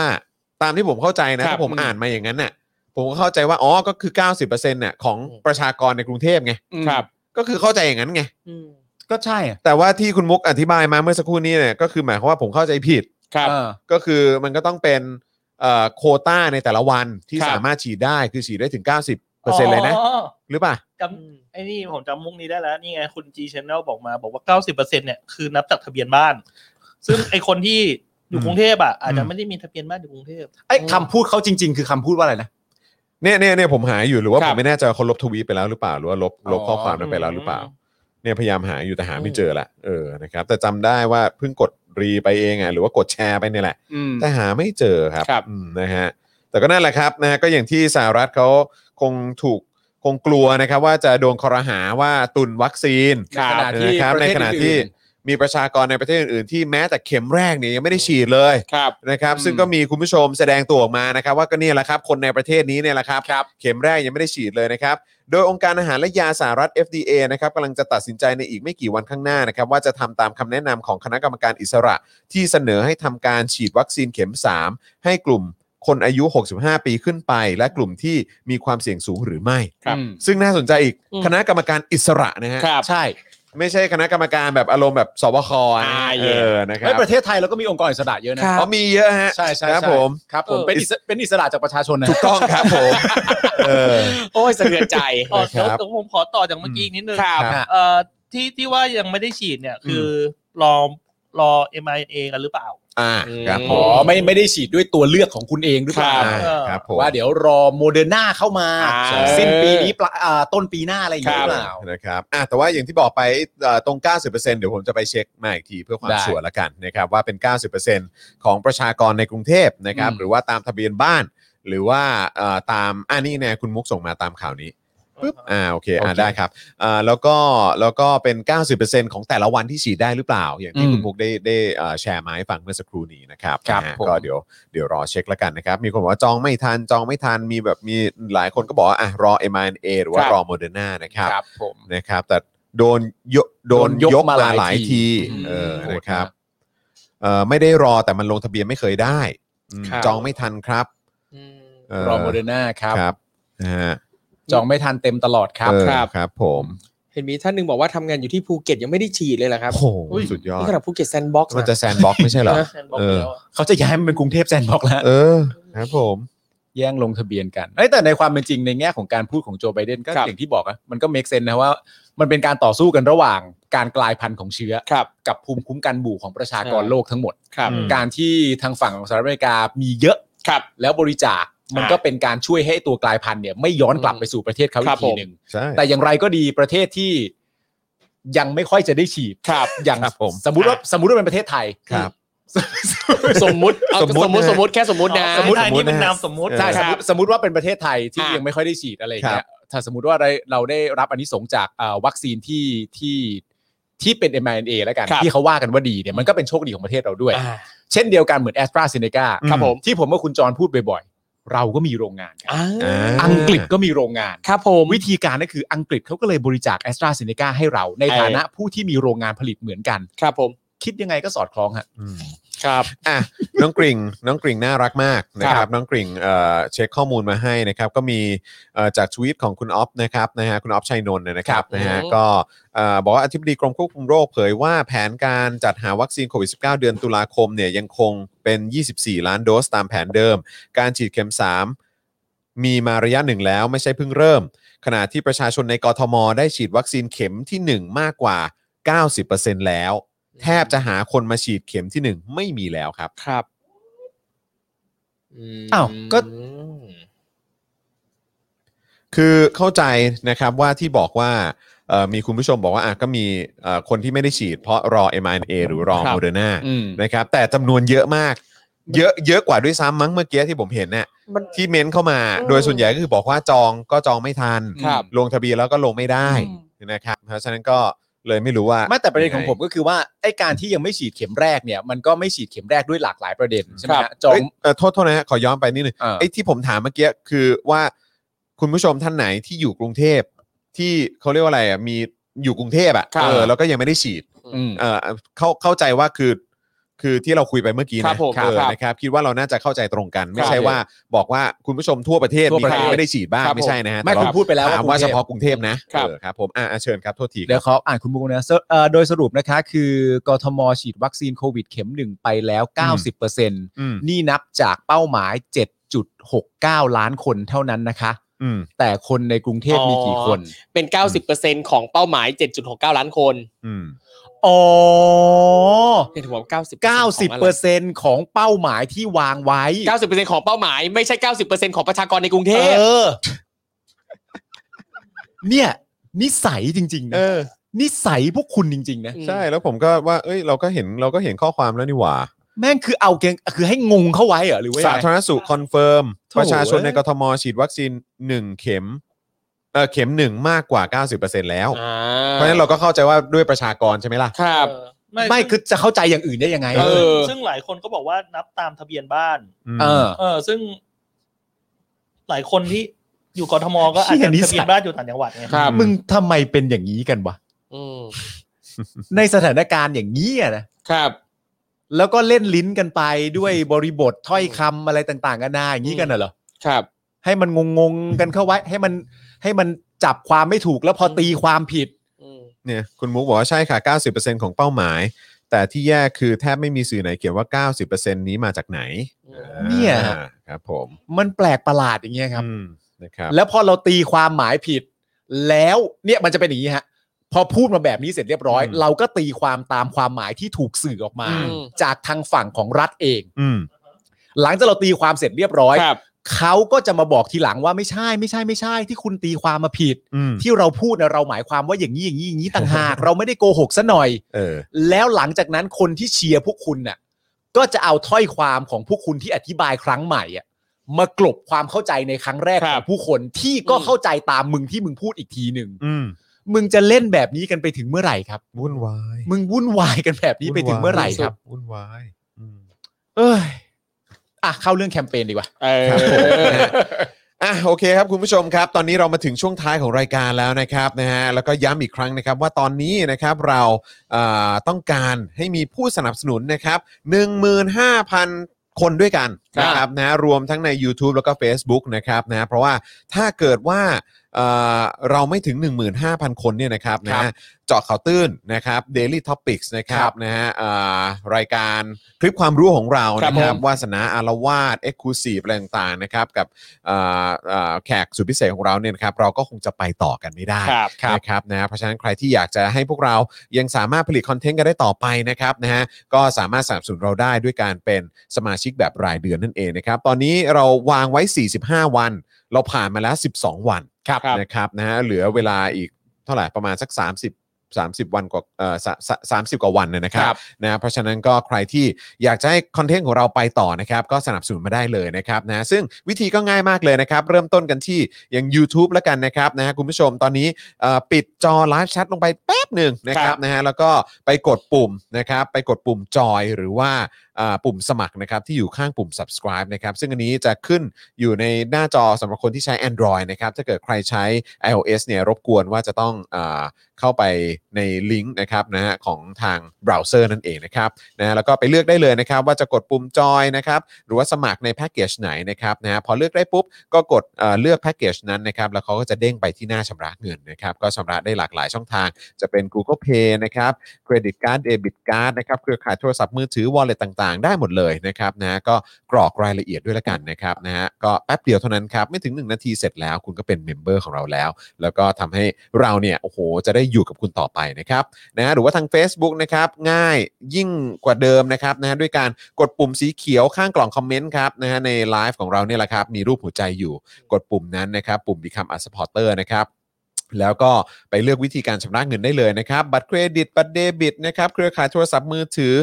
ตามที่ผมเข้าใจนะครับ ถ้าผม
อืม
อ่านมาอย่างนั้นน่ะผมก็เข้าใจว่าอ๋อก็คือ 90%น่ะของประชากรในกรุงเทพไง
ครับ
ก็คือเข้าใจอย่างนั้นไง
อืม
ก็ใช่อะ
แต่ว่าที่คุณมุกอธิบายมาเมื่อสักครู่นี้เนี่ยก็คือหมายความว่าผมเข้าใจผิด
ครับ
เออ
ก็คือมันก็ต้องเป็นเอ่อโควต้าในแต่ละวันที่
ครับ
สามารถฉีดได้คือฉีดได้ถึง 90%เลยนะ
อ๋อ
หรือเปล่า
จำไอ้นี่ผมจำมุกนี้ได้แล้ว นี่ไงคุณ G Channel บอกมาบอกว่า 90%เนี่ยคือนับจากทะเบียนบ้าน ซึ่งไอคนที่อยู่กรุงเทพอ่ะอาจจะไม่ได้มีทะเบียนบ้านอยู่กรุงเทพ
ไอ้คำพูดเขาจริง ๆ คือคำพูดว่าอะไรนะ
เนี่ยเนี่ยเนี่ยผมหาอยู่หรือว่า
ครั
ผ
บ
มไม่แน่ใจว่าเขาลบทวีตไปแล้วหรือเปล่าหรือว่าลบลบข้อความนั้นไปแล้วหรือเปล่า
อืม
เนี่ยพยายามหาอยู่แต่หาไม่เจอละเออนะครับ แต่จำได้ว่าเพิ่งกดรีไปเองอ่ะหรือว่ากดแชร์ไปเนี่ยแหละ
อืม
แต่หาไม่เจอครับ
ครับ
อืมนะฮะแต่ก็นั่นแหละครับนะฮะก็อย่างที่สหรัฐเขาคงถูกคงกลัวนะครับ ว่าจะโดนคอรหาว่าตุนวัคซีน
ครับ
นะครับใน
ใน
ข
ข
ณะ
ณะ
ที่
ที่ประเทศอื่น
มีประชากรในประเทศอื่นๆที่แม้แต่เข็มแรกเนี่ยยังไม่ได้ฉีดเลย
ครับ
นะครับ
อืม
ซึ่งก็มีคุณผู้ชมแสดงตัวออกมานะครับ ว่าก็เนี่ยแหละครับ คนในประเทศนี้เนี่ยแหละครับ เข็มแรกยังไม่ได้ฉีดเลยนะครับ โดยองค์การอาหารและยาสหรัฐ FDA นะครับกำลังจะตัดสินใจในอีกไม่กี่วันข้างหน้านะครับ ว่าจะทำตามคำแนะนำของคณะกรรมการอิสระ ที่เสนอให้ทำการฉีดวัคซีนเข็ม 3 ให้กลุ่มคนอายุ 65 ปีขึ้นไป และกลุ่มที่มีความเสี่ยงสูงหรือไม่
ครับ
อืม
ซึ่งน่าสนใจอีก
อืม
คณะกรรมการอิสระนะฮะ
ครับ
ใช่
ไม่ใช่คณะกรรมการแบบอารมณ์แบบสบคนะฮะ
อ่า
เอ
เย่
อนะครั
ไอ้
บ
ประเทศไทยเราก็มีองค์กรอิสระเยอะนะ
ครับ
อ๋อมีเยอะฮะ
ใช่ใช่
ครับ
ใช่
ผม
ครับผม
เออ
เป็นอิสเป็นอิสระจากประชาชนนะ
ถูกต้องครับผม เออ
โอ้ยสะเทือนใจ
อ๋อเดี๋ยว
นะครับ
เดี๋ยวผมขอต่อจากเมื่อกี้อีกนิดนึง
ครับ
ครับ
เอ่อที่ที่ว่ายังไม่ได้ฉีดเนี่ยคืออรอรอ m i a กันหรือเปล่า
อ่าครับผ
๋อ
ม
ไม่ไม่ได้ฉีดด้วยตัวเลือกของคุณเองหรือเปล่า
ครั
อ่า
บ
ครับผม
ว่าเดี๋ยวรอโมเดอร์นาเข้ามา
ใช่
สิ้นปีนี้ปลาอ่าต้นปีหน้าอะไรอย่าง
ค
เงี้ย
รับ
หรือเปล่า
นะครับอ่ะแต่ว่าอย่างที่บอกไปเอ่อตรง 90%เดี๋ยวผมจะไปเช็คมาอีกทีเพื่อความ
ได้
ชัวร์ละกันนะครับว่าเป็น 90%ของประชากรในกรุงเทพนะครับ
อืม
หรือว่าตามทะเบียนบ้าน หรือว่าเอ่อตามอ่านี่เนี่ยคุณมุกส่งมาตามข่าวนี้ปึ๊บอ่าโอเคอ่าได้ครับอ่าแล้วก็แล้วก็เป็น 90%ของแต่ละวันที่ฉีดได้หรือเปล่า อย่างที่คุณมุกได้ได้เอ่อแชร์มาให้ฟังเมื่อสักครู่นี้นะครับ
ครับ
นะฮะ
ผม
ก็เดี๋ยว เดี๋ยวรอเช็คแล้วกันนะครับ มีคนบอกว่าจองไม่ทัน จองไม่ทัน มีแบบมีหลายคนก็บอกว่าอ่ะรอ m r n a หรือว่า
ครับ
รอ Moderna นะครับ
ครับผม
นะครับ แต่โดนยกโดน
โดนยก
ยกมา
มา
ห
ห
ลา
ลาย ยที
ที
อืม
เออ
โหด
นะครับ
มาก
เอ่อไม่ได้รอแต่มันลงทะเบียนไม่เคยได้อืม
ครับ
จองไม่ทันครับ
อืม
เ
รอโมเดอร์นาครับ
ครับนะฮะ
จองไม่ทันเต็มตลอดครับ
เออ
ครับ
ครับ ผม
เห็นมีท่านหนึ่งบอกว่าทำงานอยู่ที่ภูเก็ตยังไม่ได้ฉีดเลยเหรอครับ
โอ้โหสุดยอด
นี่ขนาดภูเก็ตแซนด์บ็อกซ์
มันจะแซนบ็อกไม่ใช่เหรอ
แซนบอก
เออ
แล้วอะ
เขาจะย้ายมันเป็นกรุงเทพแซนด์บ็อกซ์แล้ว
เออครับผม
แย่งลงทะเบียนกันเอ้ยแต่ในความเป็นจริงในแง่ของการพูดของโจไบเดนก็
ครับ
อย่างที่บอกอะมันก็เมคเซนนะว่า มันเป็นการต่อสู้กันระหว่างการกลายพันธุ์ของเชื้อ
ครับ
กับภูมิคุ้มกันหมู่ของประชากร
ใช่
โลกทั้งหมด
ครับ
อืม
การที่ทางฝั่งของสหรัฐอเมริกามีเยอะ
ครับ
แล้วบริจาค มัน
อ่า
ก็เป็นการช่วยให้ตัวกลายพันธุ์เนี่ยไม่ย้อนกลับ
อืม
ไปสู่ประเทศเขา
ค
อี
รับ
กที
ผม
หนึ่ง
ใช่
แต่อย่างไรก็ดีประเทศที่ยังไม่ค่อยจะได้ฉีด
ครับ
อย่าง
ครับผม
สมมติว่าสมมติว่าเป็นประเทศไทย
ครับ
สมมุติเอา
สมมุติ
สมมุ
นะ
ติสมมุติแค่สมมุตินะ
สมมุติ ไทยนี่เป็นนามสมมุติ
ใช่
ค
ส
รั
ม
บ
มติสมมติว่าเป็นประเทศไทยที่
อ่ะ
ยังไม่ค่อยได้ฉีดอะไรอย่างเงี้ยถ้าสมมติว่าเราเราได้รับอันนี้สงส์จากเอ่อวัคซีนที่ที่ที่เป็น m อ n a แล้วกัน
ครับ
ที่เขาว่ากันว่าดีเนี่ยมันก็เป็นโชคดีของประเทศเราด้วย
อ่า
เช่นเดียวกันเหมือนแอสตราเซเนกา
ครับผม
ที่ผมว่าคุณจรพูดบ่อยๆ เราก็มีโรงงานกัน
อ่า
อ่า
อังกฤษก็มีโรงงาน
ครับผม
วิธีการก็คืออังกฤษเขาก็เลยบริจาคแอสตราเซเนกาให้เรา ในฐานะผู้ที่มีโรงงานผลิตเหมือนกัน
ครับผม
คิดยังไงก็สอดคล้องฮะ
อืม
ครับ
อ่ะน้องกริ่งน้องกริ่งน่ารักมากนะค
ครั
รับบ น้องกริ่งเอ่อเช็คข้อมูลมาให้นะครับก็มีเอ่อจากทวีตของคุณออฟนะครับนะฮะคุณออฟชัยนนท์เนี่ยนะครับ
ครับ
นะฮะ
อืม
ก็เอ่อบอกว่าอธิบดีกรมควบคุมโรคเผยว่าแผนการจัดหาวัคซีนโควิด -19 เดือนตุลาคมเนี่ยยังคงเป็น 24 ล้านโดสตามแผนเดิม การฉีดเข็ม 3 มีมาระยะหนึ่งแล้วไม่ใช่เพิ่งเริ่ม ขณะที่ประชาชนในกทม ได้ฉีดวัคซีนเข็มที่ 1 มากกว่า 90%แล้ว แทบจะหาคนมาฉีดเข็มที่หนึ่งไม่มีแล้วครับ
ครับม
อ้าวก็
คือเข้าใจนะครับว่าที่บอกว่าเอ่อมีคุณผู้ชมบอกว่าอ่ะก็มีเอ่อคนที่ไม่ได้ฉีดเพราะรอ m r n a หรือรอ
ครับ
โมเดอร์นา
อืม
นะครับแต่จำนวนเยอะมาก เยอะเยอะกว่าด้วยซ้ำมั้งเมื่อกี้ที่ผมเห็นเนี่ย
มัน
ที่เม้นเข้ามา
อืม
โดยส่วนใหญ่ก็คือบอกว่าจองก็จองไม่ทัน
ครับ
ลงทะเบียนแล้วก็ลงไม่ได้นะครับเพราะฉะนั้นก็เลยไม่รู้ว่า
ไม่แต่ประเด็นของผมก็คือว่าไอ้การที่ยังไม่ฉีดเข็มแรกเนี่ยมันก็ไม่ฉีดเข็มแรกด้วยหลากหลายประเด็นใช่ไหมฮะจอง
เยเอ่อโทษโทษนะฮะขอย้อนไปนิดนึง
เออ
ไอ้ที่ผมถามเมื่อกี้คือว่าคุณผู้ชมท่านไหนที่อยู่กรุงเทพที่เขาเรียกว่าอะไรอ่ะมีอยู่กรุงเทพอ่ะ
ครับ
เออแล้วก็ยังไม่ได้ฉีด
อืม
เออเข้าเข้าใจว่าคือ คือที่เราคุยไปเมื่อกี้
ครั
นะ
บผม
เออ
ครับ
นะครับคิดว่าเราน่าจะเข้าใจตรงกัน ไม่
ครับ
ใช่ว่าบอกว่าคุณผู้ชมทั่วประเทศ
ทั่ว
มี
ประ
ใคร
เทศ
ยังไม่ได้ฉีดบ้าง
ครับ
ไม่ใช่นะฮะ
ไม่
แต่
คุณ
เรา
พูดไปแล้ว
ถามว่า
คุณ
เฉ
ทพ
พาะกรุงเทพนะครับ เออครับผมอ่ะอ่ะเชิญครับโทษทีครับ
เดี๋ยวขออ่านคุณบุกนะเซอร์เอ่อโดยสรุปนะคะ คือกทมฉีดวัคซีนโควิดเข็มหนึ่งไปแล้ว 90%น
อืมี่
นับจากเป้าหมาย 7.69 ล้านคนเท่านั้นนะคะ
อืม
แต่คนในกรุงเทพมีกี่คน
เป็น 90%ของเป้าหมาย 7.69 ล้านคน
อืม
อ๋อ
เห็นผมว่า90%
90%ของเป้าหมายที่วางไว้
90%ของเป้าหมายไม่ใช่ 90%ของประชากรในกรุงเท
เอ
พ
อ เนี่ย นิสัยจริง ๆ นะ
เออ
นิสัยพวกคุณจริง ๆ นะ
อืม
ใช่แล้วผมก็ว่าเอ้ยเราก็เห็นเราก็เห็นข้อความแล้วนี่หว่า
แม่งคือเอาเกงคือให้งงเข้าไว้เหรอหรือว่ายั
สาง
ไง
ธารณสุขคอนเฟิร์ม
โถ่
ประชาชนในกทมฉีดวัคซีน 1 เข็มเออเข็มหนึ่งมากกว่า 90%แล้ว
อ่
เพราะฉะนั้นเราก็เข้าใจว่าด้วยประชากรใช่ไหมล่ะ
ครับ
เออ
ไม่คือจะเข้าใจอย่างอื่นได้ยังไง
เออ
ซึ่งหลายคนก็บอกว่านับตามทะเบียนบ้าน
เออ
เออ ซึ่ง หลายคนที่อยู่กทมก็อาจ
เชี่ย
จะ
นิสัย
ทะเบียนบ้านอยู่ต่างจังหวัดไง
ครับ
มึงทำไมเป็นอย่างนี้กันวะ
อืม
ในสถานการณ์อย่างนี้อะนะครับ แล้วก็เล่นลิ้นกันไปด้วยบริบทถ้อยคำอะไรต่างๆกันานาอย่างนี้กันน่ะเหรอ
ครับ
ให้มันงงๆกันเข้าไว้ ให้มันให้มันจับความไม่ถูกแล้วพอตีความผิด
อืม
เนี่ยคุณมุกบอกว่าใช่ค่ะ 90%ของเป้าหมาย แต่ที่แย่คือแทบไม่มีสื่อไหนเขียนว่า 90%นี้มาจากไหน
เนี่ย
อ่าครับผม
มันแปลกประหลาดอย่างเงี้ยครับ
อืมนะครับ
แล้วพอเราตีความหมายผิด แล้วเนี่ยมันจะเป็นอย่างนี้ฮะ พอพูดมาแบบนี้เสร็จเรียบร้อย
อืม
เราก็ตีความตามความหมายที่ถูกสื่อออกมา
อืม
จากทางฝั่งของรัฐเอง
อืม
หลังจากเราตีความเสร็จเรียบร้อย
ครับ
เขาก็จะมาบอกทีหลังว่าไม่ใช่ไม่ใช่ไม่ใช่ที่คุณตีความมาผิด
อืม
ที่เราพูดนะเราหมายความว่าอย่างนี้อย่างนี้อย่างนี้ต่างหาก เราไม่ได้โกหกซะหน่อย
เออ
แล้วหลังจากนั้นคนที่เชียร์พวกคุณน่ะ ก็จะเอาถ้อยความของพวกคุณที่อธิบายครั้งใหม่อะมากลบความเข้าใจในครั้งแรก
ครั
ข
บ
องผู้คนที่ก็เข้าใจตามมึงที่มึงพูดอีกทีหนึ่ง
อืม
มึงจะเล่นแบบนี้กันไปถึงเมื่อไหร่ครับ
วุ่นวาย
มึงวุ่นวายกันแบบนี้ไปถึงเมื่อไหร่ครับ
วุ่นวายอืม
เอ้ยอ่ะเข้าเรื่องแคมเปญดีกว่า
เออ
ครับผมนะฮะอ่ะโอเคครับคุณผู้ชมครับ ตอนนี้เรามาถึงช่วงท้ายของรายการแล้วนะครับนะฮะแล้วก็ย้ำอีกครั้งนะครับว่าตอนนี้นะครับเราเอ่อต้องการให้มีผู้สนับสนุนนะครับ15,000 คนด้วยกัน
ครับ
นะครับนะฮะรวมทั้งใน YouTube แล้วก็ Facebook นะครับนะฮะเพราะว่าถ้าเกิดว่าเอ่อเราไม่ถึง 15,000 คนเนี่ยนะครับนะฮะเจาะข่าวตื้นนะครับ Daily Topics นะครั
ครับ บ
นะฮะเอ่อรายการคลิปความรู้ของเรา
ครับ
นะครับ
ผม
วาสนาอารวาสเอ็กซ์คลูซีฟอะไรต่างๆนะครับกับเอ่อเอ่อแขกสุดพิเศษของเราเนี่ยนะครับเราก็คงจะไปต่อกันไม่ได้
ครับ
นะครับนะเพราะฉะนั้นใครที่อยากจะให้พวกเรายังสามารถผลิตคอนเทนต์กันได้ต่อไปนะครับนะฮะก็สามารถสนับสนุนเราได้ด้วยการเป็นสมาชิกแบบรายเดือนนั่นเองนะครับตอนนี้เราวางไว้ 45 วัน เราผ่านมาแล้ว 12 วัน
ครับครับ
นะครับนะฮะเหลือเวลาอีกเท่าไหร่ประมาณสัก 30 30 วันกว่าเอ่อสะสะ30 กว่าวันนะนะครั
ครับ บ
นะเพราะฉะนั้นก็ใครที่อยากจะให้คอนเทนต์ของเราไปต่อนะครับ ก็สนับสนุนมาได้เลยนะครับนะซึ่งวิธีก็ง่ายมากเลยนะครับ เริ่มต้นกันที่อย่าง YouTube แล้วกันนะครับนะฮะคุณผู้ชมตอนนี้เอ่อปิดจอไลฟ์แชทลงไปแป๊บหนึ่งนะค
ครั
รับบ นะฮะแล้วก็ไปกดปุ่มนะครับ ไปกดปุ่มจอยหรือว่าอ่าปุ่มสมัครนะครับ ที่อยู่ข้างปุ่ม subscribe นะครับ ซึ่งอันนี้จะขึ้นอยู่ในหน้าจอสำหรับคนที่ใช้ Android นะครับถ้าเกิดใครใช้ iOS เนี่ยรบกวนว่าจะต้องอ่า เข้าไปในลิงก์นะครับนะฮะของทางเบราว์เซอร์นั่นเองนะครับนะฮะแล้วก็ไปเลือกได้เลยนะครับ ว่าจะกดปุ่มจอยนะครับหรือว่าสมัครในแพ็กเกจไหนนะครับนะฮะพอเลือกได้ปุ๊บ ก็กดเอ่อเลือกแพ็กเกจนั้นนะครับแล้วเขาก็จะเด้งไปที่หน้าชำระเงินนะครับก็ชำระได้หลากหลายช่องทาง จะเป็น Google Pay นะครับเครดิตการ์ดเดบิตการ์ดนะครับเครือข่ายโทรศัพท์มือถือ wallet ต่างๆ ได้หมดเลยนะครับนะฮะก็กรอกรายละเอียดด้วยละกันนะครับนะฮะก็แป๊บเดียวเท่านั้นครับไม่ถึง 1 นาทีเสร็จแล้วคุณก็เป็นเมมเบอร์ของเราแล้ว แล้วก็ทำให้เราเนี่ยโอ้โหจะได้อยู่กับคุณต่อไปนะครับนะฮะหรือว่าทาง Facebook นะครับง่ายยิ่งกว่าเดิมนะครับนะฮะด้วยการกดปุ่มสีเขียวข้างกล่องคอมเมนต์ครับนะฮะในไลฟ์ของเราเนี่ยแหละครับมีรูปหัวใจอยู่ กดปุ่มนั้นนะครับ ปุ่ม Become a supporter นะครับ แล้วก็ไปเลือกวิธีการชำระเงินได้เลยนะครับ บัตรเครดิต บัตรเดบิตนะครับ เครือข่ายโทรศัพท์มือถือ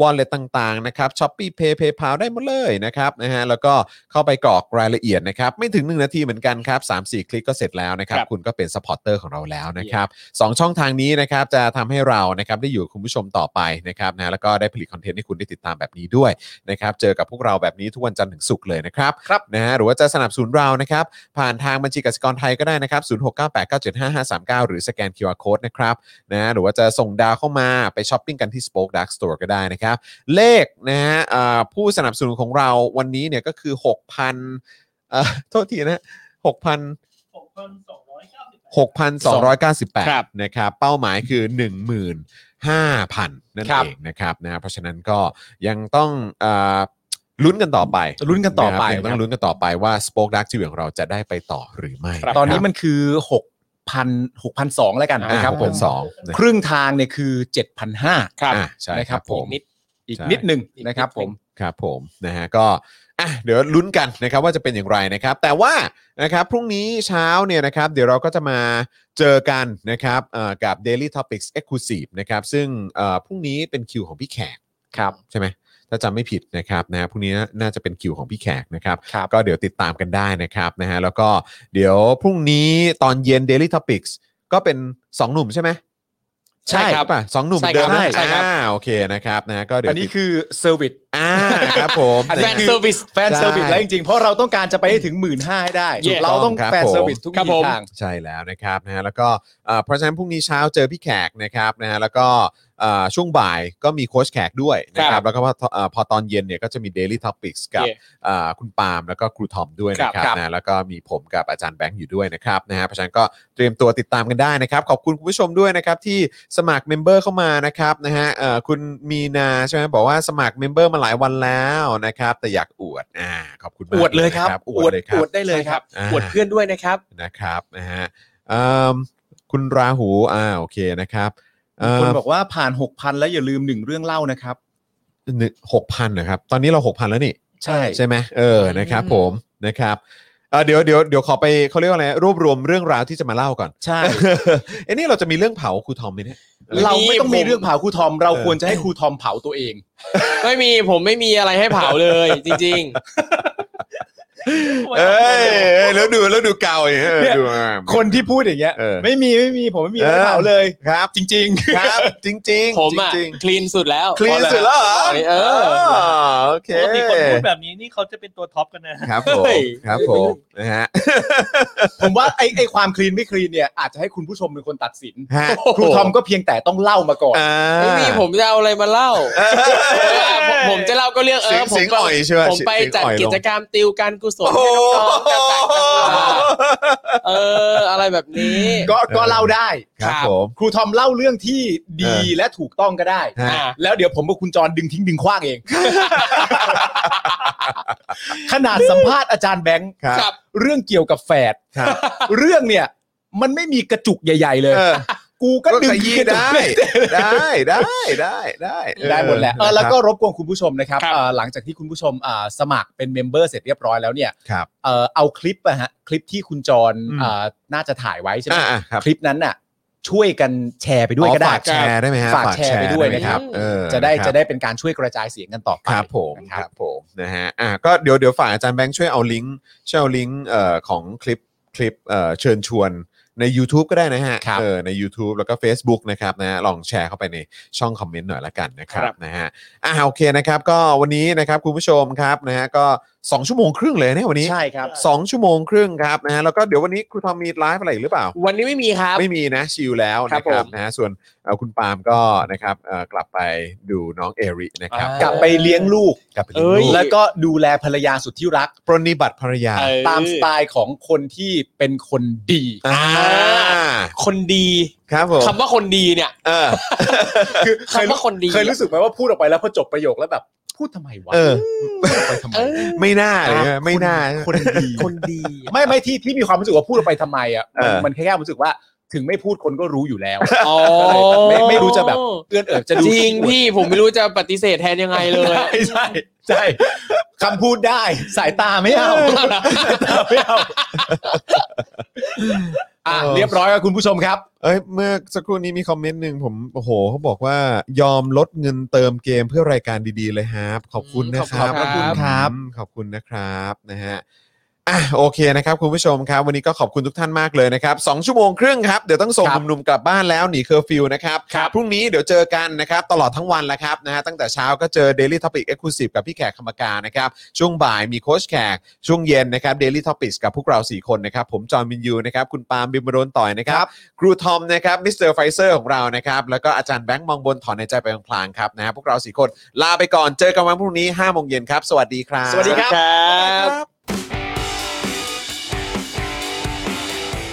วอลเล็ตต่างๆนะครับช้อปปี้เพย์เพย์พาได้หมดเลยนะครับนะฮะแล้วก็เข้าไปกรอกรายละเอียดนะครับ ไม่ถึง 1 นาทีเหมือนกันครับ 3 4 คลิกก็เสร็จแล้วนะครับ
ครับ
คุณก็เป็นสปอร์เตอร์ของเราแล้วนะครับสองช่องทางนี้นะครับจะทำให้เรานะครับได้อยู่กับคุณผู้ชมต่อไปนะครับนะแล้วก็ได้ผลิตคอนเทนต์ให้คุณได้ติดตามแบบนี้ด้วยนะครับเจอกับพวกเราแบบนี้ทุกวันจันทร์ถึงศุกร์เลยนะครับ
ครับ
นะฮะหรือว่าจะสนับสนุนเรานะครับผ่านทางบัญชีกสิกรไทยก็ได้นะครับศูนย์หกเก้าแปดเก้าเจ็ดห้าห้าสามเก้าหรือสแกน QR Code นะครับนะฮะหรือว่าจะส่งดาวเข้ามาไปช้อปปิ้งกันที่ Spoke Dark Store ก็ได้นะครับ เลขนะฮะอ่าผู้สนับสนุนของเราวันนี้เนี่ยก็คือ 6,000เอ่อโทษทีนะ 6,000
หกพันสองร้อยเก้าสิบแปด
ครับ
6,298 นะครับ เป้าหมายคือ 15,000 นั่น
ครับ
เองนะครับนะเพราะฉะนั้นก็ยังต้องอ่าลุ้นกันต่อไป
ลุ้นกันต่อไป
ะครับยังต้องลุ้นกันต่อไปว่า Spoke Dark ที่ของเราจะได้ไปต่อหรือไม่
ตอนนี้มันคือหกพันหกพันสองแล้วกัน
นะ
นะ
ค
ค
รั
รั
บบ ผ
ผม ม
สองนะ
ครึ่งทางเนี่ยคือเจ็ดพันห้า
ครับ
อ่ะใช่
นะ
ค
ครั
รับบ ผ
ผม ม
นิด
อีก
ใช่
นิดหนึ่ง
อีกนิด
นะครับผม
ครับผมนะฮะก็อ่ะเดี๋ยวลุ้นกันนะครับว่าจะเป็นอย่างไรนะครับ แต่ว่านะครับพรุ่งนี้เช้าเนี่ยนะครับ เดี๋ยวเราก็จะมาเจอกันนะครับเอ่อกับ Daily Topics Exclusive นะครับซึ่งเอ่อพรุ่งนี้เป็นคิวของพี่แขกครับใช่ไหมถ้าจำไม่ผิดนะครับนะฮะพรุ่งนี้น่าจะเป็นคิวของพี่แขกนะครับ
ครับ
ก็เดี๋ยวติดตามกันได้นะครับนะฮะแล้วก็เดี๋ยวพรุ่งนี้ตอนเย็น Daily Topics ก็เป็น 2 หนุ่มใช่ไหม
ใช่ครับ
ป่ะสองหนุ่มเหมือนเดิมนะ
ใช่ครับ
อ่าโอเคนะครับนะฮะก็เดี๋ยว
อันนี้คือเซอร์วิส
อ่าครับผม
อันนี้
แฟน
คือ
เซอร์วิส
แฟนเซอร์วิสแล้วจริงๆ เพราะเราต้องการจะไปให้ถึงหมื่นห้าให้ได้
ถูกต้อง
เราต้อง
ครับ
แฟนเซอร์วิ
ผ
ส
ม
ทุก
ครับ
วิ
ผ
ถี
ม
ทาง
ใช่แล้วนะครับนะฮะแล้วก็เอ่อเพราะฉะนั้นพรุ่งนี้เช้าเจอพี่แขกนะครับนะฮะแล้วก็เอ่อช่วงบ่ายก็มีโค้ชแขกด้วยนะค
ครั
รับบ แล้วก็พอเอ่อพอตอนเย็นเนี่ยก็จะมี Daily Topics กับ
เย่
เอ่อคุณปาล์มแล้วก็ครูทอมด้วย
ครับ
นะครับ
ครับ
นะแล้วก็มีผมกับอาจารย์แบงค์อยู่ด้วยนะครับนะฮะเพราะฉะนั้นก็เตรียมตัวติดตามกันได้นะครับ ขอบคุณคุณผู้ชมด้วยนะครับที่สมัครเมมเบอร์เข้ามานะครับนะฮะเอ่อคุณมีนาใช่ไหมบอกว่าสมัครเมมเบอร์มาหลายวันแล้วนะครับแต่อยากอวดอ่าขอบคุณมาก
อวดเลยครับ
นะอ
อ
ว
ว
ด
ด
เลยค
อ
รับ
วดได้เลยครับ
อ่า
อวดเพื่อนด้วยนะครับ
นะครับนะฮะเอิ่มคุณราหูอ่าโอเคนะครับเอิ่
คน
ม
บอกว่าผ่านหกพันแล้วอย่าลืมหนึ่งเรื่องเล่านะครับ
หนึ่งหกพันนะครับ ตอนนี้เราหกพันแล้วนี่
ใช่
ใช่ไหมเออนะครับผมนะครับเอ่อเดี๋ยวเดี๋ยวเดี๋ยวขอไปเขาเรียกว่าอะไรรวบรวมเรื่องราวที่จะมาเล่าก่อน <laughs>
ใช่
เอ้นี่เราจะมีเรื่องเผาครูทอมไหมเนี่ย
เราไม่ต้อง
มีผ
มี
ม
เรื่องเผาครูทอม เรา
เออ
ควรจะให้ครูทอมเผาตัวเอง
ไม่มีผมไม่มีอะไรให้เผาเลย จริง
เอ้ยเอ้ยแล้วดูแล้วดูเก่าอย่างเงี้ยเออดูอ่ะ
คนที่พูดอย่างเงี้ย
เออ
ไม่มีไม่มีผมไม่มีอะไรเผาเลย
ครับ
จริง
ครับ จริงๆจริง
ๆ ผมอ่ะ
จริง
คลีนสุดแล้ว
คลีนสุดแล้วเหรอ
เออ
อโอเค
ปกติคนพูดแบบนี้นี่เขาจะเป็นตัวท็อปกันนะ
ครับผม
เฮ้ย
ครับผมนะฮะ
ๆ ผมว่าไอ้ไอ้ความคลีนไม่คลีนเนี่ยอาจจะให้คุณผู้ชมเป็นคนตัดสิน
ฮะ
ครูทอมก็เพียงแต่ต้องเล่ามาก่อน
อ่า
ไม่มีผมจะเอาอะไรมาเล่า
เอ้ย
เออผมผมจะเล่าก็เรื่องเอ
เสีย
อง ผ
เสียง
มไป
อ่อยใช่ไหม
ผมไป
เสียง
จัด
อ่อยล
กิ
ง
จกรรมติวการกุศล
โอ้โห
ให้น้องๆกันต่างๆเออ อะไรแบบนี้
ก็ก็เล่าได้
ครับผม
ครูทอมเล่าเรื่องที่ดีและถูกต้องก็ได้
ฮะ
แล้วเดี๋ยวผมกับคุณจรดึงทิ้งดึงขว้างเอง <laughs> ขนาดสัมภาษณ์อาจารย์แบงค์
ครับ
ครับ
เรื่องเกี่ยวกับแฝด
ครับ
เรื่องเนี่ย มันไม่มีกระจุกใหญ่ ๆ เลย
เออ
กูก็
ก็
ดึง
ขยี้ได้ ได้ได้ได้ได้เออ
ได้หมดแหละเออแล้วก็รบกวนคุณผู้ชมนะครับ
ครับ
เอ่อหลังจากที่คุณผู้ชมอ่าสมัครเป็นเมมเบอร์เสร็จเรียบร้อยแล้วเนี่ย
ครับ
เอ่อเอาคลิปอะฮะคลิปที่คุณจร
อืม
อ่าน่าจะถ่ายไว้ใช่ไหม
อ่าอ่าครับ
คลิปนั้นน่ะ ช่วยกันแชร์ไปด้วย
อ๋อ
ก็ได้
ฝากแชร์ได้ไหมฮะ
ฝากแชร์ไปด้วยนะครับ
เออ
จะได้
นครับ
จะได้เป็นการช่วยกระจายเสียงกันต่อไป
ครับผม
นะ
ค
ค
รั
รั
บบ ผมนะฮะอ่ะก็เดี๋ยวเดี๋ยวฝ่ายอาจารย์แบงค์ช่วยเอาลิงก์ช่วยเอาลิงก์เอ่อของคลิปคลิปเอ่อเชิญชวนใน YouTube ก็ได้นะฮะ
ครับ
เออใน YouTube แล้วก็ Facebook นะครับนะฮะลองแชร์เข้าไปในช่องคอมเมนต์หน่อยละกันนะครับ
ครับ
นะฮะอ่ะโอเคนะครับ ก็วันนี้นะครับคุณผู้ชมครับนะฮะก็ 2 ชั่วโมงครึ่งเลยเนี่ยวันนี้
ใช่ครับ
2 ชั่วโมงครึ่งครับนะฮะแล้วก็เดี๋ยววันนี้ครูทอมมีไลฟ์อะไรอีกหรือเปล่า
วันนี้ไม่มีครับ
ไม่มีนะชิลแล้ว
ครั
นะค
บ
รับ
ผม
นะฮะส่วนเอ่อคุณปาล์มก็นะครับเอ่อกลับไปดูน้องเอรินะครับ
กลับไปเลี้ยงลูก
กลับไปดูลูก
แล้วก็ดูแลภรรยาสุดที่รัก
ปรนนิบัติภรรยา
เออ
ตามสไตล์ของคนที่เป็นคนดี
อ่า
คนดี
ครับผม
คำว่าคนดีเนี่ย
เออ
คือเคย
คำว่าคนดี
เคยรู้สึกไหมว่าพูดออกไปแล้วพอจบประโยคแล้วแบบ พูดทำไมวะ
เออ
พูดออกไปทำไม
เออ
ไม่น่าเลยนะไม่น่า
คนดี
คนดี
ไม่ไม่ที่ที่มีความรู้สึกว่าพูดออกไปทำไมอ่ะ
เออ
มันมันแค่แค่รู้สึกว่า ถึงไม่พูดคนก็รู้อยู่แล้ว
อ๋อ
ไม่ไม่รู้จะแบบ เอื้อนเอิบจะดู
จริงพี่ผมไม่รู้จะปฏิเสธแทนยังไงเลย
ใช่ใช่ใช่คำพูดได้ สายตาไม่เอาสายตาไม่เอาอ่ะเรียบร้อยครับคุณผู้ชมครับ
เอ้ยเมื่อสักครู่นี้มีคอมเมนต์หนึ่งผมโอ้โหเขาบอกว่ายอมลดเงินเติมเกมเพื่อรายการดีๆเลยครับ ขอบคุณนะครับ
ขอบคุณครับ
อืมขอบคุณนะครับนะฮะอ่ะโอเคนะครับคุณผู้ชมครับ วันนี้ก็ขอบคุณทุกท่านมากเลยนะครับสองชั่วโมงครึ่งครับเดี๋ยวต้องส่ง
ครับ
หนุ่มๆกลับบ้านแล้วหนีเคอร์ฟิวนะครับพรุ่งนี้เดี๋ยวเจอกันนะครับตลอดทั้งวันแล้วครับนะฮะตั้งแต่เช้าก็เจอ Daily Topic Exclusive กับพี่แขกคำปากานะครับ ช่วงบ่ายมีโค้ชแขก ช่วงเย็นนะครับ Daily Topics กับพวกเรา 4 คนนะครับ ผมจอห์นวินยูนะครับคุณปาล์มบิมโรนต่อยนะครับ ครูทอมนะครับมิสเตอร์ไฟเซอร์ของเรานะครับ แล้วก็อาจารย์แบงค์มองบนถอนในใจไปพลางๆครับนะฮะพวกเรา 4 คนลาไปก่อนเจอกันวันพรุ่งนี้5โมงเย็นครับ สวัสดีครับ
สวัสดีครับ